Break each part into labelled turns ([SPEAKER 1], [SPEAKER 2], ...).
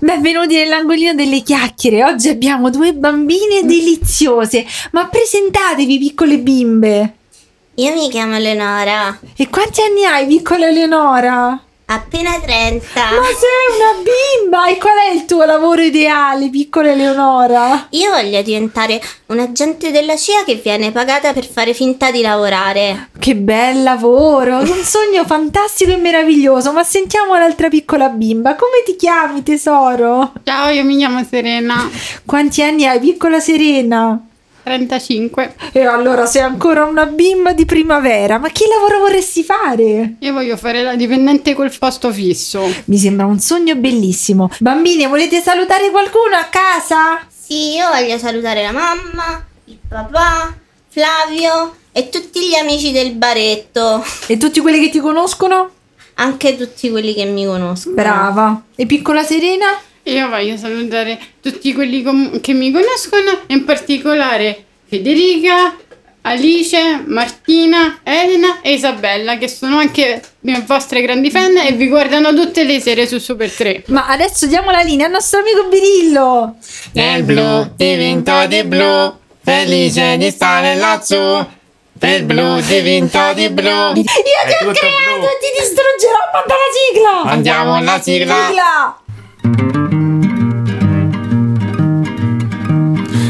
[SPEAKER 1] Benvenuti nell'angolino delle chiacchiere. Oggi abbiamo due bambine deliziose. Ma presentatevi, piccole bimbe.
[SPEAKER 2] Io mi chiamo Eleonora,
[SPEAKER 1] E quanti anni hai, piccola Eleonora? Ma
[SPEAKER 2] appena 30.
[SPEAKER 1] sei una bimba! E qual è il tuo lavoro ideale, piccola Eleonora?
[SPEAKER 2] Io voglio diventare un agente della CIA che viene pagata per fare finta di lavorare.
[SPEAKER 1] Che bel lavoro! Un sogno fantastico e meraviglioso. Ma sentiamo l'altra piccola bimba. Come ti chiami, tesoro?
[SPEAKER 3] Ciao, io mi chiamo Serena,
[SPEAKER 1] Quanti anni hai, piccola Serena?
[SPEAKER 3] 35.
[SPEAKER 1] E allora sei ancora una bimba di primavera, ma che lavoro vorresti fare?
[SPEAKER 3] Io voglio fare la dipendente col posto fisso.
[SPEAKER 1] Mi sembra un sogno bellissimo. Bambine, volete salutare qualcuno a casa?
[SPEAKER 2] Sì, io voglio salutare la mamma, il papà, Flavio e tutti gli amici del baretto.
[SPEAKER 1] E tutti quelli che ti conoscono?
[SPEAKER 2] Anche tutti quelli che mi conoscono.
[SPEAKER 1] Brava. E piccola Serena?
[SPEAKER 3] Io voglio salutare tutti quelli com- che mi conoscono, in particolare Federica, Alice, Martina, Elena e Isabella, che sono anche mie vostre grandi fan e vi guardano tutte le sere su Super 3.
[SPEAKER 1] Ma adesso diamo la linea al nostro amico Birillo.
[SPEAKER 4] Nel blu divento di blu, felice di stare lassù. Nel blu divento di
[SPEAKER 1] Io
[SPEAKER 4] blu.
[SPEAKER 1] ti ho
[SPEAKER 4] tutto
[SPEAKER 1] creato
[SPEAKER 4] blu.
[SPEAKER 1] e ti distruggerò. Manda la sigla.
[SPEAKER 4] Andiamo alla sigla.
[SPEAKER 1] Sigla.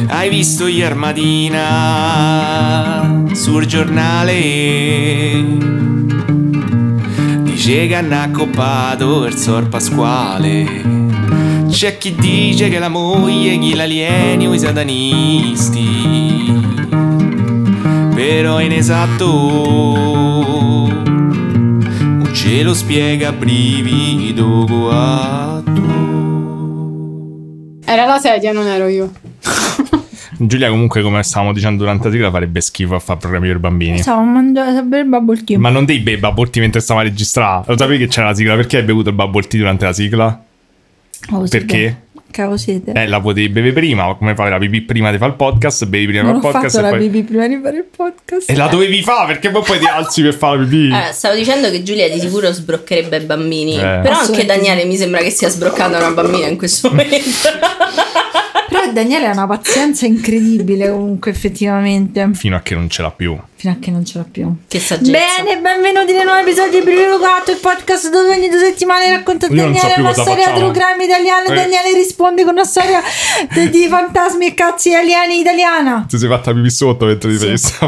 [SPEAKER 5] Hai visto Iermadina sul giornale? Dice che hanno accoppato il sor Pasquale. C'è chi dice che la moglie chi l'alieni o i satanisti. Però è inesatto. Non ce lo spiega brivido guato.
[SPEAKER 3] Era la sedia, non ero io.
[SPEAKER 6] Giulia, comunque, come stavamo dicendo durante la sigla, farebbe schifo a fare programmi per
[SPEAKER 4] Eh.
[SPEAKER 6] bambini.
[SPEAKER 1] Stavo mangiando il bubble tea.
[SPEAKER 6] Ma non dei bei bubble tea mentre stavamo a registrare. Lo sapevi che c'era la sigla? Perché hai bevuto il bubble tea durante la sigla?
[SPEAKER 1] Avevo sete.
[SPEAKER 6] Perché?
[SPEAKER 1] Che avevo sete.
[SPEAKER 6] Eh, la potevi bere prima, ma come fai la pipì prima di fare il podcast, bevi prima
[SPEAKER 1] non
[SPEAKER 6] il
[SPEAKER 1] ho
[SPEAKER 6] podcast
[SPEAKER 1] fatto
[SPEAKER 6] e
[SPEAKER 1] la
[SPEAKER 6] poi...
[SPEAKER 1] pipì prima di fare il podcast.
[SPEAKER 6] E la dovevi fare perché poi poi ti alzi per fare la pipì.
[SPEAKER 1] Eh.
[SPEAKER 7] Allora, stavo dicendo che Giulia di sicuro sbroccherebbe i bambini,
[SPEAKER 6] Eh.
[SPEAKER 7] però anche
[SPEAKER 1] Assolutamente.
[SPEAKER 7] Daniele mi sembra che stia sbroccando una bambina in questo momento.
[SPEAKER 1] Però Daniele ha una pazienza incredibile comunque effettivamente.
[SPEAKER 6] Fino a che non ce l'ha più.
[SPEAKER 1] Fino a che non ce l'ha più.
[SPEAKER 7] che saggezza.
[SPEAKER 1] Bene, benvenuti nel nuovo episodio di Primo Gatto, il podcast dove ogni due settimane racconta
[SPEAKER 6] Io non so
[SPEAKER 1] Daniele
[SPEAKER 6] più
[SPEAKER 1] una
[SPEAKER 6] cosa
[SPEAKER 1] storia
[SPEAKER 6] facciamo.
[SPEAKER 1] true crime italiana e
[SPEAKER 6] Eh.
[SPEAKER 1] Daniele risponde con una storia de- di fantasmi e cazzi alieni italiana.
[SPEAKER 6] Ti sei fatta pipì sotto mentre ti facevi questa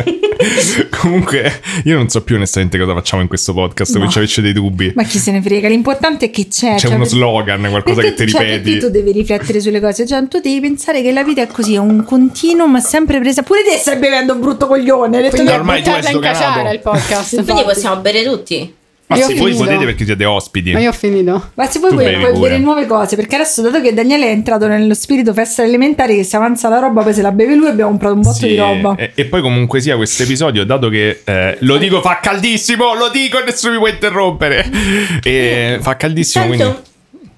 [SPEAKER 6] frase. comunque, io non so più onestamente cosa facciamo in questo podcast,
[SPEAKER 1] No.
[SPEAKER 6] se ci avessi dei dubbi.
[SPEAKER 1] Ma chi se ne frega, l'importante è che c'è.
[SPEAKER 6] C'è
[SPEAKER 1] cioè,
[SPEAKER 6] uno
[SPEAKER 1] per-
[SPEAKER 6] slogan, qualcosa
[SPEAKER 1] perché,
[SPEAKER 6] che ti
[SPEAKER 1] cioè,
[SPEAKER 6] ripeti.
[SPEAKER 1] perché tu devi riflettere sulle cose, cioè tu devi pensare che la vita è così, è un continuo ma sempre presa. Pure te stai bevendo un brutto coglione. hai detto
[SPEAKER 3] Quindi
[SPEAKER 1] che-
[SPEAKER 6] ormai tu
[SPEAKER 3] buttarla
[SPEAKER 6] hai
[SPEAKER 3] in
[SPEAKER 6] sdoganato.
[SPEAKER 3] caciara il podcast.
[SPEAKER 7] Quindi possiamo bere tutti.
[SPEAKER 6] Ma
[SPEAKER 3] Io
[SPEAKER 6] se
[SPEAKER 3] ho
[SPEAKER 6] voi
[SPEAKER 3] finito.
[SPEAKER 6] potete perché siete ospiti.
[SPEAKER 3] Ma io ho finito.
[SPEAKER 1] Ma se vuoi
[SPEAKER 6] Tu
[SPEAKER 1] puoi,
[SPEAKER 6] bevi
[SPEAKER 1] puoi
[SPEAKER 6] pure.
[SPEAKER 1] bere nuove cose, perché adesso dato che Daniele è entrato nello spirito festa elementare che si avanza la roba, poi se la beve lui abbiamo comprato un botto
[SPEAKER 6] Sì, eh,
[SPEAKER 1] di roba.
[SPEAKER 6] E, e poi comunque sia questo episodio, dato che eh, lo dico fa caldissimo, lo dico e nessuno mi può interrompere. E fa caldissimo, quindi...
[SPEAKER 7] Tanto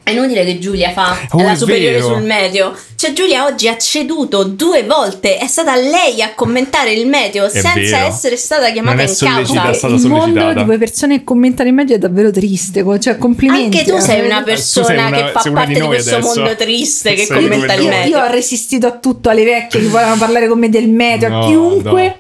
[SPEAKER 7] è inutile che Giulia fa
[SPEAKER 6] Oh,
[SPEAKER 7] la
[SPEAKER 6] è
[SPEAKER 7] superiore
[SPEAKER 6] vero.
[SPEAKER 7] sul meteo. Cioè Giulia oggi ha ceduto due volte, è stata lei a commentare il meteo
[SPEAKER 6] È
[SPEAKER 7] senza
[SPEAKER 6] vero.
[SPEAKER 7] essere stata chiamata
[SPEAKER 6] Non è
[SPEAKER 7] in causa.
[SPEAKER 6] sollecitata. stata
[SPEAKER 1] il mondo
[SPEAKER 6] sollecitata.
[SPEAKER 1] di quelle persone che commentano in media è davvero triste, co- cioè complimenti.
[SPEAKER 7] Anche tu sei una
[SPEAKER 6] Tu sei
[SPEAKER 7] persona
[SPEAKER 6] una-
[SPEAKER 7] che fa
[SPEAKER 6] sei una
[SPEAKER 7] parte
[SPEAKER 6] di
[SPEAKER 7] di,
[SPEAKER 6] noi
[SPEAKER 7] questo
[SPEAKER 6] adesso.
[SPEAKER 7] mondo triste che
[SPEAKER 6] Sei una di
[SPEAKER 7] commenta il
[SPEAKER 6] quelle
[SPEAKER 1] io,
[SPEAKER 7] meteo.
[SPEAKER 1] io ho resistito a tutto, alle vecchie che volevano parlare con me del meteo, a
[SPEAKER 6] No,
[SPEAKER 1] chiunque.
[SPEAKER 6] no.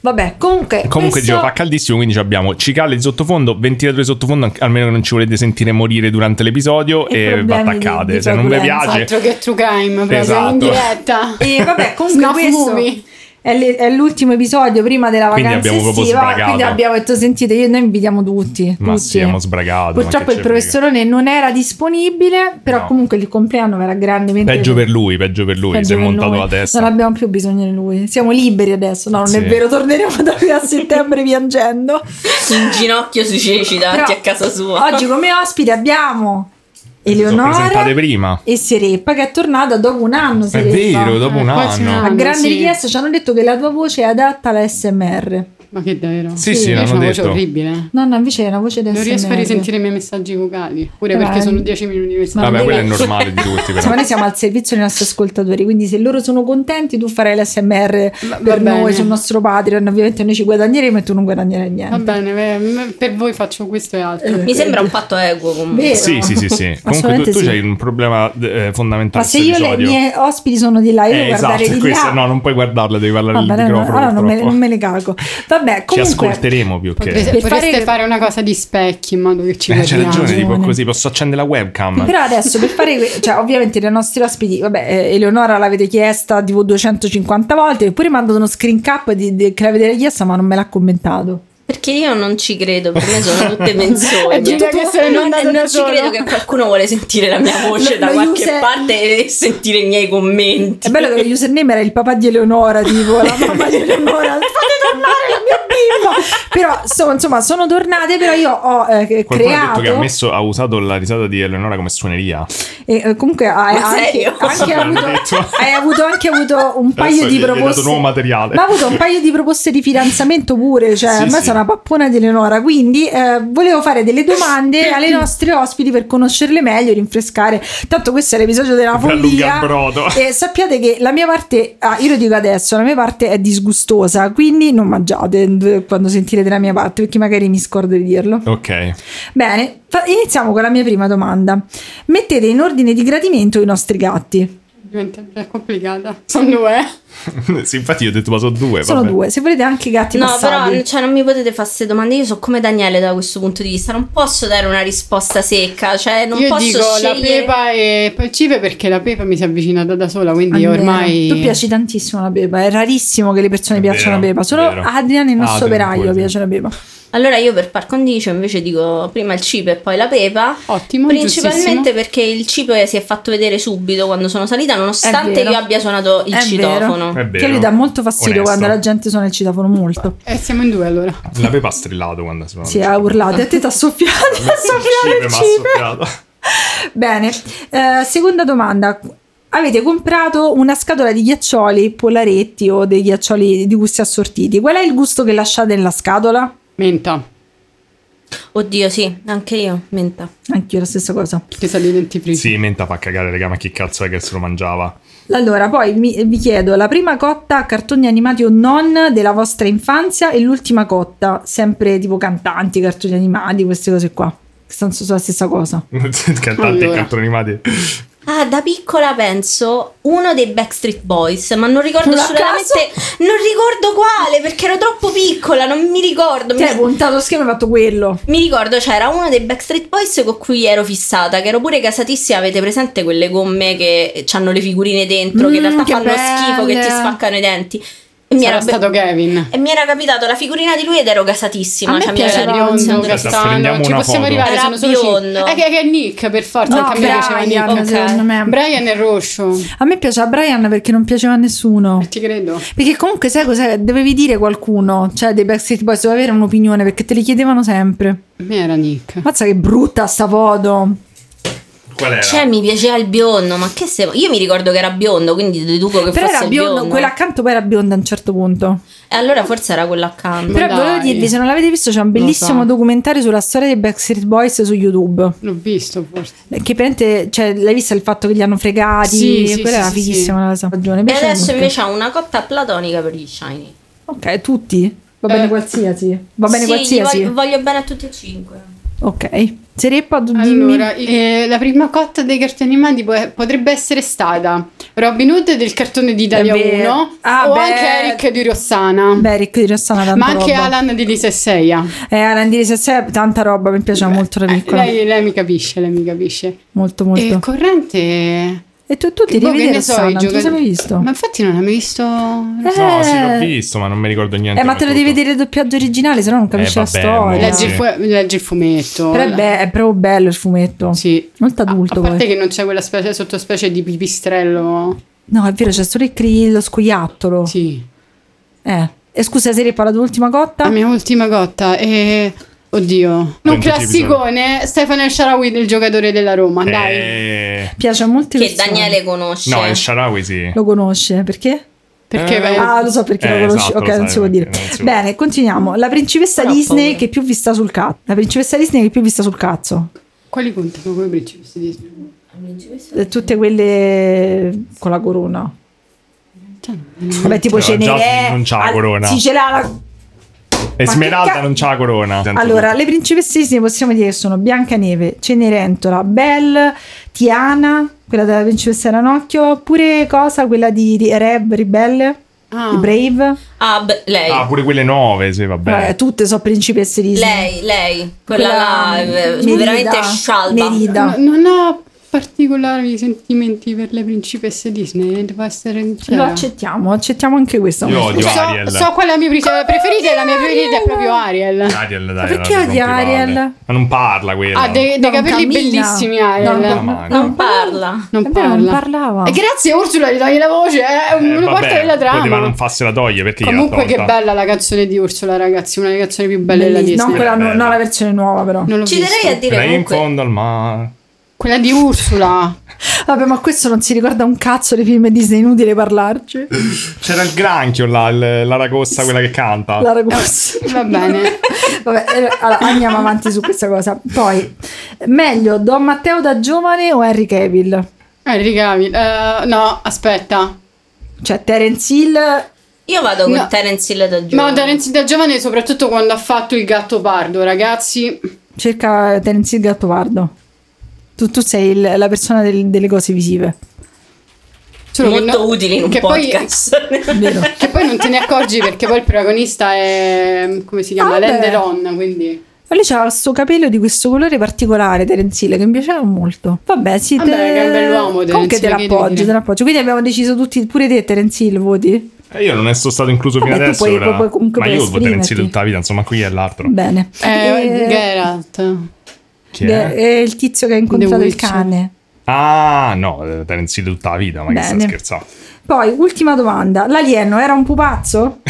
[SPEAKER 1] Vabbè, comunque...
[SPEAKER 6] Comunque
[SPEAKER 1] questo-
[SPEAKER 6] dicevo, fa caldissimo, quindi ci abbiamo cicale di sottofondo, ventilatori di sottofondo, anche- almeno che non ci volete sentire morire durante l'episodio
[SPEAKER 1] E
[SPEAKER 6] e, vi
[SPEAKER 1] problemi di-
[SPEAKER 6] attaccate.
[SPEAKER 1] di
[SPEAKER 6] Se non vi
[SPEAKER 1] flatulenza.
[SPEAKER 6] piace...
[SPEAKER 3] Altro che true crime, proprio
[SPEAKER 6] Esatto.
[SPEAKER 3] in diretta.
[SPEAKER 1] E vabbè, comunque
[SPEAKER 3] Snuff
[SPEAKER 1] questo
[SPEAKER 3] movie.
[SPEAKER 1] è, le- è l'ultimo episodio prima della
[SPEAKER 6] Quindi
[SPEAKER 1] vacanza
[SPEAKER 6] abbiamo proprio
[SPEAKER 1] estiva.
[SPEAKER 6] sbragato.
[SPEAKER 1] Quindi abbiamo detto: sentite, io noi invitiamo tutti.
[SPEAKER 6] Ma
[SPEAKER 1] tutti.
[SPEAKER 6] sì, abbiamo sbragato, ma
[SPEAKER 1] Purtroppo
[SPEAKER 6] che
[SPEAKER 1] il
[SPEAKER 6] ce frega.
[SPEAKER 1] professorone non era disponibile, però
[SPEAKER 6] No.
[SPEAKER 1] comunque il compleanno era grandemente.
[SPEAKER 6] Peggio per lui, peggio per lui,
[SPEAKER 1] peggio
[SPEAKER 6] si è
[SPEAKER 1] per
[SPEAKER 6] montato
[SPEAKER 1] noi.
[SPEAKER 6] la testa.
[SPEAKER 1] Non abbiamo più bisogno di lui. Siamo liberi adesso. No, non è
[SPEAKER 6] Sì.
[SPEAKER 1] vero, torneremo da qui a settembre piangendo.
[SPEAKER 7] in ginocchio sui ceci davanti
[SPEAKER 1] Però
[SPEAKER 7] a casa sua.
[SPEAKER 1] Oggi come ospite abbiamo
[SPEAKER 6] Si sono
[SPEAKER 1] Eleonora
[SPEAKER 6] presentate prima.
[SPEAKER 1] e Sereppa che è tornata dopo un anno.
[SPEAKER 6] È
[SPEAKER 1] Sereppa.
[SPEAKER 6] vero, dopo
[SPEAKER 3] Eh,
[SPEAKER 6] un
[SPEAKER 3] quasi un
[SPEAKER 6] anno.
[SPEAKER 1] A
[SPEAKER 3] anno,
[SPEAKER 1] grande
[SPEAKER 3] sì.
[SPEAKER 1] richiesta ci hanno detto che la tua voce è adatta alla SMR.
[SPEAKER 3] Ma che davvero?
[SPEAKER 6] Sì, sì,
[SPEAKER 3] Io
[SPEAKER 6] l'hanno
[SPEAKER 3] ho
[SPEAKER 1] diciamo
[SPEAKER 3] una voce
[SPEAKER 6] detto.
[SPEAKER 3] orribile. eh.
[SPEAKER 1] Nonna, invece è una voce del
[SPEAKER 3] Non riesco a
[SPEAKER 1] SMR.
[SPEAKER 3] risentire i miei messaggi vocali, pure
[SPEAKER 1] Dai.
[SPEAKER 3] perché sono 10 minuti di messaggi.
[SPEAKER 1] Ma
[SPEAKER 6] Vabbè,
[SPEAKER 1] non
[SPEAKER 6] quello è
[SPEAKER 1] deve-
[SPEAKER 6] normale di tutti,
[SPEAKER 1] Insomma,
[SPEAKER 6] però.
[SPEAKER 1] noi siamo al servizio dei nostri ascoltatori, quindi se loro sono contenti, tu farai l'SMR
[SPEAKER 3] Va- va
[SPEAKER 1] per noi
[SPEAKER 3] bene.
[SPEAKER 1] sul nostro Patreon. Ovviamente noi ci guadagneremo e tu non guadagnerai
[SPEAKER 3] Va
[SPEAKER 1] niente.
[SPEAKER 3] bene, beh, per voi faccio questo e altro.
[SPEAKER 7] Mi sembra un patto equo comunque.
[SPEAKER 1] Vero.
[SPEAKER 6] Sì, sì, sì, sì. Comunque tu,
[SPEAKER 1] Assolutamente
[SPEAKER 6] tu
[SPEAKER 1] sì.
[SPEAKER 6] c'hai un problema eh, fondamentale.
[SPEAKER 1] Ma se io le
[SPEAKER 6] episodio.
[SPEAKER 1] mie ospiti sono di là, io
[SPEAKER 6] Eh,
[SPEAKER 1] devo guardare
[SPEAKER 6] esatto,
[SPEAKER 1] di
[SPEAKER 6] questa-
[SPEAKER 1] là.
[SPEAKER 6] no, non puoi guardarla, devi guardare
[SPEAKER 1] Vabbè,
[SPEAKER 6] il
[SPEAKER 1] no, no,
[SPEAKER 6] microfono.
[SPEAKER 1] allora non me,
[SPEAKER 6] purtroppo.
[SPEAKER 1] non me le cago. Vabbè,
[SPEAKER 6] Ci
[SPEAKER 1] comunque
[SPEAKER 6] ascolteremo più che.
[SPEAKER 3] Potreste-
[SPEAKER 1] Per
[SPEAKER 3] Potreste
[SPEAKER 1] fare-
[SPEAKER 3] fare una cosa di specchi in modo che ci
[SPEAKER 6] Eh, c'è
[SPEAKER 3] guardiamo.
[SPEAKER 6] ragione,
[SPEAKER 1] ragione.
[SPEAKER 6] tipo così posso accendere la webcam.
[SPEAKER 1] Però adesso per fare, que- cioè, ovviamente i nostri ospiti, vabbè, eh, Eleonora l'avete chiesta tipo 250 volte, eppure mi ha dato uno screen cap di, di- che l'avete richiesta, ma non me l'ha commentato.
[SPEAKER 7] Perché io non ci credo, per me sono tutte
[SPEAKER 3] È
[SPEAKER 7] menzogne.
[SPEAKER 3] giusto che sei
[SPEAKER 7] non,
[SPEAKER 3] andato
[SPEAKER 7] non
[SPEAKER 3] da
[SPEAKER 7] ci
[SPEAKER 3] solo.
[SPEAKER 7] credo che qualcuno vuole sentire la mia voce
[SPEAKER 1] Lo-
[SPEAKER 7] da
[SPEAKER 1] lo
[SPEAKER 7] qualche
[SPEAKER 1] user-
[SPEAKER 7] parte e sentire i miei commenti.
[SPEAKER 1] È bello che lo username era il papà di Eleonora, tipo la mamma di Eleonora, fate tornare la mia bimba. Però so- insomma sono tornate, però io ho eh,
[SPEAKER 6] Qualcuno ha detto
[SPEAKER 1] creato
[SPEAKER 6] che ha, messo, ha usato la risata di Eleonora come suoneria.
[SPEAKER 1] e eh, comunque hai,
[SPEAKER 7] Ma
[SPEAKER 1] anche,
[SPEAKER 7] serio?
[SPEAKER 1] anche
[SPEAKER 6] L'hanno
[SPEAKER 1] avuto,
[SPEAKER 6] detto.
[SPEAKER 1] hai avuto anche avuto un paio
[SPEAKER 6] Adesso
[SPEAKER 1] di
[SPEAKER 6] gli- gli hai dato
[SPEAKER 1] proposte.
[SPEAKER 6] nuovo materiale.
[SPEAKER 1] Ma ha avuto un paio di proposte di fidanzamento pure, cioè
[SPEAKER 6] Sì,
[SPEAKER 1] a me
[SPEAKER 6] sì.
[SPEAKER 1] sono una pappona di Eleonora, quindi eh, volevo fare delle domande alle nostre ospiti per conoscerle meglio, rinfrescare. Tanto questo è l'episodio della
[SPEAKER 6] Per allungare
[SPEAKER 1] follia.
[SPEAKER 6] il brodo.
[SPEAKER 1] E sappiate che la mia parte, ah, io lo dico adesso, la mia parte è disgustosa, quindi non mangiate eh, quando sentirete la mia parte, perché magari mi scordo di dirlo.
[SPEAKER 6] Ok.
[SPEAKER 1] Bene, fa- iniziamo con la mia prima domanda. Mettete in ordine di gradimento i nostri gatti.
[SPEAKER 3] Diventa è complicata. Sono due.
[SPEAKER 6] sì, infatti io ho detto ma sono due.
[SPEAKER 1] Sono
[SPEAKER 6] Eh, vabbè.
[SPEAKER 1] due, se volete anche i gatti
[SPEAKER 7] No,
[SPEAKER 1] passati.
[SPEAKER 7] però cioè, non mi potete fare queste domande. Io so come Daniele da questo punto di vista. Non posso dare una risposta secca. Cioè, non
[SPEAKER 3] Io
[SPEAKER 7] posso
[SPEAKER 3] dico la
[SPEAKER 7] scegliere.
[SPEAKER 3] pepa e poi il cipe perché la pepa mi si è avvicinata da sola, quindi
[SPEAKER 1] Andrea,
[SPEAKER 3] ormai...
[SPEAKER 1] Tu piaci tantissimo la Beba, è rarissimo che le persone
[SPEAKER 6] È
[SPEAKER 1] piacciono la
[SPEAKER 6] vero,
[SPEAKER 1] Beba, solo
[SPEAKER 6] è vero. Ah,
[SPEAKER 1] Adrian, il nostro
[SPEAKER 6] Adrian,
[SPEAKER 1] operaio,
[SPEAKER 6] pure, sì.
[SPEAKER 1] piace la Beba.
[SPEAKER 7] Allora, io per par condicio invece dico prima il cibo e poi la pepa.
[SPEAKER 3] Ottimo,
[SPEAKER 7] Principalmente
[SPEAKER 3] giustissimo.
[SPEAKER 7] perché il cibo si è fatto vedere subito quando sono salita, nonostante
[SPEAKER 1] vero.
[SPEAKER 7] io abbia suonato il
[SPEAKER 1] È
[SPEAKER 7] citofono.
[SPEAKER 6] È
[SPEAKER 1] Che
[SPEAKER 6] vero.
[SPEAKER 1] lui dà molto fastidio
[SPEAKER 6] Onesto.
[SPEAKER 1] quando la gente suona il citofono, molto.
[SPEAKER 3] E Eh, siamo in due allora.
[SPEAKER 6] La Pepa ha strillato quando sono
[SPEAKER 1] Sì, ha urlato e a te ti ha soffiato, t'ha
[SPEAKER 6] Ha messo il
[SPEAKER 1] soffiato il
[SPEAKER 6] cibo, ma ha
[SPEAKER 1] cibo.
[SPEAKER 6] soffiato.
[SPEAKER 1] Bene, eh, seconda domanda. Avete comprato una scatola di ghiaccioli polaretti o dei ghiaccioli di gusti assortiti. Qual è il gusto che lasciate nella scatola?
[SPEAKER 3] Menta,
[SPEAKER 7] Oddio, sì, anche io, menta.
[SPEAKER 1] Anch'io la stessa cosa.
[SPEAKER 3] che sa di dentifricio.
[SPEAKER 6] Sì, menta fa cagare, raga, ma chi cazzo è che se lo mangiava?
[SPEAKER 1] Allora, poi mi- vi chiedo la prima cotta a cartoni animati o non della vostra infanzia e l'ultima cotta, sempre tipo cantanti, cartoni animati, queste cose qua. Che sono sulla stessa cosa.
[SPEAKER 6] Cantanti e
[SPEAKER 3] Allora.
[SPEAKER 6] cartoni animati.
[SPEAKER 7] Ah, da piccola penso uno dei Backstreet Boys, ma non ricordo
[SPEAKER 1] Non a
[SPEAKER 7] assolutamente. Non ricordo quale, perché ero troppo piccola, non mi ricordo.
[SPEAKER 1] Ti hai
[SPEAKER 7] Mi,
[SPEAKER 1] puntato lo schema e hai fatto quello.
[SPEAKER 7] mi ricordo c'era uno dei Backstreet Boys con cui ero fissata, che ero pure casatissima. Avete presente quelle gomme che hanno le figurine dentro, che in
[SPEAKER 1] Mm,
[SPEAKER 7] realtà
[SPEAKER 1] che
[SPEAKER 7] fanno schifo, che ti
[SPEAKER 1] belle.
[SPEAKER 7] spaccano i denti? E mi
[SPEAKER 3] Sarà
[SPEAKER 7] era, be-
[SPEAKER 3] stato Kevin.
[SPEAKER 7] e mi era capitato la figurina di lui ed ero casatissima.
[SPEAKER 3] A me
[SPEAKER 7] cioè, mi
[SPEAKER 3] piace
[SPEAKER 7] era
[SPEAKER 3] biondo,
[SPEAKER 7] rivoluzionato.
[SPEAKER 6] Aspetta, prendiamo
[SPEAKER 3] castano, ci
[SPEAKER 6] una
[SPEAKER 3] possiamo
[SPEAKER 6] foto.
[SPEAKER 3] arrivare,
[SPEAKER 7] Era
[SPEAKER 3] sono solo
[SPEAKER 7] biondo.
[SPEAKER 3] cinque. Eh, che, che è Nick, per forza, anche a me piaceva Nick.
[SPEAKER 1] Brian,
[SPEAKER 7] ok.
[SPEAKER 1] secondo me.
[SPEAKER 3] Brian è rosso,
[SPEAKER 1] A me piaceva Brian perché non piaceva a nessuno.
[SPEAKER 3] ci credo.
[SPEAKER 1] Perché comunque sai cos'è? Dovevi dire qualcuno, cioè dei Backstreet Boys, dovevi avere un'opinione perché te li chiedevano sempre.
[SPEAKER 3] A me era Nick.
[SPEAKER 1] Mazza che brutta sta foto.
[SPEAKER 6] Qual era?
[SPEAKER 7] Cioè, mi piaceva il biondo, ma che se. Io mi ricordo che era biondo, quindi deduco che
[SPEAKER 1] Però
[SPEAKER 7] fosse
[SPEAKER 1] era
[SPEAKER 7] il
[SPEAKER 1] biondo,
[SPEAKER 7] biondo. eh.
[SPEAKER 1] quella accanto poi era bionda a un certo punto.
[SPEAKER 7] E allora forse era quello accanto.
[SPEAKER 1] Però
[SPEAKER 3] dai.
[SPEAKER 1] volevo dirvi, se non l'avete visto, c'è un bellissimo
[SPEAKER 3] so.
[SPEAKER 1] documentario sulla storia dei Backstreet Boys su YouTube.
[SPEAKER 3] L'ho visto forse.
[SPEAKER 1] Che praticamente, cioè, l'hai visto il fatto che li hanno fregati?
[SPEAKER 3] Sì, sì,
[SPEAKER 1] Quella
[SPEAKER 3] sì,
[SPEAKER 1] era
[SPEAKER 3] sì,
[SPEAKER 1] fighissima la stagione.
[SPEAKER 7] E adesso invece ha una cotta platonica per gli Shiny.
[SPEAKER 1] Ok, tutti? Va bene
[SPEAKER 3] Eh.
[SPEAKER 1] qualsiasi. Va bene
[SPEAKER 7] Sì,
[SPEAKER 1] qualsiasi.
[SPEAKER 7] gli Voglio, voglio bene a tutti e cinque.
[SPEAKER 1] Ok. Sereppa, tu dimmi.
[SPEAKER 3] Allora, eh, la prima cotta dei cartoni animati può- potrebbe essere stata Robin Hood del cartone di Italia
[SPEAKER 1] È vero.
[SPEAKER 3] 1
[SPEAKER 1] Ah,
[SPEAKER 3] o
[SPEAKER 1] bè.
[SPEAKER 3] anche Eric di Rossana.
[SPEAKER 1] Beh, Rick di Rossana tanta
[SPEAKER 3] ma anche
[SPEAKER 1] roba.
[SPEAKER 3] Alan di Lisa e Seia.
[SPEAKER 1] Eh, Alan di Sessè, tanta roba, mi piaceva molto la
[SPEAKER 3] Eh,
[SPEAKER 1] piccola.
[SPEAKER 3] lei, lei mi capisce, lei mi capisce.
[SPEAKER 1] Molto, molto.
[SPEAKER 3] E
[SPEAKER 1] E,
[SPEAKER 3] corrente...
[SPEAKER 1] tu, tu ti
[SPEAKER 3] boh, che
[SPEAKER 1] rivedi
[SPEAKER 3] ne so, i
[SPEAKER 1] Rossana, tu
[SPEAKER 3] giocatori-
[SPEAKER 1] l'hai mai visto?
[SPEAKER 3] Ma infatti non l'hai mai visto...
[SPEAKER 6] No, sì, l'ho
[SPEAKER 1] Eh.
[SPEAKER 6] visto, ma non mi ricordo niente.
[SPEAKER 1] Eh, ma te lo
[SPEAKER 6] tutto.
[SPEAKER 1] devi vedere il doppiaggio originale, se no non capisci
[SPEAKER 6] Eh,
[SPEAKER 1] la
[SPEAKER 6] vabbè,
[SPEAKER 1] storia.
[SPEAKER 6] no.
[SPEAKER 3] Leggi,
[SPEAKER 6] Sì.
[SPEAKER 3] il fu- leggi il fumetto.
[SPEAKER 1] Però è, be- è proprio bello il fumetto.
[SPEAKER 3] Sì.
[SPEAKER 1] Molto
[SPEAKER 3] A,
[SPEAKER 1] adulto
[SPEAKER 3] a parte
[SPEAKER 1] poi.
[SPEAKER 3] che non c'è quella specie, sottospecie di pipistrello.
[SPEAKER 1] No, è vero, c'è solo il cri- lo scoiattolo.
[SPEAKER 3] Sì.
[SPEAKER 1] Eh. E scusa, se riparla l'ultima
[SPEAKER 3] La
[SPEAKER 1] cotta?
[SPEAKER 3] mia ultima cotta è... Oddio. Un
[SPEAKER 6] Tentativi,
[SPEAKER 3] classicone, Stefano El Sharawi del giocatore della Roma, dai.
[SPEAKER 6] Eh,
[SPEAKER 1] Piace a molti
[SPEAKER 7] Che Daniele conosce.
[SPEAKER 6] No, il Sharawi sì.
[SPEAKER 1] Lo conosce, perché?
[SPEAKER 3] Perché
[SPEAKER 6] Eh,
[SPEAKER 3] vai-
[SPEAKER 1] Ah, lo so perché
[SPEAKER 6] Eh,
[SPEAKER 1] lo conosci.
[SPEAKER 6] esatto,
[SPEAKER 1] ok,
[SPEAKER 6] lo sai
[SPEAKER 1] non si può dire.
[SPEAKER 6] perché non si può.
[SPEAKER 1] Bene, continuiamo. La principessa
[SPEAKER 7] Però ho
[SPEAKER 1] Disney
[SPEAKER 7] paura.
[SPEAKER 1] che più vi sta sul cazzo. La principessa Disney che più vi sta sul cazzo.
[SPEAKER 3] Quali contano come principesse Disney?
[SPEAKER 1] Eh, Tutte quelle con la corona.
[SPEAKER 3] Cioè, no.
[SPEAKER 1] Vabbè, tipo
[SPEAKER 6] Cioè,
[SPEAKER 1] Cenerè.
[SPEAKER 6] Jasmine non c'ha la
[SPEAKER 1] al-
[SPEAKER 6] corona.
[SPEAKER 1] Sì, ce l'ha la
[SPEAKER 6] E
[SPEAKER 1] Ma
[SPEAKER 6] Smeralda
[SPEAKER 1] che ca-
[SPEAKER 6] non c'ha la corona.
[SPEAKER 1] Allora, le principesse Disney possiamo dire che sono Biancaneve, Cenerentola, Belle, Tiana, quella della principessa Ranocchio, oppure cosa, quella di, di Reb, Ribelle,
[SPEAKER 3] Ah.
[SPEAKER 1] di Brave.
[SPEAKER 7] Ah, beh, lei.
[SPEAKER 6] Ah, pure quelle nuove, sì, vabbè.
[SPEAKER 1] Vabbè, tutte sono principesse Disney.
[SPEAKER 7] lei, lei. Quella, là, eh,
[SPEAKER 1] Merida,
[SPEAKER 7] veramente scialba.
[SPEAKER 1] Merida.
[SPEAKER 3] No- non ho particolari sentimenti per le principesse Disney, devo essere
[SPEAKER 7] Cioè.
[SPEAKER 1] Lo
[SPEAKER 3] sincera.
[SPEAKER 1] accettiamo, accettiamo anche questo.
[SPEAKER 6] Io odio Ariel.
[SPEAKER 3] So, so qual è la mia principessa preferita e la mia preferita è proprio Ariel.
[SPEAKER 6] Ariel, dai,
[SPEAKER 1] Ma perché
[SPEAKER 6] non ti
[SPEAKER 1] odia
[SPEAKER 6] rompi
[SPEAKER 1] Ariel? Ah,
[SPEAKER 6] palle. Ma non parla quella.
[SPEAKER 3] Ha Ah, dei, dei
[SPEAKER 1] Non
[SPEAKER 3] capelli
[SPEAKER 1] cammina.
[SPEAKER 3] bellissimi Ariel.
[SPEAKER 1] Non,
[SPEAKER 6] Ah,
[SPEAKER 1] non,
[SPEAKER 6] ma-
[SPEAKER 1] non
[SPEAKER 7] Non parla.
[SPEAKER 3] Non
[SPEAKER 1] È vero,
[SPEAKER 3] parla.
[SPEAKER 1] non parlava.
[SPEAKER 3] E grazie Ursula, gli togli la voce, è
[SPEAKER 6] Eh,
[SPEAKER 3] una
[SPEAKER 6] vabbè,
[SPEAKER 3] parte della
[SPEAKER 6] Poteva
[SPEAKER 3] trama.
[SPEAKER 6] non farsela togliere perché gliela
[SPEAKER 3] Comunque che
[SPEAKER 6] tolta.
[SPEAKER 3] bella la canzone di Ursula, ragazzi, una delle canzoni più belle della
[SPEAKER 1] Bellissima.
[SPEAKER 3] Disney.
[SPEAKER 1] non, quella, nu-
[SPEAKER 6] Bella.
[SPEAKER 1] no, la versione nuova però.
[SPEAKER 3] Non l'ho
[SPEAKER 7] Ci
[SPEAKER 3] vista.
[SPEAKER 7] darei a dire
[SPEAKER 6] Lei in
[SPEAKER 7] comunque.
[SPEAKER 6] fondo al mare.
[SPEAKER 3] Quella di Ursula.
[SPEAKER 1] Vabbè, ma questo non si ricorda un cazzo dei film Disney, inutile parlarci.
[SPEAKER 6] C'era il granchio là, il- l'aragossa, quella che canta.
[SPEAKER 1] La ragazza.
[SPEAKER 3] Va bene.
[SPEAKER 1] Vabbè, eh, allora, andiamo avanti su questa cosa. Poi, meglio Don Matteo da giovane o Henry Cavill?
[SPEAKER 3] Henry Cavill. eh, no, aspetta.
[SPEAKER 1] Cioè, Terence Hill,
[SPEAKER 7] Io vado con
[SPEAKER 3] No.
[SPEAKER 7] Terence Hill da giovane.
[SPEAKER 3] Ma Terence da giovane, soprattutto quando ha fatto il gatto pardo, ragazzi.
[SPEAKER 1] cerca Terence Hill Gattopardo. Tu, tu sei il- la persona del- delle cose visive.
[SPEAKER 3] Solo che
[SPEAKER 7] Molto
[SPEAKER 3] no-
[SPEAKER 7] utile in un
[SPEAKER 3] che poi-
[SPEAKER 7] podcast.
[SPEAKER 1] Vero?
[SPEAKER 3] Che poi non te ne accorgi perché poi il protagonista è. come si chiama?
[SPEAKER 1] Ah, vabbè.
[SPEAKER 3] Lenderon. Quindi.
[SPEAKER 1] Ma lui c'ha questo capello di questo colore particolare, Terence Hill, che mi piaceva molto. Vabbè, sì,
[SPEAKER 3] Vabbè, che è un bell'uomo,
[SPEAKER 1] Comunque
[SPEAKER 3] Terence
[SPEAKER 1] te
[SPEAKER 3] Hill, che devi
[SPEAKER 1] l'appoggio,
[SPEAKER 3] dire.
[SPEAKER 1] te l'appoggio. Quindi abbiamo deciso tutti, pure te Terence Hill, voti?
[SPEAKER 6] E Eh, io non sono stato incluso fino
[SPEAKER 1] Vabbè, tu
[SPEAKER 6] adesso.
[SPEAKER 1] puoi-
[SPEAKER 6] ora.
[SPEAKER 1] puoi- puoi comunque
[SPEAKER 6] Ma io
[SPEAKER 1] puoi
[SPEAKER 6] voto Terence Hill
[SPEAKER 1] esprimerti.
[SPEAKER 6] tutta la vita, insomma, qui è l'altro.
[SPEAKER 1] Bene.
[SPEAKER 3] Eh,
[SPEAKER 1] E-
[SPEAKER 3] Geralt.
[SPEAKER 6] Chi
[SPEAKER 1] Beh,
[SPEAKER 6] è?
[SPEAKER 1] è il tizio che ha incontrato il
[SPEAKER 3] Witcher.
[SPEAKER 1] cane.
[SPEAKER 6] Ah, no, Terence Hill tutta la vita, ma che sta
[SPEAKER 1] Bene.
[SPEAKER 6] scherzando.
[SPEAKER 1] Poi, ultima domanda. L'alieno era un pupazzo?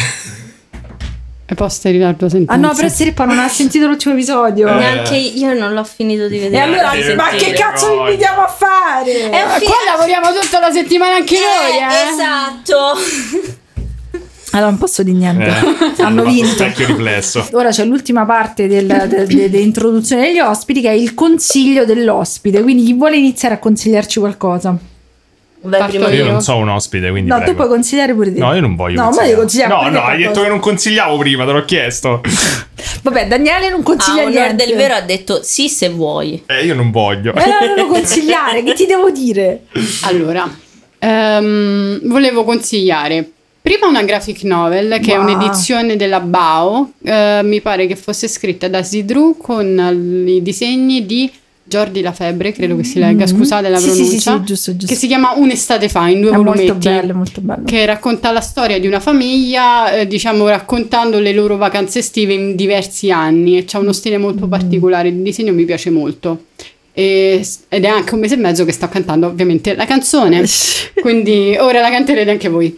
[SPEAKER 3] E posteri la tua
[SPEAKER 1] Ah
[SPEAKER 3] sentenza.
[SPEAKER 1] no, però Sirippa non ha sentito l'ultimo episodio.
[SPEAKER 6] Eh.
[SPEAKER 7] Neanche io non l'ho finito di vedere.
[SPEAKER 1] E allora,
[SPEAKER 6] Eh,
[SPEAKER 1] ma
[SPEAKER 6] sì,
[SPEAKER 1] che
[SPEAKER 6] sì,
[SPEAKER 1] cazzo
[SPEAKER 6] voglio.
[SPEAKER 1] vi invitiamo a fare?
[SPEAKER 7] È un
[SPEAKER 3] Eh,
[SPEAKER 7] film.
[SPEAKER 3] Qua lavoriamo tutta la settimana anche noi, eh.
[SPEAKER 7] Eh, Esatto.
[SPEAKER 1] Allora, non posso dire niente.
[SPEAKER 6] Eh,
[SPEAKER 1] Hanno
[SPEAKER 6] fatto
[SPEAKER 1] vinto.
[SPEAKER 6] Specchio riflesso.
[SPEAKER 1] Ora c'è l'ultima parte del- de- de- dell'introduzione degli ospiti che è il consiglio dell'ospite. Quindi chi vuole iniziare a consigliarci qualcosa?
[SPEAKER 7] Vai
[SPEAKER 3] Parto
[SPEAKER 7] prima Ah,
[SPEAKER 3] io.
[SPEAKER 6] Io
[SPEAKER 7] io.
[SPEAKER 6] non so un ospite, quindi
[SPEAKER 1] no,
[SPEAKER 6] prego.
[SPEAKER 1] tu puoi consigliare pure te.
[SPEAKER 6] No, io non voglio.
[SPEAKER 1] No, ma devi
[SPEAKER 6] consigliare.
[SPEAKER 1] consigliare pure
[SPEAKER 6] No,
[SPEAKER 1] te
[SPEAKER 6] no, hai detto
[SPEAKER 1] qualcosa.
[SPEAKER 6] che non consigliavo prima, te l'ho chiesto.
[SPEAKER 1] Vabbè, Daniele non
[SPEAKER 7] A
[SPEAKER 1] consiglia
[SPEAKER 7] onor
[SPEAKER 1] niente.
[SPEAKER 7] Ah, del vero ha detto sì se vuoi.
[SPEAKER 6] Eh, io non voglio.
[SPEAKER 1] Eh, allora non lo consigliare, che ti devo dire?
[SPEAKER 3] Allora, ehm, volevo consigliare prima una graphic novel che
[SPEAKER 1] Wow.
[SPEAKER 3] è un'edizione della Bao, eh, mi pare che fosse scritta da Sidru con eh, i disegni di Jordi Lafebbre, credo che si legga,
[SPEAKER 1] Mm.
[SPEAKER 3] scusate la
[SPEAKER 1] Sì, sì,
[SPEAKER 3] pronuncia,
[SPEAKER 1] sì, sì, giusto, giusto.
[SPEAKER 3] che si chiama Un'estate fa in due
[SPEAKER 1] È
[SPEAKER 3] volumetti.
[SPEAKER 1] molto bello, molto bello.
[SPEAKER 3] Che racconta la storia di una famiglia, eh, diciamo raccontando le loro vacanze estive in diversi anni e c'è uno stile molto particolare il disegno, mi piace molto. E- ed è anche un mese e mezzo che sto cantando ovviamente la canzone, quindi ora la canterete anche voi.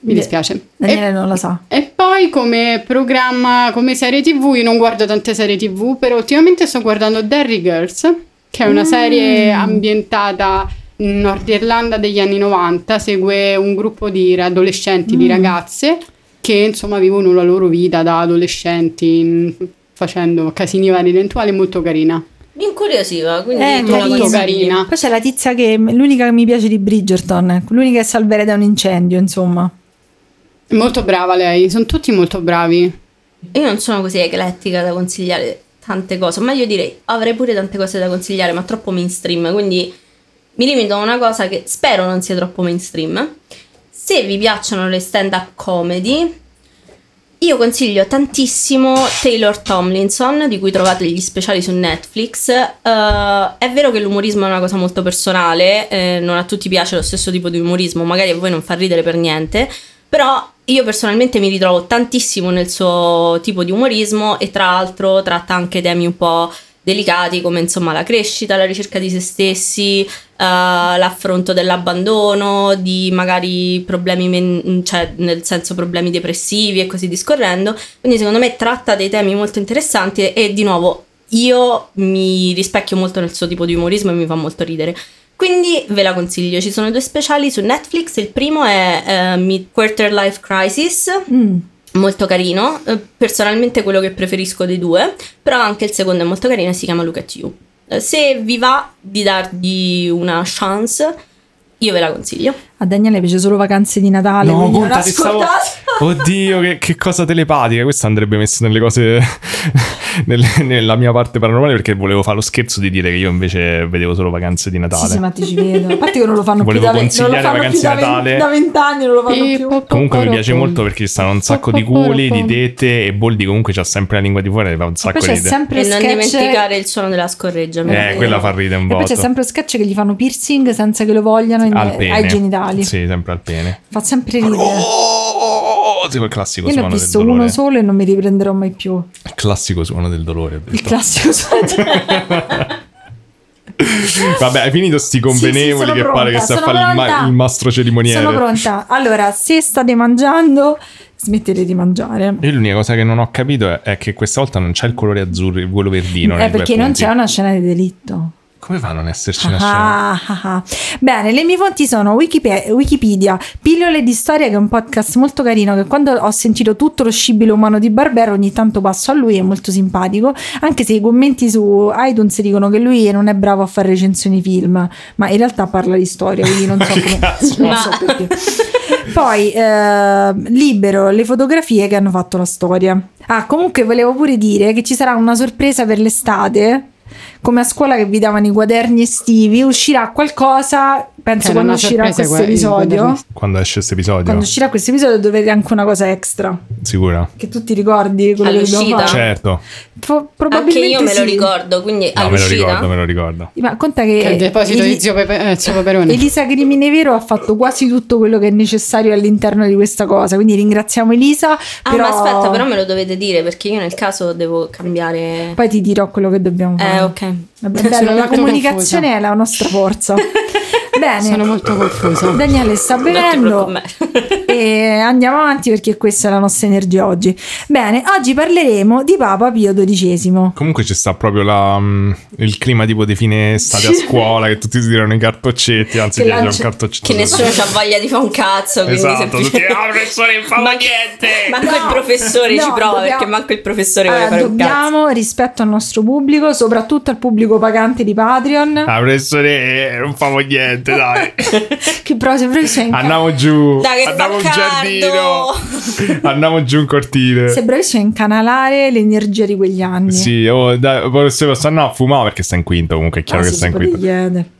[SPEAKER 3] Mi
[SPEAKER 1] Beh,
[SPEAKER 3] dispiace.
[SPEAKER 1] Daniele
[SPEAKER 3] E-
[SPEAKER 1] non lo sa.
[SPEAKER 3] e poi come programma, come serie tv, io non guardo tante serie tv, però ultimamente sto guardando Derry Girls, che è una serie ambientata in Nord Irlanda degli anni 90, segue un gruppo di adolescenti, di ragazze, che insomma vivono la loro vita da adolescenti, in- facendo casini vari ed eventuali, molto carina.
[SPEAKER 7] Mi incuriosiva, quindi
[SPEAKER 1] Eh,
[SPEAKER 7] tu la
[SPEAKER 1] carina.
[SPEAKER 7] consigli.
[SPEAKER 3] carina.
[SPEAKER 1] Poi c'è la tizia che l'unica che mi piace di Bridgerton, l'unica che salverei da un incendio, insomma.
[SPEAKER 3] Molto brava lei, sono tutti molto bravi.
[SPEAKER 7] Io non sono così eclettica da consigliare tante cose, ma io direi avrei pure tante cose da consigliare, ma troppo mainstream, quindi mi limito a una cosa che spero non sia troppo mainstream. Se vi piacciono le stand-up comedy, io consiglio tantissimo Taylor Tomlinson, di cui trovate gli speciali su Netflix. Eh, è vero che l'umorismo è una cosa molto personale, eh, non a tutti piace lo stesso tipo di umorismo, magari a voi non fa ridere per niente, però io personalmente mi ritrovo tantissimo nel suo tipo di umorismo e tra l'altro tratta anche temi un po' delicati come insomma la crescita, la ricerca di se stessi, eh, l'affronto dell'abbandono, di magari problemi, men- cioè nel senso problemi depressivi e così discorrendo. Quindi secondo me tratta dei temi molto interessanti e di nuovo io mi rispecchio molto nel suo tipo di umorismo e mi fa molto ridere. Quindi ve la consiglio, ci sono due speciali su Netflix, il primo è eh, Mid Quarter Life Crisis,
[SPEAKER 1] Mm.
[SPEAKER 7] molto carino, eh, personalmente quello che preferisco dei due, però anche il secondo è molto carino e si chiama Look at You. Eh, se vi va di dargli una chance, io ve la consiglio.
[SPEAKER 1] A Daniele piace solo vacanze di Natale.
[SPEAKER 6] No,
[SPEAKER 1] quindi non
[SPEAKER 6] conta
[SPEAKER 1] ha
[SPEAKER 6] che stavo-
[SPEAKER 1] ascoltato.
[SPEAKER 6] Oddio, che, che cosa telepatica. Questa andrebbe messa nelle cose. nelle- nella mia parte paranormale perché volevo fare lo scherzo di dire che io invece vedevo solo vacanze di Natale.
[SPEAKER 1] Sì, sì, ma ti ci vedo. A parte che non lo fanno
[SPEAKER 6] Volevo
[SPEAKER 1] più da, ve- non lo
[SPEAKER 6] consigliare
[SPEAKER 1] fanno più
[SPEAKER 6] vacanze
[SPEAKER 1] da,
[SPEAKER 6] di
[SPEAKER 1] ven-
[SPEAKER 6] Natale.
[SPEAKER 1] da vent'anni, non lo fanno
[SPEAKER 3] E
[SPEAKER 1] più.
[SPEAKER 3] po- po-
[SPEAKER 6] Comunque mi
[SPEAKER 3] poro-
[SPEAKER 6] piace
[SPEAKER 3] pom.
[SPEAKER 6] molto perché ci stanno un sacco di
[SPEAKER 3] Po- po- poro-
[SPEAKER 6] culi, di
[SPEAKER 3] pom.
[SPEAKER 6] tete e Boldi comunque c'ha sempre la lingua di fuori, fa un
[SPEAKER 1] E
[SPEAKER 6] sacco
[SPEAKER 1] poi
[SPEAKER 6] di
[SPEAKER 1] c'è
[SPEAKER 6] idee.
[SPEAKER 1] sempre
[SPEAKER 7] E non
[SPEAKER 1] sketch...
[SPEAKER 7] dimenticare il suono della scorreggia. mi
[SPEAKER 6] Eh,
[SPEAKER 7] raccomando.
[SPEAKER 6] quella fa ridere un
[SPEAKER 1] E poi
[SPEAKER 6] botto.
[SPEAKER 1] c'è sempre sketch che gli fanno piercing senza che lo vogliano in-
[SPEAKER 6] al pene.
[SPEAKER 1] ai genitali.
[SPEAKER 6] Sì, sempre al pene.
[SPEAKER 1] Fa sempre ridere.
[SPEAKER 6] Oh! Sì, quel
[SPEAKER 1] Io
[SPEAKER 6] classico
[SPEAKER 1] ne ho
[SPEAKER 6] suono del
[SPEAKER 1] visto uno
[SPEAKER 6] dolore.
[SPEAKER 1] solo e non mi riprenderò mai più.
[SPEAKER 6] Il classico suono del dolore. ho
[SPEAKER 1] Il
[SPEAKER 6] detto.
[SPEAKER 1] classico suono.
[SPEAKER 6] Vabbè, hai finito sti convenevoli
[SPEAKER 1] sono
[SPEAKER 6] che pare che
[SPEAKER 1] pronta,
[SPEAKER 6] sia a
[SPEAKER 1] sono
[SPEAKER 6] fare il, ma-
[SPEAKER 1] pronta.
[SPEAKER 6] il mastro cerimoniere.
[SPEAKER 1] Sono pronta. Allora, se state mangiando, smettete di mangiare.
[SPEAKER 6] Io l'unica cosa che non ho capito è, è che questa volta non c'è il colore azzurro, il volo verdino. nei
[SPEAKER 1] È
[SPEAKER 6] due
[SPEAKER 1] Eh, perché non
[SPEAKER 6] punti.
[SPEAKER 1] c'è una scena di delitto.
[SPEAKER 6] Come fa a non esserci una scena?
[SPEAKER 1] Ah, ah, ah. Bene, le mie fonti sono Wikipe- Wikipedia, Pillole di Storia, che è un podcast molto carino, che quando ho sentito tutto lo scibile umano di Barbero ogni tanto passo a lui, è molto simpatico, anche se i commenti su iTunes dicono che lui non è bravo a fare recensioni film, ma in realtà parla di storia, quindi non so, come, non so
[SPEAKER 7] Ma-
[SPEAKER 1] perché. Poi eh, libero le fotografie che hanno fatto la storia. Ah, comunque volevo pure dire che ci sarà una sorpresa per l'estate. Come a scuola che vi davano i quaderni estivi, uscirà qualcosa. Penso
[SPEAKER 3] Era
[SPEAKER 1] quando
[SPEAKER 3] una
[SPEAKER 1] uscirà
[SPEAKER 3] sorpresa
[SPEAKER 1] questo
[SPEAKER 3] que- il
[SPEAKER 1] episodio.
[SPEAKER 3] quaderno.
[SPEAKER 6] Quando esce questo episodio?
[SPEAKER 1] Quando uscirà questo episodio dovete anche una cosa extra.
[SPEAKER 6] Sicura?
[SPEAKER 1] Che tu ti ricordi quello che dobbiamo
[SPEAKER 7] All'uscita?
[SPEAKER 1] fare?
[SPEAKER 6] Certo.
[SPEAKER 1] Pro-
[SPEAKER 7] Anche
[SPEAKER 1] probabilmente
[SPEAKER 7] io me lo
[SPEAKER 1] sì.
[SPEAKER 7] ricordo, quindi
[SPEAKER 6] No, me lo
[SPEAKER 7] all'uscita.
[SPEAKER 6] ricordo, me lo ricordo.
[SPEAKER 1] Ma conta
[SPEAKER 3] Che è
[SPEAKER 1] che.
[SPEAKER 3] il deposito
[SPEAKER 1] Eli-
[SPEAKER 3] di zio, Pepe- eh, zio Paperone.
[SPEAKER 1] Elisa Criminevero ha fatto quasi tutto quello che è necessario all'interno di questa cosa. Quindi ringraziamo Elisa.
[SPEAKER 7] Ah,
[SPEAKER 1] però...
[SPEAKER 7] ma aspetta, però me lo dovete dire perché io nel caso devo cambiare.
[SPEAKER 1] Poi ti dirò quello che dobbiamo fare.
[SPEAKER 7] Eh, ok.
[SPEAKER 1] Vabbè,
[SPEAKER 3] Sono
[SPEAKER 1] bello, la
[SPEAKER 3] molto
[SPEAKER 1] comunicazione è la nostra forza. Bene.
[SPEAKER 3] Sono molto confusa.
[SPEAKER 1] Daniele sta
[SPEAKER 7] Non ti
[SPEAKER 1] bevendo
[SPEAKER 7] preoccupare.
[SPEAKER 1] e andiamo avanti perché questa è la nostra energia oggi. Bene, oggi parleremo di Papa Pio XII.
[SPEAKER 6] Comunque ci sta proprio la, mm, il clima tipo di fine estate a scuola che tutti si tirano i cartoccetti, anzi
[SPEAKER 1] Che
[SPEAKER 6] chi ha già
[SPEAKER 1] lancia-
[SPEAKER 6] un cartoccetto.
[SPEAKER 7] Che nessuno ha voglia di fare un cazzo. Quindi
[SPEAKER 6] Esatto, tutti,
[SPEAKER 7] semplicemente-
[SPEAKER 6] ah, professore, non fa
[SPEAKER 7] Ma-
[SPEAKER 6] niente!
[SPEAKER 7] Manco il
[SPEAKER 1] No,
[SPEAKER 7] professore ci
[SPEAKER 1] no,
[SPEAKER 7] prova
[SPEAKER 1] dobbiamo-
[SPEAKER 7] perché manco il professore vuole
[SPEAKER 1] Allora,
[SPEAKER 7] fare un
[SPEAKER 1] Ah, dobbiamo, rispetto al nostro pubblico, soprattutto al pubblico pagante di Patreon,
[SPEAKER 6] Ah, professore, eh, non famo niente, dai.
[SPEAKER 1] che però sempre c'è in casa.
[SPEAKER 6] Andiamo giù.
[SPEAKER 7] Dai, che
[SPEAKER 6] Andiamo in
[SPEAKER 7] Baccardo!
[SPEAKER 6] giardino. Andiamo giù in cortile.
[SPEAKER 1] Sei bravissimo a incanalare l'energia di quegli anni.
[SPEAKER 6] Sì, oh, dai, professore, sta no, fumava perché sta in quinto, comunque è chiaro
[SPEAKER 1] Ah,
[SPEAKER 6] che
[SPEAKER 1] sì,
[SPEAKER 6] sta
[SPEAKER 1] si
[SPEAKER 6] in
[SPEAKER 1] può
[SPEAKER 6] quinto.
[SPEAKER 1] richiedere.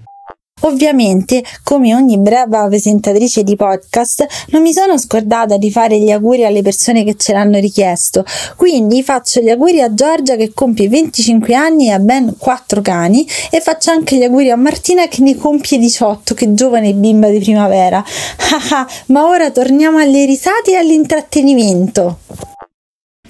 [SPEAKER 8] Ovviamente, come ogni brava presentatrice di podcast, non mi sono scordata di fare gli auguri alle persone che ce l'hanno richiesto. Quindi faccio gli auguri a Giorgia che compie 25 anni e ha ben 4 cani e faccio anche gli auguri a Martina che ne compie 18, che giovane bimba di primavera. Ah, ah, Ma ora torniamo alle risate e all'intrattenimento.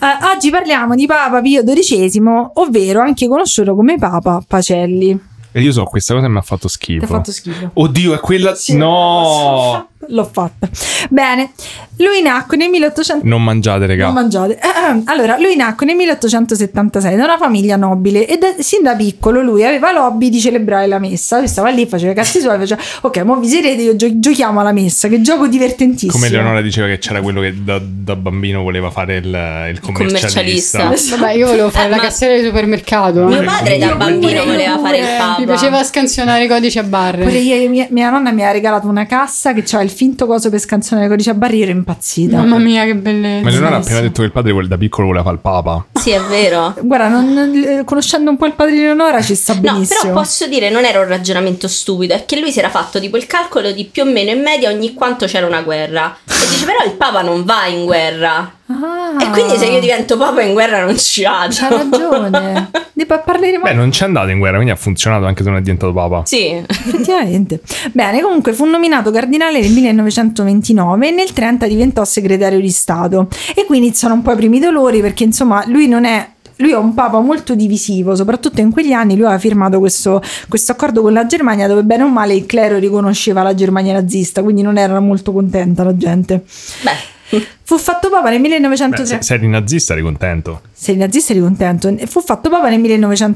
[SPEAKER 1] Eh, oggi parliamo di Papa Pio XII, ovvero anche conosciuto come Papa Pacelli.
[SPEAKER 6] E io so, questa cosa mi ha fatto schifo.
[SPEAKER 1] Ti ha fatto schifo.
[SPEAKER 6] Oddio, è quella. no,
[SPEAKER 1] L'ho fatta. Bene, lui nacque nel 1800.
[SPEAKER 6] non mangiate, raga.
[SPEAKER 1] Non mangiate. Allora, lui nacque nel 1876 da una famiglia nobile e da- sin da piccolo lui aveva l'hobby di celebrare la messa. Lui stava lì, faceva i cazzi suoi, faceva ok, mo vi siedete, io gio- giochiamo alla messa, che gioco divertentissimo.
[SPEAKER 6] Come Leonora diceva che c'era quello che da, da bambino voleva fare il, il commercialista.
[SPEAKER 7] commercialista.
[SPEAKER 3] Vabbè, io volevo fare
[SPEAKER 7] Eh,
[SPEAKER 3] la
[SPEAKER 7] ma-
[SPEAKER 3] cassiera del supermercato.
[SPEAKER 7] Mio
[SPEAKER 3] eh.
[SPEAKER 7] padre da
[SPEAKER 1] Io
[SPEAKER 7] bambino
[SPEAKER 1] pure,
[SPEAKER 7] voleva
[SPEAKER 1] io
[SPEAKER 7] fare il
[SPEAKER 1] pure.
[SPEAKER 7] papa.
[SPEAKER 3] Mi piaceva scansionare i codici a barre.
[SPEAKER 1] Pure io, e mia, mia nonna mi ha regalato una cassa che aveva il finto coso per scansionare il codice a barri, io ero impazzita.
[SPEAKER 3] Mamma mia, che bellezza.
[SPEAKER 6] Ma Leonora ha appena detto che il padre vuole- da piccolo voleva fare il papa.
[SPEAKER 7] Sì, è vero.
[SPEAKER 1] Guarda, non- eh, conoscendo un po' il padre di Leonora ci sta
[SPEAKER 7] No,
[SPEAKER 1] benissimo.
[SPEAKER 7] però posso dire, non era un ragionamento stupido, è che lui si era fatto tipo il calcolo di più o meno in media ogni quanto c'era una guerra. E dice, però il Papa non va in guerra.
[SPEAKER 1] Ah.
[SPEAKER 7] E quindi se io divento Papa in guerra non ci vado.
[SPEAKER 1] C'ha ragione. Ne pa- parleremo
[SPEAKER 6] Beh, non c'è andato in guerra, quindi ha funzionato anche se non è diventato papa.
[SPEAKER 7] Sì.
[SPEAKER 1] effettivamente. Bene, comunque fu nominato cardinale nel 1929 e nel 30 diventò segretario di Stato. E qui iniziano un po' i primi dolori perché insomma lui non è... Lui è un papa molto divisivo, soprattutto in quegli anni lui aveva firmato questo, questo accordo con la Germania dove bene o male il clero riconosceva la Germania nazista, quindi non era molto contenta la gente.
[SPEAKER 7] Beh,
[SPEAKER 1] Fu fatto papa nel
[SPEAKER 6] Beh,
[SPEAKER 1] 1930.
[SPEAKER 6] se, se eri nazista eri contento.
[SPEAKER 1] Se il nazista eri contento. Fu fatto papa nel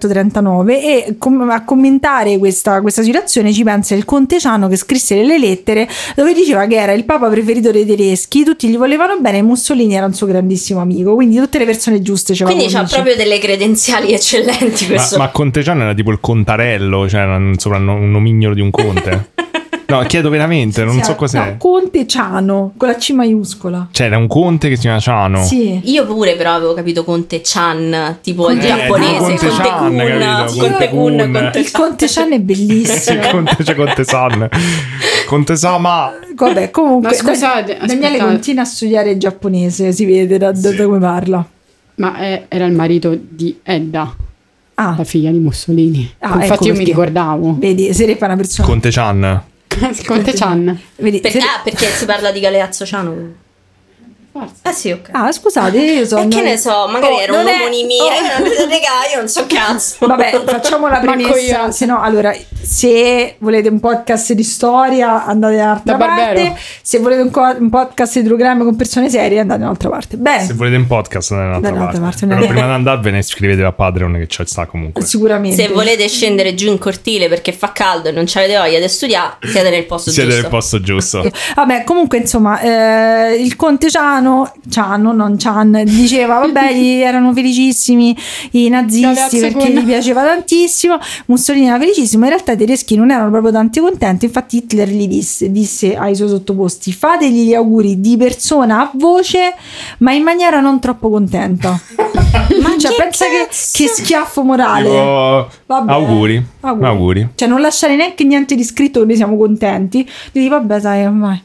[SPEAKER 1] 1939 e com- a commentare questa, questa situazione ci pensa il conte Ciano che scrisse delle lettere dove diceva che era il papa preferito dei tedeschi, tutti gli volevano bene e Mussolini era un suo grandissimo amico, quindi tutte le persone giuste c'erano.
[SPEAKER 7] Quindi ha proprio delle credenziali eccellenti
[SPEAKER 6] Ma,
[SPEAKER 7] questo.
[SPEAKER 6] ma Conteciano era tipo il Contarello, cioè era un, sopranno- un nomignolo di un conte. No, chiedo veramente, non so cos'è.
[SPEAKER 1] No, conte Ciano, con la C maiuscola.
[SPEAKER 6] Cioè, era un conte che si chiama Ciano.
[SPEAKER 1] Sì.
[SPEAKER 7] Io pure però avevo capito Conte Chan, tipo il
[SPEAKER 1] Eh,
[SPEAKER 7] giapponese,
[SPEAKER 1] tipo
[SPEAKER 7] Conte,
[SPEAKER 1] Conte
[SPEAKER 6] Chan, capito?
[SPEAKER 7] Kun, Conte
[SPEAKER 6] Conte
[SPEAKER 7] Kun,
[SPEAKER 6] Kun.
[SPEAKER 7] Conte
[SPEAKER 1] Il conte Ciano è bellissimo.
[SPEAKER 6] Sì, Conte, cioè Conte San. Conte Sama.
[SPEAKER 1] Vabbè, comunque,
[SPEAKER 3] Ma scusate,
[SPEAKER 1] Dan- Daniele
[SPEAKER 3] aspettate.
[SPEAKER 1] continua a studiare il giapponese, si vede da, da- da come parla.
[SPEAKER 3] Ma eh, era il marito di Edda, la
[SPEAKER 1] Ah,
[SPEAKER 3] figlia di Mussolini.
[SPEAKER 1] Ah,
[SPEAKER 3] Infatti
[SPEAKER 1] ecco
[SPEAKER 3] io mi
[SPEAKER 1] perché.
[SPEAKER 3] ricordavo.
[SPEAKER 1] vedi, Sereppa è una persona.
[SPEAKER 6] Conte Cian.
[SPEAKER 3] Conte Chan.
[SPEAKER 1] vedi,
[SPEAKER 7] Perché,
[SPEAKER 1] Sere-
[SPEAKER 7] ah, perché si parla di Galeazzo Ciano?
[SPEAKER 3] Forza.
[SPEAKER 7] Ah sì, ok.
[SPEAKER 1] Ah, scusate, io sono.
[SPEAKER 7] e che ne so, magari
[SPEAKER 1] Oh,
[SPEAKER 7] era un
[SPEAKER 1] non è-
[SPEAKER 7] omonimia,
[SPEAKER 1] oh.
[SPEAKER 7] regà, io non so cazzo.
[SPEAKER 1] Vabbè, facciamo la
[SPEAKER 3] Manco
[SPEAKER 1] premessa.
[SPEAKER 3] io.
[SPEAKER 1] Se no, allora, se volete un podcast di storia, andate da un'altra
[SPEAKER 3] Da Barbero.
[SPEAKER 1] parte. Se volete un, co- un podcast di programma con persone serie, andate da un'altra parte. Bene,
[SPEAKER 6] Se volete un podcast, da un'altra
[SPEAKER 1] Dall'altra parte,
[SPEAKER 6] parte. Però
[SPEAKER 1] no.
[SPEAKER 6] prima di andarvene, iscrivetevi a Patreon che ci sta comunque.
[SPEAKER 1] sicuramente.
[SPEAKER 7] Se volete scendere giù in cortile perché fa caldo e non avete voglia di studiare, siete nel posto
[SPEAKER 6] Siete
[SPEAKER 7] giusto.
[SPEAKER 6] nel posto giusto.
[SPEAKER 1] Vabbè, comunque, insomma, eh, il conte Ciano, Ciano, non Cian, diceva: Vabbè, gli erano felicissimi i nazisti
[SPEAKER 3] Galeazzo
[SPEAKER 1] perché
[SPEAKER 3] Kun.
[SPEAKER 1] gli piaceva tantissimo. Mussolini era felicissimo. In realtà, i tedeschi non erano proprio tanti contenti. Infatti, Hitler gli disse, disse ai suoi sottoposti: Fategli gli auguri di persona a voce, ma in maniera non troppo contenta. ma cioè,
[SPEAKER 7] che
[SPEAKER 1] pensa che,
[SPEAKER 7] cazzo?
[SPEAKER 1] che schiaffo morale.
[SPEAKER 6] Tipo,
[SPEAKER 1] Vabbè.
[SPEAKER 6] auguri.
[SPEAKER 1] Auguri.
[SPEAKER 6] auguri.
[SPEAKER 1] Cioè, non lasciare neanche niente di scritto che noi siamo contenti. Dici, vabbè, sai, ormai.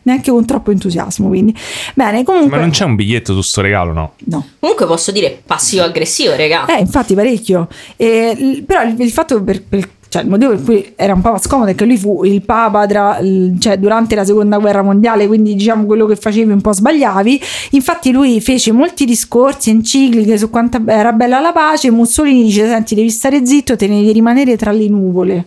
[SPEAKER 1] Neanche con troppo entusiasmo, quindi. Bene, comunque.
[SPEAKER 6] Ma non c'è un biglietto su sto regalo, no?
[SPEAKER 1] No.
[SPEAKER 7] Comunque posso dire passivo-aggressivo, regà.
[SPEAKER 6] Ah.
[SPEAKER 1] Eh, infatti, parecchio. E, l- però il, il fatto per. per- cioè, il motivo per cui era un papa scomodo è che lui fu il papa tra- l- cioè, durante la seconda guerra mondiale, quindi diciamo quello che facevi un po' sbagliavi. Infatti, lui fece molti discorsi, encicliche su quanto era bella la pace. Mussolini dice: Senti, devi stare zitto, te ne devi rimanere tra le nuvole.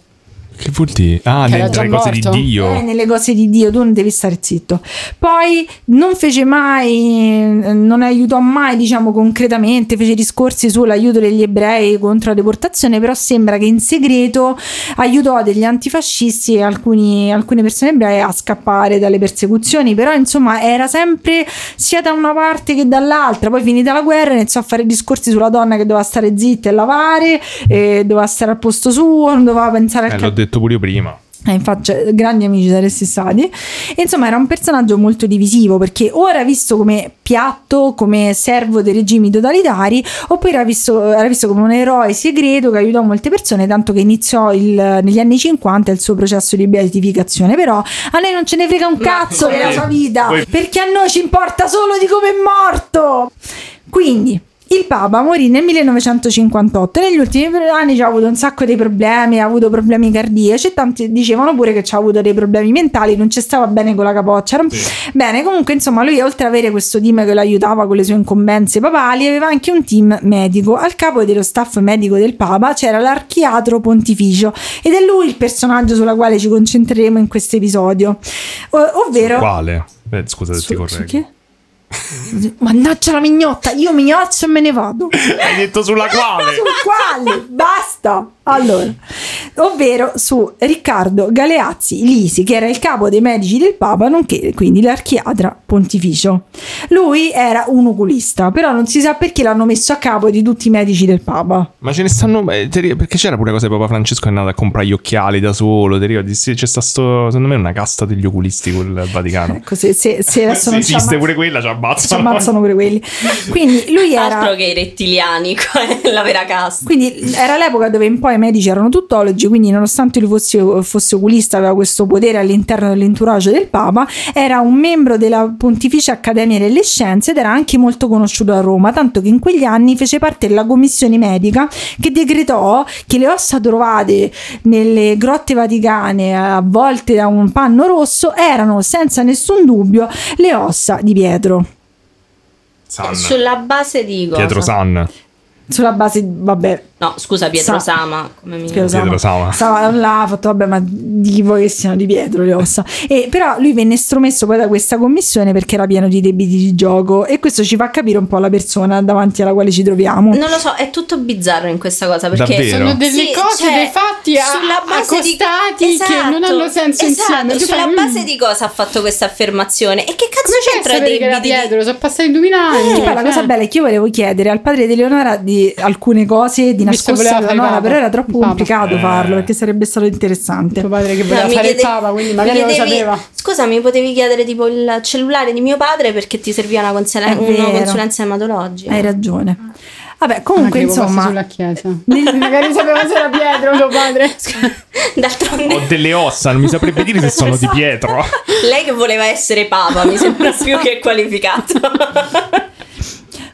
[SPEAKER 6] Che vuol dire? Ah,
[SPEAKER 3] Che
[SPEAKER 6] nel-
[SPEAKER 3] era già
[SPEAKER 6] tra le cose di
[SPEAKER 3] morto.
[SPEAKER 6] Dio.
[SPEAKER 1] Eh, nelle cose di Dio, tu non devi stare zitto. Poi non fece mai, eh, non aiutò mai, diciamo concretamente, fece discorsi sull'aiuto degli ebrei contro la deportazione, però sembra che in segreto aiutò degli antifascisti e alcuni- alcune persone ebree a scappare dalle persecuzioni, però insomma era sempre sia da una parte che dall'altra. Poi finita la guerra iniziò a fare discorsi sulla donna che doveva stare zitta e lavare, e doveva stare al posto suo, non doveva pensare al
[SPEAKER 6] Eh,
[SPEAKER 1] ca-
[SPEAKER 6] l'ho detto pure io prima.
[SPEAKER 1] eh, infatti, cioè, grandi amici saresti stati. E, insomma, era un personaggio molto divisivo perché o era visto come piatto, come servo dei regimi totalitari, oppure era visto, era visto come un eroe segreto che aiutò molte persone, tanto che iniziò il- negli anni 50 il suo processo di beatificazione. Però a noi non ce ne frega un cazzo della sua vita,
[SPEAKER 6] poi-
[SPEAKER 1] perché a noi ci importa solo di come è morto. Quindi il Papa morì nel 1958 e negli ultimi anni ci ha avuto un sacco di problemi, ha avuto problemi cardiaci e tanti dicevano pure che ci ha avuto dei problemi mentali, non ci stava bene con la capoccia. era un- Bene, comunque insomma lui oltre ad avere questo team che lo aiutava con le sue incombenze papali aveva anche un team medico. Al capo dello staff medico del Papa c'era l'archiatro pontificio ed è lui il personaggio sulla quale ci concentreremo in questo episodio. O- ovvero...
[SPEAKER 6] Quale? Eh, scusa se
[SPEAKER 1] Su-
[SPEAKER 6] ti
[SPEAKER 1] su
[SPEAKER 6] correggo.
[SPEAKER 1] chi? Mannaggia la mignotta, io mignozzo e me ne vado.
[SPEAKER 6] Hai detto sulla quale?
[SPEAKER 1] Su quali? Basta. Allora, ovvero su Riccardo Galeazzi Lisi, che era il capo dei medici del Papa, nonché quindi l'archiatra pontificio. Lui era un oculista, però non si sa perché l'hanno messo a capo di tutti i medici del Papa.
[SPEAKER 6] Ma ce ne stanno. eh, te ri- Perché c'era pure la cosa che Papa Francesco è andato a comprare gli occhiali da solo. Te ricordi? Sì, c'è sta sto. Secondo me è una casta degli oculisti quel del Vaticano.
[SPEAKER 1] Ecco, se, se- se adesso
[SPEAKER 6] Se
[SPEAKER 1] non ci
[SPEAKER 6] Eh, esiste
[SPEAKER 1] ammazz-
[SPEAKER 6] pure quella, ci
[SPEAKER 1] ci
[SPEAKER 6] ammazzano.
[SPEAKER 1] ammazzano pure quelli. Quindi lui era...
[SPEAKER 7] Altro che i rettiliani, qua è la vera casta.
[SPEAKER 1] Quindi era l'epoca dove in poi i medici erano tuttologi, quindi nonostante lui fosse, fosse oculista, aveva questo potere all'interno dell'entourage del Papa, era un membro della Pontificia Accademia delle Scienze ed era anche molto conosciuto a Roma, tanto che in quegli anni fece parte della commissione medica che decretò che le ossa trovate nelle grotte vaticane avvolte da un panno rosso erano senza nessun dubbio le ossa di Pietro.
[SPEAKER 6] San.
[SPEAKER 7] Sulla base di cosa?
[SPEAKER 6] Pietro San.
[SPEAKER 1] Sulla base, vabbè,
[SPEAKER 7] No, scusa, Pietro
[SPEAKER 1] Sa-
[SPEAKER 7] Sama. Come mi...
[SPEAKER 1] Pietro Sama.
[SPEAKER 6] Pietro Sama.
[SPEAKER 1] Stava là, ha fatto vabbè ma di voi che siano di Pietro le ossa e, però lui venne estromesso poi da questa commissione perché era pieno di debiti di gioco e questo ci fa capire un po' la persona davanti alla quale ci troviamo
[SPEAKER 7] Non lo so, è tutto bizzarro in questa cosa perché
[SPEAKER 6] Davvero?
[SPEAKER 3] Sono delle
[SPEAKER 7] Sì,
[SPEAKER 3] cose,
[SPEAKER 7] cioè,
[SPEAKER 3] dei fatti a-
[SPEAKER 7] sulla base di-
[SPEAKER 3] accostati che non hanno senso
[SPEAKER 7] esatto,
[SPEAKER 3] insieme. Tu
[SPEAKER 7] Sulla
[SPEAKER 3] fai,
[SPEAKER 7] base
[SPEAKER 3] mm,
[SPEAKER 7] di cosa ha fatto questa affermazione? E che cazzo
[SPEAKER 3] Come
[SPEAKER 7] c'entra
[SPEAKER 3] c'entra
[SPEAKER 7] dei
[SPEAKER 3] che era
[SPEAKER 7] debiti? di-
[SPEAKER 3] Pietro? Sono passati duemila anni.
[SPEAKER 1] E poi la cosa
[SPEAKER 3] eh.
[SPEAKER 1] bella è che io volevo chiedere al padre di Eleonora di alcune cose di
[SPEAKER 3] Visto
[SPEAKER 1] nascosto
[SPEAKER 3] voleva
[SPEAKER 1] alla
[SPEAKER 3] fare
[SPEAKER 1] nonna,
[SPEAKER 3] Papa.
[SPEAKER 1] però era troppo
[SPEAKER 3] Papa.
[SPEAKER 1] complicato
[SPEAKER 6] Eh.
[SPEAKER 1] farlo perché sarebbe stato interessante.
[SPEAKER 3] Tuo padre che
[SPEAKER 7] No,
[SPEAKER 3] voleva
[SPEAKER 7] mi
[SPEAKER 3] fare il
[SPEAKER 7] chiede-
[SPEAKER 3] papa, quindi
[SPEAKER 7] mi
[SPEAKER 3] magari lo
[SPEAKER 7] chiedevi-
[SPEAKER 3] sapeva.
[SPEAKER 7] Scusa, mi potevi chiedere tipo il cellulare di mio padre perché ti serviva una, consul-
[SPEAKER 1] È
[SPEAKER 7] una
[SPEAKER 1] vero.
[SPEAKER 7] consulenza ematologica.
[SPEAKER 1] Hai ragione. Vabbè, comunque
[SPEAKER 3] Ah. Anche
[SPEAKER 1] insomma,
[SPEAKER 3] quasi sulla chiesa. magari sapeva se era Pietro tuo padre.
[SPEAKER 7] D'altronde
[SPEAKER 6] Ho delle ossa, non mi saprebbe dire se sono
[SPEAKER 1] Esatto.
[SPEAKER 6] di Pietro.
[SPEAKER 7] Lei che voleva essere papa mi sembra più che qualificato.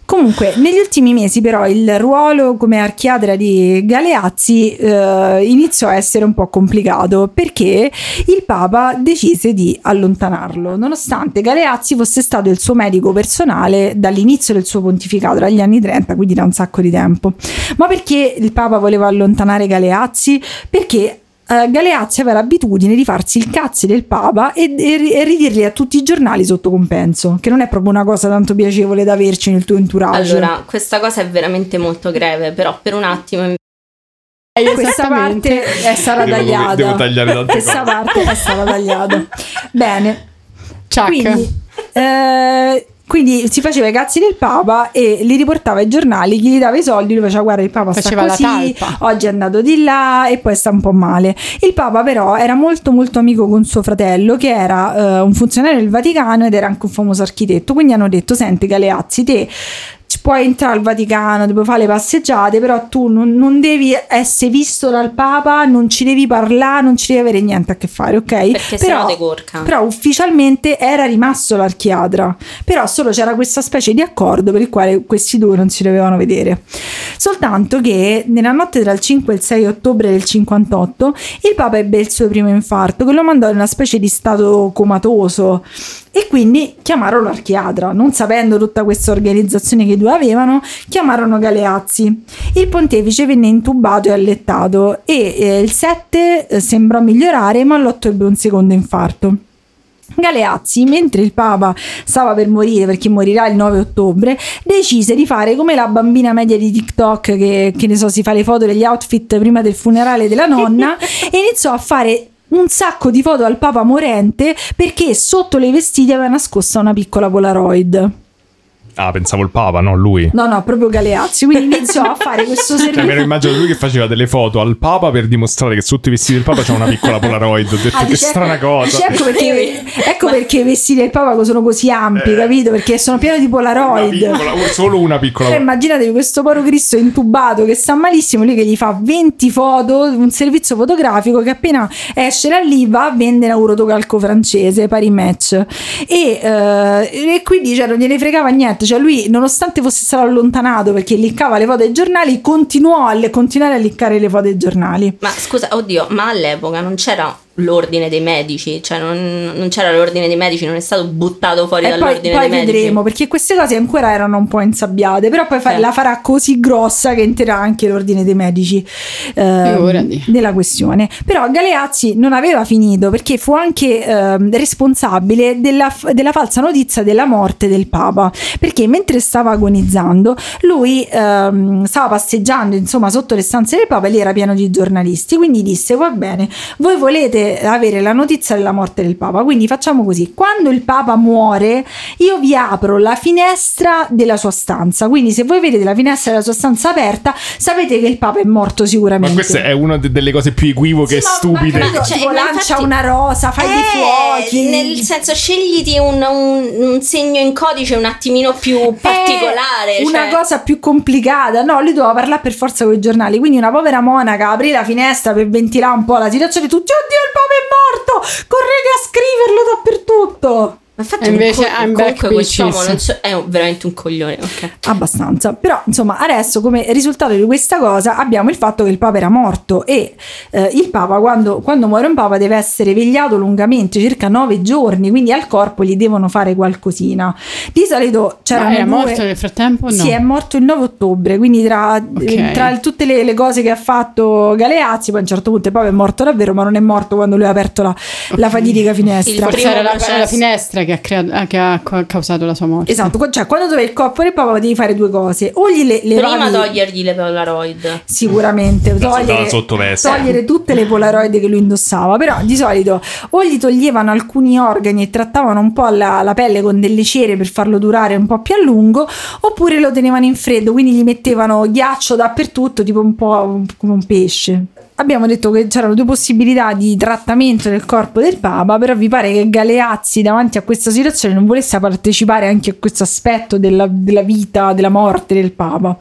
[SPEAKER 1] Comunque, negli ultimi mesi, però, il ruolo come archiatra di Galeazzi eh, iniziò a essere un po' complicato perché il Papa decise di allontanarlo, nonostante Galeazzi fosse stato il suo medico personale dall'inizio del suo pontificato, dagli anni 30, quindi da un sacco di tempo. Ma perché il Papa voleva allontanare Galeazzi? Perché eh, Galeazzi aveva l'abitudine di farsi il cazzo del Papa e, e ri- e ridirli a tutti i giornali sotto compenso, che non è proprio una cosa tanto piacevole da averci nel tuo entourage.
[SPEAKER 7] allora, questa cosa è veramente molto greve, però per un attimo
[SPEAKER 1] questa parte è stata
[SPEAKER 6] Devo-
[SPEAKER 1] tagliata.
[SPEAKER 6] devo tagliare tante
[SPEAKER 1] Questa
[SPEAKER 6] cose.
[SPEAKER 1] parte è stata tagliata. Bene,
[SPEAKER 3] Ciac.
[SPEAKER 1] quindi, eh, quindi si faceva i cazzi del Papa e li riportava ai giornali, gli dava i soldi, lui faceva guarda il Papa
[SPEAKER 3] Faceva la
[SPEAKER 1] sta così,
[SPEAKER 3] talpa.
[SPEAKER 1] oggi è andato di là e poi sta un po' male. Il Papa però era molto molto amico con suo fratello che era eh, un funzionario del Vaticano ed era anche un famoso architetto, quindi hanno detto senti Galeazzi te ci puoi entrare al Vaticano, ti puoi fare le passeggiate, però tu non, non devi essere visto dal Papa, non ci devi parlare, non ci devi avere niente a che fare, ok?
[SPEAKER 7] perché
[SPEAKER 1] però,
[SPEAKER 7] sennò te corca.
[SPEAKER 1] però ufficialmente era rimasto l'archiatra, però solo c'era questa specie di accordo per il quale questi due non si dovevano vedere. Soltanto che nella notte tra il 5 e il 6 ottobre del 58 il Papa ebbe il suo primo infarto che lo mandò in una specie di stato comatoso e quindi chiamarono l'archiatra, non sapendo tutta questa organizzazione che i due avevano, chiamarono Galeazzi. Il pontefice venne intubato e allettato e eh, il 7 eh, sembrò migliorare, ma l'8 ebbe un secondo infarto. Galeazzi, mentre il Papa stava per morire perché morirà il 9 ottobre, decise di fare come la bambina media di TikTok che, che ne so, si fa le foto degli outfit prima del funerale della nonna e iniziò a fare un sacco di foto al Papa morente perché sotto le vestiti aveva nascosta una piccola Polaroid.
[SPEAKER 6] Ah, pensavo il Papa, no lui.
[SPEAKER 1] No, no, proprio Galeazzi, quindi iniziò a fare questo
[SPEAKER 6] Cioè, mi ero
[SPEAKER 1] servizio.
[SPEAKER 6] immaginato lui che faceva delle foto al Papa per dimostrare che sotto i vestiti del Papa c'è una piccola Polaroid. Ho detto
[SPEAKER 1] Ah,
[SPEAKER 6] che
[SPEAKER 1] dice,
[SPEAKER 6] strana cosa.
[SPEAKER 1] dice, ecco perché, ecco perché i vestiti del Papa sono così ampi,
[SPEAKER 6] Eh.
[SPEAKER 1] capito? Perché sono pieni di
[SPEAKER 6] Una
[SPEAKER 1] Polaroid.
[SPEAKER 6] piccola, solo una piccola.
[SPEAKER 1] Cioè, immaginatevi questo povero Cristo intubato che sta malissimo, lui che gli fa 20 foto, un servizio fotografico che appena esce da lì va a vendere a un rotocalco francese, pari match. E, eh, e quindi cioè, non gliene fregava niente, cioè lui nonostante fosse stato allontanato perché liccava le foto ai giornali, continuò a le- continuare a liccare le foto ai giornali.
[SPEAKER 7] Ma scusa, oddio, ma all'epoca non c'era l'ordine dei medici, cioè non, non c'era l'ordine dei medici, non è stato buttato fuori
[SPEAKER 1] E poi,
[SPEAKER 7] dall'ordine
[SPEAKER 1] poi
[SPEAKER 7] dei
[SPEAKER 1] vedremo perché queste cose ancora erano un po' insabbiate, però poi fa-
[SPEAKER 7] Certo.
[SPEAKER 1] la farà così grossa che entrerà anche l'ordine dei medici ehm,
[SPEAKER 3] Figurati.
[SPEAKER 1] della questione. Però Galeazzi non aveva finito perché fu anche ehm, responsabile della, f- della falsa notizia della morte del Papa, perché mentre stava agonizzando lui ehm, stava passeggiando insomma sotto le stanze del Papa e lì era pieno di giornalisti, quindi disse va bene, voi volete avere la notizia della morte del Papa, quindi facciamo così, quando il Papa muore io vi apro la finestra della sua stanza, quindi se voi vedete la finestra della sua stanza aperta sapete che il Papa è morto
[SPEAKER 6] Ma
[SPEAKER 1] sicuramente.
[SPEAKER 6] questa è una de- delle cose più equivoche e
[SPEAKER 1] Sì, ma-
[SPEAKER 6] stupide.
[SPEAKER 1] ma capito,
[SPEAKER 7] Cioè,
[SPEAKER 1] tipo,
[SPEAKER 7] ma
[SPEAKER 1] lancia
[SPEAKER 7] infatti-
[SPEAKER 1] una rosa, fai
[SPEAKER 7] medici.
[SPEAKER 1] dei fuochi.
[SPEAKER 7] Eh, nel senso, scegliti un, un- un segno in codice un attimino più
[SPEAKER 1] Eh,
[SPEAKER 7] particolare.
[SPEAKER 1] una
[SPEAKER 7] cioè-
[SPEAKER 1] cosa più complicata no lui doveva parlare per forza con i giornali quindi una povera monaca aprì la finestra per ventilare un po' la situazione tutti oddio il papa è morto correte a scriverlo dappertutto
[SPEAKER 7] Ma infatti
[SPEAKER 3] E invece
[SPEAKER 7] un co-
[SPEAKER 3] I'm back,
[SPEAKER 7] comunque quest'uomo
[SPEAKER 3] bitches.
[SPEAKER 7] non so- è un- veramente un coglione, ok.
[SPEAKER 1] abbastanza. Però, insomma, adesso come risultato di questa cosa abbiamo il fatto che il Papa era morto e eh, il Papa, quando, quando muore un Papa, deve essere vegliato lungamente, circa nove giorni, quindi al corpo gli devono fare qualcosina. Di solito c'erano
[SPEAKER 3] Ma era
[SPEAKER 1] due...
[SPEAKER 3] Ah, morto nel frattempo? o No.
[SPEAKER 1] Sì, è morto il 9 ottobre, quindi tra, eh, tra il- tutte le, le cose che ha fatto Galeazzi, poi a un certo punto il Papa è morto davvero, ma non è morto quando lui ha aperto la, la fatidica finestra.
[SPEAKER 7] Il
[SPEAKER 3] Forse
[SPEAKER 7] primo
[SPEAKER 3] era la,
[SPEAKER 7] processo.
[SPEAKER 3] era la finestra che ha, creato- eh, che ha co- causato la sua morte.
[SPEAKER 1] Esatto, qua- cioè quando dove il corpo del Papa devi fare due cose, o gli le, levavi-
[SPEAKER 7] Prima togliergli le Polaroid.
[SPEAKER 1] sicuramente togliere,
[SPEAKER 6] dalla sottoveste.
[SPEAKER 1] togliere tutte le polaroid che lui indossava però di solito o gli toglievano alcuni organi e trattavano un po' la, la pelle con delle cere per farlo durare un po' più a lungo oppure lo tenevano in freddo quindi gli mettevano ghiaccio dappertutto tipo un po' come un pesce Abbiamo detto che c'erano due possibilità di trattamento del corpo del Papa, però vi pare che Galeazzi davanti a questa situazione non volesse partecipare anche a questo aspetto della, della vita, della morte del Papa.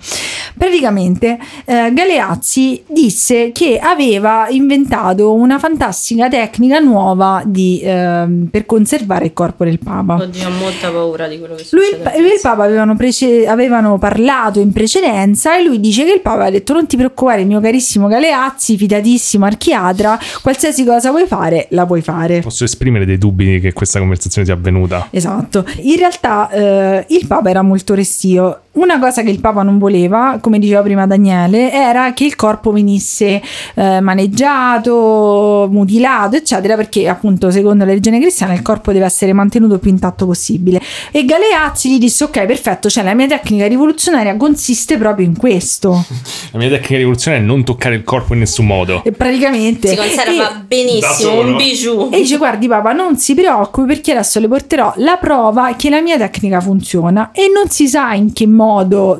[SPEAKER 1] Praticamente eh, Galeazzi disse che aveva inventato una fantastica tecnica nuova di, ehm, per conservare il corpo del Papa.
[SPEAKER 7] Oddio, ho molta paura di quello che
[SPEAKER 1] Lui e
[SPEAKER 7] succede.
[SPEAKER 1] il, pa- lui e il Papa avevano, prece- avevano parlato in precedenza e lui dice che il Papa ha detto non ti preoccupare mio carissimo Galeazzi, fidatissimo archiatra, qualsiasi cosa vuoi fare la puoi fare.
[SPEAKER 6] Posso esprimere dei dubbi che questa conversazione sia avvenuta?
[SPEAKER 1] Esatto, in realtà eh, il Papa era molto restio. Una cosa che il Papa non voleva, come diceva prima Daniele, era che il corpo venisse eh, maneggiato, mutilato, eccetera, perché appunto secondo la religione cristiana il corpo deve essere mantenuto più intatto possibile. E Galeazzi gli disse ok, perfetto, cioè la mia tecnica rivoluzionaria consiste proprio in questo.
[SPEAKER 6] La mia tecnica rivoluzionaria è non toccare il corpo in nessun modo.
[SPEAKER 7] Eh.
[SPEAKER 1] E praticamente...
[SPEAKER 7] si conserva
[SPEAKER 1] e-
[SPEAKER 6] Da
[SPEAKER 7] benissimo,
[SPEAKER 6] solo.
[SPEAKER 7] un bijou.
[SPEAKER 1] e dice guardi papà non si preoccupi perché adesso le porterò la prova che la mia tecnica funziona e non si sa in che modo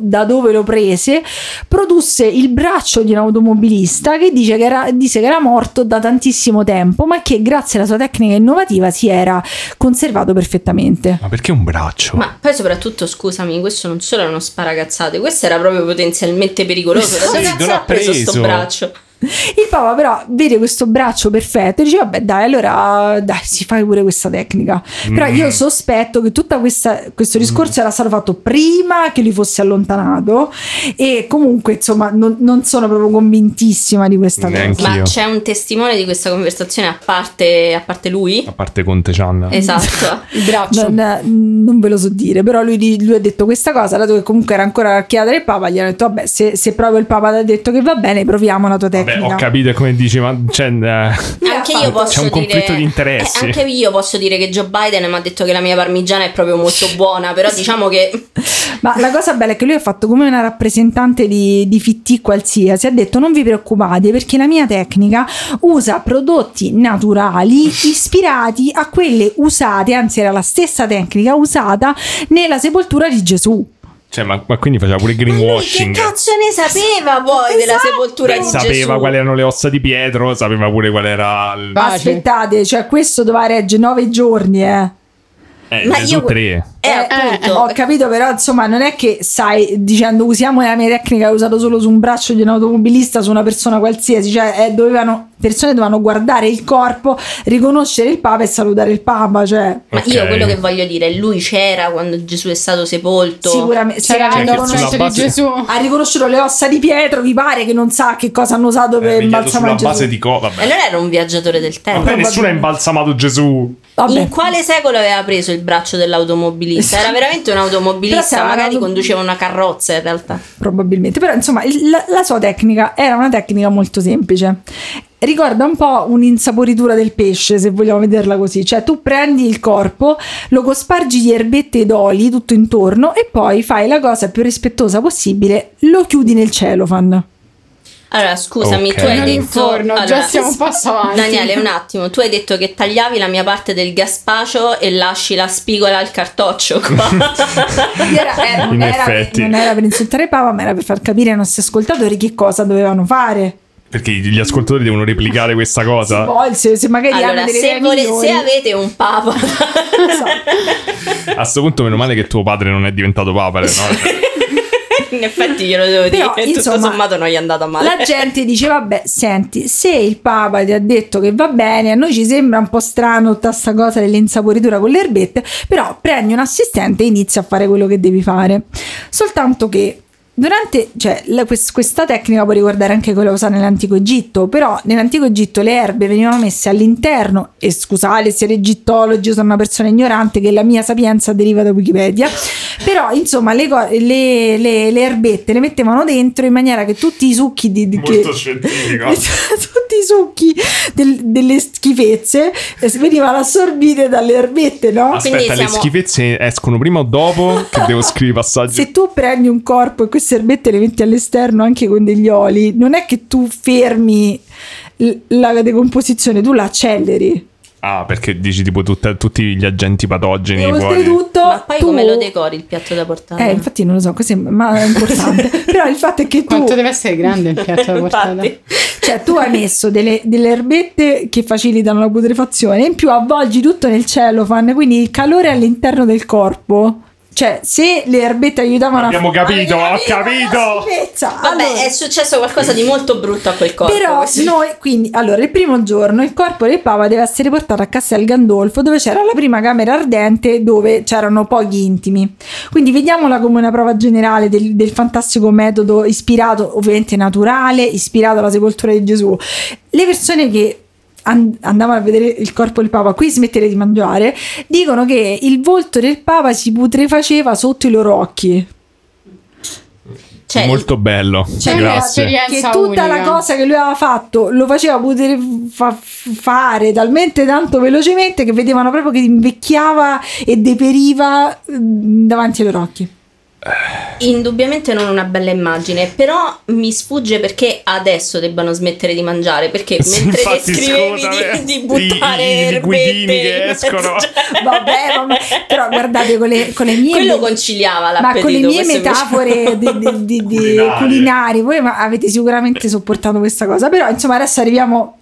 [SPEAKER 1] da dove lo prese produsse il braccio di un automobilista che dice che era, disse che era morto da tantissimo tempo ma che grazie alla sua tecnica innovativa si era conservato perfettamente
[SPEAKER 6] Ma perché un braccio?
[SPEAKER 7] Ma poi soprattutto, scusami, questo non solo erano sparagazzate, questo era proprio potenzialmente pericoloso.
[SPEAKER 6] Sì,
[SPEAKER 7] Da
[SPEAKER 6] non
[SPEAKER 7] cazzo
[SPEAKER 6] ha
[SPEAKER 7] ha preso
[SPEAKER 6] preso.
[SPEAKER 7] sto braccio?
[SPEAKER 1] il papa però vede questo braccio perfetto e dice vabbè dai allora dai si fa pure questa tecnica però
[SPEAKER 6] Mm,
[SPEAKER 1] io sospetto che tutto questo discorso era stato fatto prima che lui fosse allontanato e comunque insomma non, non sono proprio convintissima di questa
[SPEAKER 6] Neanche.
[SPEAKER 1] cosa
[SPEAKER 7] Ma
[SPEAKER 6] Anch'io.
[SPEAKER 7] c'è un testimone di questa conversazione a parte, a parte lui?
[SPEAKER 6] A parte Conte Cianna.
[SPEAKER 7] Esatto.
[SPEAKER 3] Il braccio.
[SPEAKER 1] non, non ve lo so dire però lui, di- lui ha detto questa cosa dato che comunque era ancora l'archiviata del papa gli hanno detto vabbè se, se proprio il papa ti ha detto che va bene proviamo la tua
[SPEAKER 6] Vabbè, ho
[SPEAKER 1] tecnica
[SPEAKER 6] capito come dici, ma c'è, eh,
[SPEAKER 1] Lui ha
[SPEAKER 7] Anche
[SPEAKER 1] fatto-
[SPEAKER 7] io posso
[SPEAKER 6] C'è un conflitto
[SPEAKER 7] dire,
[SPEAKER 6] di interessi.
[SPEAKER 7] eh, anche io posso dire che Joe Biden mi ha detto che la mia parmigiana è proprio molto buona, però diciamo che
[SPEAKER 1] Ma la cosa bella è che lui ha fatto come una rappresentante di, di FT qualsiasi, ha detto non vi preoccupate perché la mia tecnica usa prodotti naturali ispirati a quelle usate, anzi era la stessa tecnica usata nella sepoltura di Gesù.
[SPEAKER 6] cioè, ma, ma quindi faceva pure
[SPEAKER 7] Ma lui che
[SPEAKER 6] greenwashing.
[SPEAKER 7] cazzo ne sapeva poi della
[SPEAKER 1] Esatto.
[SPEAKER 7] sepoltura di Gesù?
[SPEAKER 6] Sapeva quali erano le ossa di Pietro, sapeva pure qual era il...
[SPEAKER 3] Pace.
[SPEAKER 1] Aspettate, cioè questo doveva reggere nove giorni, eh.
[SPEAKER 6] Eh,
[SPEAKER 7] Ma
[SPEAKER 6] Gesù
[SPEAKER 7] io-
[SPEAKER 6] 3.
[SPEAKER 7] Eh, appunto.
[SPEAKER 1] Ho capito, però insomma, non è che sai dicendo usiamo la mia tecnica che ho usato solo su un braccio di un automobilista, su una persona qualsiasi, cioè eh, dovevano, persone dovevano guardare il corpo, riconoscere il Papa e salutare il Papa, cioè
[SPEAKER 7] Ma
[SPEAKER 6] Ok. Eh,
[SPEAKER 7] io quello che voglio dire, lui c'era quando Gesù è stato sepolto.
[SPEAKER 1] sicuramente sì,
[SPEAKER 3] C'era
[SPEAKER 1] hanno
[SPEAKER 3] la
[SPEAKER 6] Cioè, che sulla
[SPEAKER 1] riconosciuto-
[SPEAKER 3] conoscenza di
[SPEAKER 6] base-
[SPEAKER 3] Gesù.
[SPEAKER 1] ha riconosciuto le ossa di Pietro, vi pare che non sa che cosa hanno usato per
[SPEAKER 6] Eh, mi chiedo
[SPEAKER 1] imbalsamare
[SPEAKER 6] sulla
[SPEAKER 1] Gesù?
[SPEAKER 6] base di cosa...
[SPEAKER 7] E allora era un viaggiatore del
[SPEAKER 6] Ma
[SPEAKER 7] tempo.
[SPEAKER 6] poi nessuno ha imbalsamato Gesù.
[SPEAKER 1] Vabbè.
[SPEAKER 7] In quale secolo aveva preso il braccio dell'automobilista? Era veramente un
[SPEAKER 1] Però se
[SPEAKER 7] automobilista,
[SPEAKER 1] era
[SPEAKER 7] magari
[SPEAKER 1] un auto-
[SPEAKER 7] conduceva una carrozza in realtà.
[SPEAKER 1] probabilmente, però insomma il- la, la sua tecnica era una tecnica molto semplice. Ricorda un po' un'insaporitura del pesce, se vogliamo vederla così, cioè tu prendi il corpo, lo cospargi di erbette ed oli tutto intorno e poi fai la cosa più rispettosa possibile, lo chiudi nel celofan.
[SPEAKER 7] Allora, scusami,
[SPEAKER 6] Ok.
[SPEAKER 7] tu hai
[SPEAKER 6] Non
[SPEAKER 7] detto
[SPEAKER 3] in forno, già
[SPEAKER 7] allora,
[SPEAKER 3] siamo un passo avanti.
[SPEAKER 7] Daniele, un attimo, tu hai detto che tagliavi la mia parte del gaspacio e lasci la spigola al cartoccio qua.
[SPEAKER 1] Era- era- non,
[SPEAKER 6] In
[SPEAKER 1] era,
[SPEAKER 6] effetti.
[SPEAKER 1] non era per insultare il Papa, ma era per far capire ai nostri ascoltatori che cosa dovevano fare.
[SPEAKER 6] Perché gli ascoltatori devono replicare questa cosa.
[SPEAKER 1] Poi se, se magari hanno
[SPEAKER 7] allora,
[SPEAKER 1] delle
[SPEAKER 7] se,
[SPEAKER 1] idee
[SPEAKER 7] vole-
[SPEAKER 1] migliori-
[SPEAKER 7] se avete un papa
[SPEAKER 1] Esatto.
[SPEAKER 6] A sto punto, meno male che tuo padre non è diventato papa. no?
[SPEAKER 7] In effetti glielo devo
[SPEAKER 1] Però,
[SPEAKER 7] dire, tutto
[SPEAKER 1] insomma,
[SPEAKER 7] sommato non gli è andata male.
[SPEAKER 1] La gente dice: Vabbè, senti, se il Papa ti ha detto che va bene, a noi ci sembra un po' strano tutta sta cosa dell'insaporitura con le erbette, però prendi un assistente e inizi a fare quello che devi fare. Soltanto che. Durante, cioè, la- quest- questa tecnica può riguardare anche quella usata nell'antico Egitto, però nell'antico Egitto le erbe venivano messe all'interno, e scusate se l'egittologi sono una persona ignorante che la mia sapienza deriva da Wikipedia, però insomma le, co- le- le- le erbette le mettevano dentro in maniera che tutti i succhi di, di-
[SPEAKER 6] Molto
[SPEAKER 1] che-
[SPEAKER 6] scientifico.
[SPEAKER 1] tutti i succhi del- delle schifezze eh, venivano assorbite dalle erbette no?
[SPEAKER 6] Aspetta,
[SPEAKER 7] Quindi
[SPEAKER 6] le
[SPEAKER 7] siamo-
[SPEAKER 6] schifezze escono prima o dopo? Che devo scrivere i passaggi.
[SPEAKER 1] se tu prendi un corpo e queste erbette le metti all'esterno anche con degli oli non è che tu fermi l- la decomposizione tu la acceleri
[SPEAKER 6] Ah, perché dici tipo tutta- tutti gli agenti patogeni.
[SPEAKER 1] e
[SPEAKER 6] puoi-
[SPEAKER 1] oltretutto
[SPEAKER 7] Ma poi
[SPEAKER 1] tu-
[SPEAKER 7] come lo decori il piatto da portare?
[SPEAKER 1] eh, infatti non lo so, questo è, ma è importante. Però il fatto è che tu
[SPEAKER 3] Quanto deve essere grande il piatto Eh, da portare?
[SPEAKER 7] Infatti.
[SPEAKER 1] Cioè, tu hai messo delle, delle erbette che facilitano la putrefazione, in più avvolgi tutto nel cellophane, quindi il calore all'interno del corpo. Cioè, se le erbette aiutavano
[SPEAKER 6] Abbiamo
[SPEAKER 1] a.
[SPEAKER 6] capito, ho
[SPEAKER 1] Avete
[SPEAKER 6] capito.
[SPEAKER 1] la schifezza!
[SPEAKER 7] Vabbè,
[SPEAKER 1] Allora,
[SPEAKER 7] è successo qualcosa di molto brutto a quel corpo.
[SPEAKER 1] Però
[SPEAKER 7] questo-
[SPEAKER 1] noi, quindi, allora, il primo giorno il corpo del Papa deve essere portato a Castel Gandolfo, dove c'era la prima camera ardente, dove c'erano pochi intimi. Quindi vediamola come una prova generale del, del fantastico metodo ispirato, ovviamente naturale, ispirato alla sepoltura di Gesù. Le persone che an- andavano a vedere il corpo del Papa, qui smettere di mangiare, dicono che il volto del Papa si putrefaceva sotto i loro occhi.
[SPEAKER 7] Cioè,
[SPEAKER 6] Molto bello.
[SPEAKER 3] C'è
[SPEAKER 6] Grazie.
[SPEAKER 1] che
[SPEAKER 3] un'esperienza
[SPEAKER 1] tutta
[SPEAKER 3] unica.
[SPEAKER 1] la cosa che lui aveva fatto lo faceva poter fa- fare talmente tanto velocemente che vedevano proprio che invecchiava e deperiva eh, davanti ai loro occhi.
[SPEAKER 7] Indubbiamente non una bella immagine, però mi sfugge perché adesso debbano smettere di mangiare, perché
[SPEAKER 6] Sì,
[SPEAKER 7] mentre
[SPEAKER 6] infatti,
[SPEAKER 7] descrivevi
[SPEAKER 6] scusami,
[SPEAKER 7] di, di buttare
[SPEAKER 6] i- i- i liquidini
[SPEAKER 7] erbette
[SPEAKER 6] che
[SPEAKER 7] in-
[SPEAKER 6] escono.
[SPEAKER 7] cioè-
[SPEAKER 1] Vabbè, vabbè, però guardate con le, con le mie
[SPEAKER 7] Quello
[SPEAKER 1] ma
[SPEAKER 7] conciliava l'appetito.
[SPEAKER 1] con le mie
[SPEAKER 7] questo invece-
[SPEAKER 1] metafore di, di- di- di-
[SPEAKER 6] Culinarie.
[SPEAKER 1] culinarie, voi ma- avete sicuramente sopportato questa cosa, però insomma adesso arriviamo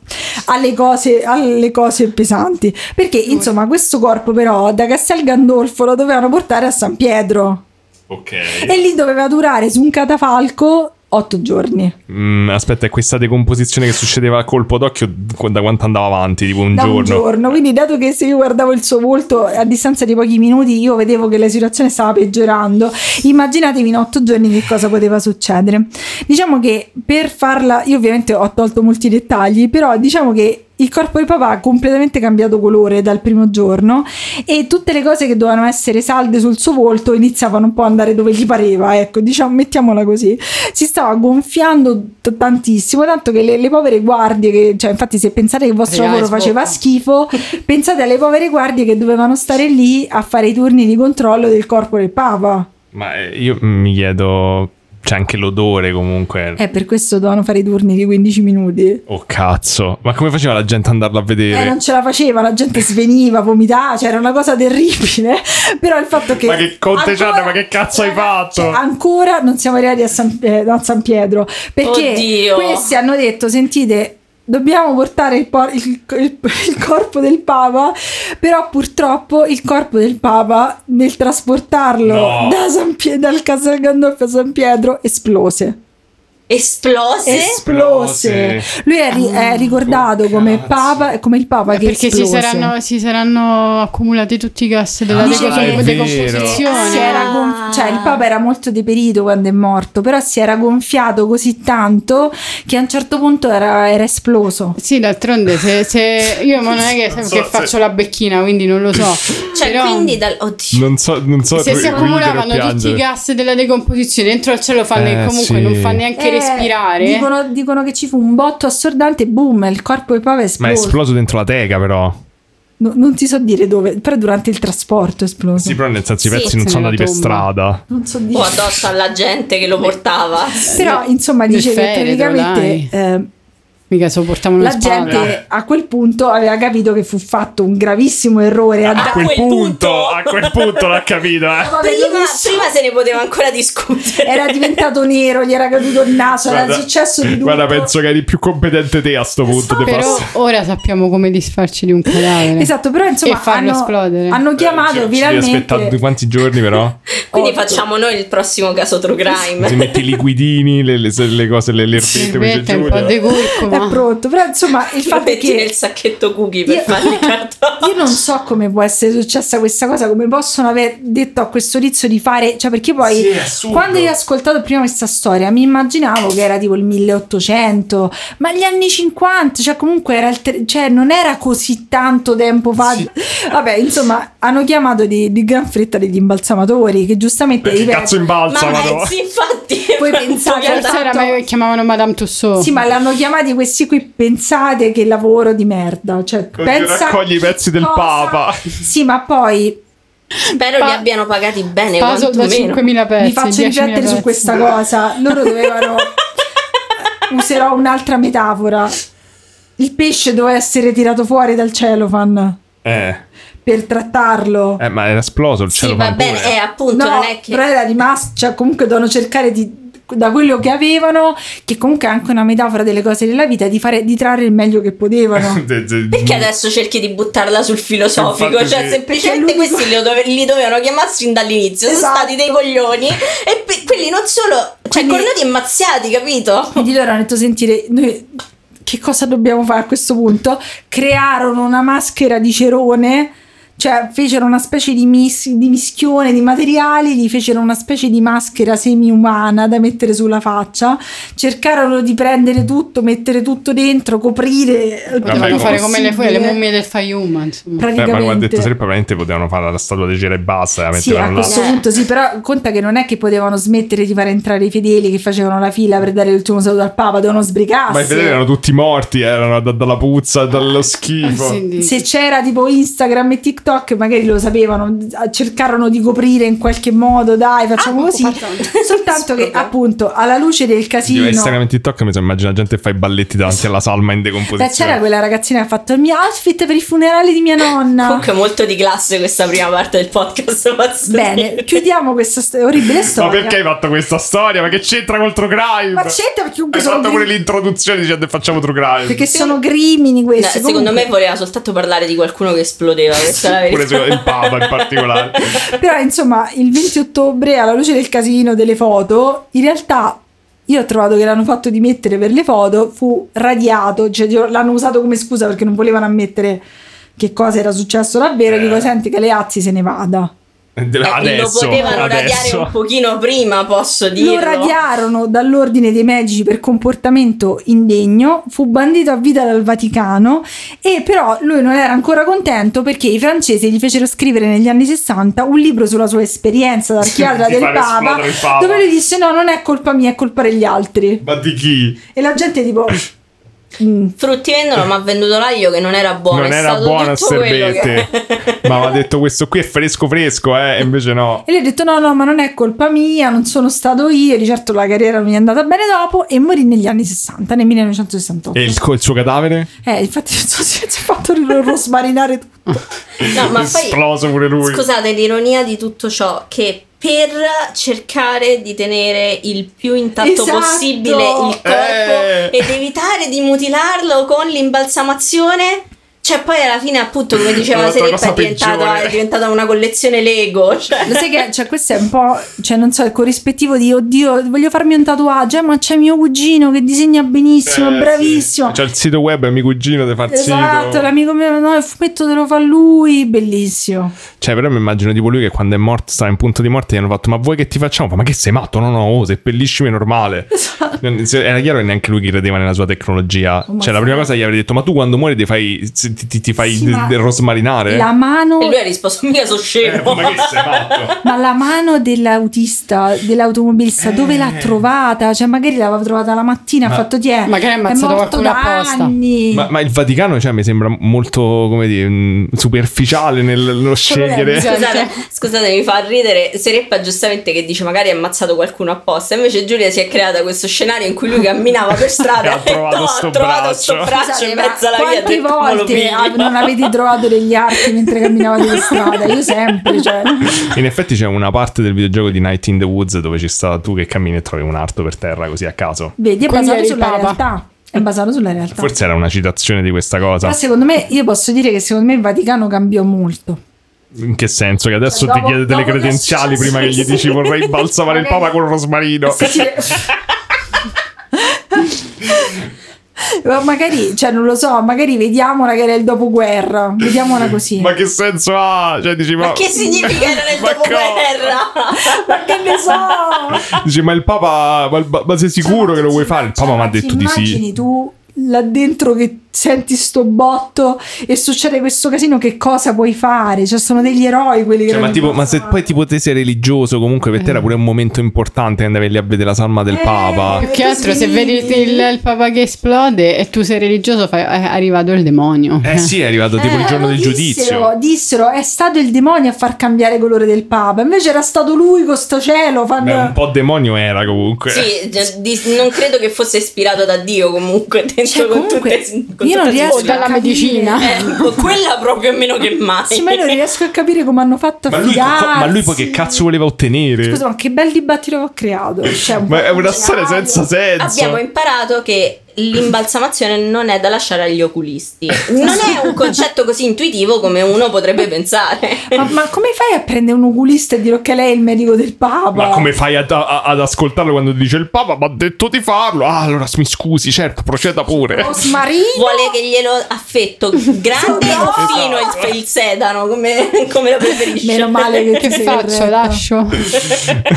[SPEAKER 1] alle cose, alle cose pesanti, perché insomma questo corpo però da Castel Gandolfo lo dovevano portare a San Pietro.
[SPEAKER 6] Ok.
[SPEAKER 1] e lì doveva durare su un catafalco otto giorni
[SPEAKER 6] Mm, aspetta, è questa decomposizione che succedeva a colpo d'occhio qu- da quanto andava avanti? Tipo un
[SPEAKER 1] da
[SPEAKER 6] giorno.
[SPEAKER 1] un giorno quindi dato che se io guardavo il suo volto a distanza di pochi minuti io vedevo che la situazione stava peggiorando immaginatevi in otto giorni che cosa poteva succedere diciamo che per farla io ovviamente ho tolto molti dettagli però diciamo che il corpo di papà ha completamente cambiato colore dal primo giorno e tutte le cose che dovevano essere salde sul suo volto iniziavano un po' ad andare dove gli pareva, ecco, diciamo, mettiamola così. Si stava gonfiando t- tantissimo, tanto che le, le povere guardie, che, cioè infatti se pensate che il vostro
[SPEAKER 3] Arrivava
[SPEAKER 1] lavoro
[SPEAKER 3] in
[SPEAKER 1] faceva schifo, pensate alle povere guardie che dovevano stare lì a fare i turni di controllo del corpo del Papa.
[SPEAKER 6] Ma eh, io mi chiedo. C'è anche l'odore comunque.
[SPEAKER 1] Eh, per questo dovevano fare i turni di 15 minuti.
[SPEAKER 6] Oh cazzo. Ma come faceva la gente ad andarla a vedere?
[SPEAKER 1] Eh, non ce la faceva, la gente sveniva, vomitava, cioè era una cosa terribile. Però il fatto che.
[SPEAKER 6] Ma che Conte
[SPEAKER 1] ancora-
[SPEAKER 6] Giada, ma che cazzo hai fatto?
[SPEAKER 1] cioè, ancora non siamo arrivati a San, eh, a San Pietro. Perché
[SPEAKER 7] Oddio.
[SPEAKER 1] questi hanno detto: sentite. Dobbiamo portare il, por- il- il- il corpo del Papa, però purtroppo il corpo del Papa nel trasportarlo
[SPEAKER 6] No.
[SPEAKER 1] da San Pie- dal Casal Gandolfo a San Pietro esplose
[SPEAKER 7] Esplose?
[SPEAKER 1] esplose.
[SPEAKER 6] Esplose.
[SPEAKER 1] Lui è, ri- è ricordato
[SPEAKER 6] Oh,
[SPEAKER 1] come
[SPEAKER 6] cazzo.
[SPEAKER 1] papa, come il papa che
[SPEAKER 3] Eh, Perché si
[SPEAKER 1] esplose.
[SPEAKER 3] saranno, si saranno accumulati tutti i gas della
[SPEAKER 6] Ah,
[SPEAKER 3] deco-
[SPEAKER 1] è vero.
[SPEAKER 3] decomposizione.
[SPEAKER 1] Si era gonf- cioè, il Papa era molto deperito quando è morto, però si era gonfiato così tanto che a un certo punto era, era esploso.
[SPEAKER 3] Sì, d'altronde, se, se- io ma non è che,
[SPEAKER 6] Non so
[SPEAKER 3] che
[SPEAKER 6] se-
[SPEAKER 3] faccio la becchina, quindi non lo so.
[SPEAKER 7] Cioè,
[SPEAKER 3] Però-
[SPEAKER 7] quindi dal... Oddio.
[SPEAKER 6] Non so, non so
[SPEAKER 3] se si
[SPEAKER 6] ridere o
[SPEAKER 3] accumulavano tutti i
[SPEAKER 6] piangere.
[SPEAKER 3] gas della decomposizione dentro al cielo fanno
[SPEAKER 6] Eh,
[SPEAKER 3] che comunque
[SPEAKER 6] sì.
[SPEAKER 3] non fa neanche
[SPEAKER 1] Eh,
[SPEAKER 3] respirare
[SPEAKER 1] Dicono, dicono che ci fu un botto assordante, boom, il corpo del Papa è esploso.
[SPEAKER 6] Ma è esploso dentro la teca, però.
[SPEAKER 1] No- non si so dire dove, però durante il trasporto è esploso.
[SPEAKER 6] Sì, però nel senso i
[SPEAKER 7] Sì,
[SPEAKER 6] pezzi
[SPEAKER 3] se
[SPEAKER 6] non sono
[SPEAKER 3] ne
[SPEAKER 6] andati per
[SPEAKER 3] tomba.
[SPEAKER 6] strada.
[SPEAKER 1] non so
[SPEAKER 7] O
[SPEAKER 1] dire.
[SPEAKER 7] addosso alla gente che lo portava.
[SPEAKER 1] però, insomma,
[SPEAKER 3] Nel
[SPEAKER 1] dice che
[SPEAKER 3] feretro,
[SPEAKER 1] praticamente. eh,
[SPEAKER 3] mica se lo portavano
[SPEAKER 1] la
[SPEAKER 3] in spalla
[SPEAKER 1] gente a quel punto aveva capito che fu fatto un gravissimo errore a
[SPEAKER 7] Da
[SPEAKER 6] A quel
[SPEAKER 7] quel
[SPEAKER 6] punto,
[SPEAKER 7] punto.
[SPEAKER 6] a quel punto l'ha capito, eh.
[SPEAKER 1] Vabbè,
[SPEAKER 7] Prima,
[SPEAKER 1] dove s-
[SPEAKER 7] prima se ne poteva ancora discutere.
[SPEAKER 1] era diventato nero, gli era caduto il naso, era successo di tutto.
[SPEAKER 6] guarda, penso che eri più competente te a sto punto. te
[SPEAKER 3] però
[SPEAKER 6] passa.
[SPEAKER 3] ora sappiamo come disfarci di un cadavere
[SPEAKER 1] Esatto, però insomma
[SPEAKER 3] E farlo
[SPEAKER 1] hanno,
[SPEAKER 3] esplodere.
[SPEAKER 1] hanno chiamato
[SPEAKER 6] Eh, Cioè, ci devi aspettare
[SPEAKER 1] finalmente
[SPEAKER 6] quanti giorni, però?
[SPEAKER 7] Quindi
[SPEAKER 1] Otto.
[SPEAKER 7] facciamo noi il prossimo caso True
[SPEAKER 6] Si
[SPEAKER 7] Crime.
[SPEAKER 6] mette i liquidini, le, le- le cose, le, le erbette, come
[SPEAKER 3] Erbette,
[SPEAKER 6] dice
[SPEAKER 3] un po'
[SPEAKER 6] Giulia.
[SPEAKER 3] di
[SPEAKER 1] È
[SPEAKER 3] curcuma.
[SPEAKER 1] pronto, però insomma il
[SPEAKER 7] Lo
[SPEAKER 1] fatto è
[SPEAKER 7] metti nel
[SPEAKER 1] che
[SPEAKER 7] sacchetto cookie per
[SPEAKER 1] Io-
[SPEAKER 7] farli cartoni.
[SPEAKER 1] io non so come può essere successa questa cosa, come possono aver detto a questo tizio di fare, cioè perché poi
[SPEAKER 6] Sì, è assurdo.
[SPEAKER 1] quando hai ascoltato prima questa storia mi immaginavo che era tipo il 1800, ma gli anni 50, cioè comunque era il tre- cioè non era così tanto tempo fa.
[SPEAKER 6] Sì.
[SPEAKER 1] Vabbè, insomma, hanno chiamato di, di gran fretta degli imbalsamatori che giustamente
[SPEAKER 6] Beh, che
[SPEAKER 1] ripeto,
[SPEAKER 6] cazzo imbalza,
[SPEAKER 7] Ma
[SPEAKER 6] madonna.
[SPEAKER 7] sì, infatti.
[SPEAKER 1] Poi pensate-
[SPEAKER 7] Proprio da-
[SPEAKER 3] Forse era
[SPEAKER 1] tanto-
[SPEAKER 3] meglio che chiamavano Madame Tussaud.
[SPEAKER 1] esatto. Sì, ma l'hanno chiamati questi qui. Pensate che lavoro di merda. Cioè,
[SPEAKER 6] Oddio,
[SPEAKER 1] pensa
[SPEAKER 6] raccogli i pezzi del
[SPEAKER 1] cosa-
[SPEAKER 6] Papa.
[SPEAKER 1] Sì, ma poi
[SPEAKER 7] Spero li
[SPEAKER 3] Pa-
[SPEAKER 7] abbiano pagati bene.
[SPEAKER 3] Puzzle da
[SPEAKER 7] quantomeno.
[SPEAKER 3] 5.000 pezzi.
[SPEAKER 1] mi faccio
[SPEAKER 3] 10.000
[SPEAKER 1] riflettere su
[SPEAKER 3] pezzi.
[SPEAKER 1] questa cosa. Loro dovevano. userò un'altra metafora. Il pesce doveva essere tirato fuori dal cellophane
[SPEAKER 6] Eh,
[SPEAKER 1] per trattarlo.
[SPEAKER 6] eh, ma era esploso il
[SPEAKER 7] Sì,
[SPEAKER 6] cielo.
[SPEAKER 7] va bene, eh, appunto,
[SPEAKER 1] no,
[SPEAKER 7] non è che
[SPEAKER 1] però era rimasto. Cioè, comunque devono cercare di. Da quello che avevano, che comunque è anche una metafora delle cose della vita, di, fare, di trarre il meglio che potevano.
[SPEAKER 6] mm.
[SPEAKER 7] Perché adesso cerchi di buttarla sul filosofico?
[SPEAKER 6] Infatti
[SPEAKER 7] Cioè,
[SPEAKER 6] sì.
[SPEAKER 7] semplicemente
[SPEAKER 1] Perché l'unico-
[SPEAKER 7] questi li, dove- li dovevano chiamare sin dall'inizio. Sono
[SPEAKER 1] Esatto.
[SPEAKER 7] stati dei coglioni. E pe- quelli non solo. Cioè,
[SPEAKER 1] Quindi-
[SPEAKER 7] coglioni e mazziati, capito?
[SPEAKER 1] Quindi loro hanno detto: Sentire, noi che cosa dobbiamo fare a questo punto? Crearono una maschera di cerone. Cioè, fecero una specie di, mis- di mischione di materiali, gli fecero una specie di maschera semi-umana da mettere sulla faccia. Cercarono di prendere tutto, mettere tutto dentro, coprire. il
[SPEAKER 6] Vabbè,
[SPEAKER 3] Potevano
[SPEAKER 1] più
[SPEAKER 3] fare
[SPEAKER 6] impossibile.
[SPEAKER 3] come le, fuori, le
[SPEAKER 1] possibile.
[SPEAKER 3] mummie del Faiuma, insomma.
[SPEAKER 6] Eh, ma come ha detto
[SPEAKER 1] Praticamente.
[SPEAKER 6] Serpa, probabilmente potevano fare la statua di cera e basta, la
[SPEAKER 1] Sì, a
[SPEAKER 6] mettevano là.
[SPEAKER 1] questo
[SPEAKER 7] là.
[SPEAKER 1] punto sì, però conta che non è che potevano smettere di far entrare i fedeli che facevano la fila per dare l'ultimo saluto al Papa, dovevano sbrigarsi.
[SPEAKER 6] Ma i fedeli erano tutti morti, erano da- dalla puzza, dallo schifo.
[SPEAKER 3] Sì, di-
[SPEAKER 1] se c'era tipo Instagram e TikTok magari lo sapevano cercarono di coprire in qualche modo dai facciamo
[SPEAKER 3] Ah,
[SPEAKER 1] così
[SPEAKER 3] fatto.
[SPEAKER 1] soltanto che
[SPEAKER 7] Scusa.
[SPEAKER 1] appunto alla luce del
[SPEAKER 6] Io
[SPEAKER 1] casino
[SPEAKER 6] Instagram e TikTok mi sono immaginato gente che fa i balletti davanti alla salma in
[SPEAKER 1] Beh,
[SPEAKER 6] decomposizione.
[SPEAKER 1] c'era quella ragazzina che ha fatto il mio outfit per il funerale di mia nonna
[SPEAKER 7] Comunque, molto di classe questa prima parte del podcast. posso
[SPEAKER 1] bene
[SPEAKER 7] dire.
[SPEAKER 1] chiudiamo questa st- orribile
[SPEAKER 6] Ma
[SPEAKER 1] storia
[SPEAKER 6] perché hai fatto questa storia? Ma che c'entra col True Crime?
[SPEAKER 1] Ma c'entra perché comunque
[SPEAKER 6] Hai
[SPEAKER 1] sono
[SPEAKER 6] fatto pure
[SPEAKER 1] gri-
[SPEAKER 6] l'introduzione dicendo facciamo True Crime.
[SPEAKER 1] perché sono grimini
[SPEAKER 7] No,
[SPEAKER 1] questi
[SPEAKER 7] secondo me
[SPEAKER 1] comunque.
[SPEAKER 7] voleva soltanto parlare di qualcuno che esplodeva. Questa è la
[SPEAKER 6] Pure
[SPEAKER 7] verità.
[SPEAKER 6] su- il Papa in particolare.
[SPEAKER 1] Però insomma, il 20 ottobre, alla luce del casino delle foto, in realtà io ho trovato che l'hanno fatto dimettere per le foto, fu radiato, cioè glielo- l'hanno usato come scusa perché non volevano ammettere che cosa era successo davvero.
[SPEAKER 6] Eh.
[SPEAKER 1] Dico, senti che Leazzi se ne vada.
[SPEAKER 7] Eh, lo
[SPEAKER 6] adesso,
[SPEAKER 7] potevano
[SPEAKER 6] adesso.
[SPEAKER 7] radiare un pochino prima, posso
[SPEAKER 1] Lo
[SPEAKER 7] dirlo.
[SPEAKER 1] radiarono dall'ordine dei medici per comportamento indegno, fu bandito a vita dal Vaticano e però lui non era ancora contento perché i francesi gli fecero scrivere negli anni 60 un libro sulla sua esperienza da archiatra
[SPEAKER 6] Di
[SPEAKER 1] del
[SPEAKER 6] fare
[SPEAKER 1] Papa
[SPEAKER 6] esplodere il Papa.
[SPEAKER 1] dove lui disse no non è colpa mia è colpa degli altri
[SPEAKER 6] Ma di chi?
[SPEAKER 1] e la gente tipo "Mm,
[SPEAKER 7] Frutti vendono, ma ha venduto l'aglio che non era buono.
[SPEAKER 6] non
[SPEAKER 7] è
[SPEAKER 6] era
[SPEAKER 7] stato
[SPEAKER 6] buono a
[SPEAKER 7] tutto quello
[SPEAKER 6] servette.
[SPEAKER 7] che-
[SPEAKER 6] Ma mi ha detto questo qui è fresco fresco, eh. E invece no.
[SPEAKER 1] E lui ha detto: No, no, ma non è colpa mia, non sono stato io. Di certo la carriera non mi è andata bene dopo. E morì negli anni 60, nel 1968.
[SPEAKER 6] E il, co- il suo cadavere?
[SPEAKER 1] Eh, infatti, non so se si è fatto ro- ro- smarinare tutto.
[SPEAKER 7] No, ma poi-
[SPEAKER 6] Esploso pure lui.
[SPEAKER 7] Scusate l'ironia di tutto ciò che per cercare di tenere il più intatto
[SPEAKER 1] Esatto.
[SPEAKER 7] possibile il corpo
[SPEAKER 6] Eh.
[SPEAKER 7] ed evitare di mutilarlo con l'imbalsamazione. Cioè, poi alla fine, appunto, come diceva
[SPEAKER 6] È stata
[SPEAKER 7] Sereppa,
[SPEAKER 6] la
[SPEAKER 7] è,
[SPEAKER 6] cosa
[SPEAKER 7] diventato-
[SPEAKER 6] peggiore.
[SPEAKER 7] è diventata una collezione Lego. Cioè.
[SPEAKER 1] Lo sai che cioè, questo è un po', cioè, non so, il corrispettivo di oddio, voglio farmi un tatuaggio, eh, ma c'è mio cugino che disegna benissimo, è
[SPEAKER 6] Eh,
[SPEAKER 1] bravissimo.
[SPEAKER 6] sì. C'è il sito web, è mio cugino di far
[SPEAKER 1] Esatto,
[SPEAKER 6] sito.
[SPEAKER 1] l'amico mio, no, il fumetto te lo fa lui, bellissimo.
[SPEAKER 6] Cioè, però mi immagino tipo lui che quando è morto, stava in punto di morte, gli hanno fatto: Ma vuoi che ti facciamo? Fa, Ma che sei matto? No, no, oh, seppelliscimi è normale. Non- se- Era chiaro che neanche lui credeva nella sua tecnologia.
[SPEAKER 1] Oh, Esatto. ma
[SPEAKER 6] cioè, la
[SPEAKER 1] sì.
[SPEAKER 6] prima cosa gli avrei detto: Ma tu quando muori ti fai, ti, ti- ti fai
[SPEAKER 1] Sì,
[SPEAKER 6] de-
[SPEAKER 1] ma-
[SPEAKER 6] de- rosmarinare?
[SPEAKER 1] La mano,
[SPEAKER 7] E lui ha risposto: Mica sono
[SPEAKER 6] Eh,
[SPEAKER 7] scemo.
[SPEAKER 6] ma che sei matto?
[SPEAKER 1] ma la mano dell'autista, dell'automobilista, dove
[SPEAKER 6] Eh.
[SPEAKER 1] l'ha trovata? Cioè, magari l'aveva trovata la mattina, ha fatto tiè.
[SPEAKER 3] magari ha ammazzato
[SPEAKER 1] è morto
[SPEAKER 3] qualcuno
[SPEAKER 1] da
[SPEAKER 3] apposta."
[SPEAKER 1] anni.
[SPEAKER 6] Ma, ma il Vaticano cioè, mi sembra molto come dire, mh, superficiale nel- nello scegliere.
[SPEAKER 7] Scusate, scusate, mi fa ridere Sereppa giustamente che dice magari ha ammazzato qualcuno apposta. Invece Giulia si è creata questo scenario in cui lui camminava per
[SPEAKER 6] E ha
[SPEAKER 7] strada e
[SPEAKER 6] trovato
[SPEAKER 7] no,
[SPEAKER 6] sto
[SPEAKER 7] ha trovato
[SPEAKER 6] braccio.
[SPEAKER 7] sto braccio
[SPEAKER 1] Scusate,
[SPEAKER 7] in
[SPEAKER 1] ma
[SPEAKER 7] mezzo alla via. ha
[SPEAKER 1] quante
[SPEAKER 7] detto, "Ma lo
[SPEAKER 1] volte
[SPEAKER 7] pigli".
[SPEAKER 1] av- non avete trovato degli arti mentre camminavate per strada? Io sempre, cioè.
[SPEAKER 6] In effetti c'è una parte del videogioco di Night in the Woods dove ci sta tu che cammini e trovi un arto per terra così a caso.
[SPEAKER 1] Vedi, è
[SPEAKER 3] Quindi
[SPEAKER 1] basato
[SPEAKER 3] eri
[SPEAKER 1] sulla
[SPEAKER 3] papa.
[SPEAKER 1] realtà. È basato sulla realtà.
[SPEAKER 6] Forse era una citazione di questa cosa.
[SPEAKER 1] Però secondo me, io posso dire che secondo me il Vaticano cambiò molto.
[SPEAKER 6] In che senso? Che adesso
[SPEAKER 1] Dopo-
[SPEAKER 6] ti chiede delle
[SPEAKER 1] dopo che è
[SPEAKER 6] credenziali
[SPEAKER 1] successo,
[SPEAKER 6] prima che gli
[SPEAKER 1] sì.
[SPEAKER 6] dici vorrei balsamare il papa con rosmarino.
[SPEAKER 1] Ma magari, cioè, non lo so, magari vediamola che era il dopoguerra. Vediamola così.
[SPEAKER 6] Ma che senso ha? Cioè, dici, ma,
[SPEAKER 7] Ma che significa era nel
[SPEAKER 6] Ma co-
[SPEAKER 7] dopoguerra?
[SPEAKER 1] Ma che ne so?
[SPEAKER 6] Dici, ma il papa, ma, il- ma- ma sei
[SPEAKER 1] Cioè,
[SPEAKER 6] sicuro che lo vuoi fare? Il papa mi ha detto di sì.
[SPEAKER 1] Immagini tu là dentro che senti sto botto e succede questo casino, che cosa puoi fare? Cioè, sono degli eroi quelli che.
[SPEAKER 6] Cioè, ma,
[SPEAKER 1] erano
[SPEAKER 6] tipo,
[SPEAKER 1] in
[SPEAKER 6] ma se
[SPEAKER 1] piazza.
[SPEAKER 6] poi tipo te sei religioso, comunque per te era pure un momento importante andavi lì a vedere la salma del
[SPEAKER 1] Eh,
[SPEAKER 6] Papa.
[SPEAKER 1] eh,
[SPEAKER 3] Più che altro se
[SPEAKER 1] Svegli.
[SPEAKER 3] vedi il, il papa che esplode e tu sei religioso fai, è arrivato il demonio.
[SPEAKER 6] Eh sì, è arrivato tipo il
[SPEAKER 1] Eh,
[SPEAKER 6] giorno del
[SPEAKER 1] dissero-
[SPEAKER 6] giudizio.
[SPEAKER 1] Dissero, è stato il demonio a far cambiare colore del Papa. Invece era stato lui con sto cielo. Fan...
[SPEAKER 6] Beh, un po' demonio era comunque.
[SPEAKER 7] Sì, gi- di- non credo che fosse ispirato da Dio comunque. Dentro
[SPEAKER 1] Cioè,
[SPEAKER 7] con
[SPEAKER 1] comunque,
[SPEAKER 7] tutte, con
[SPEAKER 1] io non
[SPEAKER 7] tutte le
[SPEAKER 1] riesco
[SPEAKER 3] o
[SPEAKER 7] sue-
[SPEAKER 1] a
[SPEAKER 3] dalla
[SPEAKER 1] capire.
[SPEAKER 3] medicina.
[SPEAKER 7] Eh, con quella proprio meno che mai.
[SPEAKER 1] Sì, ma io non riesco a capire come hanno fatto a
[SPEAKER 6] Ma lui, co-
[SPEAKER 1] fidarsi.
[SPEAKER 6] ma lui poi che cazzo voleva ottenere?
[SPEAKER 1] Scusa, ma che bel dibattito che ho creato. Cioè, un
[SPEAKER 6] ma
[SPEAKER 1] po'
[SPEAKER 6] è una
[SPEAKER 1] originale.
[SPEAKER 6] storia senza senso.
[SPEAKER 7] Abbiamo imparato che l'imbalsamazione non è da lasciare agli oculisti. Non è un concetto così intuitivo come uno potrebbe pensare.
[SPEAKER 1] Ma, ma come fai a prendere un oculista e dire che lei è il medico del Papa?
[SPEAKER 6] Ma come fai ad, a- ad ascoltarlo quando ti dice il Papa? Mi ha detto di farlo. Ah, allora mi scusi, certo, proceda pure.
[SPEAKER 1] Rosmarino?
[SPEAKER 7] Vuole che glielo affetto grande o
[SPEAKER 1] Esatto.
[SPEAKER 7] fino il, fe- il sedano, come, come lo preferisce.
[SPEAKER 1] Meno male che ti
[SPEAKER 3] Che
[SPEAKER 1] sei
[SPEAKER 3] faccio?
[SPEAKER 1] corretto.
[SPEAKER 3] Lascio?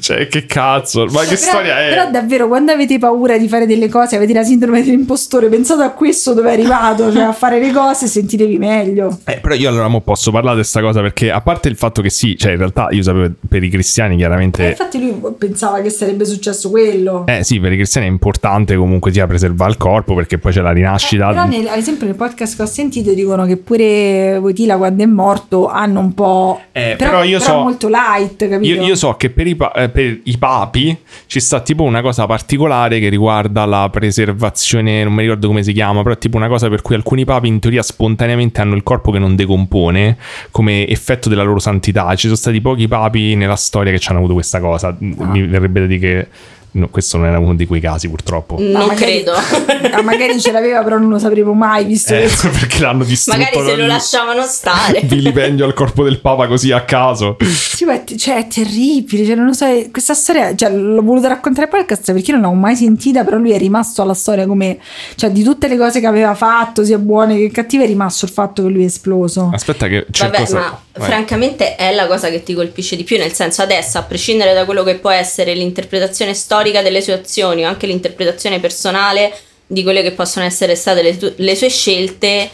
[SPEAKER 6] cioè, che cazzo, ma che
[SPEAKER 1] Però-
[SPEAKER 6] storia è?
[SPEAKER 1] Però davvero, quando avete paura di fare delle cose, avete la sindrome dell'impostore, pensate a questo dove è arrivato, cioè a fare le cose sentitevi meglio.
[SPEAKER 6] Eh, però io allora mo posso parlare di questa cosa perché a parte il fatto che sì, cioè in realtà io sapevo per i cristiani
[SPEAKER 1] E
[SPEAKER 6] chiaramente...
[SPEAKER 1] Eh, infatti lui pensava che sarebbe successo quello.
[SPEAKER 6] Eh sì, per i cristiani è importante comunque sia preservare il corpo perché poi c'è la
[SPEAKER 1] Eh, però
[SPEAKER 6] rinascita.
[SPEAKER 1] nel- ad esempio nel podcast che ho sentito dicono che pure Votila quando è morto hanno un po'...
[SPEAKER 6] Eh, però io so-
[SPEAKER 1] molto light, capito?
[SPEAKER 6] Io, io so che per i, pa- eh, per i papi ci sta tipo una cosa particolare che riguarda la preservazione, non mi ricordo come si chiama, però è tipo una cosa per cui alcuni papi in teoria spontaneamente hanno il corpo che non decompone come effetto della loro santità. Ci sono stati pochi papi nella storia che ci hanno avuto questa cosa.
[SPEAKER 7] Ah.
[SPEAKER 6] Mi verrebbe da dire che no, questo non era uno di quei casi purtroppo.
[SPEAKER 1] Ma
[SPEAKER 7] Non
[SPEAKER 1] magari-
[SPEAKER 7] credo.
[SPEAKER 1] Ah, magari ce l'aveva, però non lo sapremo mai, visto
[SPEAKER 6] Eh,
[SPEAKER 1] che
[SPEAKER 6] perché l'hanno distrutto.
[SPEAKER 7] Magari se lo
[SPEAKER 6] dal-
[SPEAKER 7] lasciavano stare.
[SPEAKER 6] Vilipendio al corpo del papa così a caso.
[SPEAKER 1] Sì, ma è te- cioè, è terribile. Cioè, non lo so, è- questa storia cioè, l'ho voluta raccontare al podcast perché io non l'avevo mai sentita, però lui è rimasto alla storia come cioè, di tutte le cose che aveva fatto, sia buone che cattive, è rimasto il fatto che lui è esploso.
[SPEAKER 6] Aspetta che c'è
[SPEAKER 7] Vabbè,
[SPEAKER 6] Cioè, cosa...
[SPEAKER 7] ma
[SPEAKER 6] Vai.
[SPEAKER 7] francamente è la cosa che ti colpisce di più, nel senso adesso, a prescindere da quello che può essere l'interpretazione storica delle sue azioni o anche l'interpretazione personale di quelle che possono essere state le, tu- le sue scelte,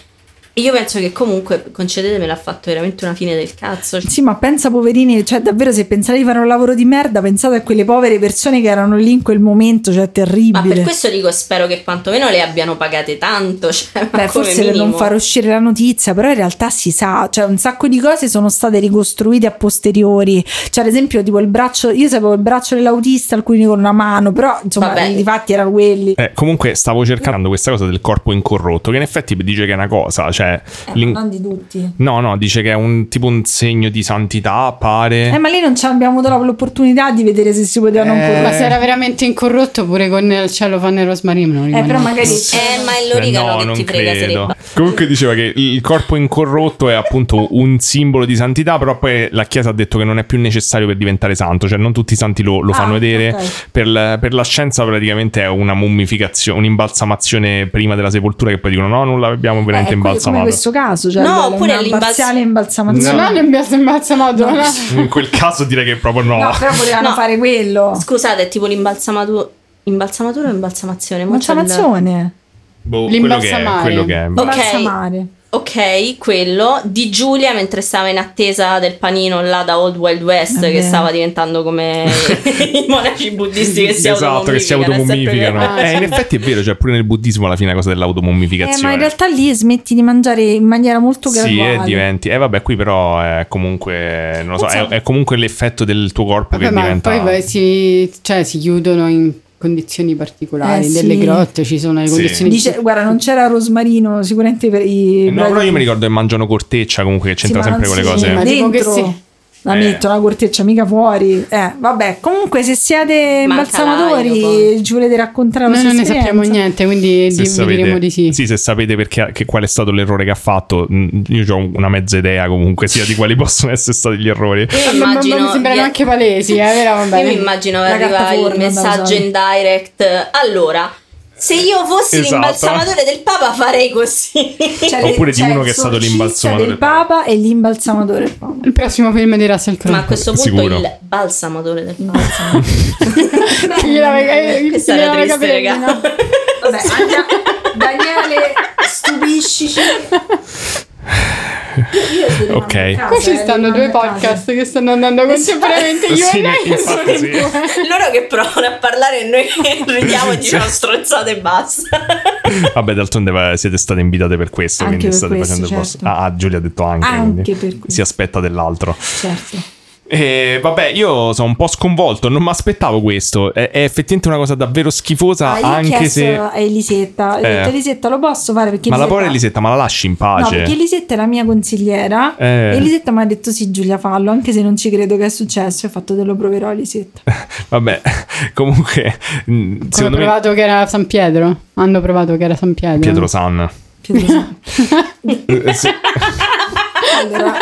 [SPEAKER 7] io penso che comunque, concedetemelo, ha fatto veramente una fine del cazzo.
[SPEAKER 1] Sì, ma pensa poverini, cioè davvero se pensate di fare un lavoro di merda, pensate a quelle povere persone che erano lì in quel momento, cioè è
[SPEAKER 7] Ma per
[SPEAKER 1] terribile.
[SPEAKER 7] questo dico, spero che quantomeno le abbiano pagate tanto. Cioè, ma
[SPEAKER 1] Beh,
[SPEAKER 7] come
[SPEAKER 1] forse per
[SPEAKER 7] minimo.
[SPEAKER 1] non far uscire la notizia, però in realtà si sa, cioè un sacco di cose sono state ricostruite a posteriori. Cioè, ad esempio, tipo il braccio, io sapevo il braccio dell'autista, alcuni con una mano, però insomma,
[SPEAKER 7] Vabbè.
[SPEAKER 1] i fatti erano quelli.
[SPEAKER 6] Eh, comunque stavo cercando questa cosa del corpo incorrotto, che in effetti dice che è una cosa, cioè...
[SPEAKER 1] Eh,
[SPEAKER 6] l'in-
[SPEAKER 1] ma non di tutti.
[SPEAKER 6] No, no, dice che è un tipo un segno di santità, pare...
[SPEAKER 1] Eh, ma lì non ci abbiamo avuto la- l'opportunità di vedere se si potevano
[SPEAKER 6] Eh,
[SPEAKER 1] ancora.
[SPEAKER 3] Ma se era veramente incorrotto pure con il cielo fanno e rosmarino. non
[SPEAKER 1] Eh,
[SPEAKER 3] rimane.
[SPEAKER 1] però magari.
[SPEAKER 7] Eh, ma è
[SPEAKER 6] Eh,
[SPEAKER 7] l'origano che
[SPEAKER 6] non
[SPEAKER 7] ti frega se ne
[SPEAKER 6] credo. Comunque diceva che il corpo incorrotto è appunto un simbolo di santità, però poi la Chiesa ha detto che non è più necessario per diventare santo, cioè non tutti i santi lo, lo
[SPEAKER 1] Ah,
[SPEAKER 6] fanno vedere.
[SPEAKER 1] ok.
[SPEAKER 6] Per, la- per la scienza praticamente è una mummificazione, un'imbalsamazione prima della sepoltura che poi dicono no, non l'abbiamo
[SPEAKER 1] Eh,
[SPEAKER 6] veramente
[SPEAKER 1] è come- come
[SPEAKER 6] imbalsamato.
[SPEAKER 1] questo caso, cioè
[SPEAKER 7] No,
[SPEAKER 1] no,
[SPEAKER 7] oppure
[SPEAKER 1] una
[SPEAKER 7] l'imbalsam-
[SPEAKER 1] parziale
[SPEAKER 3] Se
[SPEAKER 1] imbalsamazione.
[SPEAKER 3] no,
[SPEAKER 1] No,
[SPEAKER 3] non abbiamo imbalsamato.
[SPEAKER 1] No.
[SPEAKER 3] no?
[SPEAKER 6] In quel caso direi che proprio no.
[SPEAKER 1] però volevano
[SPEAKER 7] No.
[SPEAKER 1] fare quello.
[SPEAKER 7] Scusate, è tipo l'imbalsamatura. Imbalsamatura o imbalsamazione? Mo c'ho il-
[SPEAKER 1] Imbalsamazione.
[SPEAKER 6] Boh, quello che è,
[SPEAKER 3] L'imbalsamare.
[SPEAKER 6] quello che è.
[SPEAKER 7] Ok.
[SPEAKER 1] Imbalsamare.
[SPEAKER 7] Ok, quello di Giulia mentre stava in attesa del panino là da Old Wild West
[SPEAKER 1] Vabbè.
[SPEAKER 7] che stava diventando come i monaci buddisti che si
[SPEAKER 6] esatto, che si
[SPEAKER 7] automommificano. è
[SPEAKER 6] automommificano.
[SPEAKER 7] sempre vero.
[SPEAKER 6] Eh, in effetti è vero, cioè pure nel buddismo alla fine la cosa
[SPEAKER 1] Eh,
[SPEAKER 6] dell'automommificazione.
[SPEAKER 1] ma in realtà lì smetti di mangiare in maniera molto
[SPEAKER 6] Sì,
[SPEAKER 1] graduale.
[SPEAKER 6] eh, diventi. Eh, vabbè, qui però è comunque. Non lo so, è,
[SPEAKER 1] Esatto.
[SPEAKER 6] è comunque l'effetto del tuo corpo
[SPEAKER 3] Vabbè,
[SPEAKER 6] che
[SPEAKER 3] ma
[SPEAKER 6] diventa.
[SPEAKER 3] poi vai- si, cioè, si chiudono in condizioni particolari,
[SPEAKER 1] Eh, sì.
[SPEAKER 3] nelle grotte ci sono le
[SPEAKER 6] Sì.
[SPEAKER 3] condizioni
[SPEAKER 1] Dice, guarda, non c'era rosmarino, sicuramente per i
[SPEAKER 6] Eh, No, però io mi ricordo che mangiano corteccia comunque, che c'entra
[SPEAKER 1] ma
[SPEAKER 6] sempre
[SPEAKER 1] non
[SPEAKER 6] con le
[SPEAKER 1] si-
[SPEAKER 6] cose.
[SPEAKER 1] ma-
[SPEAKER 3] ma tipo che
[SPEAKER 1] Dentro.
[SPEAKER 3] si,
[SPEAKER 1] La
[SPEAKER 6] Eh.
[SPEAKER 1] metto la corteccia mica fuori. Eh, vabbè, comunque se siete
[SPEAKER 7] Manca l'aglio,
[SPEAKER 1] imbalsamatori,
[SPEAKER 7] poi.
[SPEAKER 1] ci volete raccontare la
[SPEAKER 3] Noi
[SPEAKER 1] vostra
[SPEAKER 3] non ne
[SPEAKER 1] esperienza?
[SPEAKER 3] sappiamo niente, quindi
[SPEAKER 6] Se
[SPEAKER 3] vi diremo di sì.
[SPEAKER 6] se sapete perché, che qual è stato l'errore che ha fatto, mh, io ho una mezza idea comunque sia di quali possono essere stati gli errori.
[SPEAKER 7] Io mi
[SPEAKER 3] Ma- ma- ma
[SPEAKER 7] immagino
[SPEAKER 3] mi sembrano
[SPEAKER 7] di-
[SPEAKER 3] anche palesi, eh, però va
[SPEAKER 7] Io mi
[SPEAKER 3] bene.
[SPEAKER 7] immagino che
[SPEAKER 1] La
[SPEAKER 7] arriva
[SPEAKER 1] cartaforma
[SPEAKER 7] il
[SPEAKER 1] da
[SPEAKER 7] messaggio
[SPEAKER 1] usare.
[SPEAKER 7] in direct. Allora, se io fossi
[SPEAKER 6] Esatto.
[SPEAKER 7] l'imbalsamatore del Papa farei così.
[SPEAKER 3] Cioè,
[SPEAKER 1] C'è
[SPEAKER 6] Oppure
[SPEAKER 1] le-
[SPEAKER 6] di
[SPEAKER 1] c'è
[SPEAKER 6] uno
[SPEAKER 1] il
[SPEAKER 6] che è stato
[SPEAKER 1] esorcista
[SPEAKER 6] l'imbalsamatore
[SPEAKER 1] del
[SPEAKER 6] del
[SPEAKER 1] Papa e l'imbalsamatore del Papa.
[SPEAKER 3] Il prossimo film di Russell
[SPEAKER 7] Ma
[SPEAKER 3] Crowe.
[SPEAKER 7] a questo punto
[SPEAKER 6] Sicuro.
[SPEAKER 7] il balsamatore del Papa.
[SPEAKER 3] Gliela- eh,
[SPEAKER 7] Questa
[SPEAKER 3] gliela
[SPEAKER 7] era triste,
[SPEAKER 3] capirei, no?
[SPEAKER 7] raga.
[SPEAKER 1] Vabbè, Andrea- Daniele, stupiscici. Io- io rimango
[SPEAKER 6] Ok.
[SPEAKER 1] a casa,
[SPEAKER 3] Qua ci
[SPEAKER 1] eh,
[SPEAKER 3] stanno
[SPEAKER 1] rimango
[SPEAKER 3] due
[SPEAKER 1] a casa.
[SPEAKER 3] podcast che stanno andando contemporaneamente io
[SPEAKER 6] Sì,
[SPEAKER 3] e lei che sono
[SPEAKER 6] infatti sì.
[SPEAKER 3] in due.
[SPEAKER 7] Loro che provano a parlare e noi che ridiamo e diciamo strozzate e basta.
[SPEAKER 6] Vabbè, d'altronde va- siete state invitate per questo,
[SPEAKER 1] Anche
[SPEAKER 6] quindi
[SPEAKER 1] per
[SPEAKER 6] state
[SPEAKER 1] questo,
[SPEAKER 6] facendo il
[SPEAKER 1] certo.
[SPEAKER 6] vostro. Ah, ah, Giulia ha detto anche,
[SPEAKER 1] Anche
[SPEAKER 6] quindi
[SPEAKER 1] per questo.
[SPEAKER 6] si aspetta dell'altro.
[SPEAKER 1] Certo.
[SPEAKER 6] E vabbè, io sono un po' sconvolto, non mi aspettavo questo. È, è effettivamente una cosa davvero schifosa,
[SPEAKER 1] Ah, io ho
[SPEAKER 6] anche
[SPEAKER 1] chiesto
[SPEAKER 6] se...
[SPEAKER 1] a Elisetta, ho
[SPEAKER 6] Eh.
[SPEAKER 1] detto Elisetta lo posso fare perché
[SPEAKER 6] Ma la
[SPEAKER 1] Elisetta-
[SPEAKER 6] povera Elisetta, ma la lasci in
[SPEAKER 1] No,
[SPEAKER 6] pace.
[SPEAKER 1] perché Elisetta è la mia consigliera.
[SPEAKER 6] Eh.
[SPEAKER 1] E Elisetta mi ha detto sì Giulia fallo, anche se non ci credo che è successo, ho fatto te lo proverò Elisetta.
[SPEAKER 6] Vabbè, comunque, mh,
[SPEAKER 3] Hanno
[SPEAKER 6] secondo me...
[SPEAKER 3] provato che era San Pietro. Hanno provato che era San Pietro.
[SPEAKER 6] Pietro San.
[SPEAKER 1] Pietro Santo.
[SPEAKER 6] Eh, sì.
[SPEAKER 1] Allora,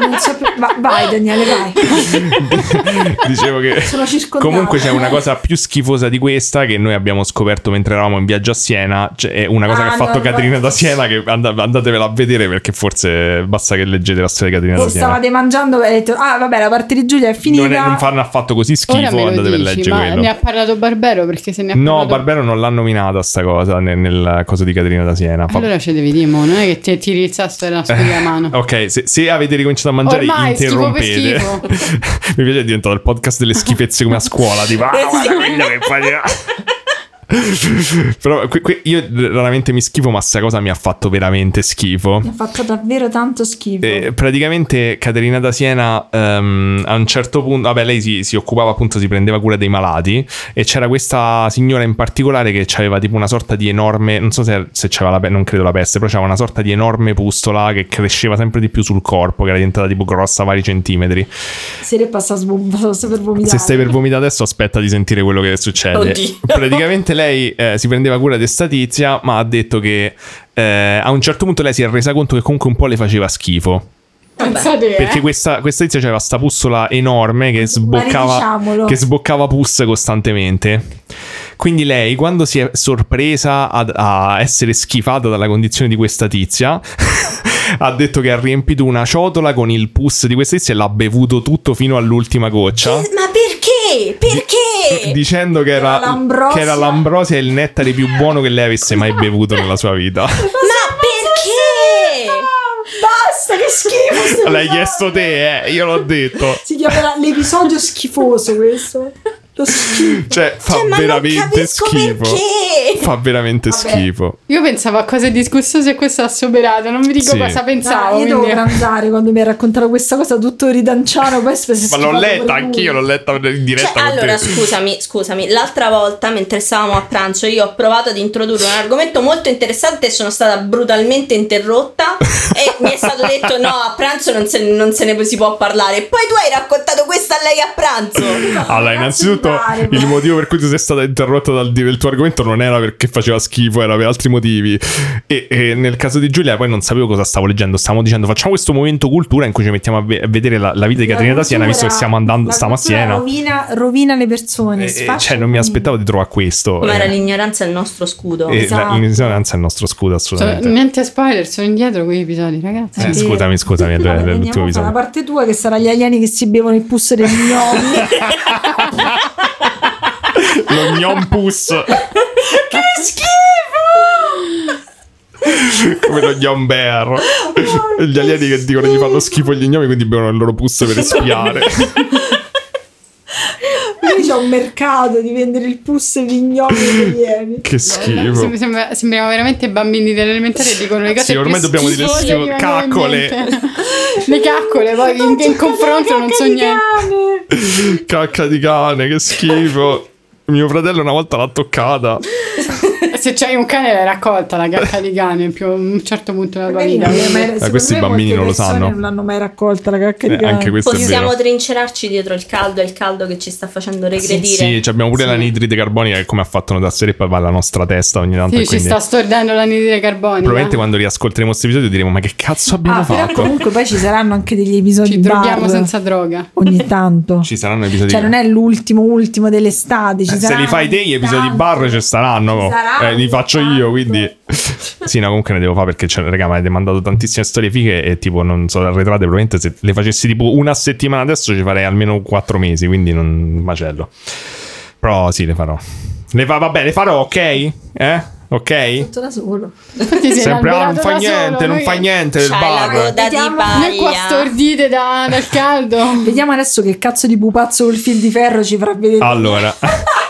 [SPEAKER 1] non c'è pro- va- vai Daniele, vai.
[SPEAKER 6] Eh, Dicevo che
[SPEAKER 1] Sono circondata.
[SPEAKER 6] comunque c'è una cosa più schifosa di questa che noi abbiamo scoperto mentre eravamo in viaggio a Siena. Cioè, è una cosa
[SPEAKER 1] Ah,
[SPEAKER 6] che ha fatto
[SPEAKER 1] no, no.
[SPEAKER 6] Caterina da Siena. Che and- andatevela a vedere perché forse basta che leggete la storia di Caterina
[SPEAKER 1] Voi
[SPEAKER 6] da Siena.
[SPEAKER 1] stavate mangiando e hai detto "Ah, vabbè, la parte di Giulia è finita".
[SPEAKER 6] Non, è- non fanno affatto così
[SPEAKER 3] Ora
[SPEAKER 6] schifo.
[SPEAKER 3] me
[SPEAKER 6] Andatevela
[SPEAKER 3] lo
[SPEAKER 6] a
[SPEAKER 3] dici,
[SPEAKER 6] leggere
[SPEAKER 3] ma
[SPEAKER 6] quello.
[SPEAKER 3] ne ha parlato Barbero perché se ne ha
[SPEAKER 6] No,
[SPEAKER 3] parlato...
[SPEAKER 6] Barbero non l'ha nominata sta cosa nel, nel coso di Caterina da Siena. Fa-
[SPEAKER 3] Allora ce devi dire, mo, non è che ti, ti rizzassi la sfogliamano.
[SPEAKER 6] Ok, se, se avete ricominciato a mangiare,
[SPEAKER 3] Ormai, schifo per
[SPEAKER 6] interrompete. Mi piace è diventato il podcast delle schifezze come a scuola. Tipo, ah, guarda quello che faceva. Però que- que- io raramente mi schifo, ma sta cosa mi ha fatto veramente schifo.
[SPEAKER 1] Mi ha fatto davvero tanto schifo.
[SPEAKER 6] Eh, praticamente Caterina da Siena ehm, a un certo punto, vabbè, lei si, si occupava appunto, si prendeva cura dei malati e c'era questa signora in particolare che aveva tipo una sorta di enorme, non so se, se c'era la pe- non credo la peste, però c'era una sorta di enorme pustola che cresceva sempre di più sul corpo, che era diventata tipo grossa vari centimetri.
[SPEAKER 1] Se ne passa sto per vomitare.
[SPEAKER 6] Se stai per vomitare adesso, aspetta di sentire quello che succede.
[SPEAKER 7] Oddio.
[SPEAKER 6] Praticamente lei eh, si prendeva cura di sta tizia, ma ha detto che eh, a un certo punto lei si è resa conto che comunque un po' le faceva schifo.
[SPEAKER 3] Pensate,
[SPEAKER 6] Perché
[SPEAKER 3] eh.
[SPEAKER 6] questa, questa tizia aveva sta bussola enorme che sboccava,
[SPEAKER 1] ridiciamolo.
[SPEAKER 6] che sboccava pus costantemente. Quindi lei, quando si è sorpresa ad- a essere schifata dalla condizione di questa tizia, ha detto che ha riempito una ciotola con il pus di questa tizia e l'ha bevuto tutto fino all'ultima goccia.
[SPEAKER 7] Ma perché? Perché?
[SPEAKER 6] Dicendo che era,
[SPEAKER 1] Era l'ambrosia.
[SPEAKER 6] che era l'ambrosia e il nettare più buono che lei avesse mai bevuto nella sua vita.
[SPEAKER 7] ma perché?
[SPEAKER 1] Ah, Basta, che schifo. sto
[SPEAKER 6] L'hai
[SPEAKER 7] esatto.
[SPEAKER 1] per-
[SPEAKER 6] chiesto te, eh? Io l'ho detto.
[SPEAKER 1] Si chiamerà l'episodio schifoso questo. Lo schifo.
[SPEAKER 6] Cioè, fa
[SPEAKER 7] Cioè, ma non
[SPEAKER 6] veramente
[SPEAKER 7] capisco
[SPEAKER 6] schifo.
[SPEAKER 7] perché.
[SPEAKER 6] Fa veramente
[SPEAKER 1] Vabbè.
[SPEAKER 6] schifo.
[SPEAKER 3] Io pensavo a cose discusso se questo ha superato, non vi dico
[SPEAKER 6] Sì.
[SPEAKER 3] cosa
[SPEAKER 1] Ciao,
[SPEAKER 3] pensavo.
[SPEAKER 1] Ah, io devo
[SPEAKER 3] quindi-
[SPEAKER 1] pranzare quando mi ha raccontato questa cosa tutto ridanciano. Poi spesso
[SPEAKER 6] Ma l'ho letta anch'io, l'ho letta in diretta
[SPEAKER 7] Cioè,
[SPEAKER 6] con
[SPEAKER 7] allora,
[SPEAKER 6] te.
[SPEAKER 7] scusami, scusami, l'altra volta mentre stavamo a pranzo io ho provato ad introdurre un argomento molto interessante e sono stata brutalmente interrotta e mi è stato detto no, a pranzo non se, non se ne si può parlare. Poi tu hai raccontato questa a lei a pranzo.
[SPEAKER 6] Allora, innanzitutto il motivo per cui tu sei stata interrotta dal, del tuo argomento non era perché faceva schifo, era per altri motivi. E, e nel caso di Giulia, poi non sapevo cosa stavo leggendo. Stavamo dicendo, facciamo questo momento cultura in cui ci mettiamo a, ve- a vedere la, la vita di Caterina da Siena, visto che stiamo andando, stiamo a Siena.
[SPEAKER 1] Rovina, rovina le persone.
[SPEAKER 6] E- e-
[SPEAKER 1] sfascia
[SPEAKER 6] cioè, non mi
[SPEAKER 1] tutto.
[SPEAKER 6] aspettavo di trovare questo.
[SPEAKER 7] Come era
[SPEAKER 6] Eh,
[SPEAKER 7] l'ignoranza è il nostro scudo.
[SPEAKER 6] e la-
[SPEAKER 1] Esatto.
[SPEAKER 6] l'ignoranza è il nostro scudo,
[SPEAKER 3] So-
[SPEAKER 6] assolutamente.
[SPEAKER 3] niente spoiler, sono indietro quegli episodi, ragazzi.
[SPEAKER 6] Eh,
[SPEAKER 1] Sì.
[SPEAKER 6] scusami, scusami, eh, è
[SPEAKER 1] Vabbè, andiamo
[SPEAKER 6] l'ultimo
[SPEAKER 1] a fare
[SPEAKER 6] episodio.
[SPEAKER 1] La parte tua che sarà gli alieni che si bevono il pus dei gnomi.
[SPEAKER 6] Lo gnompus. Come lo gnombero. Gli alieni che dicono gli fanno schifo gli gnomi, quindi bevono il loro pus per espiare.
[SPEAKER 1] Qui c'è un mercato di vendere il pus e gli gnomi degli alieni.
[SPEAKER 6] che schifo.
[SPEAKER 3] Sem- sembra- sembriamo veramente bambini dell'elementare e dicono le cose
[SPEAKER 6] Sì, ormai
[SPEAKER 3] più
[SPEAKER 6] dobbiamo dire
[SPEAKER 3] schifose
[SPEAKER 6] schifo-
[SPEAKER 3] che vengono
[SPEAKER 6] caccole.
[SPEAKER 3] in mente. le caccole poi in, in confronto non so niente
[SPEAKER 6] Cacca di cane, che schifo. Mio fratello una volta l'ha toccata. Eh,
[SPEAKER 3] si se c'hai un cane l'hai raccolta la gatta di cane più a un certo punto della tua
[SPEAKER 1] Magari
[SPEAKER 3] vita.
[SPEAKER 1] Eh, non l'hai mai- secondo
[SPEAKER 6] Eh, questi
[SPEAKER 1] me
[SPEAKER 6] bambini
[SPEAKER 1] molte
[SPEAKER 6] non lo
[SPEAKER 1] persone
[SPEAKER 6] sanno.
[SPEAKER 1] Non l'hanno mai raccolta la cacca di
[SPEAKER 6] Eh,
[SPEAKER 1] cane.
[SPEAKER 6] anche questo è
[SPEAKER 7] Possiamo
[SPEAKER 6] vero.
[SPEAKER 7] trincerarci dietro il caldo, è il caldo che ci sta facendo regredire.
[SPEAKER 6] Sì, ci abbiamo pure
[SPEAKER 7] Sì.
[SPEAKER 6] l'anidride carbonica che come ha fatto notazione poi va alla nostra testa ogni tanto.
[SPEAKER 3] Sì,
[SPEAKER 6] e
[SPEAKER 3] ci
[SPEAKER 6] quindi
[SPEAKER 3] sta stordendo l'anidride carbonica.
[SPEAKER 6] probabilmente quando riascolteremo questo episodio diremo ma che cazzo abbiamo
[SPEAKER 1] Ah, però
[SPEAKER 6] fatto?
[SPEAKER 1] comunque poi ci saranno anche degli episodi
[SPEAKER 3] Ci
[SPEAKER 1] bar
[SPEAKER 3] droghiamo senza droga.
[SPEAKER 1] ogni tanto.
[SPEAKER 6] Ci saranno episodi
[SPEAKER 1] Cioè, non è l'ultimo ultimo dell'estate. Ci
[SPEAKER 6] Eh, se
[SPEAKER 1] saranno
[SPEAKER 6] li fai te gli episodi
[SPEAKER 1] tanti.
[SPEAKER 6] bar ci saranno,
[SPEAKER 1] Ci
[SPEAKER 6] oh.
[SPEAKER 1] saranno
[SPEAKER 6] Eh, li faccio
[SPEAKER 1] tanto.
[SPEAKER 6] io quindi sì no comunque ne devo fare perché cioè, raga mi avete mandato tantissime storie fighe e tipo non so arretrate probabilmente se le facessi tipo una settimana adesso ci farei almeno quattro mesi quindi non macello però sì le farò le fa- vabbè le farò ok eh ok
[SPEAKER 1] Tutto da solo.
[SPEAKER 3] Infatti si è
[SPEAKER 6] sempre ah, non
[SPEAKER 3] inalberato
[SPEAKER 6] fa
[SPEAKER 3] da solo,
[SPEAKER 6] niente non
[SPEAKER 3] noi-
[SPEAKER 6] fa niente
[SPEAKER 7] C'hai
[SPEAKER 6] del
[SPEAKER 7] la
[SPEAKER 6] bar
[SPEAKER 7] coda di
[SPEAKER 1] Vediamo-
[SPEAKER 7] paglia.
[SPEAKER 3] Noi qua stordite da- dal caldo.
[SPEAKER 1] Vediamo adesso che cazzo di pupazzo col fil di ferro ci farà vedere.
[SPEAKER 6] allora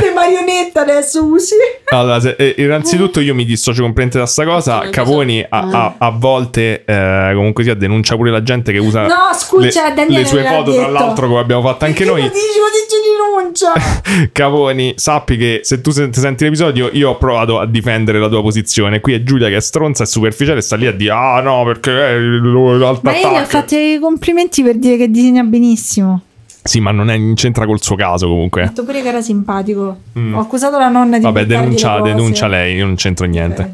[SPEAKER 1] Le marionette adesso usi.
[SPEAKER 6] Allora, se- eh, innanzitutto io mi dissocio completamente da sta cosa. Cavoni a,
[SPEAKER 1] Ah.
[SPEAKER 6] a- a volte eh, comunque sia denuncia pure la gente che usa
[SPEAKER 1] No, scusa,
[SPEAKER 6] Eh, le,
[SPEAKER 1] Daniele
[SPEAKER 6] le sue
[SPEAKER 1] me l'ha
[SPEAKER 6] foto, tra
[SPEAKER 1] detto.
[SPEAKER 6] l'altro, come abbiamo fatto anche
[SPEAKER 1] Che lo
[SPEAKER 6] noi.
[SPEAKER 1] dici, lo dici rinuncia.
[SPEAKER 6] Cavoni, sappi che se tu sen- senti l'episodio, io ho provato a difendere la tua posizione. Qui è Giulia che è stronza e superficiale e sta lì a dire: Ah, no, perché è l- l'alta
[SPEAKER 1] Ma io gli ho
[SPEAKER 6] attack.
[SPEAKER 1] fatto i complimenti per dire che disegna benissimo.
[SPEAKER 6] Sì, ma non è, non c'entra col suo caso
[SPEAKER 1] Ho
[SPEAKER 6] comunque.
[SPEAKER 1] detto pure che era simpatico.
[SPEAKER 6] Eh. Mm.
[SPEAKER 1] Ho accusato la nonna di
[SPEAKER 6] Vabbè,
[SPEAKER 1] buttargli le
[SPEAKER 6] denuncia,
[SPEAKER 1] cose.
[SPEAKER 6] denuncia lei, io non c'entro niente.
[SPEAKER 1] Ok.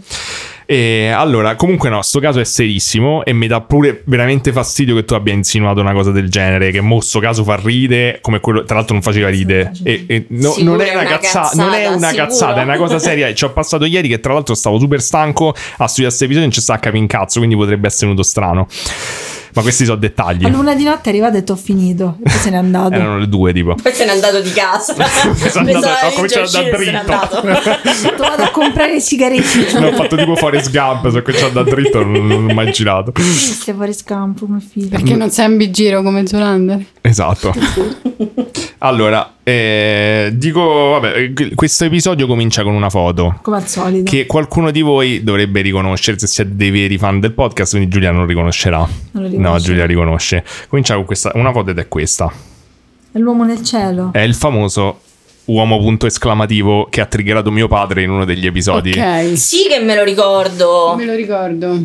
[SPEAKER 6] E allora, comunque no, sto caso è serissimo e mi dà pure veramente fastidio che tu abbia insinuato una cosa del genere, che mo sto caso fa ride, come quello, tra l'altro non faceva ride. E, e no-
[SPEAKER 7] Sicuro
[SPEAKER 6] non
[SPEAKER 7] è
[SPEAKER 6] è una,
[SPEAKER 7] una
[SPEAKER 6] cazza-
[SPEAKER 7] cazzata,
[SPEAKER 6] non è una
[SPEAKER 7] sicuro.
[SPEAKER 6] cazzata, è una cosa seria. Ci ho passato ieri che tra l'altro stavo super stanco a studiare questo episodio e non ci sta a capire un cazzo, quindi potrebbe essere venuto strano. Ma questi sono dettagli.
[SPEAKER 1] A luna di notte è arrivato e detto ho finito. E poi se n'è andato.
[SPEAKER 6] Erano le due tipo.
[SPEAKER 7] Poi se n'è andato di casa. eh,
[SPEAKER 6] Sono andato- Esatto, ho cominciato a andare dritto.
[SPEAKER 1] Ho detto, vado a comprare i sigaretti.
[SPEAKER 6] L'ho fatto tipo fuori sgampa, se cominciato da dritto non, non ho mai girato.
[SPEAKER 1] Stai fuori scampo, come
[SPEAKER 6] Eh,
[SPEAKER 1] figlio.
[SPEAKER 3] Perché non sei in bigiro come Zulander.
[SPEAKER 6] Esatto. Allora, eh, dico, vabbè, eh, questo episodio comincia con una foto
[SPEAKER 1] Come al solito.
[SPEAKER 6] che qualcuno di voi dovrebbe riconoscere se siete dei veri fan del podcast, quindi Giulia non riconoscerà.
[SPEAKER 1] Non lo
[SPEAKER 6] No,
[SPEAKER 1] riconosco.
[SPEAKER 6] Giulia riconosce. Comincia con questa, una foto ed è questa.
[SPEAKER 1] È l'uomo nel cielo.
[SPEAKER 6] È il famoso uomo punto esclamativo che ha triggerato mio padre in uno degli episodi.
[SPEAKER 3] Ok.
[SPEAKER 7] sì che me lo ricordo.
[SPEAKER 3] Me lo ricordo.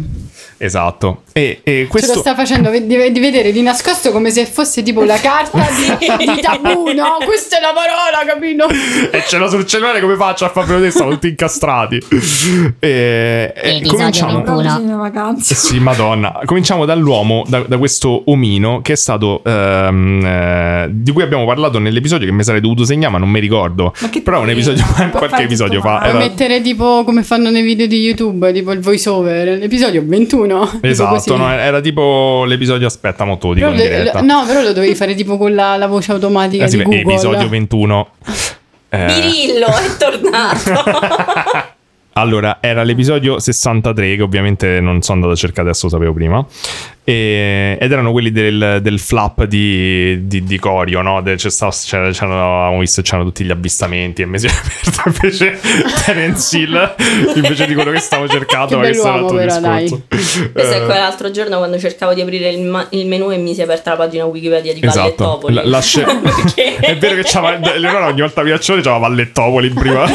[SPEAKER 6] Esatto. E, e
[SPEAKER 3] Ce Cioè, lo
[SPEAKER 6] questo...
[SPEAKER 3] sta facendo ve- di, di vedere di nascosto come se fosse tipo la carta di, di tabù, no? Questa è la parola, capito?
[SPEAKER 6] E ce l'ho sul cellulare, come faccio a far vedere? Sono tutti incastrati. E, e cominciamo.
[SPEAKER 1] Però bisogna in vacanza.
[SPEAKER 6] Sì, madonna. Cominciamo dall'uomo, da, da questo omino che è stato. ehm, eh, di cui abbiamo parlato nell'episodio che mi sarei dovuto segnare, ma non mi ricordo.
[SPEAKER 1] Ma che
[SPEAKER 6] Però un episodio
[SPEAKER 1] frega,
[SPEAKER 6] fa,
[SPEAKER 1] può
[SPEAKER 6] qualche
[SPEAKER 1] fare
[SPEAKER 6] episodio
[SPEAKER 1] tutto
[SPEAKER 6] fa.
[SPEAKER 1] male.
[SPEAKER 3] Puoi
[SPEAKER 6] era-
[SPEAKER 3] mettere tipo come fanno nei video di YouTube, tipo il voice over, l'episodio 21. tipo
[SPEAKER 6] esatto,
[SPEAKER 3] così.
[SPEAKER 6] no, era tipo l'episodio. Aspetta, mo te lo dico
[SPEAKER 3] Però
[SPEAKER 6] in
[SPEAKER 3] lo-
[SPEAKER 6] diretta.
[SPEAKER 3] lo- no, però lo dovevi fare tipo con la, la voce automatica
[SPEAKER 6] Eh, sì,
[SPEAKER 3] di Google.
[SPEAKER 6] episodio 21. Eh,
[SPEAKER 7] Pirillo è tornato.
[SPEAKER 6] Allora, era l'episodio 63, che ovviamente non sono andato a cercare adesso, lo sapevo prima. E- ed erano quelli del, del flap di, di, di Corio, no? Del- c'è stato- c'era- c'erano, avevamo visto, c'erano tutti gli avvistamenti e mi si è aperto invece Terence Hill, invece di quello che stavo cercando,
[SPEAKER 3] Che
[SPEAKER 6] ma questo era un altro
[SPEAKER 3] bell'uomo, però,
[SPEAKER 6] discorso.
[SPEAKER 7] Questo è
[SPEAKER 6] Eh,
[SPEAKER 7] quell'altro giorno quando cercavo di aprire il, ma- il menu e mi si è aperta la pagina Wikipedia di
[SPEAKER 6] Esatto,
[SPEAKER 7] Vallettopoli.
[SPEAKER 6] la, la sce-
[SPEAKER 7] Perché?
[SPEAKER 6] è vero che c'era Leonora ogni volta che c'era c'era Vallettopoli in, prima-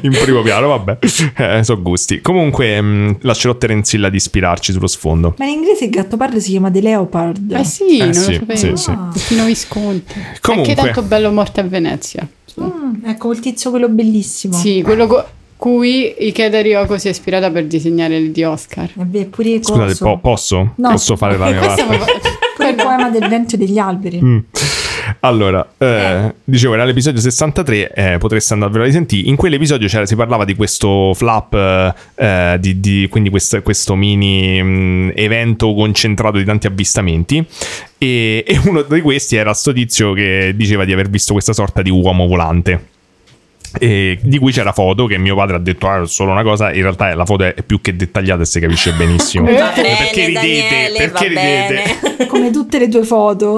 [SPEAKER 6] in primo piano, vabbè, eh, sono gusti. Comunque mh, lascerò Terenzilla di ispirarci sullo sfondo.
[SPEAKER 1] Ma in inglese il gattopardo si chiama The Leopard.
[SPEAKER 3] Eh sì,
[SPEAKER 6] Eh
[SPEAKER 3] non
[SPEAKER 6] sì,
[SPEAKER 3] lo
[SPEAKER 6] sì,
[SPEAKER 3] sapevo.
[SPEAKER 6] sì.
[SPEAKER 3] Fino a Visconti.
[SPEAKER 6] Comunque.
[SPEAKER 3] Anche tanto bello morto a Venezia.
[SPEAKER 1] Mm, ecco il tizio quello bellissimo.
[SPEAKER 3] Sì, quello co- cui Ikeda Ryoko si è ispirata per disegnare le di Oscar.
[SPEAKER 1] E beh, pure coso.
[SPEAKER 6] Scusate, po- posso?
[SPEAKER 1] No.
[SPEAKER 6] Posso fare la mia
[SPEAKER 3] Qua
[SPEAKER 6] parte?
[SPEAKER 3] siamo-
[SPEAKER 1] Pure il poema del vento e degli alberi.
[SPEAKER 6] Mm. Allora, eh, dicevo, era l'episodio 63, eh, potreste andarvelo a risentire. In quell'episodio c'era- si parlava di questo flap, eh, eh, di, di- quindi questo, questo mini mm, evento concentrato di tanti avvistamenti. E, e uno di questi era sto tizio che diceva di aver visto questa sorta di uomo volante. E di cui c'era foto che mio padre ha detto ah, è solo una cosa. In realtà eh, la foto è più che dettagliata e si capisce benissimo.
[SPEAKER 7] Va bene,
[SPEAKER 6] Eh, perché ridete?
[SPEAKER 7] Daniele,
[SPEAKER 6] perché
[SPEAKER 7] va
[SPEAKER 6] ridete?
[SPEAKER 7] bene.
[SPEAKER 1] Come tutte le tue foto.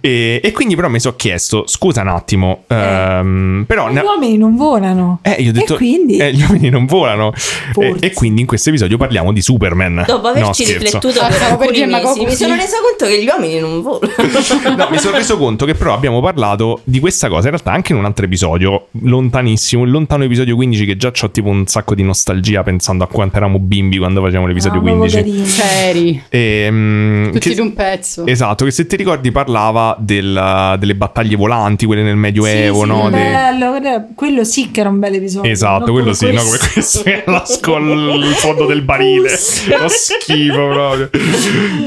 [SPEAKER 6] E, e quindi però mi sono chiesto, scusa un attimo, ehm, però...
[SPEAKER 1] Gli
[SPEAKER 6] ne-
[SPEAKER 1] uomini non volano.
[SPEAKER 6] eh, io ho detto,
[SPEAKER 1] E quindi?
[SPEAKER 6] eh, gli uomini non volano. E,
[SPEAKER 1] Forse.
[SPEAKER 6] e quindi in questo episodio parliamo di Superman.
[SPEAKER 7] Dopo
[SPEAKER 6] No,
[SPEAKER 7] averci
[SPEAKER 6] scherzo.
[SPEAKER 7] riflettuto
[SPEAKER 3] Ah,
[SPEAKER 7] per
[SPEAKER 3] stavo per
[SPEAKER 7] alcuni
[SPEAKER 3] dire, ma
[SPEAKER 7] mesi, mi
[SPEAKER 3] così.
[SPEAKER 7] sono resa conto che gli uomini non volano.
[SPEAKER 6] No, mi sono reso conto che però abbiamo parlato di questa cosa in realtà anche in un altro episodio, lontanissimo, il lontano episodio 15 che già ho tipo un sacco di nostalgia pensando a quanto eravamo bimbi quando facevamo
[SPEAKER 1] Ah,
[SPEAKER 6] l'episodio Cioè, 15.
[SPEAKER 3] Seri,
[SPEAKER 6] E, mm,
[SPEAKER 3] tutti
[SPEAKER 6] che-
[SPEAKER 3] d'un pezzo.
[SPEAKER 6] Esatto, che se ti ricordi parlava del- delle battaglie volanti, quelle nel Medioevo,
[SPEAKER 3] Sì, sì, beh,
[SPEAKER 6] no? De-
[SPEAKER 1] Bello, quello- quello sì che era un bel episodio.
[SPEAKER 6] Esatto,
[SPEAKER 1] non come
[SPEAKER 6] quello sì, no? Come questo è la scolla il fondo del barile. Lo schifo proprio.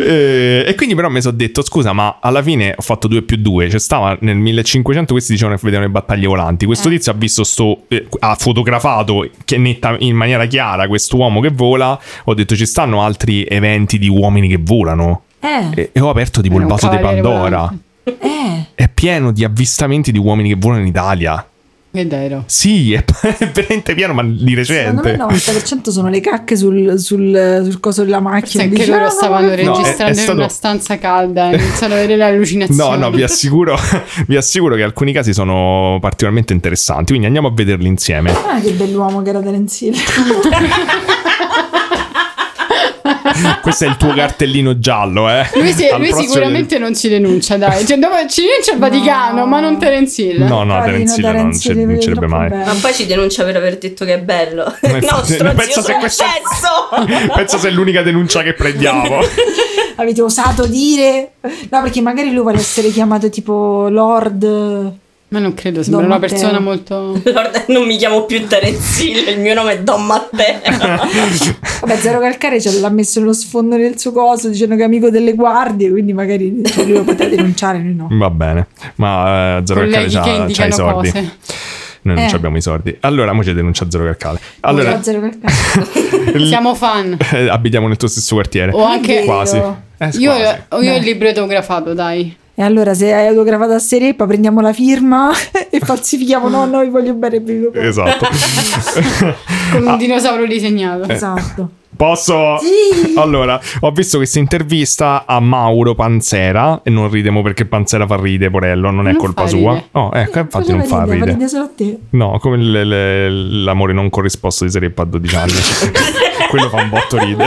[SPEAKER 6] E, e quindi però mi sono detto, scusa, ma alla fine ho fatto 2 più 2. Cioè stava nel 1500, questi dicevano che vedevano le battaglie volanti. Questo tizio ha visto sto, eh, ha fotografato che netta- in maniera chiara quest'uomo che vola. Ho detto, ci stanno altri eventi di uomini che volano.
[SPEAKER 1] Eh,
[SPEAKER 6] E, e ho aperto tipo il
[SPEAKER 3] Era un
[SPEAKER 6] vaso di
[SPEAKER 3] cavaliere
[SPEAKER 6] Pandora.
[SPEAKER 3] volante.
[SPEAKER 1] eh.
[SPEAKER 6] È pieno di avvistamenti di uomini che volano in Italia.
[SPEAKER 3] È vero.
[SPEAKER 6] Sì, è, è veramente pieno, ma di
[SPEAKER 1] Secondo me
[SPEAKER 6] recente.
[SPEAKER 1] il 90% sono le cacche sul, sul, sul coso della
[SPEAKER 3] Forse
[SPEAKER 1] macchina.
[SPEAKER 3] anche
[SPEAKER 1] Dici,
[SPEAKER 3] loro
[SPEAKER 1] "Ah,
[SPEAKER 3] stavano
[SPEAKER 1] ma-
[SPEAKER 6] è- è
[SPEAKER 3] registrando in
[SPEAKER 6] stato-
[SPEAKER 3] una stanza calda e iniziano a vedere le
[SPEAKER 6] No,
[SPEAKER 3] allucinazioni.
[SPEAKER 6] no, vi assicuro, vi assicuro che alcuni casi sono particolarmente interessanti, quindi andiamo a vederli insieme.
[SPEAKER 1] Ah, che bell'uomo che era Terence Hill.
[SPEAKER 6] Questo è il tuo cartellino giallo, eh.
[SPEAKER 3] Lui, si-
[SPEAKER 6] Al
[SPEAKER 3] lui
[SPEAKER 6] prossimo-
[SPEAKER 3] sicuramente non ci denuncia, dai. Cioè, dopo ci denuncia il Vaticano, ma non Terence Hill.
[SPEAKER 6] No, no,
[SPEAKER 1] Carino,
[SPEAKER 6] Terence Hill non,
[SPEAKER 1] Terence
[SPEAKER 6] ce,
[SPEAKER 1] Hill,
[SPEAKER 6] non ci
[SPEAKER 1] troppo
[SPEAKER 6] sarebbe mai.
[SPEAKER 1] bello.
[SPEAKER 7] Ma poi ci denuncia per aver detto che è bello.
[SPEAKER 6] Ma infatti-
[SPEAKER 7] Nostro
[SPEAKER 6] ma
[SPEAKER 7] zio
[SPEAKER 6] pensa se questa-
[SPEAKER 7] pezzo.
[SPEAKER 6] Penso se è l'unica denuncia che prendiamo.
[SPEAKER 1] Avete osato dire? No, perché magari lui vuole essere chiamato tipo Lord.
[SPEAKER 3] Ma non credo, sembra
[SPEAKER 1] Don
[SPEAKER 3] una
[SPEAKER 1] Matteo.
[SPEAKER 3] persona molto...
[SPEAKER 7] Lord, non mi chiamo più Terenzillo, il mio nome è Don Matteo.
[SPEAKER 1] Vabbè, Zero Calcare ce l'ha messo nello sfondo del suo coso, dicendo che è amico delle guardie, quindi magari cioè, lui lo poteva denunciare, noi no.
[SPEAKER 6] Va bene, ma eh, Zero Calcare
[SPEAKER 3] colleghi che
[SPEAKER 6] c'ha, c'ha
[SPEAKER 3] indicano
[SPEAKER 6] i soldi.
[SPEAKER 3] cose.
[SPEAKER 6] Noi non
[SPEAKER 1] Eh.
[SPEAKER 6] ci abbiamo i soldi. Allora, mo ci denuncia Zero Calcale. Allora,
[SPEAKER 1] Ciao, Zero Calcare.
[SPEAKER 6] il-
[SPEAKER 3] Siamo fan.
[SPEAKER 6] Eh, abitiamo nel tuo stesso quartiere.
[SPEAKER 3] O anche...
[SPEAKER 6] Quasi. Eh,
[SPEAKER 3] Io,
[SPEAKER 6] quasi.
[SPEAKER 3] io
[SPEAKER 1] Beh.
[SPEAKER 3] il libro autografato, dai.
[SPEAKER 1] E allora, se hai autografato a Sereppa, prendiamo la firma e falsifichiamo. No, no, vi voglio bene. vi voglio bene.
[SPEAKER 6] Esatto.
[SPEAKER 3] Con
[SPEAKER 6] Ah.
[SPEAKER 3] un dinosauro disegnato.
[SPEAKER 6] eh.
[SPEAKER 1] Esatto.
[SPEAKER 6] Posso?
[SPEAKER 1] Sì.
[SPEAKER 6] Allora, ho visto questa intervista a Mauro Panzera e non ridemo perché Panzera fa ride, Porello, non è
[SPEAKER 3] Non
[SPEAKER 6] colpa
[SPEAKER 3] fa
[SPEAKER 6] sua.
[SPEAKER 3] ride.
[SPEAKER 6] No, ecco, infatti non fa
[SPEAKER 1] ridere,
[SPEAKER 6] ride.
[SPEAKER 1] ride solo a te.
[SPEAKER 6] No, come le- le- l'amore non corrisposto di Sereppa a 12 anni. Quello fa un botto ride.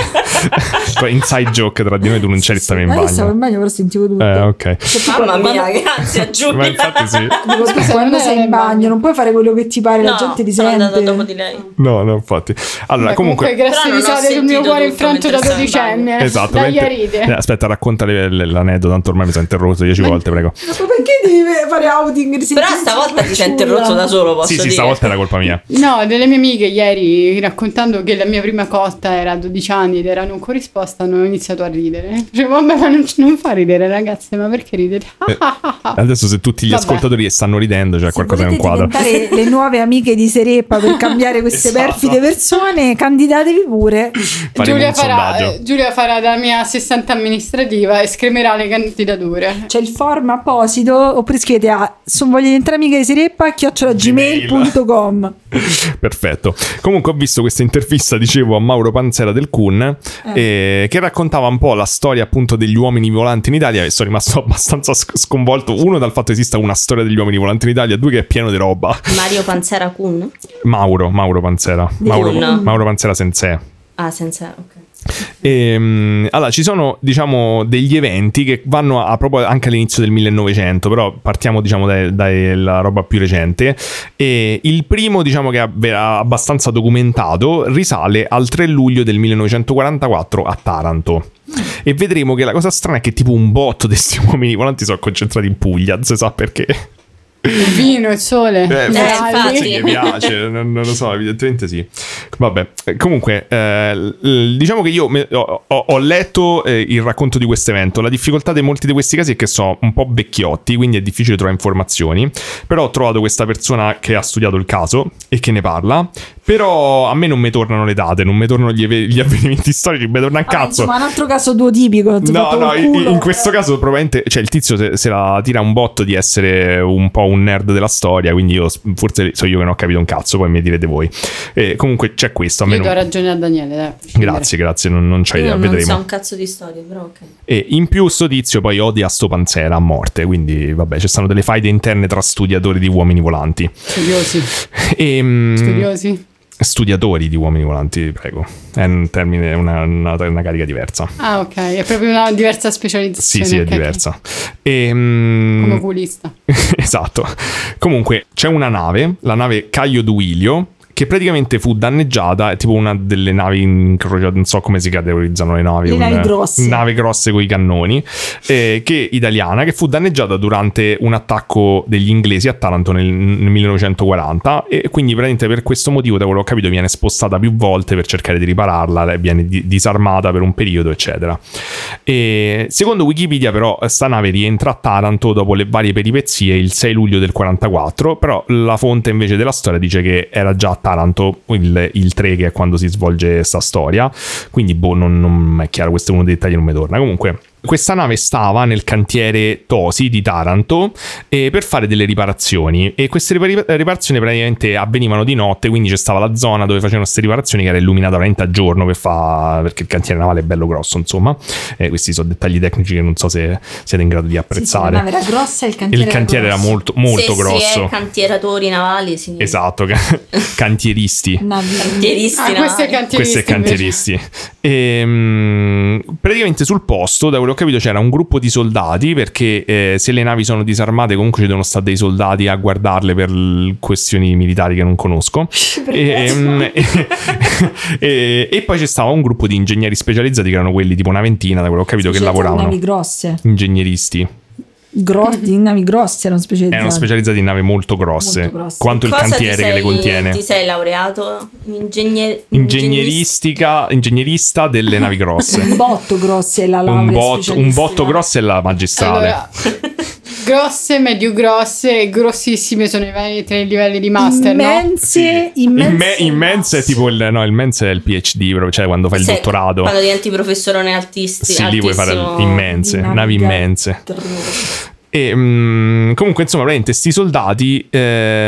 [SPEAKER 6] Poi Inside joke tra di noi, tu non c'eri, stavi in
[SPEAKER 1] Ma io stavo in
[SPEAKER 6] bagno.
[SPEAKER 1] bagno, però sentivo tutto.
[SPEAKER 6] Eh,
[SPEAKER 1] Cioè,
[SPEAKER 6] ok.
[SPEAKER 1] tipo,
[SPEAKER 7] Mamma
[SPEAKER 1] quando-
[SPEAKER 7] mia, grazie a Giulia.
[SPEAKER 6] Ma infatti sì.
[SPEAKER 1] dico,
[SPEAKER 3] Scusa,
[SPEAKER 1] quando
[SPEAKER 3] non era
[SPEAKER 1] sei in
[SPEAKER 3] nel
[SPEAKER 1] bagno,
[SPEAKER 3] bagno.
[SPEAKER 1] non puoi fare quello che ti pare, la
[SPEAKER 7] No,
[SPEAKER 1] gente ti
[SPEAKER 7] sono
[SPEAKER 1] sente.
[SPEAKER 7] andata dopo di lei.
[SPEAKER 6] No, no, infatti. Allora,
[SPEAKER 3] Beh,
[SPEAKER 6] comunque...
[SPEAKER 7] Però
[SPEAKER 3] grazie
[SPEAKER 7] non ho
[SPEAKER 3] risate sul mio
[SPEAKER 7] sentito
[SPEAKER 3] cuore
[SPEAKER 7] tutto
[SPEAKER 3] infranto da
[SPEAKER 7] mentre stavo in bagno.
[SPEAKER 3] 12enne.
[SPEAKER 6] Esatto.
[SPEAKER 3] Dai, a
[SPEAKER 6] mentre- Eh,
[SPEAKER 3] ride.
[SPEAKER 6] Aspetta, racconta le- le- l'aneddoto, tanto ormai mi sono interrotto 10 volte, prego.
[SPEAKER 1] Ma perché devi fare outing?
[SPEAKER 7] Però stavolta ti sei interrotto da solo, posso
[SPEAKER 6] Sì, sì,
[SPEAKER 7] dire.
[SPEAKER 6] stavolta era colpa mia.
[SPEAKER 3] No, delle mie amiche ieri raccontando che la mia prima cotta era a 12 anni ed era non corrisposta, hanno iniziato a ridere. Dicevo, vabbè, ma non, non fa ridere, ragazze, ma perché ridere?
[SPEAKER 6] Eh, Adesso se tutti gli
[SPEAKER 3] Ah. Vabbè.
[SPEAKER 6] ascoltatori stanno ridendo, c'è
[SPEAKER 1] Se
[SPEAKER 6] qualcosa in
[SPEAKER 1] volete
[SPEAKER 6] un quadro.
[SPEAKER 1] diventare le nuove amiche di Sereppa per cambiare queste
[SPEAKER 6] Esatto.
[SPEAKER 1] perfide persone, candidatevi pure.
[SPEAKER 6] Faremo
[SPEAKER 3] Giulia
[SPEAKER 6] un
[SPEAKER 3] farà,
[SPEAKER 6] sondaggio.
[SPEAKER 3] eh, Giulia farà da mia assistente amministrativa e scriverà le candidature.
[SPEAKER 1] C'è il form apposito oppure scrivete a sono voglio diventare amica di Sereppa chiocciola gmail.com.
[SPEAKER 6] Perfetto. Comunque ho visto questa intervista, dicevo, a Mauro Panzera del Kun, eh, che raccontava un po' la storia appunto degli uomini volanti in Italia e sono rimasto abbastanza sc- sconvolto. Uno dal fatto che esista una storia degli uomini volanti in Italia, due che è pieno di roba.
[SPEAKER 7] Mario Panzera Kun?
[SPEAKER 6] Mauro, Mauro Panzera. Mauro,
[SPEAKER 7] Kun.
[SPEAKER 6] Mauro Panzera sensei.
[SPEAKER 7] Ah, senza, ok.
[SPEAKER 6] Ehm, allora, ci sono, diciamo, degli eventi che vanno a, a proprio anche all'inizio del 1900, però partiamo, diciamo, dai- dalla roba più recente. E il primo, diciamo, che è ab- abbastanza documentato, risale al 3 luglio del 1944 a Taranto. E vedremo che la cosa strana è che tipo un botto di questi uomini volanti sono concentrati in Puglia, non si sa perché.
[SPEAKER 3] Il vino, il sole,
[SPEAKER 6] Eh,
[SPEAKER 3] i
[SPEAKER 6] forse-
[SPEAKER 3] raggi.
[SPEAKER 6] forse gli piace, non, non lo so, evidentemente sì. Vabbè, eh, comunque, eh, l- diciamo che io me- ho, ho- ho letto eh, il racconto di questo evento. La difficoltà di molti di questi casi è che sono un po' vecchiotti, quindi è difficile trovare informazioni. Però ho trovato questa persona che ha studiato il caso e che ne parla. Però a me non mi tornano le date, non mi tornano gli, eve- gli avvenimenti storici, mi torna a
[SPEAKER 1] Vabbè,
[SPEAKER 6] cazzo.
[SPEAKER 1] Insomma, un altro caso duotipico. ti ho
[SPEAKER 6] No,
[SPEAKER 1] fatto
[SPEAKER 6] no,
[SPEAKER 1] col
[SPEAKER 6] in,
[SPEAKER 1] culo.
[SPEAKER 6] in questo caso probabilmente, cioè il tizio se, se la tira un botto di essere un po' un nerd della storia, quindi io s- forse so io che non ho capito un cazzo, poi mi direte voi. Eh, comunque c'è questo, a me
[SPEAKER 3] Io do
[SPEAKER 6] non...
[SPEAKER 3] ragione a Daniele, dai. a prescindere.
[SPEAKER 6] Grazie, grazie, non, non c'ho
[SPEAKER 7] Io
[SPEAKER 6] idea,
[SPEAKER 7] non
[SPEAKER 6] vedremo.
[SPEAKER 7] so un cazzo di storie, però ok.
[SPEAKER 6] E in più sto tizio poi odia sto panzera a morte, quindi vabbè, ci stanno delle faide interne tra studiatori di uomini volanti.
[SPEAKER 3] Studiosi,
[SPEAKER 6] E, mm,
[SPEAKER 3] studiosi.
[SPEAKER 6] studiatori di uomini volanti, prego. È un termine, una, una, una carica diversa.
[SPEAKER 3] Ah, ok, è proprio una diversa
[SPEAKER 6] Sì,
[SPEAKER 3] specializzazione.
[SPEAKER 6] sì, è
[SPEAKER 3] ok, ok.
[SPEAKER 6] diversa. E, mm,
[SPEAKER 3] Come oculista.
[SPEAKER 6] esatto. Comunque c'è una nave, la nave Caio Duilio, che praticamente fu danneggiata, è tipo una delle navi incrociate, non so come si categorizzano le navi.
[SPEAKER 1] Le
[SPEAKER 6] un-
[SPEAKER 1] navi grosse.
[SPEAKER 6] Nave grosse con i cannoni, eh, che italiana, che fu danneggiata durante un attacco degli inglesi a Taranto nel, nel 1940 e quindi praticamente per questo motivo, da quello che ho capito, viene spostata più volte per cercare di ripararla, lei viene di- disarmata per un periodo, eccetera. E secondo Wikipedia, però, sta nave rientra a Taranto dopo le varie peripezie il 6 luglio del 44. Però la fonte invece della storia dice che era già a Taranto il, il 3, che è quando si svolge sta storia. Quindi, boh, non, non è chiaro, questo è uno dei dettagli, non mi torna. Comunque. Questa nave stava nel cantiere Tosi di Taranto eh, per fare delle riparazioni e queste ripar- riparazioni praticamente avvenivano di notte, quindi c'è stava la zona dove facevano queste riparazioni che era illuminata veramente a giorno per fa- perché il cantiere navale è bello grosso, insomma. Eh, questi sono dettagli tecnici che non so se siete in grado di apprezzare.
[SPEAKER 1] la nave era grossa e il cantiere
[SPEAKER 6] il cantiere era
[SPEAKER 1] grosso.
[SPEAKER 6] molto, molto
[SPEAKER 7] se si
[SPEAKER 6] grosso.
[SPEAKER 7] è cantieratori navali, sì.
[SPEAKER 6] esatto, ca- cantieristi.
[SPEAKER 1] Navi-
[SPEAKER 7] Cantieristi
[SPEAKER 3] Ah, questo è
[SPEAKER 7] navali.
[SPEAKER 3] cantieristi.
[SPEAKER 6] Questi cantieristi. Ehm, praticamente sul posto, da quello che ho capito, c'era un gruppo di soldati perché eh, se le navi sono disarmate comunque ci devono stare dei soldati a guardarle per l- questioni militari che non conosco. Ehm, e, e- e poi c'è stava un gruppo di ingegneri specializzati che erano quelli tipo una ventina, da quello che ho capito, che
[SPEAKER 1] Cioè, Navi
[SPEAKER 6] lavoravano.
[SPEAKER 1] grosse.
[SPEAKER 6] Ingegneristi.
[SPEAKER 1] Gro- di navi grosse erano specializzate.
[SPEAKER 6] Erano specializzati in navi molto grosse,
[SPEAKER 1] Esatto. Molto grosse.
[SPEAKER 6] quanto il
[SPEAKER 7] Cosa ti
[SPEAKER 6] cantiere che
[SPEAKER 7] sei-
[SPEAKER 6] le contiene.
[SPEAKER 7] Ti sei laureato in ingegner-
[SPEAKER 6] Ingegneristica, ingegnerista delle navi grosse.
[SPEAKER 1] Un botto grosse è la laurea
[SPEAKER 6] un, bot- un
[SPEAKER 1] specialistica.
[SPEAKER 6] botto grosso è la magistrale.
[SPEAKER 3] Allora, grosse, medio grosse e grossissime sono i vari tre livelli di master, no?
[SPEAKER 1] immense, immense,
[SPEAKER 6] Immense è tipo il, no, il mens è il PhD, proprio, cioè quando fai il
[SPEAKER 7] Se-
[SPEAKER 6] dottorato.
[SPEAKER 7] Quando diventi professorone altisti,
[SPEAKER 6] Sì, lì vuoi fare
[SPEAKER 7] altissimo-
[SPEAKER 6] immense, navi immense.
[SPEAKER 1] Terrore.
[SPEAKER 6] E mm, comunque, insomma, praticamente sti soldati.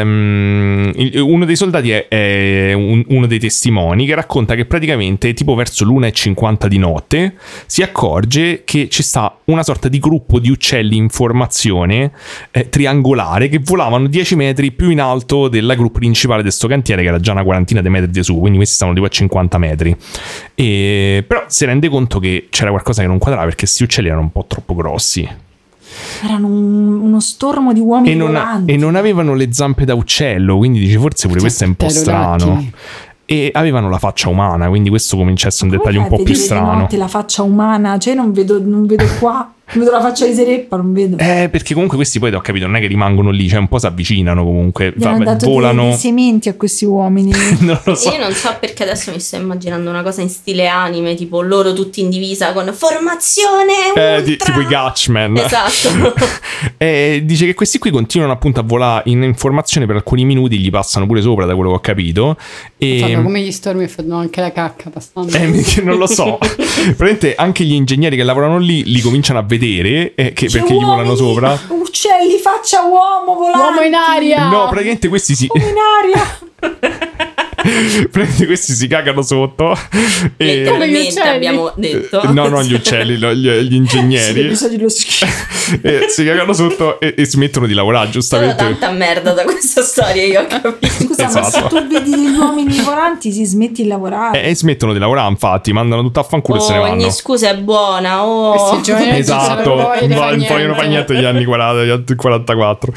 [SPEAKER 6] ehm, il- uno dei soldati è, è un- uno dei testimoni che racconta che praticamente, tipo verso l'1.50 di notte, si accorge che ci sta una sorta di gruppo di uccelli in formazione eh, triangolare che volavano 10 metri più in alto della gruppo principale di sto cantiere, che era già una quarantina di metri di su, quindi questi stavano tipo a 50 metri. E, però si rende conto che c'era qualcosa che non quadrava perché questi uccelli erano un po' troppo grossi
[SPEAKER 1] Erano un- uno stormo di uomini
[SPEAKER 6] e non,
[SPEAKER 1] volanti.
[SPEAKER 6] e non avevano le zampe da uccello, quindi dici forse
[SPEAKER 1] Cioè,
[SPEAKER 6] pure questo è un po'
[SPEAKER 3] Pterodattili.
[SPEAKER 6] strano. E avevano la faccia umana, quindi questo comincia a essere un
[SPEAKER 1] Come
[SPEAKER 6] dettaglio un
[SPEAKER 1] fai a
[SPEAKER 6] po' più
[SPEAKER 1] vedere di
[SPEAKER 6] strano.
[SPEAKER 1] notte la faccia umana, cioè non vedo, non vedo qua, non vedo la faccia di Sereppa, non vedo.
[SPEAKER 6] Eh, perché comunque questi poi, ho capito, non è che rimangono lì, cioè un po' si avvicinano comunque,
[SPEAKER 1] Gli hanno
[SPEAKER 6] vabbè,
[SPEAKER 1] dato
[SPEAKER 6] volano.
[SPEAKER 1] dei, dei sementi a questi uomini.
[SPEAKER 6] non lo so.
[SPEAKER 7] Io non so perché adesso mi sto immaginando una cosa in stile anime, tipo loro tutti in divisa con formazione
[SPEAKER 6] Eh,
[SPEAKER 7] ultra.
[SPEAKER 6] di- tipo i Gatchman.
[SPEAKER 7] Esatto.
[SPEAKER 6] Eh, dice che questi qui continuano appunto a volare in informazione per alcuni minuti, gli passano pure sopra, da quello che ho capito. E...
[SPEAKER 3] Fanno come gli stormi e fanno anche la cacca abbastanza.
[SPEAKER 6] Ehm, Eh, mi- che non lo so. Praticamente anche gli ingegneri che lavorano lì li cominciano a vedere eh, che-
[SPEAKER 1] Cioè,
[SPEAKER 6] perché gli volano
[SPEAKER 1] uomini,
[SPEAKER 6] sopra.
[SPEAKER 1] Uccelli, faccia uomo, volante.
[SPEAKER 3] Uomo in aria!
[SPEAKER 6] No, praticamente questi si,
[SPEAKER 1] Uomo in aria.
[SPEAKER 6] praticamente questi si cagano sotto. E... eh,
[SPEAKER 7] Letteralmente
[SPEAKER 3] uccelli.
[SPEAKER 7] abbiamo detto.
[SPEAKER 6] No, no, gli uccelli, no, gli, gli
[SPEAKER 1] Sì,
[SPEAKER 6] ingegneri
[SPEAKER 1] l'episodio dello schifo.
[SPEAKER 6] Eh, si cagano sotto e, e smettono di lavorare,
[SPEAKER 7] Solo
[SPEAKER 6] giustamente.
[SPEAKER 7] tanta merda da questa storia,
[SPEAKER 6] Eh,
[SPEAKER 7] io ho capito.
[SPEAKER 1] Scusa, ma se
[SPEAKER 6] Esatto. Eh,
[SPEAKER 1] tu vedi gli uomini volanti si smetti di lavorare.
[SPEAKER 6] E, e smettono di lavorare, infatti, mandano tutto a fanculo e se ne
[SPEAKER 7] Oh,
[SPEAKER 6] vanno.
[SPEAKER 7] ogni scusa è buona. Oh.
[SPEAKER 3] Questi giovani oggi
[SPEAKER 6] Esatto,
[SPEAKER 3] sono
[SPEAKER 6] poi
[SPEAKER 3] fuori da far
[SPEAKER 6] non fa niente gli anni 40, gli anni 44.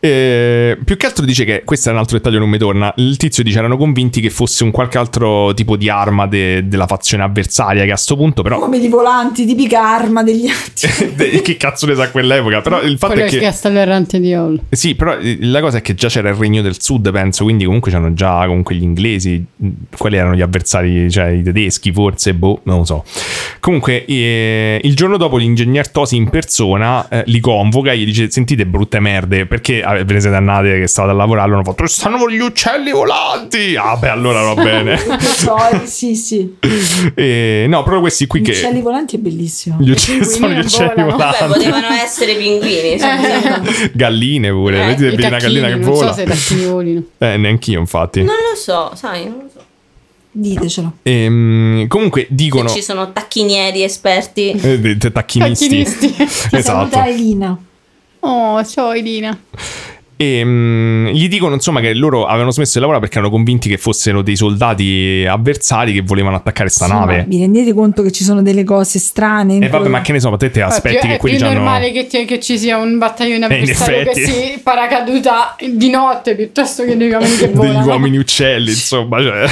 [SPEAKER 6] E, più che altro dice che questo è un altro dettaglio, che non mi torna. Il tizio dice erano convinti che fosse un qualche altro tipo di arma de- della fazione avversaria. Che a sto punto, però,
[SPEAKER 1] Uomini volanti, tipica arma degli altri.
[SPEAKER 6] che cazzo ne sa quell'epoca? Però il fatto
[SPEAKER 3] Quello
[SPEAKER 6] è
[SPEAKER 3] è il
[SPEAKER 6] che.
[SPEAKER 3] castello errante di Hall.
[SPEAKER 6] Sì, però eh, la cosa è che già c'era il regno del sud, penso, quindi comunque c'erano già comunque gli inglesi, mh, quali erano gli avversari, cioè i tedeschi forse, boh, non lo so. Comunque eh, il giorno dopo l'ingegner Tosi in persona eh, li convoca e gli dice sentite brutte merde, perché ah, ve ne siete andate che stavate a lavorare, loro hanno fatto stanno gli uccelli volanti! Ah beh, allora va bene.
[SPEAKER 1] Lo so, eh, sì, sì.
[SPEAKER 6] Eh, no, proprio questi qui
[SPEAKER 1] Gli
[SPEAKER 6] che...
[SPEAKER 1] uccelli volanti è bellissimo.
[SPEAKER 6] Gli uccelli,
[SPEAKER 3] Quindi
[SPEAKER 6] sono gli uccelli
[SPEAKER 7] Beh,
[SPEAKER 3] volano.
[SPEAKER 6] volanti,
[SPEAKER 7] potevano essere pinguini. cioè,
[SPEAKER 6] galline pure,
[SPEAKER 3] Eh,
[SPEAKER 6] vedi
[SPEAKER 3] i
[SPEAKER 6] vedi una
[SPEAKER 3] tacchini,
[SPEAKER 6] gallina che
[SPEAKER 3] non
[SPEAKER 6] vola.
[SPEAKER 3] so se i tacchini volino.
[SPEAKER 6] Eh, neanch'io infatti.
[SPEAKER 7] Non lo so, sai, non lo so.
[SPEAKER 1] Ditecelo.
[SPEAKER 6] Ehm, comunque dicono
[SPEAKER 7] Se ci sono tacchinieri esperti.
[SPEAKER 6] eh, de- de- tacchinisti.
[SPEAKER 3] Tacchinisti.
[SPEAKER 1] Ti saluta
[SPEAKER 6] esatto.
[SPEAKER 1] Elina.
[SPEAKER 3] Oh, ciao Elina.
[SPEAKER 6] E mm, gli dicono insomma che loro avevano smesso di lavorare perché erano convinti che fossero dei soldati avversari che volevano attaccare sta
[SPEAKER 1] Insomma,
[SPEAKER 6] nave.
[SPEAKER 1] Vi rendete conto che ci sono delle cose strane?
[SPEAKER 6] E vabbè, ma che ne so, ma te, te
[SPEAKER 3] Infatti,
[SPEAKER 6] aspetti che
[SPEAKER 3] è
[SPEAKER 6] quelli
[SPEAKER 3] più
[SPEAKER 6] già hanno-
[SPEAKER 3] normale che, ti- che ci sia un battaglione
[SPEAKER 6] Eh, in
[SPEAKER 3] avversario che
[SPEAKER 6] effetti.
[SPEAKER 3] si paracaduta di notte piuttosto che degli uomini che volano.
[SPEAKER 6] degli uomini uccelli, insomma. cioè.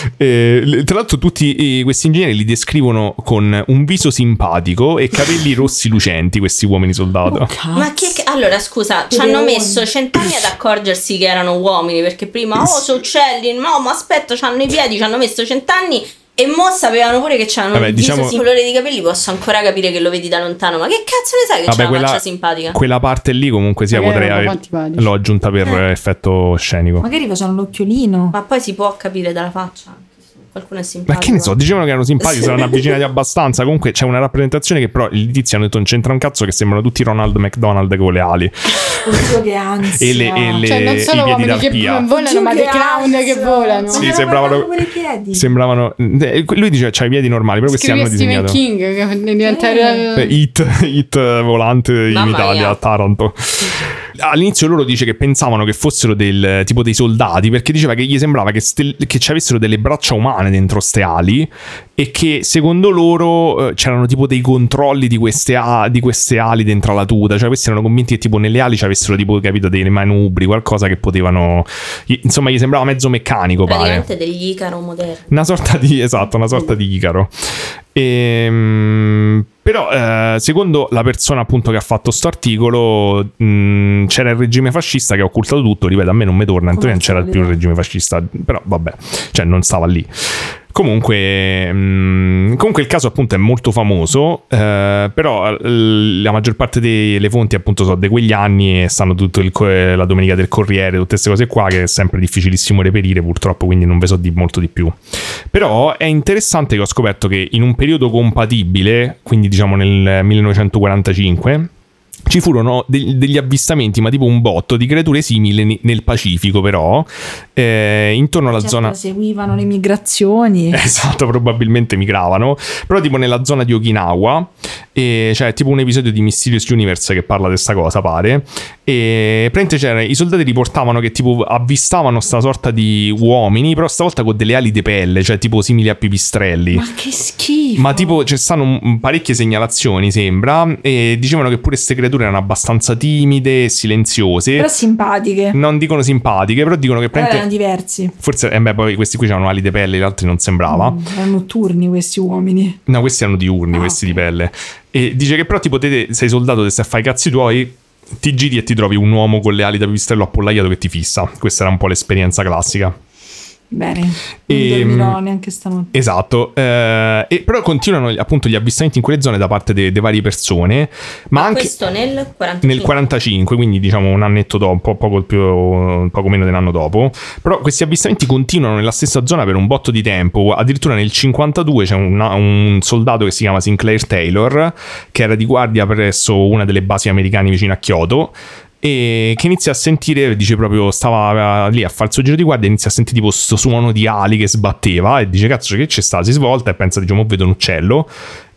[SPEAKER 6] Eh, le- tra l'altro, tutti eh, questi ingegneri li descrivono con un viso simpatico e capelli rossi lucenti. Questi uomini
[SPEAKER 1] Oh,
[SPEAKER 6] soldato.
[SPEAKER 7] Ma che, che- allora scusa, ci hanno messo cent'anni ad accorgersi che erano uomini perché prima oh sono uccelli, no ma aspetta c'hanno i piedi, ci hanno messo cent'anni e mo sapevano pure che c'hanno
[SPEAKER 6] Vabbè,
[SPEAKER 7] il
[SPEAKER 6] diciamo-
[SPEAKER 7] viso sì, colore di capelli, posso ancora capire che lo vedi da lontano, ma che cazzo ne sai che c'è
[SPEAKER 6] Vabbè,
[SPEAKER 7] una
[SPEAKER 6] quella,
[SPEAKER 7] faccia simpatica?
[SPEAKER 6] quella parte lì comunque sia
[SPEAKER 3] Magari
[SPEAKER 6] potrei
[SPEAKER 3] erano
[SPEAKER 6] aver-
[SPEAKER 3] antipatici.
[SPEAKER 6] l'ho aggiunta per
[SPEAKER 7] Eh.
[SPEAKER 6] effetto scenico.
[SPEAKER 1] Magari facevano l'occhiolino.
[SPEAKER 7] Ma poi si può capire dalla faccia, qualcuno è
[SPEAKER 6] Ma
[SPEAKER 7] simpatico.
[SPEAKER 6] che ne so, dicevano che erano simpatici,
[SPEAKER 7] Sì.
[SPEAKER 6] saranno avvicinati abbastanza. Comunque c'è una rappresentazione che però gli tizi hanno detto non c'entra un cazzo che sembrano tutti Ronald McDonald con le ali
[SPEAKER 1] Oddio che ansia.
[SPEAKER 6] e le, e le-
[SPEAKER 3] Cioè, non
[SPEAKER 6] i
[SPEAKER 3] solo
[SPEAKER 6] piedi
[SPEAKER 3] uomini che
[SPEAKER 6] d'arpia.
[SPEAKER 3] volano, ma dei clown che volano.
[SPEAKER 6] Sì, sembravano- Sembravano... eh, Lui diceva c'ha i piedi normali, però questi
[SPEAKER 3] Scrivi
[SPEAKER 6] hanno
[SPEAKER 3] a Stephen
[SPEAKER 6] disegnato.
[SPEAKER 3] King che diventare
[SPEAKER 6] Beh, Hit, hit eh, volante in
[SPEAKER 7] Ehm, Mamma
[SPEAKER 6] Italia,
[SPEAKER 7] mia.
[SPEAKER 6] a Taranto. All'inizio loro dice che pensavano che fossero del tipo dei soldati, perché diceva che gli sembrava che, stel- che ci avessero delle braccia umane dentro ste ali e che secondo loro eh, c'erano tipo dei controlli di queste, a- di queste ali dentro la tuta, cioè questi erano convinti che tipo nelle ali ci avessero tipo capito dei manubri, qualcosa che potevano... gli- Insomma, gli sembrava mezzo meccanico, pare.
[SPEAKER 7] Praticamente degli Icaro moderni.
[SPEAKER 6] Una sorta di esatto, una sorta di Icaro. Ehm, però, eh, secondo la persona appunto che ha fatto sto articolo, mh, c'era il regime fascista che ha occultato tutto. Ripeto, a me non mi torna. Antonio non
[SPEAKER 1] al
[SPEAKER 6] c'era
[SPEAKER 1] solito.
[SPEAKER 6] più il regime fascista, però vabbè, cioè non stava lì. Comunque, mh, comunque il caso appunto è molto famoso, eh, però l- la maggior parte delle fonti appunto sono di quegli anni e stanno tutto il co- eh, la domenica del Corriere, tutte queste cose qua che è sempre difficilissimo reperire purtroppo, quindi non ve so di molto di più. Però è interessante che ho scoperto che in un periodo compatibile, quindi diciamo nel 1945, ci furono de- degli avvistamenti, ma tipo un botto, di creature simili ne- nel Pacifico però, eh, intorno alla zona...
[SPEAKER 1] Certo, seguivano le migrazioni.
[SPEAKER 6] Esatto, probabilmente migravano. Però, tipo, nella zona di Okinawa, e c'è tipo un episodio di Mysterious Universe che parla di questa cosa, pare. E praticamente c'era, i soldati riportavano che tipo avvistavano sta sorta di uomini, però stavolta con delle ali di pelle, cioè tipo simili a pipistrelli.
[SPEAKER 1] Ma che schifo.
[SPEAKER 6] Ma tipo ci stanno un- un parecchie segnalazioni, sembra, e dicevano che pure queste creature erano abbastanza timide e silenziose.
[SPEAKER 1] Però simpatiche.
[SPEAKER 6] Non dicono simpatiche, però dicono che
[SPEAKER 1] Però erano
[SPEAKER 6] praticamente...
[SPEAKER 1] diversi.
[SPEAKER 6] Forse, eh beh, poi questi qui avevano ali di pelle, gli altri non sembrava.
[SPEAKER 1] Mm, erano notturni questi uomini.
[SPEAKER 6] No, questi erano diurni,
[SPEAKER 1] Ah,
[SPEAKER 6] questi
[SPEAKER 1] ok.
[SPEAKER 6] di pelle. E dice che però tipo te sei soldato, te stai a fare i cazzi tuoi, ti giri e ti trovi un uomo con le ali da pipistrello appollaiato che ti fissa. Questa era un po' l'esperienza classica.
[SPEAKER 1] Bene. Non
[SPEAKER 6] Ehm,
[SPEAKER 1] dormirò neanche stanotte.
[SPEAKER 6] Esatto. eh, e però continuano appunto gli avvistamenti in quelle zone da parte de- de varie persone, ma,
[SPEAKER 7] Ma
[SPEAKER 6] anche...
[SPEAKER 7] questo nel 45.
[SPEAKER 6] Nel 45, quindi diciamo un annetto dopo, un po' poco, più, un poco meno di un anno dopo. Però questi avvistamenti continuano nella stessa zona per un botto di tempo. Addirittura nel 52 c'è un, un soldato che si chiama Sinclair Taylor, che era di guardia presso una delle basi americane vicino a Kyoto. E che inizia a sentire, dice proprio, stava eh, lì a fare il suo giro di guardia e inizia a sentire tipo questo suono di ali che sbatteva e dice cazzo che c'è sta, si svolta e pensa diciamo vedo un uccello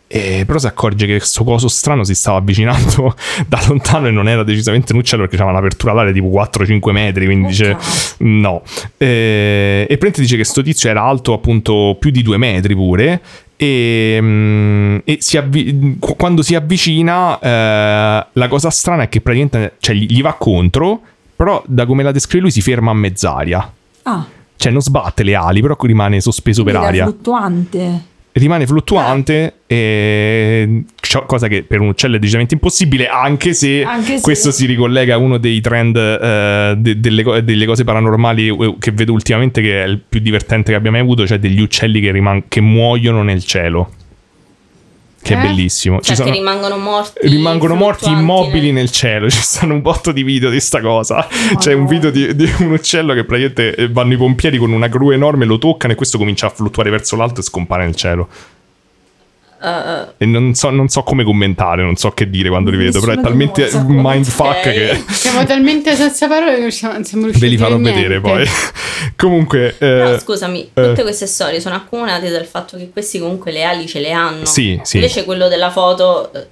[SPEAKER 6] e però si accorge che questo coso strano si stava avvicinando da lontano e non era decisamente un uccello perché c'era un'apertura all'aria tipo 4-5 metri, quindi dice no. Eh, e praticamente dice che sto tizio era alto appunto più di 2 metri pure. E, mm, e si avvi- qu- quando si avvicina, eh, la cosa strana è che praticamente cioè, gli, gli va contro, però da come la descrive lui si ferma a mezz'aria.
[SPEAKER 1] Ah,
[SPEAKER 6] Cioè non sbatte le ali, però rimane sospeso per
[SPEAKER 1] era
[SPEAKER 6] aria
[SPEAKER 1] fluttuante.
[SPEAKER 6] rimane
[SPEAKER 7] Ah.
[SPEAKER 6] fluttuante, e- ciò- cosa che per un uccello è decisamente impossibile, anche se,
[SPEAKER 1] Anche se-
[SPEAKER 6] questo si ricollega a uno dei trend eh, de- delle, co- delle cose paranormali eh, che vedo ultimamente, che è il più divertente che abbia mai avuto, cioè degli uccelli che, riman- che muoiono nel cielo. Che è
[SPEAKER 3] Eh?
[SPEAKER 6] bellissimo. Ci
[SPEAKER 7] Cioè
[SPEAKER 6] sono-
[SPEAKER 7] che rimangono morti.
[SPEAKER 6] rimangono morti
[SPEAKER 7] fluttuanti
[SPEAKER 6] immobili
[SPEAKER 7] nel-
[SPEAKER 6] nel cielo. Ci stanno un botto di video di sta cosa. C'è un video di, di un uccello che praticamente eh, vanno i pompieri con una gru enorme, lo toccano e questo comincia a fluttuare verso l'alto e scompare nel cielo.
[SPEAKER 7] Eh,
[SPEAKER 6] E non so, non so come commentare, non so che dire quando li vedo, però è
[SPEAKER 1] Nessuna
[SPEAKER 6] talmente
[SPEAKER 1] cosa.
[SPEAKER 6] mindfuck
[SPEAKER 7] Ok.
[SPEAKER 6] che
[SPEAKER 3] siamo talmente senza parole che non siamo, non siamo riusciti
[SPEAKER 6] ve li
[SPEAKER 3] a
[SPEAKER 6] farò
[SPEAKER 3] dire
[SPEAKER 6] vedere
[SPEAKER 3] niente.
[SPEAKER 6] poi. Comunque, eh,
[SPEAKER 7] Però scusami, tutte
[SPEAKER 6] eh.
[SPEAKER 7] queste storie sono accomunate dal fatto che questi comunque le ali ce le hanno.
[SPEAKER 6] Sì, sì.
[SPEAKER 7] Invece quello della foto eh,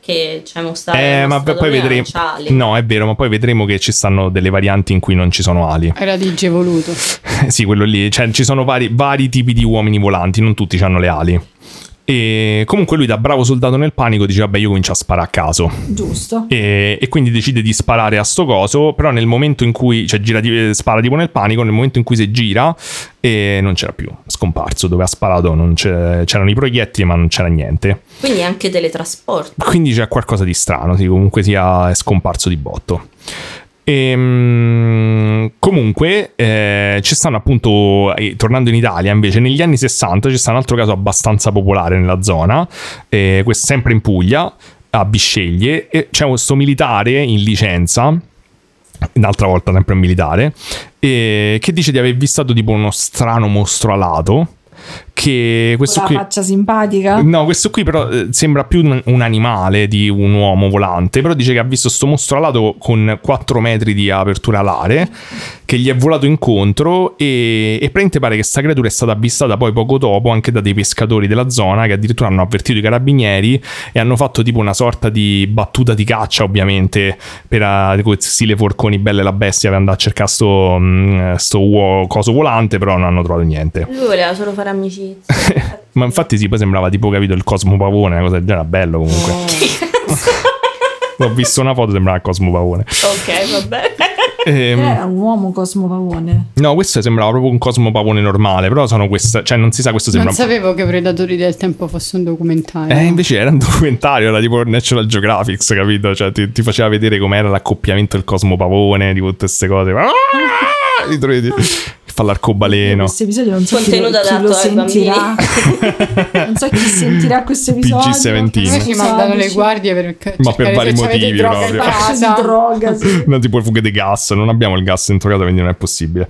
[SPEAKER 7] che c'è mostrato.
[SPEAKER 6] Eh, ma
[SPEAKER 7] mostrato
[SPEAKER 6] poi
[SPEAKER 7] prima,
[SPEAKER 6] vedremo.
[SPEAKER 7] c'ha le-
[SPEAKER 6] No, è vero, ma poi vedremo che ci stanno delle varianti in cui non ci sono ali.
[SPEAKER 3] Era DJ voluto.
[SPEAKER 6] sì, quello lì. Cioè, ci sono vari, vari tipi di uomini volanti, non tutti hanno le ali. E comunque lui da bravo soldato nel panico dice vabbè io comincio a sparare a caso
[SPEAKER 1] Giusto.
[SPEAKER 6] e, e quindi decide di sparare a sto coso però nel momento in cui cioè gira di- spara tipo nel panico nel momento in cui si gira e non c'era più scomparso dove ha sparato non c'è- c'erano i proiettili ma non c'era niente
[SPEAKER 7] Quindi anche teletrasporto.
[SPEAKER 6] quindi c'è qualcosa di strano, sì, comunque sia è scomparso di botto. Ehm, comunque eh, ci stanno appunto, eh, tornando in Italia invece, negli anni 60 ci sta un altro caso abbastanza popolare nella zona, eh, questo sempre in Puglia, a Bisceglie, e c'è questo militare in licenza, un'altra volta sempre un militare, eh, che dice di aver vistato tipo uno strano mostro alato, che questo
[SPEAKER 1] Con la
[SPEAKER 6] qui...
[SPEAKER 1] faccia simpatica.
[SPEAKER 6] No, questo qui però eh, sembra più un, un animale di un uomo volante, però dice che ha visto sto mostro alato con 4 metri di apertura alare che gli è volato incontro e, e praticamente pare che sta creatura è stata avvistata poi poco dopo anche da dei pescatori della zona che addirittura hanno avvertito i carabinieri e hanno fatto tipo una sorta di battuta di caccia ovviamente per eh, con stile forconi belle la bestia per andare a cercare sto, mh, sto uo- coso volante, però non hanno trovato niente.
[SPEAKER 7] Lui voleva solo fare amicizia.
[SPEAKER 6] Ma infatti sì, poi sembrava tipo, capito, il Cosmo Pavone, una cosa del genere, era bello comunque. Ho visto una foto, sembrava il Cosmo Pavone.
[SPEAKER 7] ok, vabbè.
[SPEAKER 6] Ehm,
[SPEAKER 1] Era un uomo cosmopavone.
[SPEAKER 6] no, questo sembrava proprio un Cosmo Pavone normale, però sono questa, cioè non si sa, questo sembra...
[SPEAKER 3] Non sapevo che Predatori del Tempo fosse un documentario.
[SPEAKER 6] eh, invece era un documentario, era tipo National Geographic, capito? Cioè ti, ti faceva vedere com'era l'accoppiamento del Cosmo Pavone, tipo tutte queste cose. Ah! Ti trovi di- Fa l'arcobaleno.
[SPEAKER 1] Questo episodio non so chi,
[SPEAKER 7] Contenuto
[SPEAKER 1] chi
[SPEAKER 7] adatto
[SPEAKER 1] lo
[SPEAKER 7] ai
[SPEAKER 1] sentirà. non so chi sentirà questo episodio.
[SPEAKER 6] PG-17.
[SPEAKER 3] Noi ci mandano le
[SPEAKER 1] Amici.
[SPEAKER 3] guardie per cercare
[SPEAKER 6] Ma per
[SPEAKER 3] se
[SPEAKER 6] vari
[SPEAKER 3] avete
[SPEAKER 6] motivi
[SPEAKER 3] droga in
[SPEAKER 6] proprio.
[SPEAKER 1] Faccia
[SPEAKER 3] casa.
[SPEAKER 1] di droga, sì.
[SPEAKER 6] No, tipo le fughe di gas, non abbiamo il gas dentro casa, quindi non è possibile.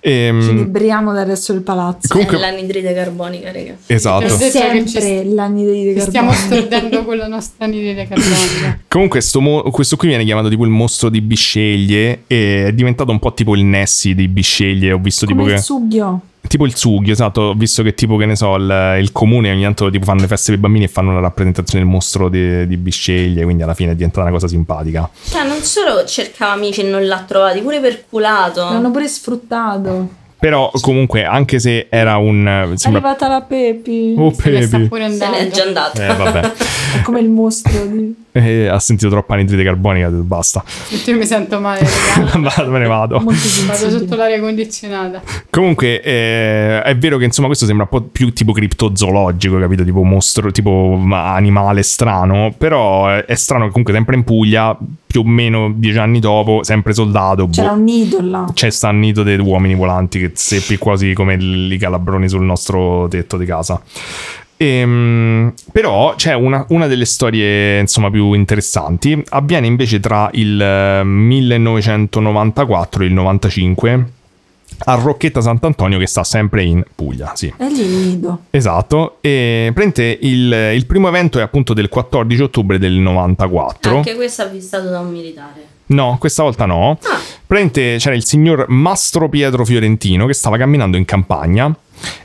[SPEAKER 6] Ehm,
[SPEAKER 1] Ci libriamo dal resto del palazzo.
[SPEAKER 6] Comunque-
[SPEAKER 7] L'anidride carbonica, raga.
[SPEAKER 6] esatto.
[SPEAKER 3] Ho detto che ci
[SPEAKER 1] Sempre l'anidride
[SPEAKER 3] Ci stiamo
[SPEAKER 1] carbonica.
[SPEAKER 3] stordendo con la nostra anidride carbonica.
[SPEAKER 6] Comunque, sto mo- questo qui viene chiamato tipo il mostro di Bisceglie. E è diventato un po' tipo il Nessi di Bisceglie. Ho visto tipo
[SPEAKER 1] Come
[SPEAKER 6] che.
[SPEAKER 1] il sughio.
[SPEAKER 6] tipo il Sughi, esatto. Ho visto che tipo, che ne so, il, il comune ogni tanto tipo fanno le feste per i bambini e fanno la rappresentazione del mostro di, di Bisceglie. Quindi alla fine è diventata una cosa simpatica.
[SPEAKER 7] Cioè, non solo cercava amici e non l'ha trovati, pure per culato.
[SPEAKER 1] L'hanno pure sfruttato.
[SPEAKER 6] Però comunque, anche se era un. eh,
[SPEAKER 1] È
[SPEAKER 6] Sembra.
[SPEAKER 1] arrivata la Pepi.
[SPEAKER 6] Oh,
[SPEAKER 3] Se ne sta
[SPEAKER 6] baby.
[SPEAKER 3] pure
[SPEAKER 7] Se n'è già
[SPEAKER 3] andando.
[SPEAKER 7] andata.
[SPEAKER 6] Eh, vabbè.
[SPEAKER 1] È come il mostro. Di...
[SPEAKER 6] Eh, ha sentito troppa anidride carbonica, basta.
[SPEAKER 3] Io mi sento male, raga.
[SPEAKER 6] Vado, me ne vado.
[SPEAKER 1] Molto
[SPEAKER 3] Vado sotto
[SPEAKER 1] sensibile.
[SPEAKER 3] l'aria condizionata.
[SPEAKER 6] Comunque eh, è vero che insomma questo sembra un po' più tipo criptozoologico, capito? Tipo mostro, tipo ma- animale strano, però è, è strano che comunque sempre in Puglia, più o meno dieci anni dopo, sempre soldato, boh,
[SPEAKER 1] C'era un nido là.
[SPEAKER 6] c'è sta nido degli uomini volanti che seppi quasi come i calabroni sul nostro tetto di casa. Ehm, però c'è una, una delle storie insomma più interessanti, avviene invece tra il eh, 1994 e il 95 a Rocchetta Sant'Antonio che sta sempre in Puglia, sì.
[SPEAKER 1] È lì il nido.
[SPEAKER 6] Esatto, e prende il, il primo evento è appunto del 14 ottobre del 94.
[SPEAKER 7] Anche questo avvistato da un militare.
[SPEAKER 6] No, questa volta no.
[SPEAKER 7] Ah.
[SPEAKER 6] Praticamente c'era il signor Mastro Pietro Fiorentino che stava camminando in campagna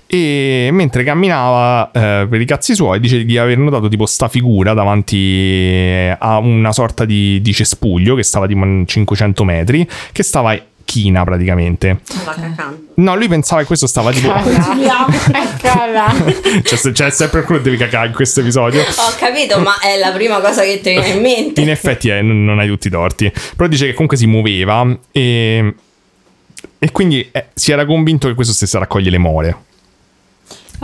[SPEAKER 6] e mentre camminava eh, per i cazzi suoi dice di aver notato tipo sta figura davanti eh, a una sorta di, di cespuglio che stava tipo a 500 metri che stava china praticamente.
[SPEAKER 7] Stava cacando.
[SPEAKER 6] No, lui pensava che questo stava tipo... Cioè,
[SPEAKER 3] Continuiamo. Eccola.
[SPEAKER 6] C'è, c'è sempre qualcuno che devi cacare in questo episodio.
[SPEAKER 7] Ho capito, ma è la prima cosa che ti viene in mente.
[SPEAKER 6] In effetti eh, non non hai tutti i torti. Però dice che comunque si muoveva e, e quindi eh, si era convinto che questo stesse a raccogliere le more.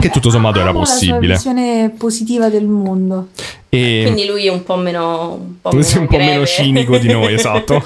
[SPEAKER 6] Che tutto sommato era
[SPEAKER 1] Amo Ah, la sua
[SPEAKER 6] possibile.
[SPEAKER 1] visione Eh, positiva del mondo.
[SPEAKER 6] E-
[SPEAKER 7] Quindi lui è un po' meno. Un po'
[SPEAKER 6] Sì,
[SPEAKER 7] meno,
[SPEAKER 6] un po' meno
[SPEAKER 7] greve.
[SPEAKER 6] cinico di noi, esatto.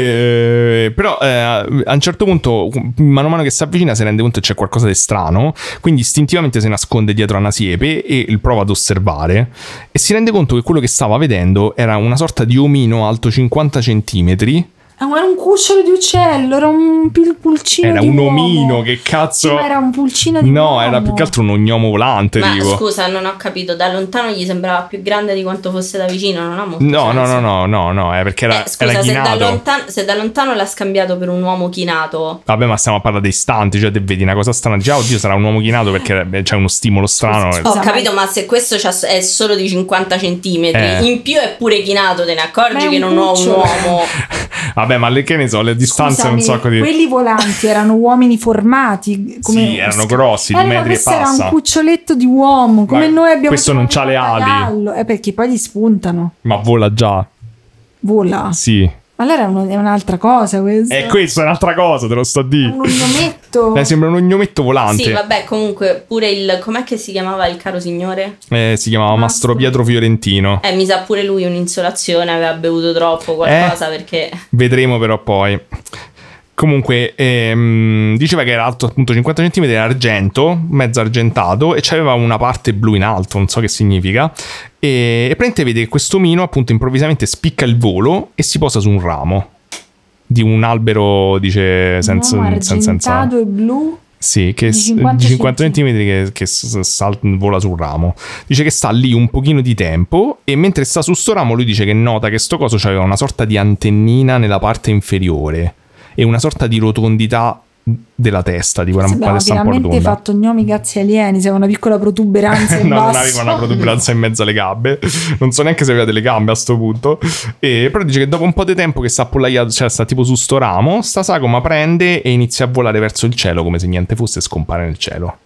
[SPEAKER 6] Eh, però eh, a un certo punto, mano a mano che si avvicina, si rende conto che c'è qualcosa di strano. Quindi istintivamente si nasconde dietro a una siepe e il prova ad osservare. E si rende conto che quello che stava vedendo era una sorta di omino alto 50 centimetri
[SPEAKER 1] Ah, Ma era un cucciolo di uccello, era un pil- pulcino
[SPEAKER 6] Era
[SPEAKER 1] di
[SPEAKER 6] un
[SPEAKER 1] uomo.
[SPEAKER 6] omino, che
[SPEAKER 1] Sì,
[SPEAKER 6] cazzo.
[SPEAKER 1] ma era un pulcino di
[SPEAKER 6] No,
[SPEAKER 1] uomo.
[SPEAKER 6] era più che altro un ognomo volante,
[SPEAKER 7] Ma
[SPEAKER 6] tipo.
[SPEAKER 7] scusa, non ho capito, da lontano gli sembrava più grande di quanto fosse da vicino, non ha molto
[SPEAKER 6] No, no,
[SPEAKER 7] senso.
[SPEAKER 6] no, no, no, no, eh, perché era,
[SPEAKER 7] Eh, scusa,
[SPEAKER 6] era
[SPEAKER 7] se da,
[SPEAKER 6] chinato.
[SPEAKER 7] lontan- se da lontano l'ha scambiato per un uomo chinato,
[SPEAKER 6] Vabbè, ma stiamo a parlare dei istanti, cioè te vedi una cosa strana. Già, oddio, sarà un uomo chinato perché eh, c'è uno stimolo strano.
[SPEAKER 1] Scusa,
[SPEAKER 7] ho
[SPEAKER 1] ma-
[SPEAKER 7] capito, ma se questo c'ha- è solo di 50 centimetri,
[SPEAKER 6] Eh.
[SPEAKER 7] in più è pure chinato, te ne
[SPEAKER 1] Ma
[SPEAKER 7] accorgi
[SPEAKER 1] è
[SPEAKER 7] che
[SPEAKER 1] un
[SPEAKER 7] non ho un
[SPEAKER 1] cucciolo.
[SPEAKER 7] uomo.
[SPEAKER 6] Vabbè, ma le che ne so, le distanze
[SPEAKER 1] Scusami,
[SPEAKER 6] non so cosa dire.
[SPEAKER 1] Quelli volanti erano uomini formati. Come
[SPEAKER 6] Sì, erano grossi,
[SPEAKER 1] Eh,
[SPEAKER 6] di
[SPEAKER 1] ma
[SPEAKER 6] metri e
[SPEAKER 1] questo
[SPEAKER 6] passa.
[SPEAKER 1] era un cuccioletto di uomo, come
[SPEAKER 6] Ma
[SPEAKER 1] noi abbiamo
[SPEAKER 6] questo non
[SPEAKER 1] chiamato
[SPEAKER 6] c'ha le ali.
[SPEAKER 1] pappagallo. Eh, perché poi gli spuntano.
[SPEAKER 6] Ma vola già,
[SPEAKER 1] Vola.
[SPEAKER 6] sì.
[SPEAKER 1] Allora è, un- è un'altra cosa questo.
[SPEAKER 6] E questa è un'altra cosa, te lo sto a
[SPEAKER 1] È
[SPEAKER 6] dire.
[SPEAKER 1] un ognometto.
[SPEAKER 6] Eh, sembra un ognometto volante.
[SPEAKER 7] Sì, vabbè, comunque pure il... com'è che si chiamava il caro signore?
[SPEAKER 6] Eh, si chiamava Mastro
[SPEAKER 1] Mastro.
[SPEAKER 6] Pietro Fiorentino.
[SPEAKER 7] Eh, mi sa pure lui un'insolazione, aveva bevuto troppo qualcosa
[SPEAKER 6] Eh.
[SPEAKER 7] perché...
[SPEAKER 6] Vedremo però poi. Comunque, ehm, diceva che era alto appunto 50 cm, era argento, mezzo argentato e c'aveva una parte blu in alto, non so che significa. E, e praticamente vede che questo mino appunto improvvisamente spicca il volo e si posa su un ramo di un albero, dice, senza...
[SPEAKER 1] un uomo
[SPEAKER 6] senza- senza-
[SPEAKER 1] argentato e blu.
[SPEAKER 6] Sì, che
[SPEAKER 1] Di
[SPEAKER 6] s-
[SPEAKER 1] 50
[SPEAKER 6] di 50 cm
[SPEAKER 1] centimetri.
[SPEAKER 6] che, che s- sal- vola sul ramo. Dice che sta lì un pochino di tempo e mentre sta su sto ramo lui dice che nota che sto coso aveva una sorta di antennina nella parte inferiore e una sorta di rotondità della testa, tipo era un-
[SPEAKER 1] Sembrava
[SPEAKER 6] una testa un po'
[SPEAKER 1] veramente
[SPEAKER 6] rotonda.
[SPEAKER 1] fatto gnomi cazzi alieni, sembra una piccola protuberanza in
[SPEAKER 6] No, non
[SPEAKER 1] basso.
[SPEAKER 6] aveva una protuberanza in mezzo alle gambe. Non so neanche se aveva delle gambe a sto punto. E, però dice che dopo un po' di tempo che sta appollaiato, cioè sta tipo su sto ramo, sta sagoma prende e inizia a volare verso il cielo come se niente fosse e scompare nel cielo.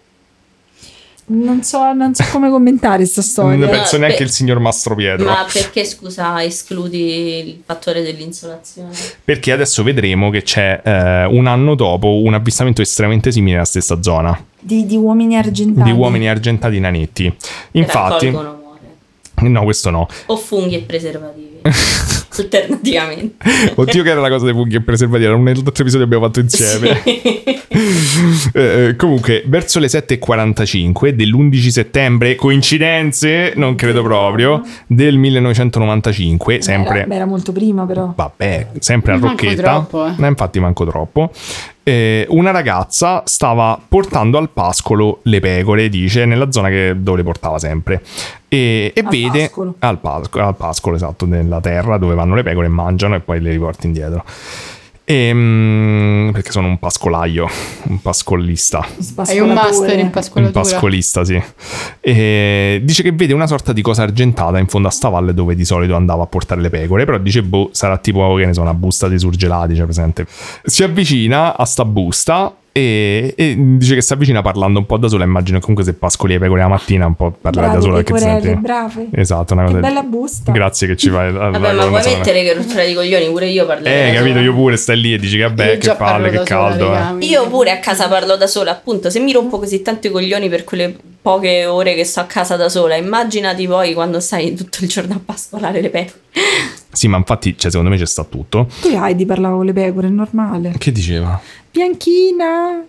[SPEAKER 1] Non so, non so come commentare sta
[SPEAKER 6] Non
[SPEAKER 1] storia.
[SPEAKER 6] penso
[SPEAKER 7] No,
[SPEAKER 6] neanche
[SPEAKER 7] beh-
[SPEAKER 6] il signor Mastro Pietro.
[SPEAKER 7] Ma perché, scusa, escludi il fattore dell'insolazione?
[SPEAKER 6] Perché adesso vedremo che c'è eh, un anno dopo un avvistamento estremamente simile nella stessa zona
[SPEAKER 1] Di, di uomini argentati.
[SPEAKER 6] di uomini argentati nanetti.
[SPEAKER 7] Che
[SPEAKER 6] Infatti,
[SPEAKER 7] raccolgono more.
[SPEAKER 6] no, questo no.
[SPEAKER 7] O funghi e preservativi. Alternativamente.
[SPEAKER 6] Oddio, che era la cosa dei funghi e preservativi. Era un altro episodio che abbiamo fatto insieme.
[SPEAKER 7] Sì.
[SPEAKER 6] Eh, comunque, verso le 7.45 dell'11 settembre, coincidenze, non credo proprio, del 1995,
[SPEAKER 7] Eh,
[SPEAKER 6] sempre.
[SPEAKER 1] Era, era molto prima però.
[SPEAKER 6] vabbè, sempre a
[SPEAKER 3] Manco
[SPEAKER 6] Rocchetta,
[SPEAKER 3] troppo, eh.
[SPEAKER 6] Eh, infatti manco troppo, Eh, una ragazza stava portando al pascolo le pecore, dice, nella zona che- dove le portava sempre. E, e
[SPEAKER 1] Al
[SPEAKER 6] vede
[SPEAKER 1] pascolo.
[SPEAKER 6] Al, pasco- al pascolo, esatto, nella terra dove vanno le pecore, mangiano e poi le riporta indietro. Ehm, perché sono un pascolaio, un pascollista.
[SPEAKER 3] Hai un master in
[SPEAKER 6] Un
[SPEAKER 3] pascolatura.
[SPEAKER 6] pascolista, sì. E dice che vede una sorta di cosa argentata in fondo a sta valle dove di solito andava a portare le pecore, però dice, boh, sarà tipo, che ne so, una busta dei surgelati, cioè presente. Si avvicina a sta busta e, e dice che si avvicina parlando un po' da sola, immagino che comunque se pascoli le pecore la mattina un po' parlare
[SPEAKER 1] Brave,
[SPEAKER 6] da sola perché ti
[SPEAKER 1] pecorelle,
[SPEAKER 6] senti...
[SPEAKER 1] brave.
[SPEAKER 6] Esatto, una
[SPEAKER 1] Che
[SPEAKER 6] cosa...
[SPEAKER 1] bella busta.
[SPEAKER 6] Grazie che ci fai... la- la
[SPEAKER 7] Vabbè, ma puoi
[SPEAKER 6] colonna sonora.
[SPEAKER 7] mettere che rottura di coglioni, pure io parlo da
[SPEAKER 6] Eh,
[SPEAKER 7] sola.
[SPEAKER 6] capito, io pure stai lì e dici, che vabbè,
[SPEAKER 3] Io già
[SPEAKER 6] eh, che palle,
[SPEAKER 3] parlo
[SPEAKER 6] che
[SPEAKER 3] da sola,
[SPEAKER 6] caldo, eh.
[SPEAKER 3] raga, mi-
[SPEAKER 7] Io pure a casa parlo da sola, appunto, se mi rompo così tanto i coglioni per quelle poche ore che sto a casa da sola, immaginati poi quando stai tutto il giorno a pascolare le pecore.
[SPEAKER 6] Sì, ma infatti, cioè, secondo me c'è sta tutto.
[SPEAKER 1] Tu Heidi parlava con le pecore, è normale.
[SPEAKER 6] Che diceva?
[SPEAKER 1] Bianchina.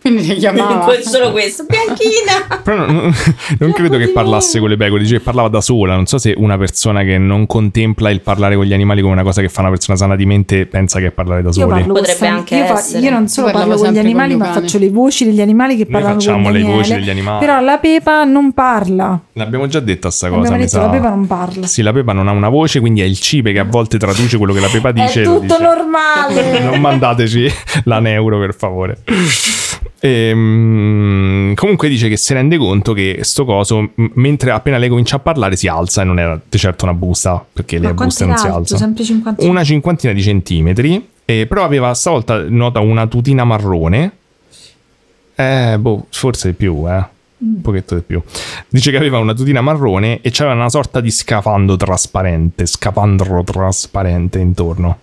[SPEAKER 3] Quindi le chiamava.
[SPEAKER 7] Solo questo, Bianchina!
[SPEAKER 6] Però non- non, non credo che parlasse con le pecore, dice che parlava da sola. Non so se una persona che non contempla il parlare con gli animali come una cosa che fa una persona sana di mente pensa che è parlare da
[SPEAKER 1] Io
[SPEAKER 6] soli.
[SPEAKER 1] parlo
[SPEAKER 7] Potrebbe
[SPEAKER 1] costan-
[SPEAKER 7] anche
[SPEAKER 1] io,
[SPEAKER 7] essere.
[SPEAKER 1] io non solo
[SPEAKER 3] Io parlavo
[SPEAKER 1] parlo con gli
[SPEAKER 3] sempre con
[SPEAKER 1] animali,
[SPEAKER 3] mio
[SPEAKER 1] ma
[SPEAKER 3] cane.
[SPEAKER 1] faccio le voci degli animali che
[SPEAKER 6] Noi
[SPEAKER 1] parlano
[SPEAKER 6] facciamo
[SPEAKER 1] con
[SPEAKER 6] le
[SPEAKER 1] Daniele.
[SPEAKER 6] voci degli animali.
[SPEAKER 1] Però la Pepa non parla.
[SPEAKER 6] L'abbiamo già detta sta cosa,
[SPEAKER 1] Abbiamo
[SPEAKER 6] mi
[SPEAKER 1] detto
[SPEAKER 6] sa.
[SPEAKER 1] la Pepa non parla.
[SPEAKER 6] Sì, la Pepa non ha una voce, quindi è il cipe che a volte traduce quello che la Pepa dice.
[SPEAKER 1] è
[SPEAKER 6] e lo
[SPEAKER 1] tutto
[SPEAKER 6] dice.
[SPEAKER 1] normale.
[SPEAKER 6] non mandateci la neuro per favore. Ehm, comunque dice che si rende conto che sto coso, m- mentre appena lei comincia a parlare, si alza e non era di certo una busta, perché
[SPEAKER 1] Ma
[SPEAKER 6] le
[SPEAKER 1] quanto
[SPEAKER 6] buste
[SPEAKER 1] era
[SPEAKER 6] non si
[SPEAKER 1] alto?
[SPEAKER 6] alzano.
[SPEAKER 1] Sempre 50
[SPEAKER 6] Una cinquantina di centimetri, eh, però aveva stavolta, nota, una tutina marrone. Eh, boh, forse di più, eh. Un pochetto di più. Dice che aveva una tutina marrone e c'era una sorta di scafando trasparente, scafandro trasparente intorno.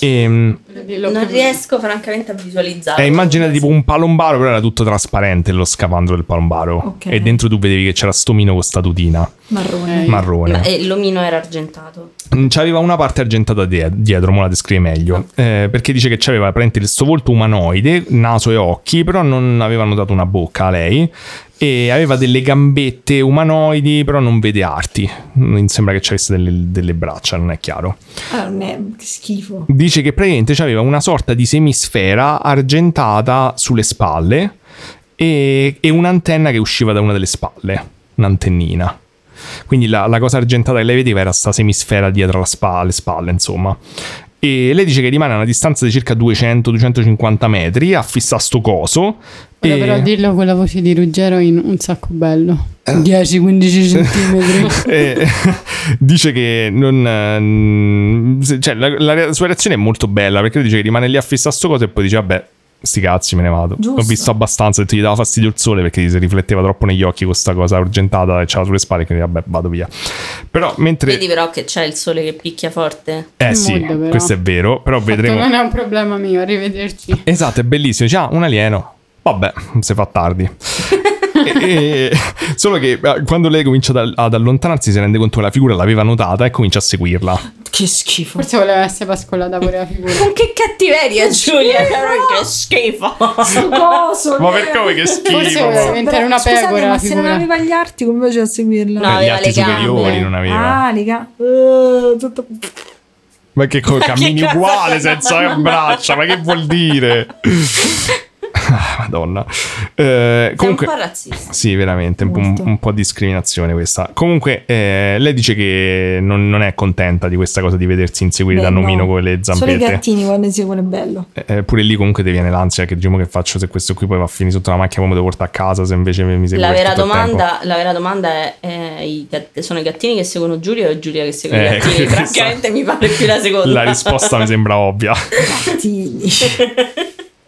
[SPEAKER 6] Ehm, E,
[SPEAKER 3] Dillo
[SPEAKER 7] Non
[SPEAKER 3] che-
[SPEAKER 7] riesco francamente a visualizzare.
[SPEAKER 6] eh, immagina tipo un palombaro, però era tutto trasparente lo scafandro del palombaro.
[SPEAKER 1] Ok.
[SPEAKER 6] E dentro tu vedevi che c'era stomino con sta tutina.
[SPEAKER 1] Marrone.
[SPEAKER 3] Eh,
[SPEAKER 6] marrone.
[SPEAKER 7] Ma, eh, l'omino era argentato.
[SPEAKER 6] Mm, C'aveva una parte argentata die- dietro, ma la descrive meglio. Eh, perché dice che c'aveva praticamente questo volto umanoide, naso e occhi, però non avevano dato una bocca a lei. E aveva delle gambette umanoidi, però non vede arti. Mm, Sembra che ci avesse delle, delle braccia, non è chiaro.
[SPEAKER 1] Ah, non è- che schifo.
[SPEAKER 6] Dice che praticamente c'aveva una sorta di semisfera argentata sulle spalle e, e un'antenna che usciva da una delle spalle, un'antennina. Quindi la, la cosa argentata che lei vedeva era sta semisfera dietro la spa- le spalle, insomma. E lei dice che rimane a una distanza di circa 200-250 metri a fissare sto coso.
[SPEAKER 3] Ora
[SPEAKER 6] e-
[SPEAKER 3] però dirlo con la voce di Ruggero in un sacco bello. 10-15 centimetri.
[SPEAKER 6] Eh, dice che non, eh, mm, se- cioè, la, la re- sua reazione è molto bella perché dice che rimane lì a fissare sto coso e poi dice vabbè sti cazzi me ne vado
[SPEAKER 1] Giusto.
[SPEAKER 6] ho visto abbastanza ho detto gli dava fastidio il sole perché gli si rifletteva troppo negli occhi questa cosa argentata e c'era sulle spalle quindi vabbè vado via però mentre
[SPEAKER 7] Vedi però che c'è il sole che picchia forte.
[SPEAKER 6] eh sì
[SPEAKER 3] Mood, però.
[SPEAKER 6] questo è vero però
[SPEAKER 3] Fatto,
[SPEAKER 6] vedremo
[SPEAKER 3] Non è un problema mio, arrivederci.
[SPEAKER 6] Esatto, è bellissimo. Dice, ah, un alieno. Vabbè, si fa tardi. E- e- solo che eh, quando lei comincia ad, ad allontanarsi si rende conto che la figura l'aveva notata e comincia a seguirla.
[SPEAKER 1] Che schifo.
[SPEAKER 3] Forse voleva essere pascolata pure la figura.
[SPEAKER 7] Che cattiveria, Giulia! Che schifo!
[SPEAKER 1] Sto coso.
[SPEAKER 6] Ma
[SPEAKER 1] eh.
[SPEAKER 6] per come che schifo?
[SPEAKER 3] Forse voleva diventare una
[SPEAKER 1] Scusate,
[SPEAKER 3] pecora
[SPEAKER 1] ma
[SPEAKER 3] la
[SPEAKER 1] se non
[SPEAKER 3] figura.
[SPEAKER 1] aveva gli arti, come faceva a seguirla?
[SPEAKER 7] No,
[SPEAKER 6] Eh, gli
[SPEAKER 7] aveva
[SPEAKER 6] arti
[SPEAKER 7] le gambe.
[SPEAKER 6] superiori non aveva.
[SPEAKER 1] Ah, raga. Eh, tutto-
[SPEAKER 6] Ma che co- cammini
[SPEAKER 7] cosa-
[SPEAKER 6] uguale senza braccia, ma che vuol dire? Ah, Madonna. Eh,
[SPEAKER 7] Sei un
[SPEAKER 6] comunque
[SPEAKER 7] po' razzista.
[SPEAKER 6] Sì, veramente, un, po'-
[SPEAKER 1] Molto.
[SPEAKER 6] un po' di discriminazione questa. Comunque, eh, lei dice che non, non è contenta di questa cosa di vedersi inseguire da
[SPEAKER 1] Beh,
[SPEAKER 6] Nomino
[SPEAKER 1] no.
[SPEAKER 6] con le
[SPEAKER 1] Solo i
[SPEAKER 6] zampette.
[SPEAKER 1] gattini quando inseguono è bello.
[SPEAKER 6] Eh, pure lì comunque ti viene l'ansia che diciamo che faccio se questo qui poi va a finire sotto la macchina come lo devo portare a casa se invece mi segue
[SPEAKER 7] La
[SPEAKER 6] per
[SPEAKER 7] vera,
[SPEAKER 6] tutto il
[SPEAKER 7] domanda, la vera domanda è, è i gatt- sono i gattini che seguono Giulia o Giulia che segue
[SPEAKER 6] Eh,
[SPEAKER 7] i gattini?
[SPEAKER 6] questa-
[SPEAKER 7] Francamente mi pare più la
[SPEAKER 6] tempo.
[SPEAKER 7] seconda.
[SPEAKER 6] La risposta mi sembra ovvia.
[SPEAKER 1] Gattini.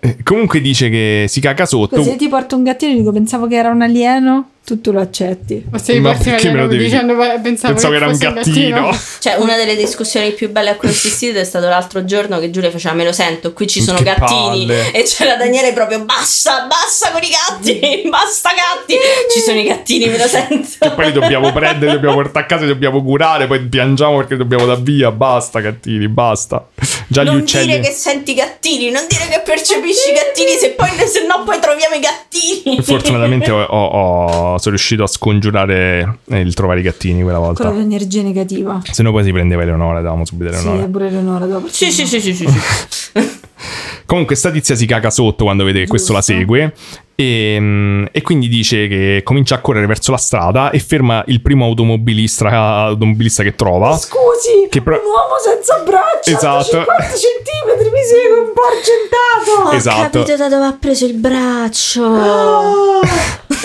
[SPEAKER 6] Eh, comunque dice che si caga sotto.
[SPEAKER 1] Così io ti porto un gattino e dico pensavo che era un alieno, tu, tu lo accetti.
[SPEAKER 3] Forse di
[SPEAKER 6] Ma
[SPEAKER 3] farsi
[SPEAKER 6] perché me lo
[SPEAKER 3] vedere
[SPEAKER 6] devi
[SPEAKER 3] dicendo
[SPEAKER 6] dire?
[SPEAKER 3] pensavo,
[SPEAKER 6] Pensavo che era un
[SPEAKER 3] fosse
[SPEAKER 6] gattino.
[SPEAKER 7] Cioè, una delle discussioni più belle a cui ho assistito è stato l'altro giorno che Giulia faceva: Me lo sento, qui ci sono
[SPEAKER 6] Che
[SPEAKER 7] gattini.
[SPEAKER 6] palle.
[SPEAKER 7] E c'era Daniele proprio: Basta, basta con i gatti, basta gatti. Ci sono i gattini, me lo sento.
[SPEAKER 6] Che poi li dobbiamo prendere, li dobbiamo portare a casa, li dobbiamo curare, poi piangiamo perché li dobbiamo dar via. Basta, gattini, basta. Già gli
[SPEAKER 7] Non
[SPEAKER 6] uccelli.
[SPEAKER 7] dire che senti i gattini, non dire che percepisci i gattini, se, poi, se no poi troviamo i gattini.
[SPEAKER 6] Fortunatamente ho- ho- ho- sono riuscito a scongiurare eh, il trovare i gattini quella
[SPEAKER 1] Ancora
[SPEAKER 6] volta.
[SPEAKER 1] di energia negativa.
[SPEAKER 6] Se no poi si prendeva Eleonora, davamo subito
[SPEAKER 1] Sì,
[SPEAKER 6] Eleonora.
[SPEAKER 1] è pure Eleonora dopo.
[SPEAKER 7] Sì, sì, sì, sì, sì. sì.
[SPEAKER 6] Comunque sta tizia si caga sotto quando vede che questo la
[SPEAKER 1] Giusto.
[SPEAKER 6] segue e, mm, e quindi dice che comincia a correre verso la strada e ferma il primo automobilista, automobilista che trova.
[SPEAKER 1] Oh, Scusi,
[SPEAKER 6] Che pro-
[SPEAKER 1] un uomo senza braccia,
[SPEAKER 6] Esatto.
[SPEAKER 1] 50 centimetri, mi segue un po' argentato.
[SPEAKER 6] esatto.
[SPEAKER 7] da dove ha preso il braccio.
[SPEAKER 1] Oh.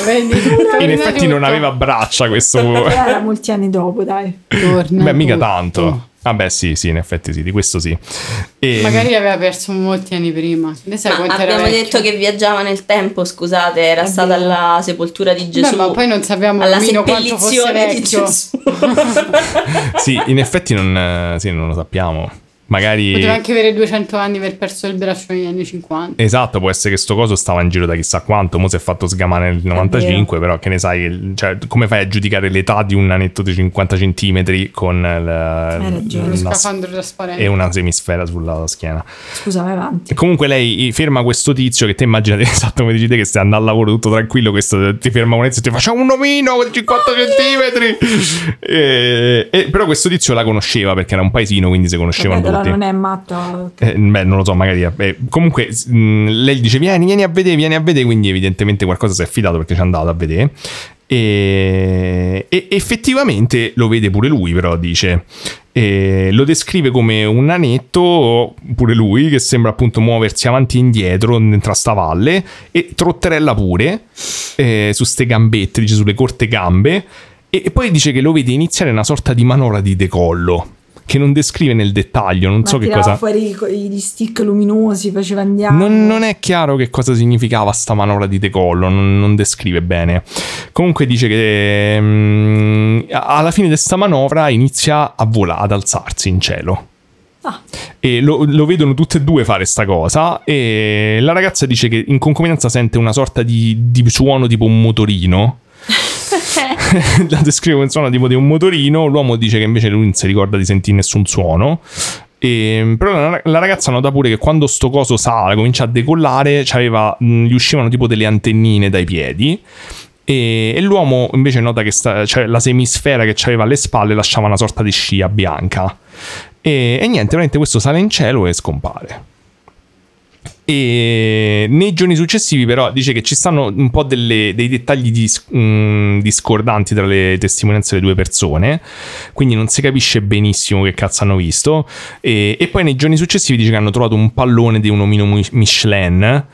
[SPEAKER 3] Vedi,
[SPEAKER 6] In effetti non aveva braccia questo...
[SPEAKER 1] Però Era molti anni dopo, dai.
[SPEAKER 3] Torna
[SPEAKER 6] Beh, mica
[SPEAKER 3] tutto.
[SPEAKER 6] tanto. Vabbè, sì, sì, in effetti sì, di questo sì. Ehm, E,
[SPEAKER 3] Magari aveva perso molti anni prima. Ne sai
[SPEAKER 7] Ma
[SPEAKER 3] quanto era
[SPEAKER 7] abbiamo
[SPEAKER 3] vecchio?
[SPEAKER 7] detto che viaggiava nel tempo, scusate, era stata alla sepoltura di Gesù.
[SPEAKER 3] Beh, ma poi non sappiamo
[SPEAKER 7] alla
[SPEAKER 3] almeno quanto fosse
[SPEAKER 7] seppellizione di
[SPEAKER 3] vecchio.
[SPEAKER 7] Gesù.
[SPEAKER 6] Sì, in effetti non, eh, sì, non lo sappiamo. Magari...
[SPEAKER 3] Poteva anche avere 200 anni per perso il braccio negli anni 50.
[SPEAKER 6] Esatto, può essere che sto coso stava in giro da chissà quanto, mo si è fatto sgamare nel 95, però che ne sai, cioè, come fai a giudicare l'età di un anetto di 50 centimetri con la-
[SPEAKER 1] Hai ragione.
[SPEAKER 3] Lo
[SPEAKER 6] una-
[SPEAKER 3] scafandro
[SPEAKER 6] e
[SPEAKER 3] trasparente.
[SPEAKER 6] una semisfera sulla schiena.
[SPEAKER 1] Scusa, vai avanti.
[SPEAKER 6] E comunque lei ferma questo tizio che te immaginate esatto come dici te che stai andando al lavoro tutto tranquillo, questo ti ferma un tizio e ti fa c'è un omino con 50 centimetri. E, e- però questo tizio la conosceva perché era un paesino, quindi si conoscevano
[SPEAKER 1] Vabbè, allora
[SPEAKER 6] tutti.
[SPEAKER 1] non è matto.
[SPEAKER 6] Eh, beh, non lo so, magari. eh, comunque, s- mh, lei gli dice: Vieni, vieni a vedere, vieni a vedere. Quindi, evidentemente, qualcosa si è affidato perché ci è andato a vedere. E, e effettivamente lo vede pure lui, però dice. E lo descrive come un anetto, pure lui, che sembra appunto muoversi avanti e indietro tra sta valle e trotterella pure eh, su ste gambette, dice sulle corte gambe. E, e poi dice che lo vede iniziare una sorta di manovra di decollo. Che non descrive nel dettaglio, non
[SPEAKER 1] Ma
[SPEAKER 6] so che
[SPEAKER 1] tirava
[SPEAKER 6] cosa.
[SPEAKER 1] fuori i- co- gli stick luminosi, faceva andiamo.
[SPEAKER 6] Non, non è chiaro che cosa significava sta manovra di decollo, non, non descrive bene. Comunque dice che mm, a- alla fine di sta manovra inizia a volare, ad alzarsi in cielo.
[SPEAKER 1] Ah.
[SPEAKER 6] E lo, lo vedono tutte e due fare sta cosa e la ragazza dice che in concomitanza sente una sorta di, di suono tipo un motorino la descrive come un suono tipo di un motorino. L'uomo dice che invece lui non si ricorda di sentire nessun suono. E, Ehm, però la, la ragazza nota pure che quando sto coso sale, comincia a decollare, c'aveva- mh, gli uscivano tipo delle antennine dai piedi. E, e l'uomo invece nota che sta- cioè, la semisfera che aveva alle spalle lasciava una sorta di scia bianca. E, e niente, veramente questo sale in cielo e scompare. E nei giorni successivi, però, dice che ci stanno un po' delle- dei dettagli dis- mh, discordanti tra le testimonianze delle due persone. Quindi non si capisce benissimo che cazzo hanno visto. E, e poi nei giorni successivi dice che hanno trovato un pallone di un omino Mi- Michelin.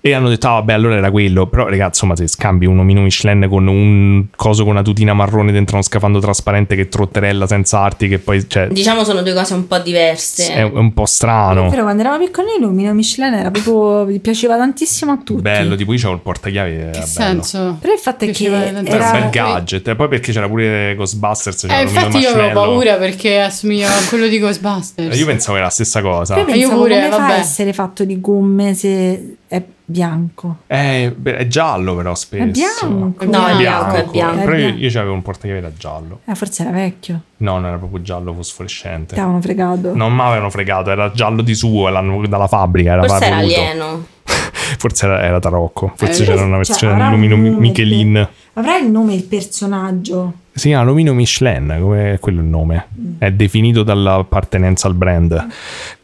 [SPEAKER 6] E hanno detto, ah, vabbè, allora era quello. Però, ragazzi, insomma, se scambi un omino Michelin con un coso con una tutina marrone dentro uno scafando trasparente che trotterella senza arti, che poi, cioè,
[SPEAKER 7] Diciamo sono due cose un po' diverse.
[SPEAKER 6] è un po' strano.
[SPEAKER 1] Però quando eravamo piccoli l'omino Michelin era proprio mi piaceva tantissimo a tutti.
[SPEAKER 6] Bello, tipo io c'ho il portachiavi. era
[SPEAKER 3] Che
[SPEAKER 6] bello.
[SPEAKER 3] senso?
[SPEAKER 1] Però il fatto è che
[SPEAKER 3] Piaceva
[SPEAKER 1] era,
[SPEAKER 3] tanto.
[SPEAKER 6] Era un bel
[SPEAKER 3] Era-
[SPEAKER 6] gadget. E poi perché c'era pure Ghostbusters. c'era
[SPEAKER 3] Eh,
[SPEAKER 6] l'omino
[SPEAKER 3] infatti io avevo
[SPEAKER 6] marshmallow.
[SPEAKER 3] paura perché assomigliava a quello di Ghostbusters.
[SPEAKER 6] Eh, Io pensavo era la stessa cosa.
[SPEAKER 1] poi pensavo
[SPEAKER 3] pure,
[SPEAKER 1] come fa
[SPEAKER 3] vabbè.
[SPEAKER 1] a essere fatto di gomme se è bianco.
[SPEAKER 6] Eh, beh, è giallo però spesso.
[SPEAKER 1] È bianco. Ah,
[SPEAKER 7] No, è bianco, è
[SPEAKER 6] Bianco.
[SPEAKER 7] bianco.
[SPEAKER 6] Però io,
[SPEAKER 1] È
[SPEAKER 6] io avevo un portachiavi da giallo.
[SPEAKER 1] Eh, forse era vecchio.
[SPEAKER 6] No, non era proprio giallo fosforescente.
[SPEAKER 1] Ti avevano fregato.
[SPEAKER 6] Non mi avevano fregato, era giallo di suo, l'hanno- dalla fabbrica. Era
[SPEAKER 7] Forse era
[SPEAKER 6] venuto.
[SPEAKER 7] alieno.
[SPEAKER 6] Forse era, era tarocco. Forse
[SPEAKER 3] Eh,
[SPEAKER 6] c'era una
[SPEAKER 1] Cioè,
[SPEAKER 6] versione
[SPEAKER 1] avrà un
[SPEAKER 6] dell'omino Mi-
[SPEAKER 1] nome,
[SPEAKER 6] Michelin.
[SPEAKER 1] Avrà il nome il personaggio.
[SPEAKER 6] Si chiama Lomino Michelin, come è quello il nome. È definito dall'appartenenza al brand.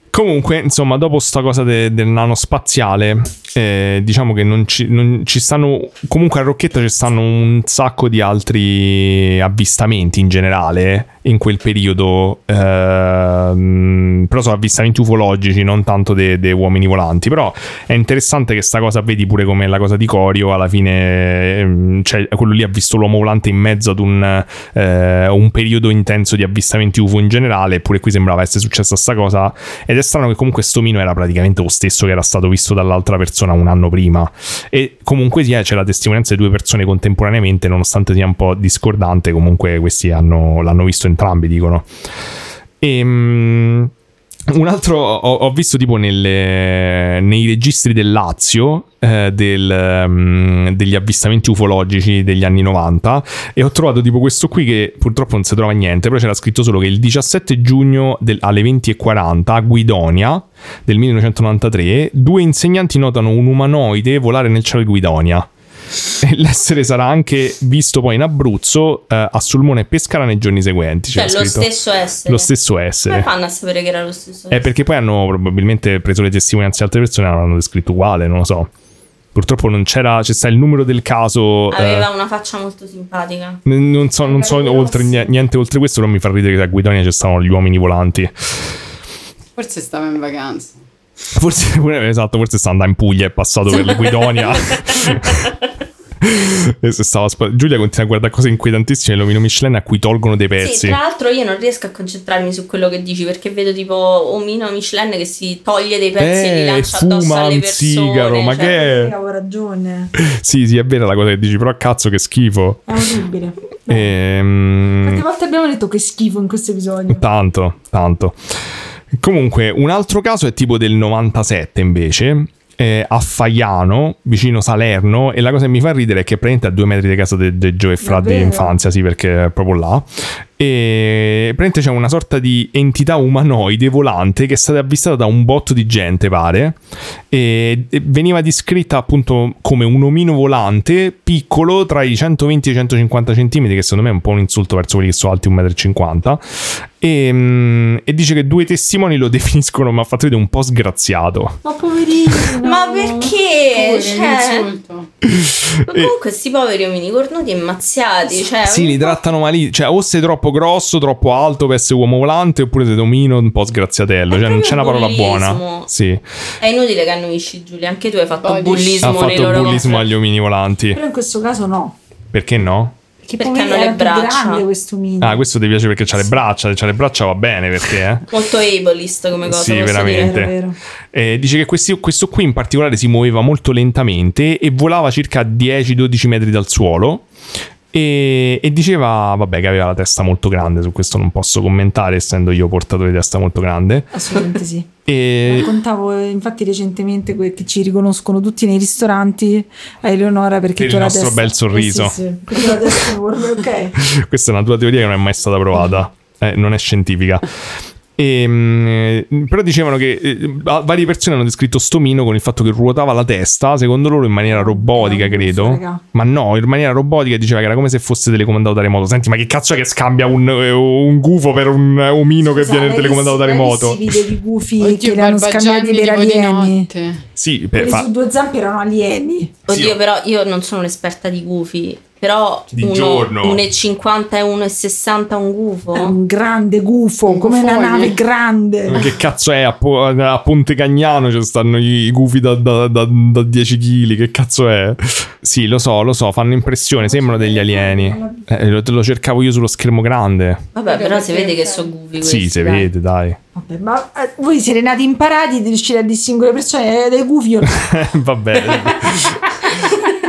[SPEAKER 6] Comunque, insomma, dopo sta cosa de- del nano spaziale, eh, diciamo che non ci, non ci stanno. Comunque a Rocchetta ci stanno un sacco di altri avvistamenti in generale eh, in quel periodo. ehm, però sono avvistamenti ufologici, non tanto dei uomini volanti. Però è interessante che sta cosa, vedi pure come la cosa di Corio, alla fine, ehm, cioè, quello lì ha visto l'uomo volante in mezzo ad un, eh, un periodo intenso di avvistamenti UFO in generale, eppure qui sembrava essere successa sta cosa. Ed è strano che comunque Stomino era praticamente lo stesso che era stato visto dall'altra persona un anno prima. E comunque sia, c'è la testimonianza di due persone contemporaneamente, nonostante sia un po' discordante, comunque questi hanno- l'hanno visto entrambi, dicono. Ehm, un altro ho, ho visto tipo nelle- nei registri del Lazio eh, del, mm, degli avvistamenti ufologici degli anni 90 e ho trovato tipo questo qui che purtroppo non si trova niente, però c'era scritto solo che il 17 giugno del- alle 20.40 a Guidonia del 1993 due insegnanti notano un umanoide volare nel cielo di Guidonia. E L'essere sarà anche visto poi in Abruzzo, eh, a Sulmone e Pescara nei giorni seguenti.
[SPEAKER 7] Cioè,
[SPEAKER 6] c'era
[SPEAKER 7] lo
[SPEAKER 6] scritto.
[SPEAKER 7] stesso essere.
[SPEAKER 6] Lo stesso essere.
[SPEAKER 7] Come fanno a sapere che era lo stesso
[SPEAKER 6] È
[SPEAKER 7] essere?
[SPEAKER 6] perché poi hanno probabilmente preso le testimonianze di altre persone e l'hanno descritto uguale, non lo so. Purtroppo non c'era, c'è sta il numero del caso. eh,
[SPEAKER 7] Aveva una faccia molto simpatica.
[SPEAKER 6] n- non so, non so oltre, nie- niente oltre questo, non mi fa ridere che a Guidonia ci stavano gli uomini volanti.
[SPEAKER 3] Forse stava in vacanza.
[SPEAKER 6] Forse, esatto, forse sta andando in Puglia, è passato per le Guidonia. E se stava spa- Giulia continua a guardare cose inquietantissime. L'omino Michelin a cui tolgono dei pezzi.
[SPEAKER 7] Sì, tra l'altro io non riesco a concentrarmi su quello che dici perché vedo tipo Omino Michelin che si toglie dei pezzi e li
[SPEAKER 6] eh,
[SPEAKER 7] lancia addosso
[SPEAKER 6] fuma
[SPEAKER 7] alle
[SPEAKER 6] un
[SPEAKER 7] persone.
[SPEAKER 6] sigaro, ma
[SPEAKER 7] cioè,
[SPEAKER 1] Eh,
[SPEAKER 6] che è?
[SPEAKER 1] avevo ragione.
[SPEAKER 6] Sì, sì, è vera la cosa che dici, però cazzo che schifo.
[SPEAKER 1] È orribile.
[SPEAKER 6] Ehm,
[SPEAKER 1] Quante volte abbiamo detto che schifo in questo episodio?
[SPEAKER 6] Tanto, tanto. Comunque, un altro caso è tipo del 97 invece. eh, a Faiano, vicino Salerno, e la cosa che mi fa ridere è che praticamente a due metri di casa di Gio e Fra
[SPEAKER 1] Davvero?
[SPEAKER 6] dell'infanzia, sì, perché è proprio là. E praticamente c'è una sorta di entità umanoide volante che è stata avvistata da un botto di gente, pare. E e veniva descritta appunto come un omino volante piccolo tra i 120 e i 150 cm, che secondo me è un po' un insulto verso quelli che sono alti 1,50 m. E, mm, e dice che due testimoni lo definiscono, ma ha fatto vedere un po' sgraziato.
[SPEAKER 1] Ma poverino.
[SPEAKER 7] Ma perché?
[SPEAKER 3] Pure,
[SPEAKER 7] Cioè,
[SPEAKER 3] l'insulto.
[SPEAKER 7] ma comunque sti poveri omini cornuti e mazziati. Cioè,
[SPEAKER 6] Sì, li trattano malissimo. Cioè, o sei troppo grosso, troppo alto per essere uomo volante, oppure sei domino un po' sgraziatello.
[SPEAKER 7] È
[SPEAKER 6] Cioè, non c'è una
[SPEAKER 7] proprio
[SPEAKER 6] parola buona.
[SPEAKER 7] bullismo.
[SPEAKER 6] Sì,
[SPEAKER 7] è inutile che annuisci Giulia, anche tu hai fatto
[SPEAKER 3] Poi dici-
[SPEAKER 7] bullismo
[SPEAKER 6] ha
[SPEAKER 7] nei
[SPEAKER 6] fatto
[SPEAKER 7] loro
[SPEAKER 6] bullismo
[SPEAKER 7] confronti.
[SPEAKER 6] agli omini volanti.
[SPEAKER 1] Però in questo caso no.
[SPEAKER 6] Perché no?
[SPEAKER 1] Che
[SPEAKER 7] Perché
[SPEAKER 1] poverino,
[SPEAKER 7] hanno le
[SPEAKER 1] era più
[SPEAKER 7] braccia.
[SPEAKER 1] grande questo mini.
[SPEAKER 6] Ah, questo ti piace perché c'ha le braccia. Se c'ha le braccia va bene perché, eh?
[SPEAKER 7] Molto ableist come cosa.
[SPEAKER 6] Sì,
[SPEAKER 7] posso
[SPEAKER 6] veramente.
[SPEAKER 7] dire.
[SPEAKER 1] Vero, vero.
[SPEAKER 6] Eh, dice che questi- questo qui in particolare si muoveva molto lentamente e volava circa 10-12 metri dal suolo. E, e diceva, vabbè, che aveva la testa molto grande, su questo non posso commentare, essendo io portatore di testa molto grande.
[SPEAKER 7] Assolutamente sì. Ah,
[SPEAKER 6] E
[SPEAKER 1] Contavo eh, infatti recentemente que- che ci riconoscono tutti nei ristoranti a Eleonora perché
[SPEAKER 6] Per
[SPEAKER 1] tu
[SPEAKER 6] il
[SPEAKER 1] la
[SPEAKER 6] nostro
[SPEAKER 1] testa
[SPEAKER 6] bel sorriso.
[SPEAKER 1] Eh sì, sì, perché la testa è curva, ok.
[SPEAKER 6] Questa è una tua teoria che non è mai stata provata, eh, non è scientifica. E, mh, però dicevano che eh, a- varie persone hanno descritto Stomino con il fatto che ruotava la testa, secondo loro in maniera robotica,
[SPEAKER 1] Era un
[SPEAKER 6] credo.
[SPEAKER 1] buffo, raga.
[SPEAKER 6] Ma no, in maniera robotica diceva che era come se fosse telecomandato da remoto. Senti, ma che cazzo è che scambia un, eh, un gufo per un eh, omino che
[SPEAKER 1] Scusa,
[SPEAKER 6] viene
[SPEAKER 1] l'hai
[SPEAKER 6] telecomandato da
[SPEAKER 1] visti- l'hai
[SPEAKER 6] remoto?
[SPEAKER 1] visti i video di gufi che
[SPEAKER 3] Oddio,
[SPEAKER 1] li hanno
[SPEAKER 3] Barbagianni
[SPEAKER 1] scambiati per
[SPEAKER 3] tipo di
[SPEAKER 1] alieni.
[SPEAKER 3] notte.
[SPEAKER 6] Sì, per
[SPEAKER 1] Quelli
[SPEAKER 6] Eh, fa-
[SPEAKER 1] su due zampe erano alieni.
[SPEAKER 7] Oddio,
[SPEAKER 6] Sì.
[SPEAKER 7] però io non sono un'esperta di gufi. Però
[SPEAKER 6] Di
[SPEAKER 7] uno-
[SPEAKER 6] giorno.
[SPEAKER 7] 1,50 e 1,60 un gufo.
[SPEAKER 1] Era Un grande Oh. gufo,
[SPEAKER 3] Un
[SPEAKER 1] come una
[SPEAKER 3] gufone.
[SPEAKER 1] nave grande.
[SPEAKER 6] Ma Che cazzo è? A, Po- a Ponte Cagnano ci stanno i i gufi da, da- da- da 10 kg. Che cazzo è? Sì, lo so, lo so, fanno impressione, sembrano degli alieni. Eh, lo, lo cercavo io sullo schermo grande.
[SPEAKER 7] Vabbè, però si vede che sono gufi questi.
[SPEAKER 6] Sì, si
[SPEAKER 7] dai.
[SPEAKER 6] vede, dai.
[SPEAKER 1] Vabbè, ma eh, voi siete nati imparati di riuscire a distinguere le persone eh, dai gufi. Io...
[SPEAKER 6] Vabbè.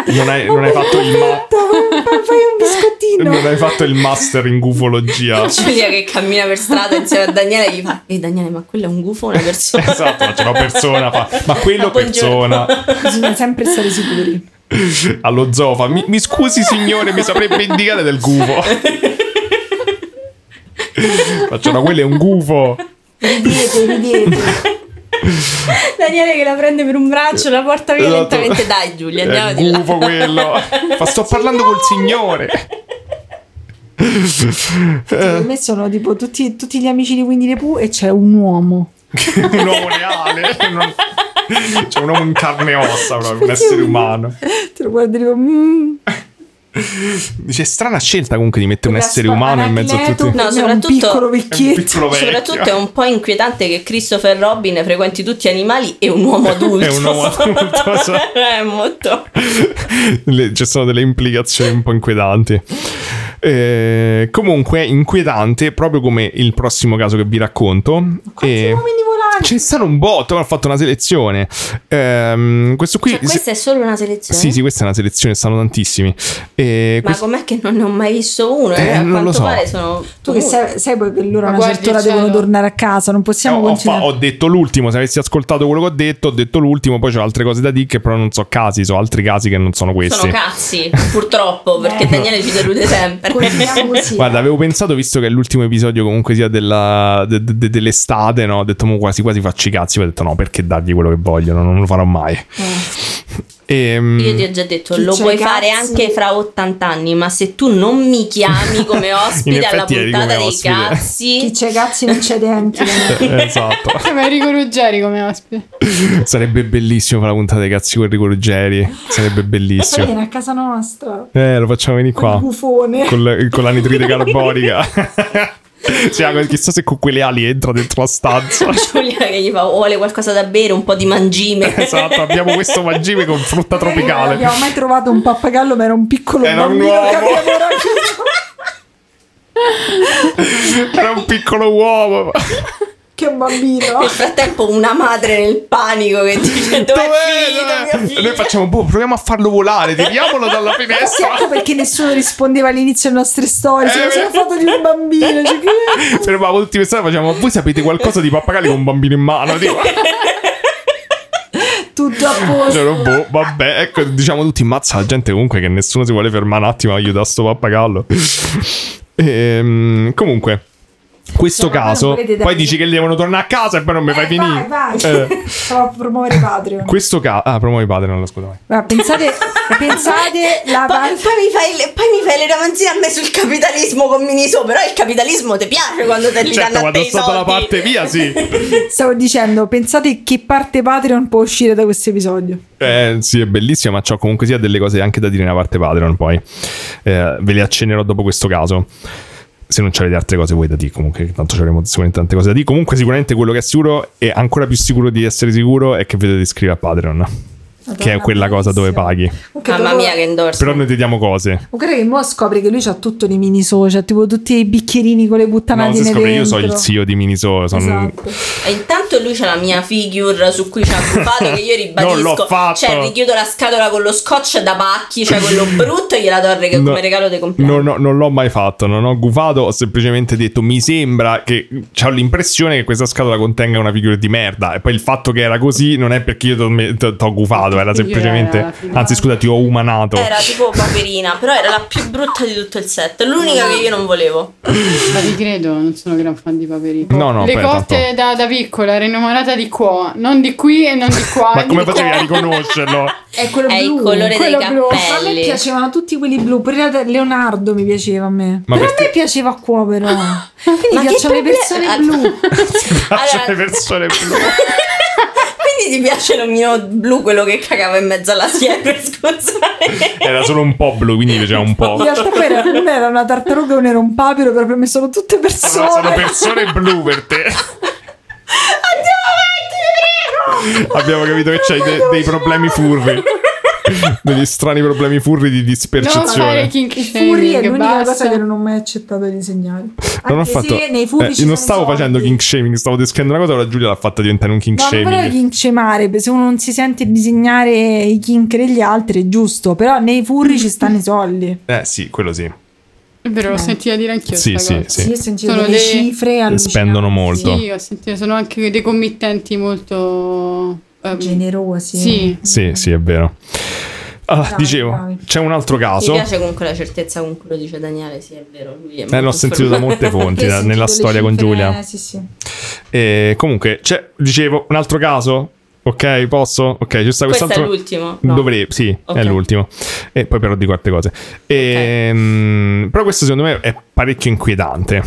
[SPEAKER 6] Non hai, non hai fatto il ma-
[SPEAKER 1] Perfetto, fai fai un biscottino.
[SPEAKER 6] non hai fatto il master in gufologia.
[SPEAKER 7] Giulia che cammina per strada insieme a Daniele gli fa Ehi Daniele ma quello è un gufo o una persona?
[SPEAKER 6] Esatto, c'è una persona fa, ma quello
[SPEAKER 7] Buongiorno.
[SPEAKER 6] persona
[SPEAKER 1] Bisogna sempre stare sicuri.
[SPEAKER 6] allo zoo fa, mi, mi scusi signore, mi saprei vendicare del gufo. Faccio, ma quello è un gufo.
[SPEAKER 1] Ridete, ridete. cioè,
[SPEAKER 7] Daniele che la prende per un braccio la porta via
[SPEAKER 6] Esatto.
[SPEAKER 7] lentamente Dai Giulia andiamo
[SPEAKER 6] È
[SPEAKER 7] di là
[SPEAKER 6] gufo quello. Ma sto parlando col signore.
[SPEAKER 1] Per me sono tipo tutti, tutti gli amici di Winnie the Pooh e c'è un uomo.
[SPEAKER 6] un uomo reale. non- Cioè un uomo in carne e ossa, proprio, un essere umano.
[SPEAKER 1] Te lo guardo e dico, mm,
[SPEAKER 6] Dice strana scelta comunque di mettere un essere
[SPEAKER 1] Gaspar-
[SPEAKER 6] umano in mezzo a
[SPEAKER 1] Anacleto,
[SPEAKER 6] tutti.
[SPEAKER 1] per
[SPEAKER 7] No,
[SPEAKER 1] me è un
[SPEAKER 7] soprattutto-
[SPEAKER 1] piccolo
[SPEAKER 6] È un
[SPEAKER 1] vecchietto.
[SPEAKER 6] piccolo vecchio.
[SPEAKER 7] Soprattutto è un po' inquietante che Christopher Robin frequenti tutti gli animali e un uomo adulto
[SPEAKER 6] È un uomo adulto, so.
[SPEAKER 7] È molto
[SPEAKER 6] Le- ci sono delle implicazioni un po' inquietanti. Eh, comunque, inquietante proprio come il prossimo caso che vi racconto.
[SPEAKER 1] Quanti
[SPEAKER 6] Eh,
[SPEAKER 1] uomini volanti?
[SPEAKER 6] c'è stato un botto, ha fatto una selezione. Ehm, questo qui.
[SPEAKER 7] Cioè questa è solo una selezione?
[SPEAKER 6] Sì, sì, questa è una selezione, stanno tantissimi. Eh,
[SPEAKER 7] Ma
[SPEAKER 6] questo-
[SPEAKER 7] com'è che non ne ho mai visto uno?
[SPEAKER 6] Eh,
[SPEAKER 7] a
[SPEAKER 6] non
[SPEAKER 7] quanto
[SPEAKER 6] lo so.
[SPEAKER 7] pare sono
[SPEAKER 1] Tu che sai, sai poi che loro a una
[SPEAKER 3] Ma guardi
[SPEAKER 1] certa ora
[SPEAKER 3] il cielo.
[SPEAKER 1] devono tornare a casa, non possiamo
[SPEAKER 6] ho, ho fa-
[SPEAKER 1] continuare.
[SPEAKER 6] ho detto l'ultimo, se avessi ascoltato quello che ho detto, ho detto l'ultimo, poi c'ho altre cose da dire che però non so casi, so altri casi che non sono questi.
[SPEAKER 7] Sono cazzi purtroppo perché
[SPEAKER 1] Eh.
[SPEAKER 7] Daniele ci delude sempre
[SPEAKER 1] Continuiamo così.
[SPEAKER 6] Guarda, avevo pensato, visto che è l'ultimo episodio comunque sia della- de- de- de- dell'estate, no? Ho detto, mo quasi quasi faccio i cazzi. Poi ho detto, no, perché dargli quello che vogliono? Non lo farò mai.
[SPEAKER 1] Eh,
[SPEAKER 6] Ehm,
[SPEAKER 7] Io ti ho già detto,
[SPEAKER 1] Chi
[SPEAKER 7] lo
[SPEAKER 1] c'è,
[SPEAKER 7] puoi
[SPEAKER 1] cazzo?
[SPEAKER 7] fare anche fra 80 anni, ma se tu non mi chiami come
[SPEAKER 6] In
[SPEAKER 7] ospite alla
[SPEAKER 6] effetti eri
[SPEAKER 7] puntata
[SPEAKER 6] come
[SPEAKER 7] dei
[SPEAKER 6] ospite.
[SPEAKER 1] Chi
[SPEAKER 7] cazzi,
[SPEAKER 1] c'è cazzi non c'è denti.
[SPEAKER 6] eh, Esatto,
[SPEAKER 3] Aveva Enrico Ruggeri come ospite.
[SPEAKER 6] sarebbe bellissimo fare la puntata dei cazzi con Rico Ruggeri. Sarebbe
[SPEAKER 1] Poi
[SPEAKER 6] bellissimo.
[SPEAKER 1] viene a casa nostra.
[SPEAKER 6] Eh, lo facciamo venire
[SPEAKER 1] Qua.
[SPEAKER 6] qua
[SPEAKER 1] Bufone.
[SPEAKER 6] col- con l'anitride carbonica. Cioè, chissà se con quelle ali entra dentro la stanza.
[SPEAKER 7] Giulia che gli fa vuole qualcosa da bere, un po' di mangime.
[SPEAKER 6] Esatto, abbiamo questo mangime con frutta
[SPEAKER 1] Non
[SPEAKER 6] tropicale.
[SPEAKER 1] Eh, abbiamo mai trovato un pappagallo, ma era un piccolo
[SPEAKER 6] Era un
[SPEAKER 1] bambino che
[SPEAKER 6] uomo.
[SPEAKER 1] abbiamo racchiuso.
[SPEAKER 6] Era un piccolo uomo.
[SPEAKER 1] Che bambino.
[SPEAKER 6] Esatto.
[SPEAKER 7] Nel frattempo una madre nel panico che dice dove
[SPEAKER 6] Dov'è?
[SPEAKER 7] è finito
[SPEAKER 6] Dov'è?
[SPEAKER 7] mio figlio?
[SPEAKER 6] Noi facciamo, boh, proviamo a farlo volare, tiriamolo dalla
[SPEAKER 1] Sì,
[SPEAKER 6] finestra.
[SPEAKER 1] ecco perché nessuno rispondeva all'inizio alle nostre storie.
[SPEAKER 6] Eh,
[SPEAKER 1] Se
[SPEAKER 6] beh.
[SPEAKER 1] una foto di un bambino. cioè, che-
[SPEAKER 6] Fermavo tutti i messaggi, facciamo, voi sapete qualcosa di pappagalli con un bambino in mano? Tipo,
[SPEAKER 1] tutto a posto.
[SPEAKER 6] Cioè, boh, vabbè, ecco, diciamo tutti, mazza la gente comunque che nessuno si vuole fermare un attimo a aiutare sto pappagallo. Ehm, comunque, questo
[SPEAKER 1] Cioè, ma voi non
[SPEAKER 6] caso,
[SPEAKER 1] volete dare-
[SPEAKER 6] poi dici che devono tornare a casa e poi non mi fai
[SPEAKER 1] Eh,
[SPEAKER 6] finire.
[SPEAKER 1] vai, vai.
[SPEAKER 6] Eh,
[SPEAKER 1] Stavo a promuovere Patreon.
[SPEAKER 6] questo caso, ah, promuovi padre, non lo scusa mai.
[SPEAKER 1] Guarda, pensate, pensate la
[SPEAKER 7] Poi,
[SPEAKER 1] parte.
[SPEAKER 7] poi mi fai le, poi mi fai le romanzine a me sul capitalismo con Miniso, però il capitalismo ti piace quando te li
[SPEAKER 6] Certo,
[SPEAKER 7] danno a te
[SPEAKER 6] quando
[SPEAKER 7] i
[SPEAKER 6] sta dalla
[SPEAKER 7] soldi.
[SPEAKER 6] parte via, sì.
[SPEAKER 1] Stavo dicendo, pensate che parte Patreon può uscire da questo episodio.
[SPEAKER 6] Eh, sì, è bellissima, ma c'ho comunque sia delle cose anche da dire nella parte Patreon poi. Eh, ve le accennerò dopo questo caso. Se non avete altre cose voi da dire, comunque, che tanto avremo sicuramente tante cose da dire. Comunque, sicuramente quello che è sicuro e ancora più sicuro di essere sicuro è che vedete iscrivere a Patreon. che è quella cosa dove paghi.
[SPEAKER 7] Mamma mia, che endorse.
[SPEAKER 6] Però noi ti diamo cose.
[SPEAKER 1] Ma guarda che mo scopri che lui c'ha tutto di miniso, cioè tipo tutti i bicchierini con le
[SPEAKER 6] No,
[SPEAKER 1] buttanatine
[SPEAKER 6] si scopre,
[SPEAKER 1] dentro.
[SPEAKER 6] io so il zio di Miniso. Sono...
[SPEAKER 1] Esatto.
[SPEAKER 7] E intanto lui c'ha la mia figure su cui ci ha buffato che io ribadisco.
[SPEAKER 6] Non l'ho fatto.
[SPEAKER 7] Cioè, richiudo la scatola con lo scotch da pacchi, cioè quello brutto, e gliela do al reg-
[SPEAKER 6] No,
[SPEAKER 7] come regalo dei compleanno.
[SPEAKER 6] No, no, non l'ho mai fatto, non ho gufato, ho semplicemente detto mi sembra che ho l'impressione che questa scatola contenga una figura di merda e poi il fatto che era così non è perché io ti ho gufato, era
[SPEAKER 3] Che figura
[SPEAKER 6] semplicemente
[SPEAKER 3] era la figura?
[SPEAKER 6] anzi scusa ti ho umanato.
[SPEAKER 7] Era tipo paperina, però era la più brutta di tutto il set. L'unica che io non volevo.
[SPEAKER 3] Ma vi credo, non sono gran fan di Paperino.
[SPEAKER 6] No, no,
[SPEAKER 3] Le
[SPEAKER 6] beh,
[SPEAKER 3] cotte da, da piccola, ero innamorata di qua, non di qui e non di qua.
[SPEAKER 6] Ma come
[SPEAKER 3] di
[SPEAKER 6] facevi
[SPEAKER 3] qua.
[SPEAKER 6] a riconoscerlo?
[SPEAKER 1] È quello
[SPEAKER 7] È il
[SPEAKER 1] blu,
[SPEAKER 7] colore
[SPEAKER 1] quello
[SPEAKER 7] dei
[SPEAKER 1] blu.
[SPEAKER 7] capelli.
[SPEAKER 1] A me piacevano tutti quelli blu, pure la- Leonardo mi piaceva a me.
[SPEAKER 6] Ma
[SPEAKER 1] però a
[SPEAKER 6] perché-
[SPEAKER 1] me piaceva a cuo però. Quindi
[SPEAKER 7] Ma che
[SPEAKER 1] piacciono le
[SPEAKER 7] problema-
[SPEAKER 1] persone blu.
[SPEAKER 6] Faccio le
[SPEAKER 7] Allora-
[SPEAKER 6] persone blu.
[SPEAKER 7] Quindi ti piace l'omino blu, quello che cagava in mezzo alla siepe, scusate.
[SPEAKER 6] Era solo un po' blu, quindi piaceva un po'.
[SPEAKER 1] In realtà poi era, non era una tartaruga, non era un papero, però per me sono tutte persone.
[SPEAKER 6] Ah, Sono, sono persone blu per te. Abbiamo capito che c'hai de- dei problemi furri. Degli strani problemi furri di
[SPEAKER 3] Non fare
[SPEAKER 6] dispercezione.
[SPEAKER 3] kink
[SPEAKER 1] Il furry è
[SPEAKER 3] shaming,
[SPEAKER 1] l'unica cosa
[SPEAKER 3] basta.
[SPEAKER 1] che non ho mai accettato di insegnare.
[SPEAKER 6] Non ho
[SPEAKER 1] Anche
[SPEAKER 6] fatto.
[SPEAKER 1] se nei furry
[SPEAKER 6] eh,
[SPEAKER 1] ci
[SPEAKER 6] non
[SPEAKER 1] sono
[SPEAKER 6] stavo
[SPEAKER 1] soldi.
[SPEAKER 6] facendo king shaming, stavo descrivendo una cosa, ora Giulia l'ha fatta diventare un king
[SPEAKER 1] No, ma però
[SPEAKER 6] shaming.
[SPEAKER 1] kinkcemare, se uno non si sente disegnare i kink degli altri è giusto, però nei furri ci stanno i soldi.
[SPEAKER 6] Eh sì, quello sì.
[SPEAKER 3] È vero,
[SPEAKER 1] Eh.
[SPEAKER 3] l'ho sentita dire anch'io.
[SPEAKER 6] Sì,
[SPEAKER 3] sta
[SPEAKER 6] sì,
[SPEAKER 3] cosa.
[SPEAKER 6] sì.
[SPEAKER 1] Sì, ho sentito
[SPEAKER 3] Sono
[SPEAKER 1] delle
[SPEAKER 3] dei-
[SPEAKER 1] cifre allucinanti.
[SPEAKER 6] Spendono molto.
[SPEAKER 3] Sì, ho sentito, sono anche dei committenti molto... ehm,
[SPEAKER 1] Generosi.
[SPEAKER 3] Sì.
[SPEAKER 6] Sì, sì, è vero. Ah,
[SPEAKER 1] Dai,
[SPEAKER 6] dicevo,
[SPEAKER 1] dai.
[SPEAKER 6] c'è un altro
[SPEAKER 7] Mi
[SPEAKER 6] caso.
[SPEAKER 7] piace comunque la certezza con cui lo dice Daniele, sì, è vero. Lui è
[SPEAKER 6] Eh, l'ho
[SPEAKER 7] molto
[SPEAKER 6] sentito da
[SPEAKER 7] formato.
[SPEAKER 6] molte fonti,
[SPEAKER 1] Io ho
[SPEAKER 6] da-
[SPEAKER 1] sentito
[SPEAKER 6] nella
[SPEAKER 1] le
[SPEAKER 6] storia con
[SPEAKER 1] cifre,
[SPEAKER 6] Giulia.
[SPEAKER 1] Sì, sì.
[SPEAKER 6] E comunque, c'è, dicevo, un altro caso? Ok, posso? Ok, c'è stato
[SPEAKER 7] Questo è
[SPEAKER 6] quest'altro.
[SPEAKER 7] l'ultimo. No.
[SPEAKER 6] Dovrei, sì,
[SPEAKER 7] Ok.
[SPEAKER 6] è l'ultimo. E poi però dico altre cose. Ehm, Però questo secondo me è parecchio inquietante.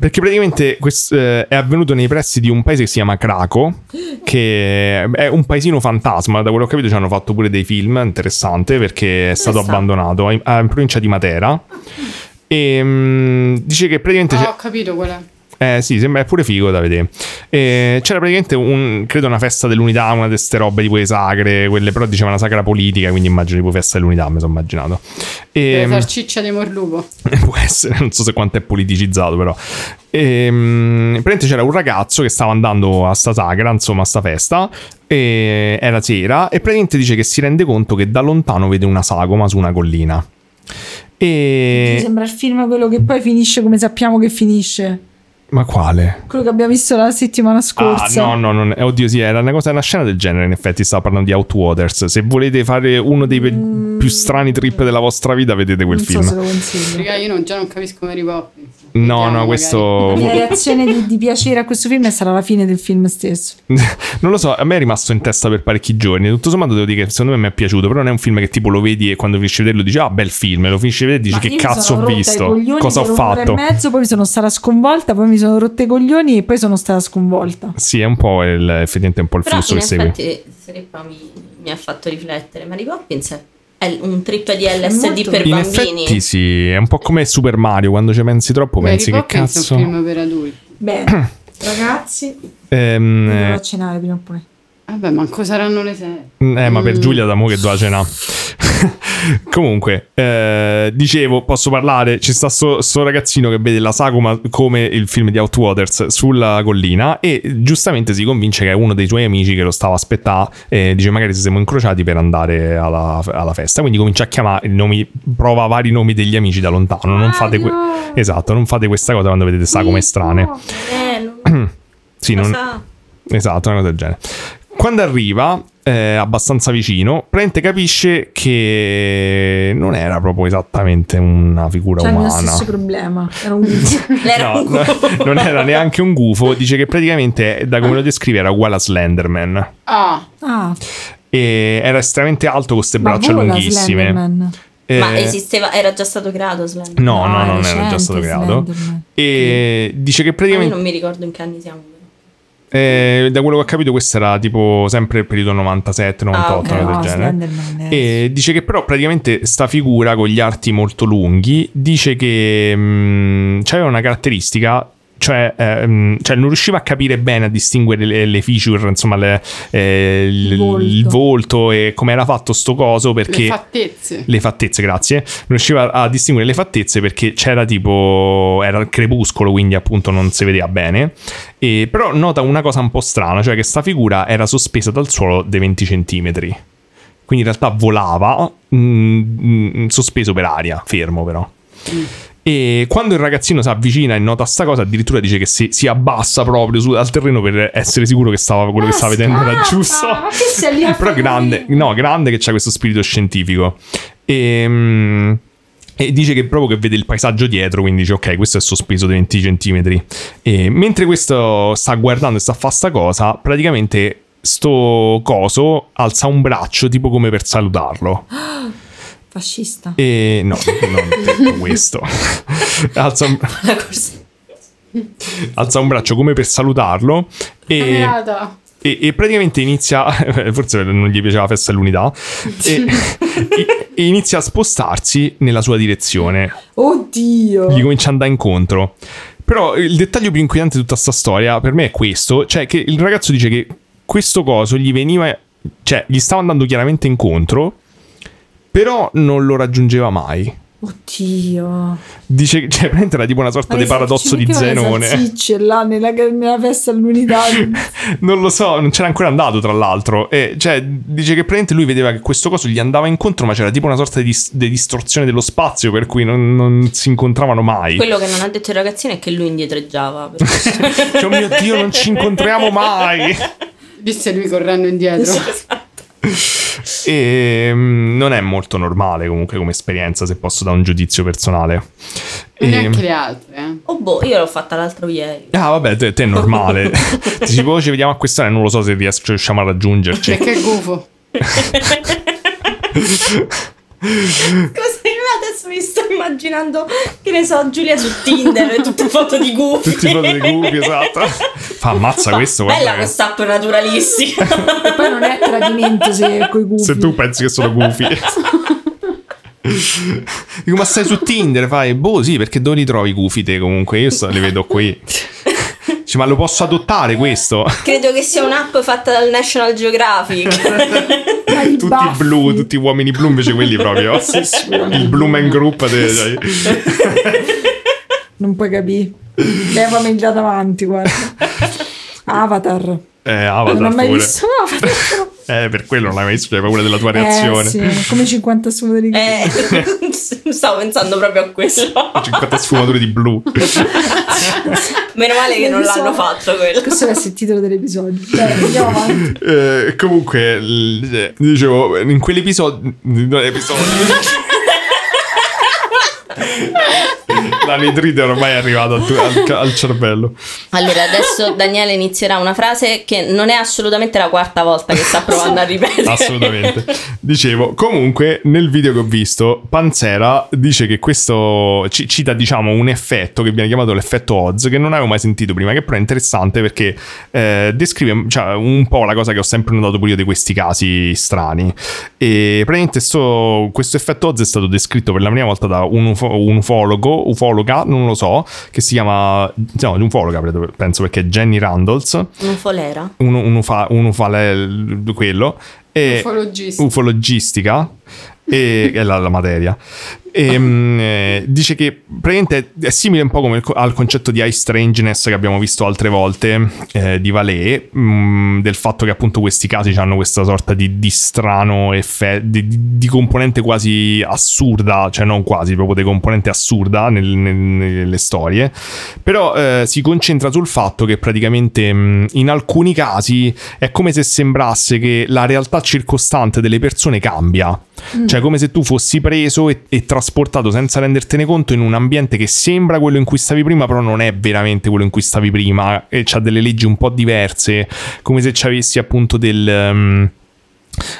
[SPEAKER 6] Perché praticamente questo, eh, è avvenuto nei pressi di un paese che si chiama Craco, che è un paesino fantasma. Da quello che ho capito ci hanno fatto pure dei film, interessante, perché è stato
[SPEAKER 7] Interessante. Ah.
[SPEAKER 6] abbandonato in, in provincia di Matera. E mm, dice che praticamente c'è-
[SPEAKER 3] Ah, ho capito qual è.
[SPEAKER 6] eh sì, sembra è pure figo da vedere. Eh, c'era praticamente un, credo una festa dell'unità, una di queste robe di quelle sacre, quelle però diceva una sacra politica, quindi immagino tipo festa dell'unità, mi sono immaginato.
[SPEAKER 3] La
[SPEAKER 6] Ehm,
[SPEAKER 3] salciccia di Morlupo.
[SPEAKER 6] può essere, non so se quanto è politicizzato però. Ehm, praticamente c'era un ragazzo che stava andando a sta sagra, insomma a sta festa, e era sera, e praticamente dice che si rende conto che da lontano vede una sagoma su una collina.
[SPEAKER 1] Mi
[SPEAKER 6] E...
[SPEAKER 1] sembra il film quello che poi finisce come sappiamo che finisce.
[SPEAKER 6] Ma quale?
[SPEAKER 1] Quello che abbiamo visto la settimana
[SPEAKER 6] Ah,
[SPEAKER 1] scorsa.
[SPEAKER 6] no, no, non è- oddio, sì, era una cosa, una scena del genere. In effetti, stavo parlando di Outwaters. Se volete fare uno dei pe- più strani trip della vostra vita, vedete quel
[SPEAKER 1] Mm. non
[SPEAKER 6] film.
[SPEAKER 1] so se lo consiglio.
[SPEAKER 3] Raga, io non- già non capisco Mary Poppins.
[SPEAKER 6] No,
[SPEAKER 3] Vediamo,
[SPEAKER 6] no,
[SPEAKER 3] magari.
[SPEAKER 1] La
[SPEAKER 6] questo.
[SPEAKER 1] mia reazione di, di piacere a questo film sarà la fine del film stesso.
[SPEAKER 6] non lo so, a me è rimasto in testa per parecchi giorni. Tutto sommato, devo dire che secondo me mi è piaciuto. Però non è un film che tipo lo vedi e quando finisci di vederlo dici, ah, bel film. Lo finisci di vedere e
[SPEAKER 1] Ma
[SPEAKER 6] dici,
[SPEAKER 1] io
[SPEAKER 6] che
[SPEAKER 1] mi
[SPEAKER 6] cazzo
[SPEAKER 1] sono
[SPEAKER 6] ho
[SPEAKER 1] rotta i
[SPEAKER 6] visto?
[SPEAKER 1] coglioni
[SPEAKER 6] Cosa ho
[SPEAKER 1] per un'ora
[SPEAKER 6] fatto?
[SPEAKER 1] E mezzo, poi mi sono stata sconvolta, poi mi sono rotta i coglioni e poi sono stata sconvolta.
[SPEAKER 6] Sì, è un po' il, effettivamente è un po' il
[SPEAKER 7] Però
[SPEAKER 6] flusso
[SPEAKER 7] in
[SPEAKER 6] che segui.
[SPEAKER 7] effetti Sereppa mi, mi ha fatto riflettere. Mary Poppins è- è un trip di LSD
[SPEAKER 1] molto-
[SPEAKER 7] per
[SPEAKER 6] In
[SPEAKER 7] bambini.
[SPEAKER 6] effetti, sì, è un po' come Super Mario. Quando ci pensi troppo,
[SPEAKER 3] Mary
[SPEAKER 6] pensi che
[SPEAKER 3] Poppins
[SPEAKER 6] cazzo.
[SPEAKER 3] è un film per adulti.
[SPEAKER 1] Bene, ragazzi,
[SPEAKER 6] Ehm,
[SPEAKER 1] andrò a cenare prima o poi.
[SPEAKER 3] Vabbè, manco saranno le sei.
[SPEAKER 6] Eh, ma per
[SPEAKER 3] Mm.
[SPEAKER 6] Giulia da mo che doveva cena. Comunque, eh, dicevo, posso parlare? Ci sta sto, sto ragazzino che vede la sagoma come il film di Outwaters sulla collina e giustamente si convince che è uno dei suoi amici che lo stava aspettando e dice magari ci siamo incrociati per andare alla, alla festa. Quindi comincia a chiamare i nomi, prova vari nomi degli amici da lontano. Non fate que- esatto, non fate questa cosa quando vedete sagome strane.
[SPEAKER 7] Eh, non-
[SPEAKER 6] Sì, non,
[SPEAKER 7] cosa-
[SPEAKER 6] Esatto, una cosa del genere. Quando arriva, eh, abbastanza vicino, Prente capisce che non era proprio esattamente una figura
[SPEAKER 1] C'è il mio
[SPEAKER 6] umana.
[SPEAKER 1] Cioè, stesso problema. Era un video.
[SPEAKER 7] L'era
[SPEAKER 6] No,
[SPEAKER 7] un
[SPEAKER 6] no,
[SPEAKER 7] gufo.
[SPEAKER 6] non era neanche un gufo. Dice che praticamente, da come lo descrive, era uguale a Slenderman.
[SPEAKER 3] Ah,
[SPEAKER 1] Ah,
[SPEAKER 6] E era estremamente alto con queste
[SPEAKER 1] ma
[SPEAKER 6] braccia
[SPEAKER 1] vola
[SPEAKER 6] lunghissime.
[SPEAKER 1] Slenderman.
[SPEAKER 6] Eh,
[SPEAKER 7] Ma esisteva, era già stato creato Slam.
[SPEAKER 6] No, no,
[SPEAKER 1] è
[SPEAKER 6] no, non era già
[SPEAKER 1] recente
[SPEAKER 6] stato creato.
[SPEAKER 1] Slenderman.
[SPEAKER 6] E dice che
[SPEAKER 7] Ma io
[SPEAKER 6] praticamente.
[SPEAKER 7] non mi ricordo in che anni siamo.
[SPEAKER 6] eh, da quello che ho capito, questo era tipo sempre il periodo 97-98,
[SPEAKER 7] Ah, ok,
[SPEAKER 6] una cosa
[SPEAKER 1] Eh, No,
[SPEAKER 6] del genere.
[SPEAKER 1] Slenderman è-
[SPEAKER 6] E dice che però praticamente sta figura con gli arti molto lunghi dice che mh, c'aveva una mm, caratteristica cioè, ehm, cioè non riusciva a capire bene, a distinguere le, le feature, insomma le- eh, l-
[SPEAKER 1] Il volto.
[SPEAKER 6] il volto e come era fatto sto coso perché...
[SPEAKER 3] Le fattezze.
[SPEAKER 6] le fattezze, grazie. Non riusciva a distinguere le fattezze perché c'era tipo. Era il crepuscolo, quindi appunto non si vedeva bene. E, però nota una cosa un po' strana, cioè che sta figura era sospesa dal suolo dei 20 centimetri. Quindi in realtà volava, mm, mm, sospeso per aria, fermo però. E quando il ragazzino si avvicina e nota sta cosa, addirittura dice che si, si abbassa proprio su- al terreno per essere sicuro che stava, quello che stava vedendo era giusto.
[SPEAKER 1] Ma che sei lì a
[SPEAKER 6] Però
[SPEAKER 1] fare
[SPEAKER 6] grande,
[SPEAKER 1] lì?
[SPEAKER 6] no, grande che c'ha questo spirito scientifico. Ehm, E, dice che proprio che vede il paesaggio dietro, quindi dice ok, questo è sospeso di 20 centimetri. E mentre questo sta guardando e sta a fa sta cosa, praticamente sto coso alza un braccio tipo come per salutarlo.
[SPEAKER 7] Fascista.
[SPEAKER 6] E no, non detto questo. alza, un,
[SPEAKER 7] La corsa.
[SPEAKER 6] alza un braccio come per salutarlo
[SPEAKER 3] Ah,
[SPEAKER 6] e...
[SPEAKER 3] Camerata.
[SPEAKER 6] E, e praticamente inizia, forse non gli piaceva la festa dell'unità, e, e inizia a spostarsi nella sua direzione,
[SPEAKER 1] Oddio.
[SPEAKER 6] gli comincia ad andare incontro. Però il dettaglio più inquietante di tutta sta storia per me è questo, cioè che il ragazzo dice che questo coso gli veniva, cioè gli stava andando chiaramente incontro, però non lo raggiungeva mai.
[SPEAKER 1] Oddio.
[SPEAKER 6] Dice, cioè praticamente era tipo una sorta di paradosso di Zenone.
[SPEAKER 1] Sì, là nella, nella festa all'unità.
[SPEAKER 6] Non lo so, non c'era ancora andato tra l'altro. E, cioè, dice che praticamente lui vedeva che questo coso gli andava incontro, ma c'era tipo una sorta di, dis- di distorsione dello spazio, per cui non, non si incontravano mai.
[SPEAKER 7] Quello che non ha detto il ragazzino è che lui indietreggiava. per questo.
[SPEAKER 6] Cioè, oh mio Dio, non ci incontriamo mai.
[SPEAKER 3] Disse lui correndo indietro.
[SPEAKER 6] E mm, non è molto normale, comunque, come esperienza, se posso dare un giudizio personale. E-
[SPEAKER 3] Neanche le altre. eh.
[SPEAKER 7] Oh boh, io l'ho fatta l'altro ieri.
[SPEAKER 6] Ah, vabbè, te, te è normale. Ti si può, ci vediamo a quest'ora e non lo so se ries- riusciamo a raggiungerci.
[SPEAKER 3] Perché è gufo.
[SPEAKER 6] Mm.
[SPEAKER 7] Cosa io adesso mi sto immaginando, che ne so, Giulia su Tinder e tutte foto di gufi.
[SPEAKER 6] Tutti i foto di gufi, esatto. Fa ammazza
[SPEAKER 7] Fa,
[SPEAKER 6] questo, guarda
[SPEAKER 7] Bella
[SPEAKER 6] che-
[SPEAKER 7] questa app naturalistica.
[SPEAKER 1] E poi non è tradimento se coi gufi.
[SPEAKER 6] Se tu pensi che sono gufi. Dico, ma stai su Tinder? Fai, boh, sì, perché dove li trovi i gufi te comunque? Io sto- li vedo qui. Dici, ma lo posso adottare questo?
[SPEAKER 7] Credo che sia un'app fatta dal National Geographic.
[SPEAKER 1] Hai i
[SPEAKER 6] Tutti
[SPEAKER 1] baffi.
[SPEAKER 6] blu, tutti uomini blu, invece quelli proprio. il Blue Man Group. te- dai.
[SPEAKER 1] Non puoi capire. Levami già davanti, guarda. Avatar.
[SPEAKER 6] Eh,
[SPEAKER 1] Non
[SPEAKER 6] Avatar
[SPEAKER 1] ho mai
[SPEAKER 6] pure.
[SPEAKER 1] visto Avatar.
[SPEAKER 6] Eh, per quello non l'hai mai visto, c'hai paura della tua
[SPEAKER 1] Eh,
[SPEAKER 6] reazione.
[SPEAKER 1] sì, come 50 sfumature di
[SPEAKER 7] Eh, stavo pensando proprio a quello.
[SPEAKER 6] 50 sfumature di blu.
[SPEAKER 7] Meno male che non l'hanno fatto quello.
[SPEAKER 1] Questo era il titolo dell'episodio. Beh, andiamo avanti.
[SPEAKER 6] Eh, comunque, l- eh, dicevo, in quell'episodio. Non è episodio. La nitride ormai è arrivata al, tu- al ca- al cervello.
[SPEAKER 7] Allora, adesso Daniele inizierà una frase che non è assolutamente la quarta volta che sta provando a ripetere.
[SPEAKER 6] Assolutamente. Dicevo, comunque, nel video che ho visto, Panzera dice che questo ci- cita, diciamo, un effetto che viene chiamato l'effetto Oz, che non avevo mai sentito prima, che però è interessante perché eh, descrive cioè, un po' la cosa che ho sempre notato pure io di questi casi strani. E praticamente sto- questo effetto Oz è stato descritto per la prima volta da un, ufo- un ufologo, ufologa, non lo so, che si chiama, no, ufologa penso perché è Jenny Randalls
[SPEAKER 7] Non folera.
[SPEAKER 6] un, un, ufa, un ufale, quello, e
[SPEAKER 3] Ufologista.
[SPEAKER 6] ufologistica, e, è la, la materia. E, mm, eh, dice che praticamente è simile un po' come il co- al concetto di high strangeness che abbiamo visto altre volte eh, di Valet, mm, del fatto che appunto questi casi hanno questa sorta di, di strano effetto, di, di- di componente quasi assurda, cioè non quasi, proprio di componente assurda nel- nel- nelle storie, però eh, si concentra sul fatto che praticamente mm, in alcuni casi è come se sembrasse che la realtà circostante delle persone cambia.
[SPEAKER 7] Mm.
[SPEAKER 6] Cioè, come se tu fossi preso e, e trasportato senza rendertene conto in un ambiente che sembra quello in cui stavi prima, però non è veramente quello in cui stavi prima, e c'ha delle leggi un po' diverse, come se ci avessi appunto del. ehm,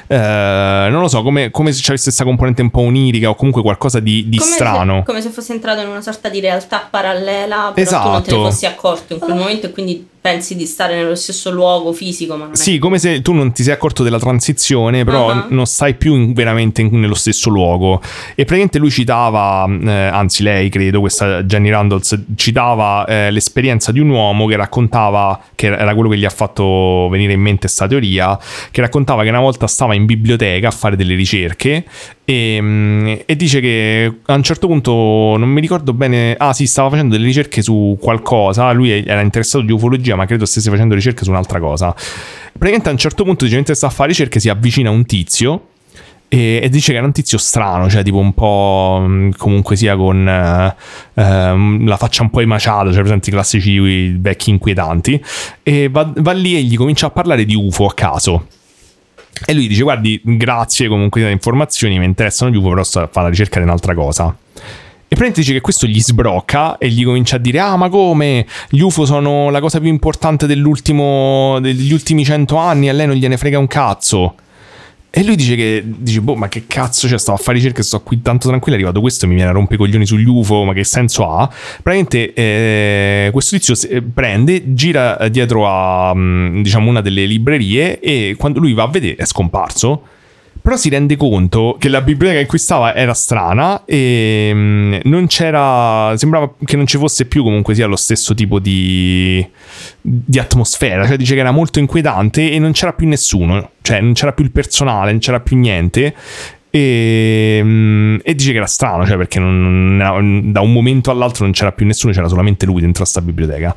[SPEAKER 6] eh, non lo so, come, come se ci avesse questa componente un po' onirica o comunque qualcosa di, di
[SPEAKER 7] Come se-
[SPEAKER 6] strano.
[SPEAKER 7] come se fosse entrato in una sorta di realtà parallela, però tu non te ne
[SPEAKER 6] Esatto.
[SPEAKER 7] fossi accorto in quel momento e quindi pensi di stare nello stesso luogo fisico, ma non
[SPEAKER 6] Sì, come se tu non ti sei accorto della transizione, però
[SPEAKER 7] Ah.
[SPEAKER 6] non stai più in- veramente in- nello stesso luogo. E praticamente lui citava, eh, anzi lei credo, questa Jenny Randolph, citava eh, l'esperienza di un uomo che raccontava, che era quello che gli ha fatto venire in mente questa teoria, che raccontava che una volta stava in biblioteca a fare delle ricerche e, mm, e dice che a un certo punto non mi ricordo bene, ah sì, stava facendo delle ricerche su qualcosa, lui era interessato di ufologia ma credo stesse facendo ricerche su un'altra cosa. Praticamente a un certo punto dice, mentre sta a fare ricerche si avvicina un tizio e, e dice che era un tizio strano, cioè tipo un po' mh, comunque sia con eh, ehm, la faccia un po' emaciata, cioè presenti i classici vecchi inquietanti, e va, va lì e gli comincia a parlare di UFO a caso. E lui dice: Guardi, grazie comunque delle informazioni, mi interessano gli UFO, però sto a fare la ricerca di un'altra cosa. E praticamente dice che questo gli sbrocca e gli comincia a dire: Ah, ma come? Gli UFO sono la cosa più importante dell'ultimo, degli ultimi cento anni, a lei non gliene frega un cazzo. E lui dice che dice, boh, ma che cazzo, cioè, stavo a fare ricerche, sto qui tanto tranquillo, è arrivato questo e mi viene a rompere i coglioni sugli UFO, ma che senso ha? Praticamente eh, questo tizio se- eh, prende, gira eh, dietro a, mm, diciamo, una delle librerie e quando lui va a vedere è scomparso. Però si rende conto che la biblioteca in cui stava era strana e mm, non c'era. Sembrava che non ci fosse più comunque sia lo stesso tipo di, di atmosfera. Cioè, dice che era molto inquietante e non c'era più nessuno. Cioè, non c'era più il personale, non c'era più niente. E, mm, e dice che era strano, cioè, perché non- non- da un momento all'altro non c'era più nessuno, c'era solamente lui dentro a sta biblioteca.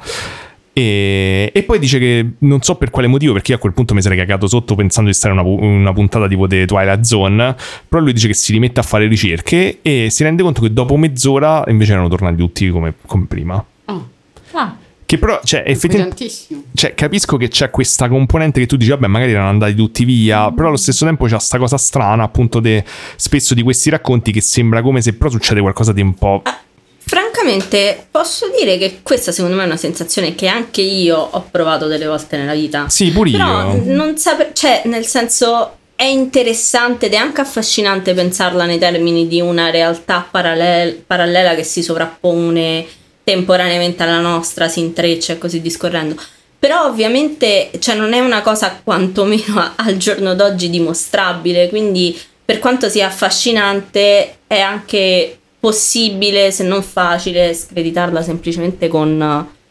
[SPEAKER 6] E, e poi dice che non so per quale motivo, perché io a quel punto mi sarei cagato sotto pensando di stare in una, una puntata tipo The Twilight Zone. Però lui dice che si rimette a fare ricerche e si rende conto che dopo mezz'ora invece erano tornati tutti come, come prima.
[SPEAKER 3] Oh,
[SPEAKER 1] Ah,
[SPEAKER 6] Che però, cioè, effettivamente.
[SPEAKER 3] tantissimo.
[SPEAKER 6] Cioè, capisco che c'è questa componente che tu dici, vabbè, magari erano andati tutti via, però allo stesso tempo c'è sta cosa strana, appunto, de- spesso di questi racconti che sembra come se però succede qualcosa di un po'.
[SPEAKER 7] Francamente, posso dire che questa secondo me è una sensazione che anche io ho provato delle volte nella vita.
[SPEAKER 6] Sì, pure
[SPEAKER 7] Ah, Però
[SPEAKER 6] io.
[SPEAKER 7] non sape- cioè, nel senso è interessante ed è anche affascinante pensarla nei termini di una realtà parallel- parallela che si sovrappone temporaneamente alla nostra, si intreccia e così discorrendo. Però ovviamente cioè, non è una cosa quantomeno a- al giorno d'oggi dimostrabile, quindi per quanto sia affascinante è anche possibile, se non facile, screditarla semplicemente con eh,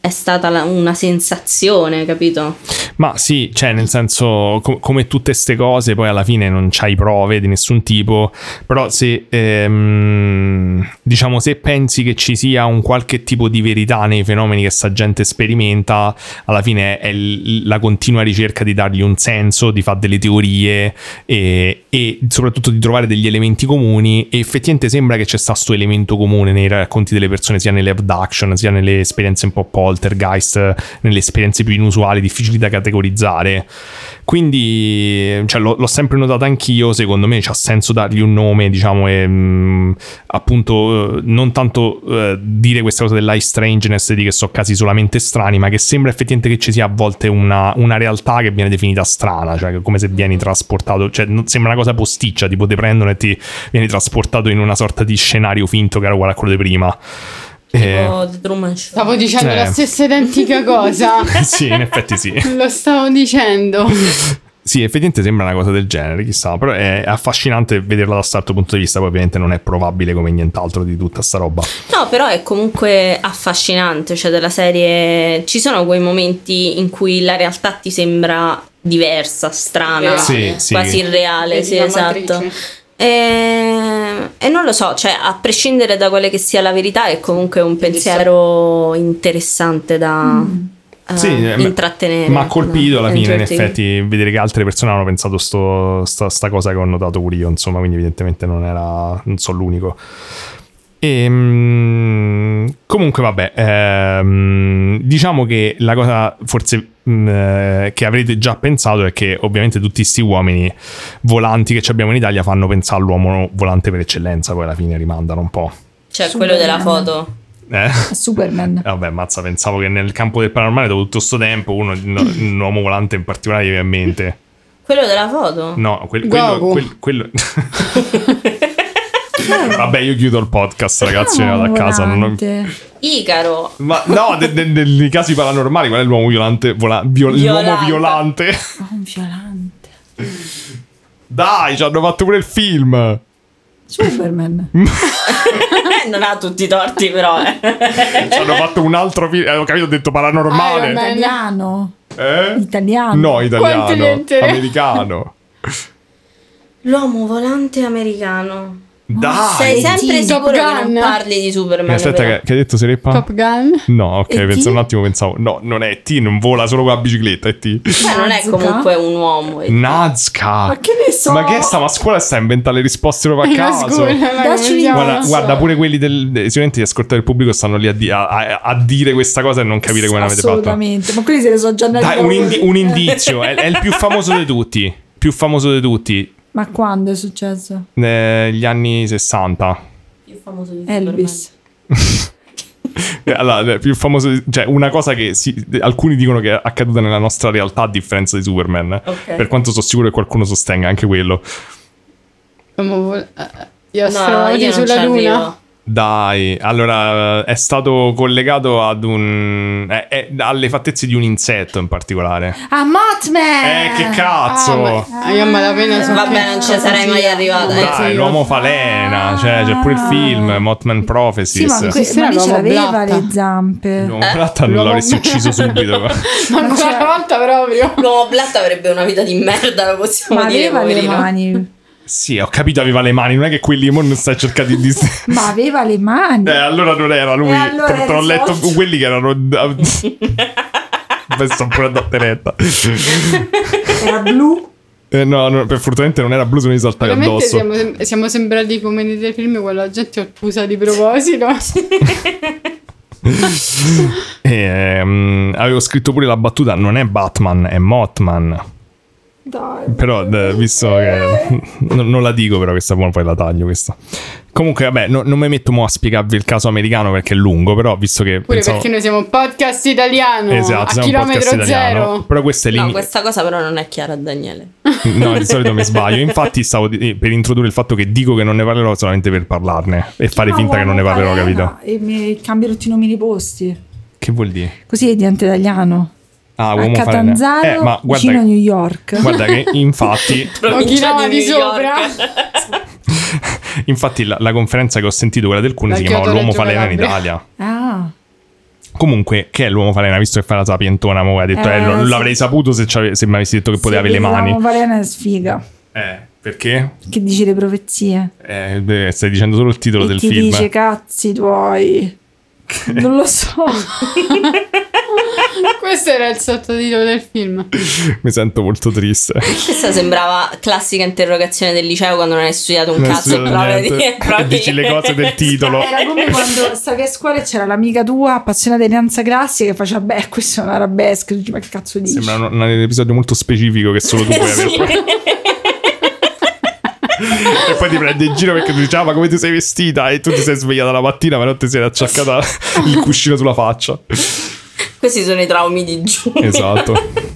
[SPEAKER 7] è stata la- una sensazione, capito?
[SPEAKER 6] Ma sì, cioè, nel senso, com- come tutte queste cose, poi alla fine non c'hai prove di nessun tipo. Però se ehm, diciamo, se pensi che ci sia un qualche tipo di verità nei fenomeni che sta gente sperimenta, alla fine è l- la continua ricerca di dargli un senso, di fare delle teorie e, e soprattutto di trovare degli elementi comuni. E effettivamente sembra che c'è stato questo elemento comune nei racconti delle persone, sia nelle abduction, sia nelle esperienze un po' poltergeist, nelle esperienze più inusuali, difficili da categorizzare. Quindi cioè, l'ho, l'ho sempre notata anch'io, secondo me c'ha senso dargli un nome, diciamo, e, mh, appunto eh, non tanto eh, dire questa cosa dell'eye strangeness, di che so casi solamente strani, ma che sembra effettivamente che ci sia a volte una, una realtà che viene definita strana, cioè che come se vieni trasportato, cioè non- sembra una cosa posticcia, tipo te prendono e ti vieni trasportato in una sorta di scenario finto che era uguale a quello di prima. Eh,
[SPEAKER 7] Tipo Oh, The Truman Show.
[SPEAKER 3] Stavo dicendo
[SPEAKER 6] Eh.
[SPEAKER 3] la stessa identica cosa.
[SPEAKER 6] sì, in effetti sì.
[SPEAKER 3] Lo stavo dicendo.
[SPEAKER 6] Sì, effettivamente sembra una cosa del genere, chissà, però è affascinante vederla da questo punto di vista, poi ovviamente non è probabile come nient'altro di tutta sta roba.
[SPEAKER 7] No, però è comunque affascinante, cioè della serie ci sono quei momenti in cui la realtà ti sembra diversa, strana,
[SPEAKER 3] Sì,
[SPEAKER 6] Sì, sì.
[SPEAKER 7] quasi irreale,
[SPEAKER 3] Vedi
[SPEAKER 7] sì,
[SPEAKER 3] la
[SPEAKER 7] esatto.
[SPEAKER 3] matrice.
[SPEAKER 7] E, Eh, e non lo so, cioè a prescindere da quale che sia la verità è comunque un pensiero interessante da eh,
[SPEAKER 6] Sì, eh, ma-
[SPEAKER 7] intrattenere. ecco.
[SPEAKER 6] Ma ha colpito alla
[SPEAKER 7] da
[SPEAKER 6] fine, in
[SPEAKER 7] entertain.
[SPEAKER 6] effetti, vedere che altre persone hanno pensato sto, sta, sta cosa che ho notato pure io, insomma, quindi evidentemente non era, non sono l'unico. Ehm, comunque, vabbè, ehm, diciamo che la cosa forse mh, eh, che avrete già pensato è che ovviamente tutti questi uomini volanti che ci abbiamo in Italia fanno pensare all'uomo volante per eccellenza, poi alla fine rimandano un po'.
[SPEAKER 7] Cioè quello della
[SPEAKER 1] Superman.
[SPEAKER 7] foto.
[SPEAKER 6] Eh?
[SPEAKER 1] Superman.
[SPEAKER 6] Eh, Vabbè, mazza, pensavo che nel campo del paranormale, dopo tutto sto tempo, uno, no- un uomo volante in particolare gli viene in mente. Mm.
[SPEAKER 7] Quello della foto?
[SPEAKER 6] No, quel-
[SPEAKER 3] Goku.
[SPEAKER 6] quello, quel- quello- Vabbè, io chiudo il podcast, ragazzi. Me ne
[SPEAKER 1] Ah,
[SPEAKER 6] vado a casa. non ho-
[SPEAKER 7] Icaro.
[SPEAKER 6] Ma no, de- de- de- nei casi paranormali, qual è l'uomo violante? Vola- viol- L'uomo
[SPEAKER 7] Violante.
[SPEAKER 6] violante.
[SPEAKER 1] Ah, un violante.
[SPEAKER 6] Dai, ci hanno fatto pure il film.
[SPEAKER 1] Superman.
[SPEAKER 6] Mm.
[SPEAKER 7] non ha tutti i torti, però. eh.
[SPEAKER 6] Ci hanno fatto un altro film. Eh, ho capito, ho detto
[SPEAKER 3] Iron Man.
[SPEAKER 6] paranormale.
[SPEAKER 1] Italiano.
[SPEAKER 6] Eh?
[SPEAKER 1] Italiano.
[SPEAKER 6] No,
[SPEAKER 3] Quante
[SPEAKER 6] italiano.
[SPEAKER 3] lettere?
[SPEAKER 6] Americano.
[SPEAKER 7] L'uomo volante americano. Sei
[SPEAKER 6] Dai.
[SPEAKER 7] sempre
[SPEAKER 1] Sì.
[SPEAKER 7] sicuro
[SPEAKER 3] Top
[SPEAKER 7] che non
[SPEAKER 3] Gun.
[SPEAKER 7] parli di Superman?
[SPEAKER 6] Eh, aspetta,
[SPEAKER 7] però?
[SPEAKER 6] che, che hai detto Sereppa?
[SPEAKER 3] Top Gun.
[SPEAKER 6] No, ok,
[SPEAKER 1] E.T.?
[SPEAKER 6] penso un attimo, pensavo. No, non è T, non vola solo con la bicicletta, è T.
[SPEAKER 7] Beh, Cioè, non è
[SPEAKER 1] Bazzica.
[SPEAKER 7] comunque un uomo.
[SPEAKER 6] Mm.
[SPEAKER 7] eh.
[SPEAKER 6] Nazca.
[SPEAKER 1] Ma che ne so?
[SPEAKER 6] Ma che sta? Ma a scuola sta a inventare le risposte proprio a
[SPEAKER 3] La
[SPEAKER 6] caso.
[SPEAKER 3] scuola, la
[SPEAKER 1] Dacci
[SPEAKER 3] conosciamo.
[SPEAKER 1] Non
[SPEAKER 6] Guarda,
[SPEAKER 1] lo so.
[SPEAKER 6] guarda, pure quelli del, dei studenti di ascoltare il pubblico stanno lì a, di- a- a- a dire questa cosa e non capire come l'avete fatta.
[SPEAKER 1] Assolutamente. Ma quelli se ne sono già andati.
[SPEAKER 6] Dai,
[SPEAKER 1] da
[SPEAKER 6] un,
[SPEAKER 1] voi.
[SPEAKER 6] indi- un indizio, è, è il più famoso di tutti. Più famoso di tutti,
[SPEAKER 1] Ma quando è successo?
[SPEAKER 6] negli anni 60.
[SPEAKER 7] Più famoso di
[SPEAKER 1] Elvis.
[SPEAKER 6] Eh, Allora, eh, più famoso, di- cioè una cosa che si- alcuni dicono che è accaduta nella nostra realtà a differenza di Superman.
[SPEAKER 7] Ok.
[SPEAKER 6] Per quanto sono sicuro che qualcuno sostenga anche quello.
[SPEAKER 3] Come vuol- eh, Gli
[SPEAKER 7] Superman. No,
[SPEAKER 3] astronauti
[SPEAKER 7] io non
[SPEAKER 3] sulla
[SPEAKER 7] ci
[SPEAKER 3] luna.
[SPEAKER 7] arrivo.
[SPEAKER 6] Dai, allora eh, è stato collegato ad un. eh, eh, alle fattezze di un insetto in particolare.
[SPEAKER 1] Ah, Mothman!
[SPEAKER 6] Eh, che cazzo!
[SPEAKER 3] Ah, ma- io a malapena so
[SPEAKER 7] Vabbè,
[SPEAKER 3] che-
[SPEAKER 7] non ci sarei mai arrivata. eh.
[SPEAKER 6] Dai, l'uomo falena, cioè c'è pure il film Mothman
[SPEAKER 1] Sì,
[SPEAKER 6] Prophecies.
[SPEAKER 1] ma, que-
[SPEAKER 3] Esiste
[SPEAKER 1] ma lui
[SPEAKER 3] la
[SPEAKER 1] ce
[SPEAKER 3] nuova
[SPEAKER 1] l'aveva
[SPEAKER 3] blatta.
[SPEAKER 1] le zampe.
[SPEAKER 6] No, in realtà non
[SPEAKER 3] l'uomo-
[SPEAKER 6] l'avresti ucciso subito.
[SPEAKER 3] Ma
[SPEAKER 1] Ma
[SPEAKER 3] quella
[SPEAKER 1] c'è-
[SPEAKER 3] volta proprio.
[SPEAKER 7] L'uomo blatta avrebbe una vita di merda, lo possiamo
[SPEAKER 1] Ma
[SPEAKER 7] dire,
[SPEAKER 1] aveva le
[SPEAKER 7] poverino.
[SPEAKER 1] mani.
[SPEAKER 6] sì, ho capito, aveva le mani, non è che quelli mo non stai cercando di dis-
[SPEAKER 1] Ma aveva le mani.
[SPEAKER 6] Eh, allora non era lui.
[SPEAKER 1] E allora
[SPEAKER 6] Tra- tra ho
[SPEAKER 1] era
[SPEAKER 6] letto
[SPEAKER 1] sotto.
[SPEAKER 6] quelli che erano Beh, sto pure a date retta.
[SPEAKER 1] Era blu.
[SPEAKER 6] Eh, no, no, per fortunatamente non era blu, sono saltare
[SPEAKER 3] Veramente
[SPEAKER 6] addosso.
[SPEAKER 3] siamo, sem- siamo sembrati come nei dei film con la gente ottusa di proposito.
[SPEAKER 6] Ehm, avevo scritto pure la battuta: non è Batman, è Mothman. Però, d- visto che
[SPEAKER 3] Eh.
[SPEAKER 6] non, non la dico, però questa buona poi la taglio. Questa. Comunque, vabbè, no- non mi metto mo a spiegarvi il caso americano perché è lungo. Però, visto che.
[SPEAKER 3] Pure
[SPEAKER 6] pensavo-
[SPEAKER 3] perché noi siamo un podcast italiano
[SPEAKER 6] Esatto,
[SPEAKER 3] a
[SPEAKER 6] siamo un podcast
[SPEAKER 3] chilometro
[SPEAKER 6] italiano.
[SPEAKER 3] zero.
[SPEAKER 6] Però questa è
[SPEAKER 7] No,
[SPEAKER 6] l'in-
[SPEAKER 7] questa cosa però non è chiara a Daniele.
[SPEAKER 6] No, di solito mi sbaglio. Infatti, stavo di- eh, per introdurre il fatto che dico che non ne parlerò solamente per parlarne e fare
[SPEAKER 1] Ma
[SPEAKER 6] finta che non ne
[SPEAKER 1] guarda,
[SPEAKER 6] parlerò,
[SPEAKER 1] Falena,
[SPEAKER 6] capito?
[SPEAKER 1] E mi cambiano tutti i nomi dei posti.
[SPEAKER 6] Che vuol dire?
[SPEAKER 1] Così diventa italiano.
[SPEAKER 6] Ah,
[SPEAKER 1] A
[SPEAKER 6] uomo falena.
[SPEAKER 1] Catanzaro,
[SPEAKER 6] Eh, ma guarda,
[SPEAKER 1] vicino a
[SPEAKER 6] che-
[SPEAKER 1] New York.
[SPEAKER 6] guarda che infatti.
[SPEAKER 7] Provincia
[SPEAKER 3] Ogni
[SPEAKER 7] di
[SPEAKER 3] di
[SPEAKER 7] New
[SPEAKER 3] sopra.
[SPEAKER 6] Infatti la, la conferenza che ho sentito, quella del Cune,
[SPEAKER 3] La
[SPEAKER 6] si chiamava
[SPEAKER 3] Chiodo
[SPEAKER 6] L'uomo
[SPEAKER 3] Reggio
[SPEAKER 6] falena in
[SPEAKER 3] Calabria.
[SPEAKER 6] Italia.
[SPEAKER 1] Ah,
[SPEAKER 6] Comunque, che è l'uomo falena, visto che fa la sapientona, mo, ha detto,
[SPEAKER 1] Eh,
[SPEAKER 6] eh, non
[SPEAKER 1] sì.
[SPEAKER 6] l'avrei saputo se, c'ave- se mi avessi detto che poteva avere le mani.
[SPEAKER 1] Valena è sfiga.
[SPEAKER 6] Eh, perché?
[SPEAKER 1] Che dici le profezie?
[SPEAKER 6] Eh, beh, stai dicendo solo il titolo
[SPEAKER 1] E
[SPEAKER 6] del
[SPEAKER 1] ti
[SPEAKER 6] film.
[SPEAKER 1] dice cazzi tuoi. Non lo so.
[SPEAKER 3] Questo era il sottotitolo del film.
[SPEAKER 6] Mi sento molto triste.
[SPEAKER 7] Questa sembrava classica interrogazione del liceo quando non hai studiato un
[SPEAKER 6] Non
[SPEAKER 7] cazzo
[SPEAKER 6] so
[SPEAKER 7] e provi
[SPEAKER 6] niente.
[SPEAKER 7] di- provi-
[SPEAKER 6] Dici le cose del titolo.
[SPEAKER 1] Era come quando stavi a scuola e c'era l'amica tua appassionata di danza classica che faceva, beh, questo è un arabesco. Dici, ma che cazzo dici?
[SPEAKER 6] Sembra un, un episodio molto specifico che solo tu puoi avere. E poi ti prende in giro perché tu dici, ah, ma come ti sei vestita? E tu ti sei svegliata la mattina, ma non ti sei acciaccata il cuscino sulla faccia.
[SPEAKER 7] Questi sono i traumi di giù.
[SPEAKER 6] Esatto.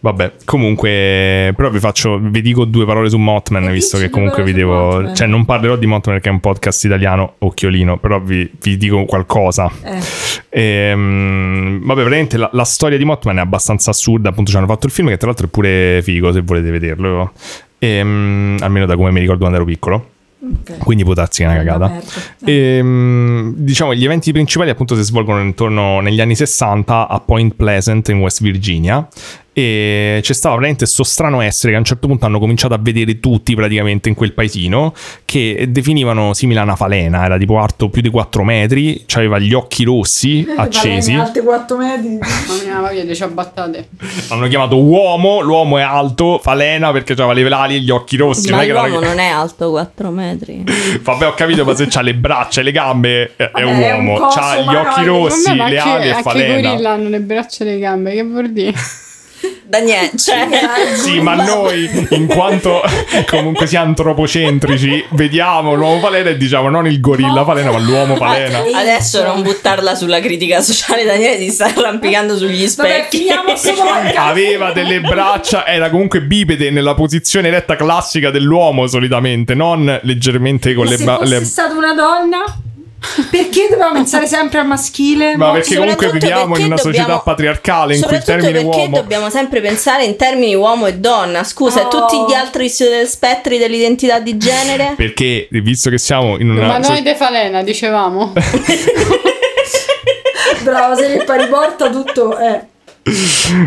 [SPEAKER 6] Vabbè, comunque, però vi faccio, vi dico due parole su Mothman,
[SPEAKER 1] E
[SPEAKER 6] visto
[SPEAKER 1] dici
[SPEAKER 6] che
[SPEAKER 1] due
[SPEAKER 6] comunque
[SPEAKER 1] parole
[SPEAKER 6] vi
[SPEAKER 1] su
[SPEAKER 6] devo...
[SPEAKER 1] Mothman.
[SPEAKER 6] Cioè, non parlerò di Mothman perché è un podcast italiano, occhiolino, però vi, vi dico qualcosa.
[SPEAKER 1] Eh.
[SPEAKER 6] Ehm, vabbè, veramente la, la storia di Mothman è abbastanza assurda. Appunto, ci hanno fatto il film, che tra l'altro è pure figo se volete vederlo. Ehm, almeno da come mi ricordo quando ero piccolo. Quindi può darsi che è una cagata.
[SPEAKER 1] Eh.
[SPEAKER 6] Ehm, diciamo, gli eventi principali appunto si svolgono intorno negli anni 60 a Point Pleasant in West Virginia. E c'è stato veramente questo strano essere che a un certo punto hanno cominciato a vedere tutti praticamente in quel paesino che definivano simile a una falena, era tipo alto più di 4 metri, aveva gli occhi rossi accesi.
[SPEAKER 1] Alte 4 metri.
[SPEAKER 3] Mamma mia, voglia di ciabattate.
[SPEAKER 6] L'hanno chiamato uomo, l'uomo è alto, falena perché aveva le velali e gli occhi rossi.
[SPEAKER 7] Ma
[SPEAKER 6] non è che era-
[SPEAKER 7] l'uomo non è alto 4 metri.
[SPEAKER 6] Vabbè, ho capito, ma se c'ha le braccia e le gambe eh, è,
[SPEAKER 1] Vabbè,
[SPEAKER 6] è
[SPEAKER 1] è un
[SPEAKER 6] uomo,
[SPEAKER 1] coso
[SPEAKER 6] c'ha gli
[SPEAKER 1] umanoide.
[SPEAKER 6] occhi
[SPEAKER 1] Vabbè,
[SPEAKER 6] rossi,
[SPEAKER 3] Vabbè, ma
[SPEAKER 6] le
[SPEAKER 3] anche,
[SPEAKER 6] ali e
[SPEAKER 3] anche i
[SPEAKER 6] falena.
[SPEAKER 3] gorilla hanno le braccia e le gambe, che vuol dire?
[SPEAKER 9] da niente. Cioè,
[SPEAKER 6] Sì, ma noi, in quanto comunque sia antropocentrici, vediamo l'uomo palena e diciamo non il gorilla palena, ma l'uomo palena.
[SPEAKER 9] adesso non buttarla sulla critica sociale, Daniele si sta arrampicando sugli
[SPEAKER 1] Vabbè,
[SPEAKER 9] specchi.
[SPEAKER 1] finiamo questo podcast.
[SPEAKER 6] Aveva delle braccia, era comunque bipede nella posizione retta classica dell'uomo solitamente, non leggermente con le,
[SPEAKER 1] Se
[SPEAKER 6] ba-
[SPEAKER 1] fosse
[SPEAKER 6] le-
[SPEAKER 1] stata una donna, perché dobbiamo pensare sempre al maschile?
[SPEAKER 6] Ma perché comunque
[SPEAKER 9] Soprattutto
[SPEAKER 6] viviamo
[SPEAKER 9] perché
[SPEAKER 6] in una società
[SPEAKER 9] dobbiamo-
[SPEAKER 6] patriarcale in cui il
[SPEAKER 9] Soprattutto
[SPEAKER 6] termine
[SPEAKER 9] perché
[SPEAKER 6] uomo
[SPEAKER 9] dobbiamo sempre pensare in termini uomo e donna. Scusa,
[SPEAKER 1] Oh.
[SPEAKER 9] e tutti gli altri s- spettri dell'identità di genere?
[SPEAKER 6] perché visto che siamo in una
[SPEAKER 3] Ma
[SPEAKER 6] so-
[SPEAKER 3] noi de Falena, dicevamo.
[SPEAKER 1] Bravo, se ne riporta tutto. Eh.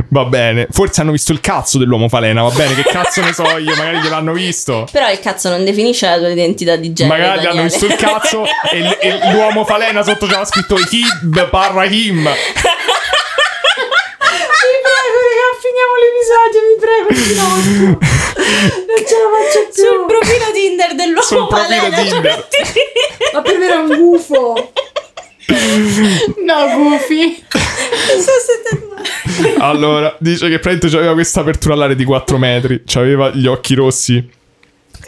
[SPEAKER 6] va bene, forse hanno visto il cazzo dell'uomo falena, va bene, che cazzo ne so io, magari gliel'hanno visto.
[SPEAKER 9] Però il cazzo non definisce la tua identità di
[SPEAKER 7] Cioè,
[SPEAKER 9] genere.
[SPEAKER 6] Magari hanno
[SPEAKER 9] Daniele.
[SPEAKER 6] visto il cazzo e, l- e l'uomo falena sotto c'era scritto Hib barra him.
[SPEAKER 1] Vi prego, raga, finiamo l'episodio, vi prego, eh, finiamo. Non ce la faccio
[SPEAKER 9] Sul
[SPEAKER 1] più.
[SPEAKER 9] profilo Tinder dell'uomo
[SPEAKER 6] Sul profilo
[SPEAKER 9] Valena, cioè,
[SPEAKER 6] Tinder.
[SPEAKER 1] Ma per me era un gufo.
[SPEAKER 3] No, Goofy.
[SPEAKER 9] non so se te-
[SPEAKER 6] Allora, dice che praticamente aveva questa apertura all'aria di 4 metri, aveva gli occhi rossi.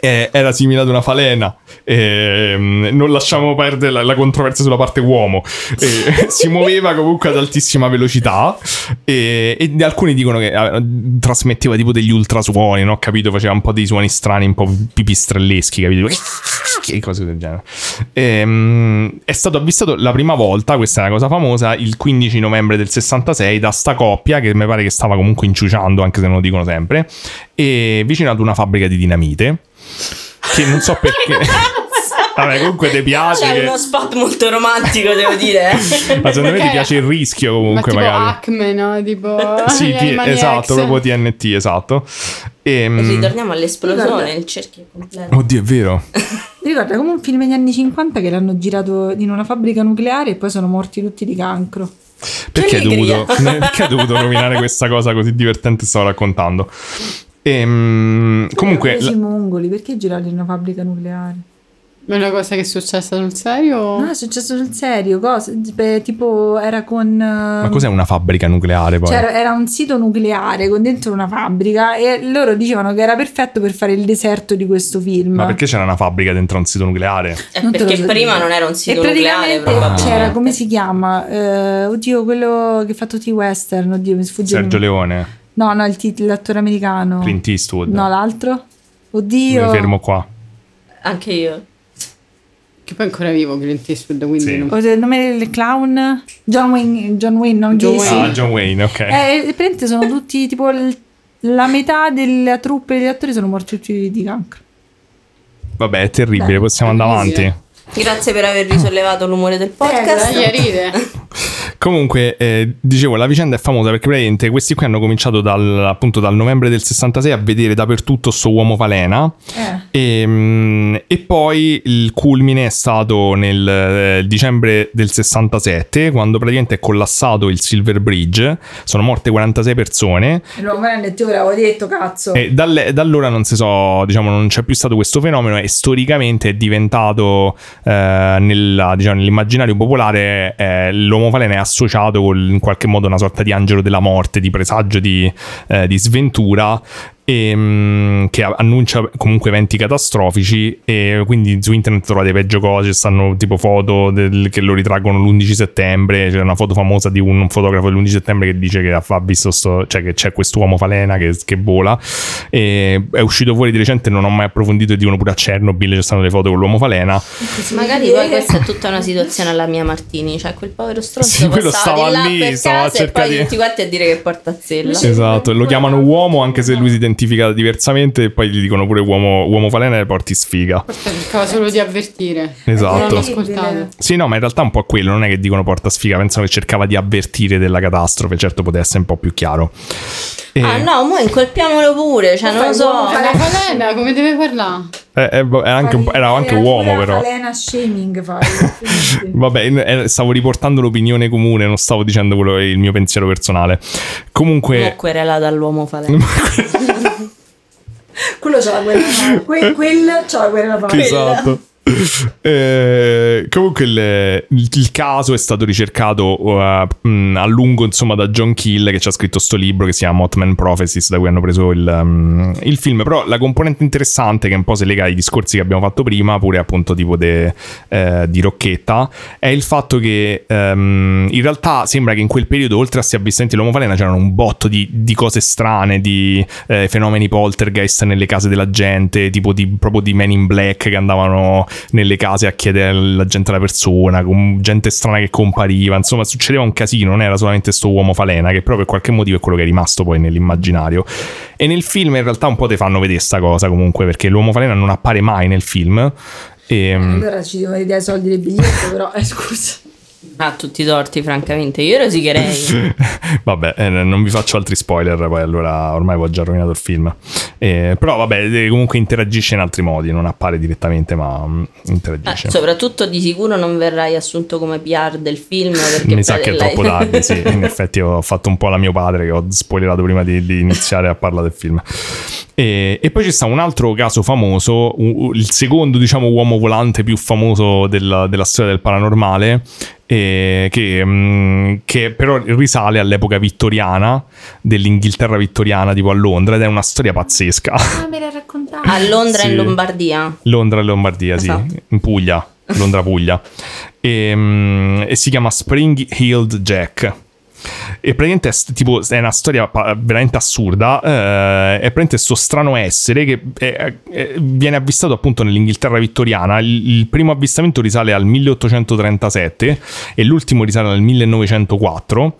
[SPEAKER 6] eh, era simile ad una falena. Ehm, non lasciamo perdere la, la controversia sulla parte uomo. Eh, si muoveva comunque ad altissima velocità. eh, e alcuni dicono che eh, trasmetteva tipo degli ultrasuoni, no? Capito? Faceva un po' dei suoni strani, un po' pipistrelleschi, capito? E cose del genere. Ehm, è stato avvistato la prima volta, questa è una cosa famosa, il 15 novembre del 66 da sta coppia che mi pare che stava comunque inciuciando, anche se non lo dicono sempre, e vicino ad una fabbrica di dinamite. Che non so perché. Vabbè, comunque ti piace.
[SPEAKER 9] C'è
[SPEAKER 6] che-
[SPEAKER 9] uno spot molto romantico, devo dire. eh.
[SPEAKER 6] Ma secondo me ti
[SPEAKER 3] Perché-
[SPEAKER 6] piace il rischio
[SPEAKER 3] Ma
[SPEAKER 6] comunque,
[SPEAKER 3] tipo
[SPEAKER 6] magari.
[SPEAKER 3] Acme, no? Tipo...
[SPEAKER 6] sì,
[SPEAKER 3] gli
[SPEAKER 6] ti-
[SPEAKER 3] Animaniacs.
[SPEAKER 6] esatto, proprio TNT, esatto. Ehm,
[SPEAKER 9] Ritorniamo all'esplosione, il cerchio completo.
[SPEAKER 6] Oddio, è vero.
[SPEAKER 1] Mi ricorda come un film degli anni 50 che l'hanno girato in una fabbrica nucleare e poi sono morti tutti di cancro.
[SPEAKER 6] Perché hai, dovuto,
[SPEAKER 9] allegria.
[SPEAKER 6] perché hai dovuto rovinare questa cosa così divertente che stavo raccontando? Ehm, comunque,
[SPEAKER 1] Presi
[SPEAKER 6] la-
[SPEAKER 1] i mongoli, perché girarli in una fabbrica nucleare?
[SPEAKER 3] Ma è una cosa che è successa sul serio?
[SPEAKER 1] No, è successo sul serio, cosa? Beh, tipo era con...
[SPEAKER 6] ma cos'è una fabbrica nucleare poi?
[SPEAKER 1] Cioè, era un sito nucleare con dentro una fabbrica e loro dicevano che era perfetto per fare il deserto di questo film.
[SPEAKER 6] ma perché c'era una fabbrica dentro un sito nucleare?
[SPEAKER 9] Eh,
[SPEAKER 1] Non te lo
[SPEAKER 9] perché
[SPEAKER 1] so
[SPEAKER 9] prima
[SPEAKER 1] dire.
[SPEAKER 9] non era un
[SPEAKER 1] E
[SPEAKER 9] sito nucleare,
[SPEAKER 1] praticamente
[SPEAKER 9] probabilmente.
[SPEAKER 1] c'era, come si chiama? Eh, oddio, quello che fa tutti i western, oddio, mi sfugge. il
[SPEAKER 6] Sergio
[SPEAKER 1] nome.
[SPEAKER 6] Leone,
[SPEAKER 1] No, no, il titolo, l'attore americano.
[SPEAKER 6] Clint Eastwood.
[SPEAKER 1] No, l'altro?
[SPEAKER 6] Mi
[SPEAKER 1] Oddio.
[SPEAKER 6] fermo qua.
[SPEAKER 9] Anche io.
[SPEAKER 3] Che poi è ancora vivo Clint Eastwood, quindi
[SPEAKER 6] Sì.
[SPEAKER 3] non
[SPEAKER 1] Oddio, Il nome del clown? John Wayne, John Wayne non
[SPEAKER 3] John
[SPEAKER 1] Gacy.
[SPEAKER 6] Ah, John Wayne, ok.
[SPEAKER 1] Eh, e praticamente sono tutti tipo il- la metà della troupe degli attori sono morti tutti di cancro.
[SPEAKER 6] Vabbè, è terribile,
[SPEAKER 1] Beh,
[SPEAKER 6] possiamo andare
[SPEAKER 3] terribile.
[SPEAKER 6] avanti.
[SPEAKER 9] Grazie per aver risollevato l'umore
[SPEAKER 1] Eh,
[SPEAKER 9] del
[SPEAKER 1] Prego,
[SPEAKER 9] podcast.
[SPEAKER 3] Dai, ride.
[SPEAKER 6] Comunque, eh, dicevo, la vicenda è famosa perché praticamente questi qui hanno cominciato dal, appunto dal novembre del 66 a vedere dappertutto sto uomo falena.
[SPEAKER 1] Eh.
[SPEAKER 6] E, mm, e poi il culmine è stato nel eh, dicembre del 67, quando praticamente è collassato il Silver Bridge, sono morte 46 persone
[SPEAKER 10] Eh,
[SPEAKER 1] L'uomo grande, ti avevo detto, cazzo.
[SPEAKER 6] e dalle- da allora non si so, diciamo, non c'è più stato questo fenomeno e storicamente è diventato eh, nella- diciamo, nell'immaginario popolare eh, l'uomo falena è associato col- in qualche modo a una sorta di angelo della morte, di presagio di, eh, di sventura. e, mm, che a- annuncia comunque eventi catastrofici e quindi su internet trovate peggio cose stanno tipo foto del- che lo ritraggono l'11 settembre c'è una foto famosa di un fotografo dell'11 settembre che dice che ha ha visto sto, cioè che c'è quest'uomo falena che, che vola e è uscito fuori di recente non ho mai approfondito e dicono pure a Chernobyl ci stanno le foto con l'uomo falena
[SPEAKER 9] Magari poi questa è tutta una situazione alla mia Martini, cioè quel povero stronzo
[SPEAKER 6] Sì, quello
[SPEAKER 9] passava
[SPEAKER 6] stava
[SPEAKER 9] di là
[SPEAKER 6] lì,
[SPEAKER 9] per
[SPEAKER 6] stava
[SPEAKER 9] casa e
[SPEAKER 6] cercando
[SPEAKER 9] poi
[SPEAKER 6] di-
[SPEAKER 9] tutti quanti a dire che porta zella.
[SPEAKER 6] Esatto, e lo chiamano uomo anche se lui si identifica diversamente e poi gli dicono pure uomo, uomo falena e porti sfiga.
[SPEAKER 3] Forse cercava solo di avvertire. Non
[SPEAKER 6] Esatto.
[SPEAKER 3] l'ho ascoltato.
[SPEAKER 6] Sì, no, ma in realtà è un po' a quello, non è che dicono porta sfiga, pensano che cercava di avvertire della catastrofe, certo poteva essere un po' più chiaro. E-
[SPEAKER 9] Ah no, mo incolpiamolo pure, cioè non lo so.
[SPEAKER 1] Ma fai
[SPEAKER 3] Ma Falena, come deve parlare?
[SPEAKER 6] eh, eh, boh, era anche, un po'- era anche uomo però.
[SPEAKER 1] Elena shaming fai. Finiti.
[SPEAKER 6] Vabbè, in- eh, stavo riportando l'opinione comune, non stavo dicendo quello, il mio pensiero personale.
[SPEAKER 9] Mo
[SPEAKER 6] Comunque,
[SPEAKER 9] querela dall'uomo falena.
[SPEAKER 1] Quello c'ha la guerra. Que- quel c'ha la guerra.
[SPEAKER 6] esatto. Eh, comunque il, il caso è stato ricercato eh, mh, a lungo insomma da John Kill che ci ha scritto sto libro che si chiama Mothman Prophecies da cui hanno preso il, mm, il film però la componente interessante che un po' si lega ai discorsi che abbiamo fatto prima pure appunto tipo de- eh, di Rocchetta è il fatto che ehm, in realtà sembra che in quel periodo oltre a sti avvistamenti dell'uomo falena c'erano un botto di, di cose strane di eh, fenomeni poltergeist nelle case della gente tipo di, proprio di men in black che andavano nelle case a chiedere alla gente la persona, con gente strana che compariva, insomma succedeva un casino, non era solamente sto uomo falena che proprio per qualche motivo è quello che è rimasto poi nell'immaginario. E nel film in realtà un po' te fanno vedere sta cosa comunque perché l'uomo falena non appare mai nel film. Ehm, E,
[SPEAKER 10] Allora ci devono ridare i soldi del biglietto, però eh, scusa.
[SPEAKER 9] Ha Ah, tutti i torti, francamente. Io rosicherei.
[SPEAKER 6] vabbè, eh, non vi faccio altri spoiler, poi allora ormai ho già rovinato il film. Eh, però vabbè, eh, comunque interagisce in altri modi, non appare direttamente ma mm,
[SPEAKER 9] Ah,
[SPEAKER 6] interagisce.
[SPEAKER 9] soprattutto di sicuro non verrai assunto come PR del film. Perché
[SPEAKER 6] Mi sa
[SPEAKER 9] poi
[SPEAKER 6] che è
[SPEAKER 9] lei-
[SPEAKER 6] troppo tardi, sì. In effetti ho fatto un po' la mio padre che ho spoilerato prima di, di iniziare a parlare del film. E, e poi ci sta un altro caso famoso, u- u- il secondo diciamo uomo volante più famoso della, della storia del paranormale, e che, mm, che però risale all'epoca vittoriana, dell'Inghilterra vittoriana, tipo a Londra, ed è una storia pazzesca.
[SPEAKER 1] Ah, me l'ha raccontato.
[SPEAKER 9] A Londra e
[SPEAKER 6] Sì.
[SPEAKER 9] in Lombardia.
[SPEAKER 6] Londra e Lombardia,
[SPEAKER 9] Esatto.
[SPEAKER 6] sì, in Puglia, Londra Puglia. E, mm, e si chiama Spring Heeled Jack. E praticamente è, st- tipo, è una storia pa- veramente assurda. eh, è praticamente questo strano essere che è- è- viene avvistato appunto nell'Inghilterra vittoriana. Il, il primo avvistamento risale al 1837 e l'ultimo risale al 1904.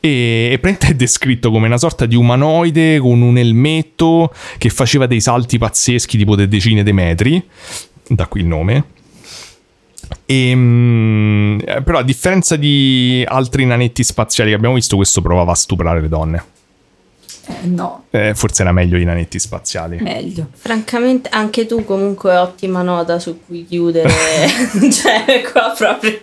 [SPEAKER 6] E, e praticamente è descritto come una sorta di umanoide con un elmetto che faceva dei salti pazzeschi, tipo di decine di metri. Da qui il nome. E, mm, eh, però a differenza di altri nanetti spaziali che abbiamo visto, questo provava a stuprare le donne.
[SPEAKER 10] Eh, no,
[SPEAKER 6] Eh, forse era meglio i nanetti spaziali.
[SPEAKER 10] meglio.
[SPEAKER 9] Francamente, anche tu comunque ottima nota su cui chiudere. cioè, qua proprio.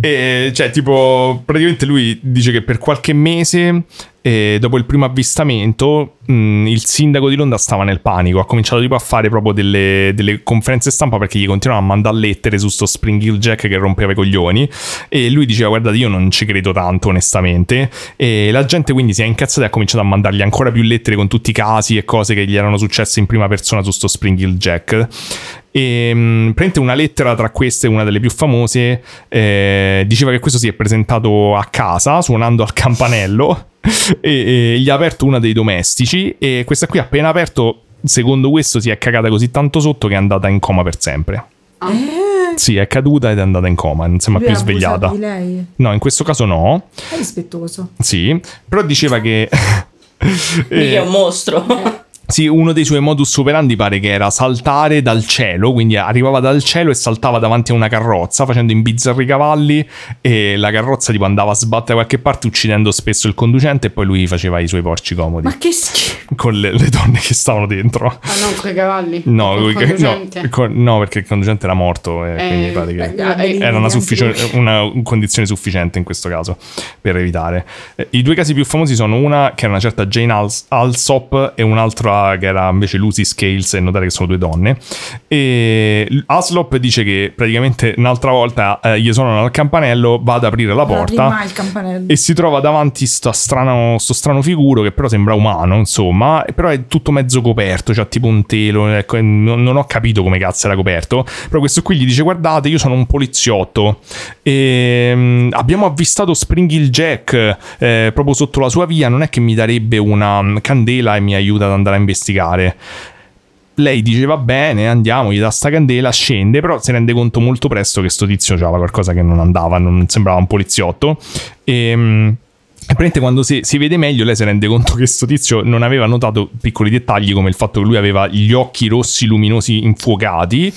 [SPEAKER 6] E, cioè, tipo, praticamente lui dice che per qualche mese, eh, dopo il primo avvistamento, mh, il sindaco di Londra stava nel panico. Ha cominciato tipo a fare proprio delle, delle conferenze stampa perché gli continuavano a mandare lettere su sto Spring Hill Jack che rompeva i coglioni. E lui diceva, guardate, io non ci credo tanto, onestamente. E la gente quindi si è incazzata e ha cominciato a mandargli ancora più lettere con tutti i casi e cose che gli erano successe in prima persona su sto Spring Hill Jack. E mh, praticamente una lettera tra queste, una delle più famose, eh, diceva che questo si è presentato a casa suonando al campanello e, e gli ha aperto una dei domestici e questa qui appena aperto, secondo questo, si è cagata così tanto sotto che è andata in coma per sempre. Sì, è caduta ed è andata in coma, non sembra
[SPEAKER 10] Ah. Lui
[SPEAKER 6] più
[SPEAKER 10] ha abusato
[SPEAKER 6] svegliata.
[SPEAKER 10] Di lei.
[SPEAKER 6] No, in questo caso no,
[SPEAKER 10] È rispettoso.
[SPEAKER 6] sì, però diceva che...
[SPEAKER 9] Mica è un
[SPEAKER 6] eh,
[SPEAKER 9] mostro.
[SPEAKER 6] sì, uno dei suoi modus operandi pare che era saltare dal cielo, quindi arrivava dal cielo e saltava davanti a una carrozza facendo imbizzarri i cavalli e la carrozza tipo andava a sbattere da qualche parte uccidendo spesso il conducente e poi lui faceva i suoi porci comodi
[SPEAKER 10] Ma che schifo.
[SPEAKER 6] con le, le donne che stavano dentro.
[SPEAKER 3] Ah, non coi cavalli.
[SPEAKER 6] No,
[SPEAKER 3] Col
[SPEAKER 6] perché- no,
[SPEAKER 3] conducente.
[SPEAKER 6] con- no, perché il conducente era morto e
[SPEAKER 3] Eh,
[SPEAKER 6] quindi pare che...
[SPEAKER 3] beh, eh,
[SPEAKER 6] Era una, suffici- una condizione sufficiente in questo caso per evitare. Eh, I due casi più famosi sono una che era una certa Jane Als- Alsop e un'altra che era invece Lucy Scales, e notate che sono due donne. E l- Aslop dice che praticamente un'altra volta eh, gli suonano al campanello, va ad aprire la porta.
[SPEAKER 10] Prima il campanello.
[SPEAKER 6] E si trova davanti sta strano, sto strano figuro che però sembra umano, insomma, e però è tutto mezzo coperto, c'ha tipo un telo, ecco, e non, non ho capito come cazzo era coperto, però questo qui gli dice guardate io sono un poliziotto, Ehm, abbiamo avvistato Spring Hill Jack eh, proprio sotto la sua via, non è che mi darebbe una mm, candela e mi aiuta ad andare a investigare. Lei dice va bene, andiamo, gli dà sta candela, scende, però si rende conto molto presto che sto tizio aveva qualcosa che non andava, non sembrava un poliziotto. Ehm, E, praticamente quando si, si vede meglio lei si rende conto che sto tizio non aveva notato piccoli dettagli come il fatto che lui aveva gli occhi rossi luminosi infuocati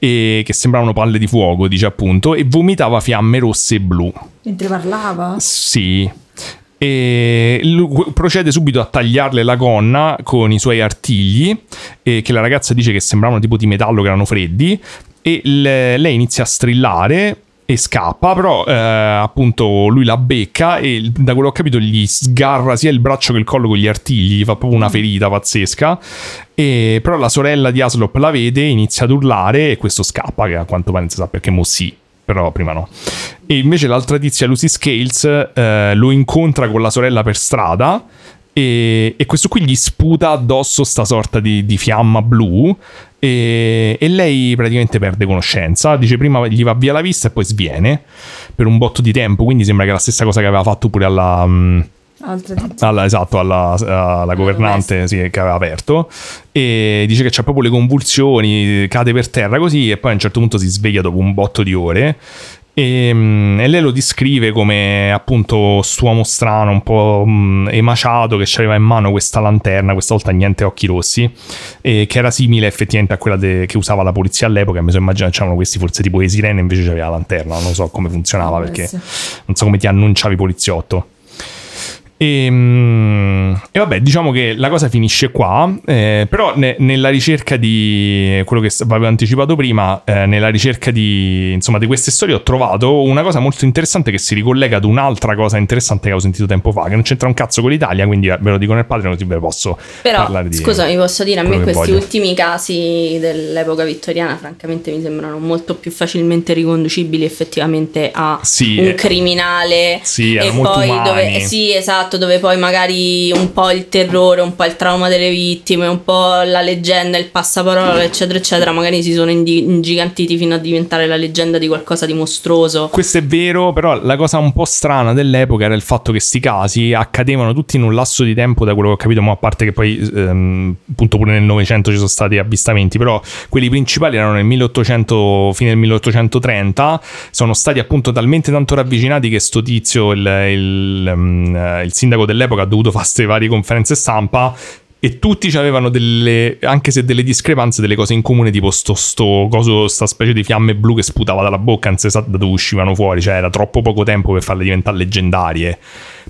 [SPEAKER 6] e che sembravano palle di fuoco, dice appunto, e vomitava fiamme rosse e blu.
[SPEAKER 10] Mentre parlava.
[SPEAKER 6] Sì. E lui procede subito a tagliarle la gonna con i suoi artigli, eh, che la ragazza dice che sembravano tipo di metallo, che erano freddi, e il- lei inizia a strillare. e scappa, però eh, appunto lui la becca e da quello che ho capito gli sgarra sia il braccio che il collo con gli artigli, gli fa proprio una ferita pazzesca. E, però la sorella di Aslop la vede, inizia ad urlare e questo scappa, che a quanto pare non si sa perché mo sì, però prima no. E invece l'altra tizia, Lucy Scales, eh, lo incontra con la sorella per strada e, e questo qui gli sputa addosso sta sorta di, di fiamma blu e, e lei praticamente perde conoscenza. Dice prima gli va via la vista e poi sviene per un botto di tempo, quindi sembra che è la stessa cosa che aveva fatto pure alla... mm,
[SPEAKER 10] Altra tizia.
[SPEAKER 6] alla- esatto, alla, alla governante sì, che aveva aperto e dice che c'ha proprio le convulsioni, cade per terra così e poi a un certo punto si sveglia dopo un botto di ore e, mm, e lei lo descrive come appunto st'uomo strano, un po' mm, emaciato che aveva in mano questa lanterna, questa volta niente occhi rossi, e che era simile effettivamente a quella de- che usava la polizia all'epoca, mi sono immaginato c'erano questi forse tipo le sirene invece c'aveva la lanterna, non so come funzionava
[SPEAKER 10] Può
[SPEAKER 6] perché
[SPEAKER 10] essere.
[SPEAKER 6] non so come ti annunciavi poliziotto. E, mm, e vabbè, diciamo che la cosa finisce qua, eh, però ne- nella ricerca di quello che s- avevo anticipato prima, eh, nella ricerca di, insomma, di queste storie ho trovato una cosa molto interessante che si ricollega ad un'altra cosa interessante che ho sentito tempo fa, che non c'entra un cazzo con l'Italia, quindi eh, ve lo dico nel padre, così ve lo posso
[SPEAKER 7] Però,
[SPEAKER 6] parlare di...
[SPEAKER 7] scusami, posso dire, a me
[SPEAKER 6] quello che
[SPEAKER 7] questi
[SPEAKER 6] voglio.
[SPEAKER 7] ultimi casi dell'epoca vittoriana, francamente, mi sembrano molto più facilmente riconducibili effettivamente a
[SPEAKER 6] Sì,
[SPEAKER 7] un
[SPEAKER 6] eh,
[SPEAKER 7] criminale.
[SPEAKER 6] sì,
[SPEAKER 7] e
[SPEAKER 6] erano molto
[SPEAKER 7] poi
[SPEAKER 6] umani.
[SPEAKER 7] dove, eh, sì, esatto, dove poi magari un po' il terrore, un po' il trauma delle vittime, un po' la leggenda, il passaparola, eccetera, eccetera, magari si sono indi- ingigantiti fino a diventare la leggenda di qualcosa di mostruoso.
[SPEAKER 6] Questo è vero, però la cosa un po' strana dell'epoca era il fatto che sti casi accadevano tutti in un lasso di tempo, da quello che ho capito, ma a parte che poi ehm, appunto pure nel Novecento ci sono stati avvistamenti, però quelli principali erano nel 1800, fine del 1830, sono stati appunto talmente tanto ravvicinati che sto tizio, il, il, ehm, eh, il sindaco dell'epoca, ha dovuto fare queste varie conferenze stampa. E tutti avevano delle, anche se delle discrepanze, delle cose in comune, tipo sto, sto coso, sta specie di fiamme blu che sputava dalla bocca, non si sa da dove uscivano fuori, cioè era troppo poco tempo per farle diventare leggendarie.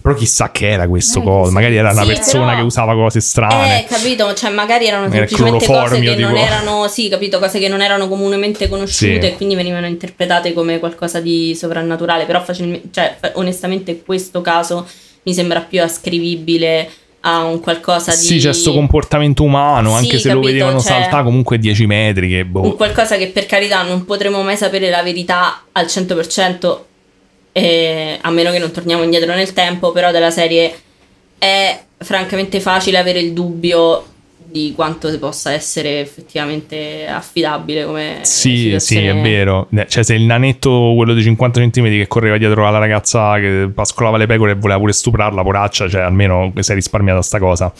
[SPEAKER 6] Però chissà che era questo
[SPEAKER 10] Eh,
[SPEAKER 6] coso,
[SPEAKER 10] chissà.
[SPEAKER 6] magari era una
[SPEAKER 7] Sì,
[SPEAKER 6] persona
[SPEAKER 7] però-
[SPEAKER 6] che usava cose strane.
[SPEAKER 7] Eh, capito, cioè magari erano
[SPEAKER 6] Era il
[SPEAKER 7] semplicemente cose
[SPEAKER 6] cloroformio,
[SPEAKER 7] che non
[SPEAKER 6] tipo.
[SPEAKER 7] erano, sì, capito, cose che non erano comunemente conosciute
[SPEAKER 6] Sì.
[SPEAKER 7] e quindi venivano interpretate come qualcosa di soprannaturale, però facilmente, cioè fa- onestamente questo caso mi sembra più ascrivibile a un qualcosa di
[SPEAKER 6] Sì, c'è questo comportamento umano,
[SPEAKER 7] Sì,
[SPEAKER 6] anche se lo
[SPEAKER 7] capito,
[SPEAKER 6] vedevano
[SPEAKER 7] cioè-
[SPEAKER 6] saltare comunque 10 metri, che boh.
[SPEAKER 7] un qualcosa che per carità non potremo mai sapere la verità al 100%, eh, a meno che non torniamo indietro nel tempo, però della serie è francamente facile avere il dubbio di quanto si possa essere effettivamente affidabile come
[SPEAKER 6] Sì, sì,
[SPEAKER 7] situazione.
[SPEAKER 6] è vero. Eh, Cioè, se il nanetto, quello di 50 cm che correva dietro alla ragazza che pascolava le pecore e voleva pure stuprarla, poraccia, cioè almeno si è risparmiata sta cosa.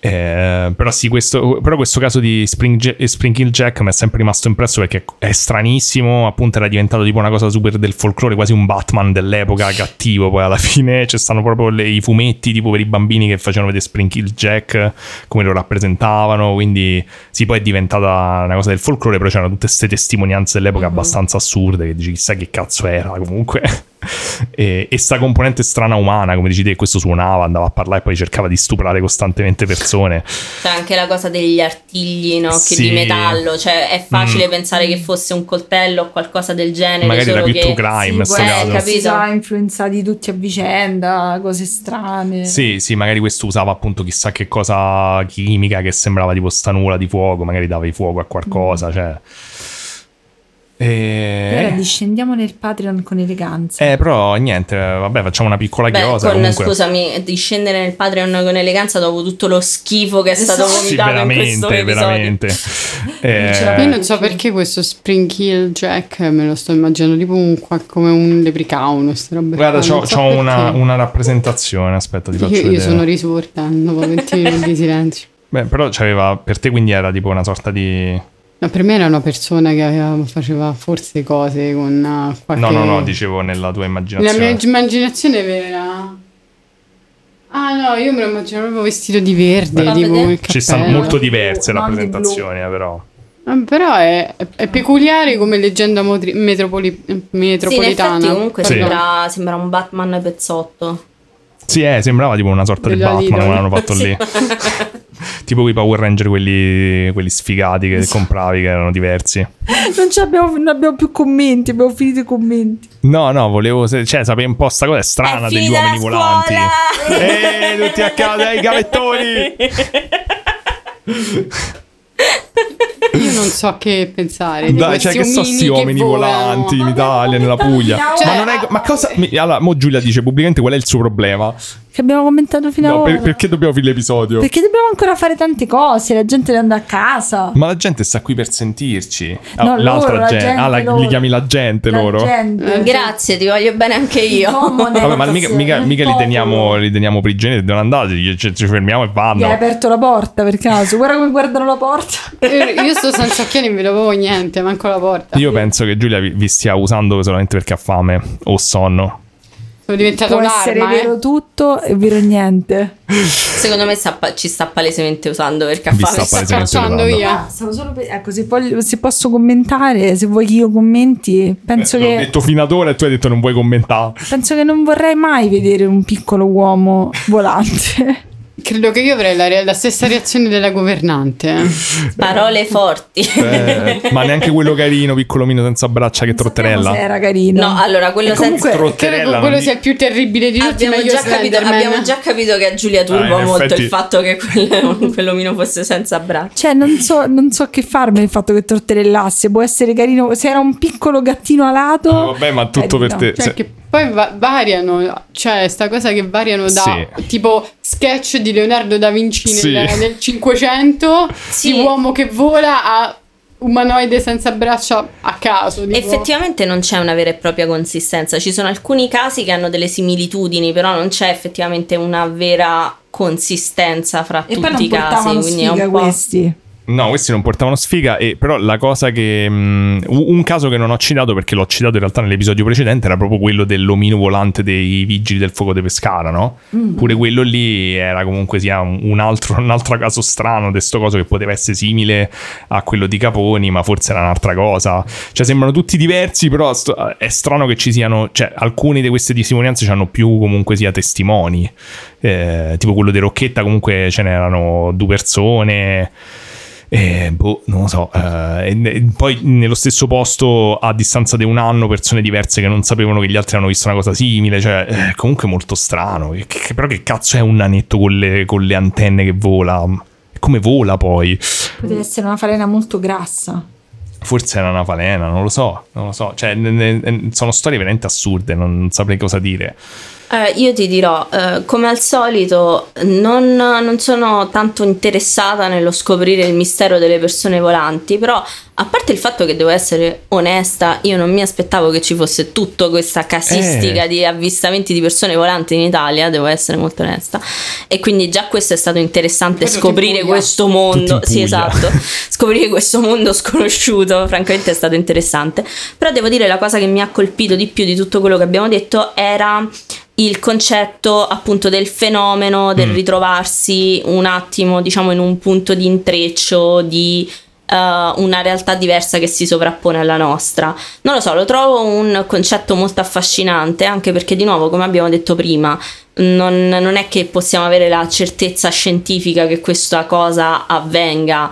[SPEAKER 6] Eh, però sì, questo, però questo caso di Spring, Ja- Spring Hill Jack mi è sempre rimasto impresso perché è stranissimo. Appunto, era diventato tipo una cosa super del folklore, quasi un Batman dell'epoca cattivo. Poi alla fine ci stanno proprio le- i fumetti tipo per i bambini che facevano vedere Spring Hill Jack, come lo rappresentavano. Quindi sì, poi è diventata una cosa del folklore, però c'erano tutte queste testimonianze dell'epoca
[SPEAKER 7] Mhm.
[SPEAKER 6] abbastanza assurde che dici chissà che cazzo era comunque. e, e sta componente strana umana, come dici te, questo suonava, andava a parlare e poi cercava di stuprare costantemente persone.
[SPEAKER 7] C'è anche la cosa degli artigli no? che
[SPEAKER 6] Sì.
[SPEAKER 7] di metallo, cioè è facile
[SPEAKER 6] Mm.
[SPEAKER 7] pensare che fosse un coltello o qualcosa del genere.
[SPEAKER 6] Magari
[SPEAKER 7] solo
[SPEAKER 6] era più
[SPEAKER 7] che...
[SPEAKER 6] true crime,
[SPEAKER 10] Sì,
[SPEAKER 6] sto
[SPEAKER 10] può
[SPEAKER 7] eh,
[SPEAKER 6] caso.
[SPEAKER 10] essere,
[SPEAKER 7] capito.
[SPEAKER 10] si sa, influenzati tutti a vicenda, cose strane.
[SPEAKER 6] Sì, sì, magari questo usava appunto chissà che cosa chimica che sembrava tipo sta nuvola di fuoco, magari dava il fuoco a
[SPEAKER 7] Mm.
[SPEAKER 6] qualcosa, cioè...
[SPEAKER 1] E ora
[SPEAKER 6] E...
[SPEAKER 1] discendiamo nel Patreon con eleganza.
[SPEAKER 6] Eh, però niente, vabbè, facciamo una piccola
[SPEAKER 7] Beh,
[SPEAKER 6] chiosa
[SPEAKER 7] con,
[SPEAKER 6] comunque.
[SPEAKER 7] scusami, di scendere nel Patreon con eleganza dopo tutto lo schifo che è stato
[SPEAKER 6] sì,
[SPEAKER 7] vomitato in questo
[SPEAKER 6] veramente,
[SPEAKER 7] episodio.
[SPEAKER 6] veramente.
[SPEAKER 3] Io
[SPEAKER 6] Eh,
[SPEAKER 3] non so perché questo Spring Hill Jack eh, me lo sto immaginando tipo un qua- come un leprechaun, queste robe.
[SPEAKER 6] guarda,
[SPEAKER 3] qua,
[SPEAKER 6] c'ho,
[SPEAKER 3] non so
[SPEAKER 6] c'ho una,
[SPEAKER 3] perché.
[SPEAKER 6] una rappresentazione, aspetta, ti
[SPEAKER 3] Io,
[SPEAKER 6] faccio
[SPEAKER 3] io
[SPEAKER 6] vedere.
[SPEAKER 3] sono risorta dopo 20 minuti di silenzio.
[SPEAKER 6] Beh, però c'aveva, per te quindi era tipo una sorta di...
[SPEAKER 3] No, per me era una persona che aveva- faceva forse cose con ah, qualche...
[SPEAKER 6] No, no, no, dicevo nella tua
[SPEAKER 3] La
[SPEAKER 6] immaginazione.
[SPEAKER 3] mia immaginazione vera. Ah no, io me lo immagino proprio vestito di verde,
[SPEAKER 7] Beh,
[SPEAKER 3] tipo
[SPEAKER 7] vedete?
[SPEAKER 3] il
[SPEAKER 6] Ci stanno
[SPEAKER 3] cappello.
[SPEAKER 6] molto diverse
[SPEAKER 10] Non di blu.
[SPEAKER 6] rappresentazioni, eh, però.
[SPEAKER 3] Ah, Però è, è peculiare come leggenda motri- metropoli-
[SPEAKER 7] Sì, in effetti
[SPEAKER 3] metropolitana.
[SPEAKER 7] comunque
[SPEAKER 6] Sì.
[SPEAKER 7] sembra, sembra un Batman pezzotto.
[SPEAKER 6] Sì, eh, sembrava tipo una sorta di
[SPEAKER 3] Della
[SPEAKER 6] Batman
[SPEAKER 3] Lidl.
[SPEAKER 6] come l'hanno fatto lì. tipo quei Power Ranger, quelli, quelli sfigati che compravi, che erano diversi.
[SPEAKER 1] Non, ci abbiamo, non abbiamo più commenti, abbiamo finito i commenti.
[SPEAKER 6] No, no, volevo se- cioè, sapere un po' sta cosa è strana
[SPEAKER 7] È
[SPEAKER 6] degli
[SPEAKER 7] finita
[SPEAKER 6] uomini
[SPEAKER 7] la
[SPEAKER 6] volanti.
[SPEAKER 7] scuola!
[SPEAKER 6] Ehi, tutti a casa, i gavettoni!
[SPEAKER 3] Io non so che pensare. di
[SPEAKER 6] Dai, cioè, che
[SPEAKER 3] questi
[SPEAKER 6] so sti uomini
[SPEAKER 3] volano.
[SPEAKER 6] volanti in Italia, nella Puglia.
[SPEAKER 3] Cioè,
[SPEAKER 6] ma non è. Ma cosa. mi- Allora, mo Giulia dice pubblicamente qual è il suo problema.
[SPEAKER 1] Che abbiamo commentato fino
[SPEAKER 6] No,
[SPEAKER 1] ad
[SPEAKER 6] per-
[SPEAKER 1] ora.
[SPEAKER 6] perché dobbiamo finire l'episodio?
[SPEAKER 1] Perché dobbiamo ancora fare tante cose, la gente deve andare a casa.
[SPEAKER 6] Ma la gente sta qui per sentirci. Ah,
[SPEAKER 1] No, loro,
[SPEAKER 6] l'altra
[SPEAKER 1] la
[SPEAKER 6] gente.
[SPEAKER 1] gente,
[SPEAKER 6] ah, la-
[SPEAKER 1] loro.
[SPEAKER 6] li chiami la gente
[SPEAKER 1] La
[SPEAKER 6] loro.
[SPEAKER 3] Eh,
[SPEAKER 1] gente.
[SPEAKER 7] Grazie, ti voglio bene anche io.
[SPEAKER 1] Comode,
[SPEAKER 6] Vabbè, ma
[SPEAKER 1] non
[SPEAKER 6] mica,
[SPEAKER 1] so,
[SPEAKER 6] mica-
[SPEAKER 1] un
[SPEAKER 6] mica li,
[SPEAKER 1] popolo.
[SPEAKER 6] teniamo, li teniamo prigionieri, devono andare, ci, ci- ci fermiamo e
[SPEAKER 1] Gli hai
[SPEAKER 6] vanno.
[SPEAKER 1] aperto la porta per caso, guarda come guardano la porta.
[SPEAKER 3] Io io sto senza occhiali, non vedo proprio niente, manco la porta.
[SPEAKER 6] Io penso che Giulia vi, vi stia usando solamente perché ha fame o sonno.
[SPEAKER 3] Sono diventata
[SPEAKER 1] Può essere
[SPEAKER 3] un'arma,
[SPEAKER 1] vero
[SPEAKER 3] eh.
[SPEAKER 1] tutto e vero niente.
[SPEAKER 7] Secondo me sta pa- ci sta palesemente usando perché ha
[SPEAKER 6] Vi
[SPEAKER 7] fame.
[SPEAKER 6] sta palesemente
[SPEAKER 3] scacciando
[SPEAKER 6] usando.
[SPEAKER 3] via.
[SPEAKER 1] Ah, stavo solo per- Ecco, se, voglio- se posso commentare, se vuoi che io commenti, penso
[SPEAKER 6] Eh, L'ho
[SPEAKER 1] che...
[SPEAKER 6] detto fino ad ora e tu hai detto non vuoi commentare.
[SPEAKER 1] Penso che non vorrei mai vedere un piccolo uomo volante.
[SPEAKER 3] Credo che io avrei la, re- la stessa reazione della governante.
[SPEAKER 6] Mm.
[SPEAKER 7] Parole forti.
[SPEAKER 6] Eh, ma neanche quello carino, piccolomino senza braccia che
[SPEAKER 1] Sappiamo se
[SPEAKER 6] trotterella.
[SPEAKER 1] era carino.
[SPEAKER 7] No, allora quello senza...
[SPEAKER 1] comunque-
[SPEAKER 3] Credo che
[SPEAKER 6] Trotterella.
[SPEAKER 3] quello
[SPEAKER 6] non
[SPEAKER 3] sia il più terribile di tutti,
[SPEAKER 7] Abbiamo
[SPEAKER 3] meglio
[SPEAKER 7] già, capito,
[SPEAKER 3] Slenderman.
[SPEAKER 7] abbiamo già capito che a Giulia turba
[SPEAKER 6] Ah, in
[SPEAKER 7] molto
[SPEAKER 6] effetti-
[SPEAKER 7] il fatto che quel- quell'omino fosse senza braccia.
[SPEAKER 1] Cioè, non so, non so che farmi il fatto che trotterellasse. Può essere carino. Se era un piccolo gattino alato.
[SPEAKER 6] Ah, vabbè, ma tutto
[SPEAKER 1] Eh,
[SPEAKER 6] per
[SPEAKER 1] no.
[SPEAKER 6] te.
[SPEAKER 3] Cioè,
[SPEAKER 6] Se-
[SPEAKER 3] che poi va- variano, cioè, sta cosa che variano da
[SPEAKER 6] Sì.
[SPEAKER 3] tipo sketch di Leonardo da Vinci nel,
[SPEAKER 6] Sì.
[SPEAKER 3] nel 500,
[SPEAKER 7] Sì.
[SPEAKER 3] di uomo che vola a umanoide senza braccia a caso. tipo.
[SPEAKER 7] Effettivamente non c'è una vera e propria consistenza, ci sono alcuni casi che hanno delle similitudini, però non c'è effettivamente una vera consistenza fra
[SPEAKER 1] E poi
[SPEAKER 7] tutti
[SPEAKER 1] non
[SPEAKER 7] i casi,
[SPEAKER 1] portavano
[SPEAKER 7] quindi è
[SPEAKER 1] sfiga
[SPEAKER 7] un po'...
[SPEAKER 1] questi.
[SPEAKER 6] No, questi non portavano sfiga. E però la cosa che. mh, u- un caso che non ho citato, perché l'ho citato in realtà nell'episodio precedente, era proprio quello dell'omino volante dei vigili del fuoco di Pescara, no? Pure quello lì era comunque sia un un altro, un altro caso strano di sto coso che poteva essere simile a quello di Caponi, ma forse era un'altra cosa. Cioè, sembrano tutti diversi, però sto- eh, è strano che ci siano. Cioè, alcune di queste testimonianze hanno più comunque sia testimoni. Eh, tipo quello di Rocchetta, comunque ce n'erano due persone. Eh, boh, non lo so. Eh, e ne- poi nello stesso posto, a distanza di un anno, persone diverse che non sapevano che gli altri hanno visto una cosa simile. Cioè, eh, comunque molto strano. Che- che- però che cazzo è un nanetto con le, con le antenne che vola? Come vola poi?
[SPEAKER 1] Poteva essere una falena molto grassa.
[SPEAKER 6] Forse era una falena, non lo so, non lo so. Cioè, ne- ne- ne- sono storie veramente assurde, non, non saprei cosa dire.
[SPEAKER 7] Eh, io ti dirò, eh, come al solito, non, non sono tanto interessata nello scoprire il mistero delle persone volanti, però a parte il fatto che devo essere onesta, io non mi aspettavo che ci fosse tutta questa casistica
[SPEAKER 6] Eh.
[SPEAKER 7] di avvistamenti di persone volanti in Italia, devo essere molto onesta. E quindi già questo è stato interessante
[SPEAKER 3] Poi tutti in
[SPEAKER 7] scoprire
[SPEAKER 3] Puglia.
[SPEAKER 7] questo
[SPEAKER 6] Tutti in
[SPEAKER 7] mondo, sì
[SPEAKER 6] Puglia.
[SPEAKER 7] esatto, scoprire questo mondo sconosciuto, francamente è stato interessante. Però devo dire la cosa che mi ha colpito di più di tutto quello che abbiamo detto era il concetto appunto del fenomeno, del
[SPEAKER 6] Mm.
[SPEAKER 7] ritrovarsi un attimo diciamo in un punto di intreccio di eh, una realtà diversa che si sovrappone alla nostra. Non lo so, lo trovo un concetto molto affascinante anche perché di nuovo come abbiamo detto prima non, non è che possiamo avere la certezza scientifica che questa cosa avvenga,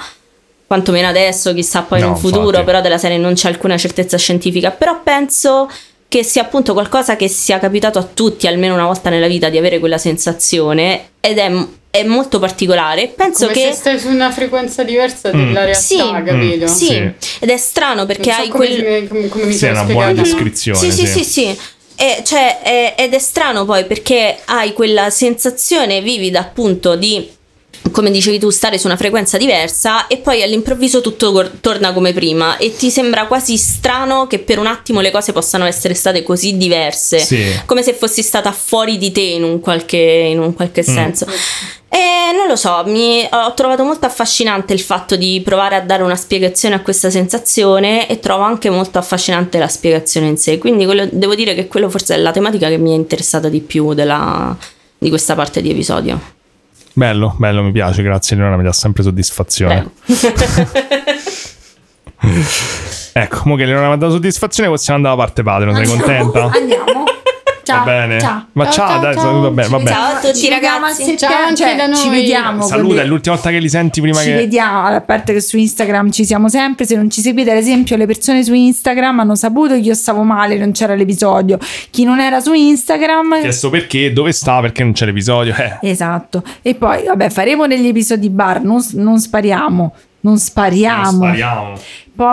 [SPEAKER 7] quantomeno adesso, chissà poi
[SPEAKER 6] No,
[SPEAKER 7] in futuro,
[SPEAKER 6] infatti.
[SPEAKER 7] però della serie non c'è alcuna certezza scientifica, però penso che sia appunto qualcosa che sia capitato a tutti almeno una volta nella vita di avere quella sensazione ed è, è molto particolare. Penso
[SPEAKER 3] Come se
[SPEAKER 7] che...
[SPEAKER 3] stai su una frequenza diversa della realtà,
[SPEAKER 7] Sì.
[SPEAKER 3] capito?
[SPEAKER 6] Mm,
[SPEAKER 3] Non
[SPEAKER 7] Sì,
[SPEAKER 6] Sì.
[SPEAKER 7] ed è strano perché
[SPEAKER 3] so
[SPEAKER 7] hai
[SPEAKER 3] come,
[SPEAKER 7] quel...
[SPEAKER 3] ti- come- come mi
[SPEAKER 6] Sì, è
[SPEAKER 3] sono
[SPEAKER 6] una buona
[SPEAKER 3] spiegata.
[SPEAKER 6] descrizione.
[SPEAKER 7] Sì, sì, sì, sì. E, cioè, è- ed è strano poi perché hai quella sensazione vivida appunto di, come dicevi tu, stare su una frequenza diversa e poi all'improvviso tutto cor- torna come prima e ti sembra quasi strano che per un attimo le cose possano essere state così diverse
[SPEAKER 6] Sì.
[SPEAKER 7] come se fossi stata fuori di te in un qualche, in un qualche
[SPEAKER 6] Mm.
[SPEAKER 7] senso. E non lo so, mi, ho trovato molto affascinante il fatto di provare a dare una spiegazione a questa sensazione e trovo anche molto affascinante la spiegazione in sé. Quindi quello- devo dire che quello forse è la tematica che mi è interessata di più della- di questa parte di episodio.
[SPEAKER 6] Bello, bello, mi piace, grazie Leonora, mi dà sempre soddisfazione. ecco, mo che Leonora mi ha dato soddisfazione, possiamo andare alla parte Patreon, sei contenta?
[SPEAKER 1] Andiamo.
[SPEAKER 6] Va bene. Ma ciao, dai, saluta bene, va bene.
[SPEAKER 9] Ciao a tutti,
[SPEAKER 10] Ci vediamo
[SPEAKER 9] ragazzi.
[SPEAKER 10] al
[SPEAKER 3] Ciao
[SPEAKER 10] settem-
[SPEAKER 3] anche
[SPEAKER 10] cioè,
[SPEAKER 3] da
[SPEAKER 10] Ci
[SPEAKER 3] noi.
[SPEAKER 10] vediamo.
[SPEAKER 6] Saluta,
[SPEAKER 10] quindi
[SPEAKER 6] è l'ultima volta che li senti prima
[SPEAKER 1] Ci
[SPEAKER 6] che...
[SPEAKER 1] vediamo, a parte che su Instagram ci siamo sempre, se non ci seguite ad esempio le persone su Instagram hanno saputo che io stavo male, non c'era l'episodio, chi non era su Instagram...
[SPEAKER 6] Ho chiesto perché, dove sta, perché non c'è l'episodio. Eh.
[SPEAKER 1] Esatto, e poi vabbè faremo degli episodi bar, non, non spariamo, non spariamo.
[SPEAKER 6] Non spariamo.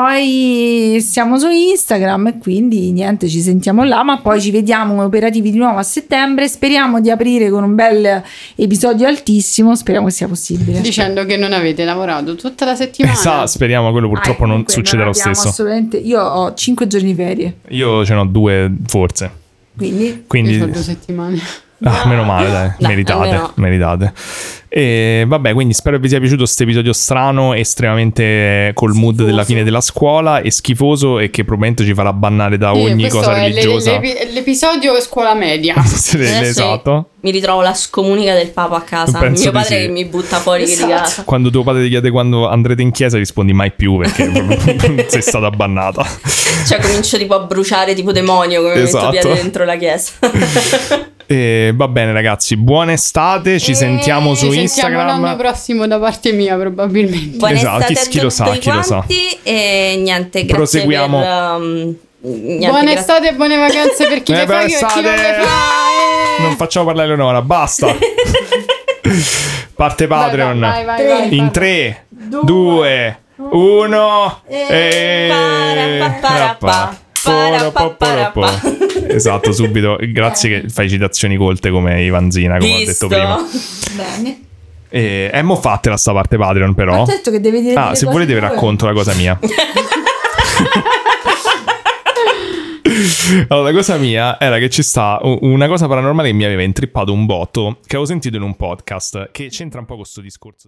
[SPEAKER 1] Poi siamo su Instagram e quindi niente, ci sentiamo là, ma poi ci vediamo operativi di nuovo a settembre. Speriamo di aprire con un bel episodio altissimo, speriamo che sia possibile.
[SPEAKER 3] Dicendo che non avete lavorato tutta la settimana.
[SPEAKER 6] Eh, Sa, speriamo, quello purtroppo
[SPEAKER 1] Ah,
[SPEAKER 6] non
[SPEAKER 1] comunque
[SPEAKER 6] succederà lo
[SPEAKER 1] abbiamo
[SPEAKER 6] stesso.
[SPEAKER 1] assolutamente- io ho 5 giorni di ferie,
[SPEAKER 6] Io ce n'ho due, forse.
[SPEAKER 1] quindi
[SPEAKER 3] Io sono
[SPEAKER 6] Quindi...
[SPEAKER 3] due settimane.
[SPEAKER 6] Ah, meno male, dai,
[SPEAKER 9] Dai,
[SPEAKER 6] meritate,
[SPEAKER 9] almeno.
[SPEAKER 6] meritate. E vabbè, quindi spero vi sia piaciuto questo episodio strano, estremamente col mood della fine della scuola e schifoso e che probabilmente ci farà bannare da
[SPEAKER 3] Sì,
[SPEAKER 6] ogni
[SPEAKER 3] questo
[SPEAKER 6] cosa
[SPEAKER 3] è le- Eh,
[SPEAKER 6] religiosa.
[SPEAKER 3] l'epi- l'episodio scuola media.
[SPEAKER 6] Sì,
[SPEAKER 7] Eh,
[SPEAKER 9] Adesso
[SPEAKER 6] esatto.
[SPEAKER 9] Mi ritrovo la scomunica del Papa a casa.
[SPEAKER 6] Penso
[SPEAKER 9] Mio
[SPEAKER 6] di
[SPEAKER 9] padre
[SPEAKER 6] sì.
[SPEAKER 9] che mi butta fuori che di casa.
[SPEAKER 6] Quando tuo padre ti chiede quando andrete in chiesa rispondi mai più perché sei stata bannata.
[SPEAKER 9] Cioè comincio tipo a bruciare tipo demonio come
[SPEAKER 6] Esatto.
[SPEAKER 9] metto piede dentro la chiesa.
[SPEAKER 6] E va bene ragazzi, buona estate, ci sentiamo su
[SPEAKER 3] Eh, Ci sentiamo l'anno
[SPEAKER 6] Instagram.
[SPEAKER 3] prossimo da parte mia probabilmente.
[SPEAKER 9] Buona
[SPEAKER 6] Esatto,
[SPEAKER 9] estate
[SPEAKER 6] chi- chi
[SPEAKER 9] a
[SPEAKER 6] lo
[SPEAKER 9] tutti
[SPEAKER 6] sa, chi lo sa.
[SPEAKER 9] quanti E niente, grazie
[SPEAKER 6] Proseguiamo.
[SPEAKER 9] per... um, niente,
[SPEAKER 3] buone
[SPEAKER 9] grazie-
[SPEAKER 3] estate e buone vacanze per chi
[SPEAKER 6] Eh,
[SPEAKER 3] le fa
[SPEAKER 6] buona
[SPEAKER 3] e chi non
[SPEAKER 6] estate!
[SPEAKER 3] le fa. eh.
[SPEAKER 6] Non facciamo parlare Eleonora, basta. Parte
[SPEAKER 3] Vai,
[SPEAKER 6] Patreon.
[SPEAKER 3] vai, vai, vai,
[SPEAKER 6] In
[SPEAKER 3] vai.
[SPEAKER 6] 3, 2, 1 e...
[SPEAKER 9] Parapapparappa, parapapparappa.
[SPEAKER 6] Esatto, subito. Grazie che fai citazioni colte come Ivanzina, come ho detto
[SPEAKER 9] Visto.
[SPEAKER 6] prima.
[SPEAKER 1] bene.
[SPEAKER 6] E eh, mo fatela sta parte Patreon però.
[SPEAKER 1] Ho detto certo che devi dire
[SPEAKER 6] Ah,
[SPEAKER 1] le
[SPEAKER 6] se
[SPEAKER 1] cose
[SPEAKER 6] volete vi
[SPEAKER 1] tue.
[SPEAKER 6] racconto la cosa mia. Allora, la cosa mia era che ci sta u- una cosa paranormale che mi aveva intrippato un botto che avevo sentito in un podcast che c'entra un po' con questo discorso.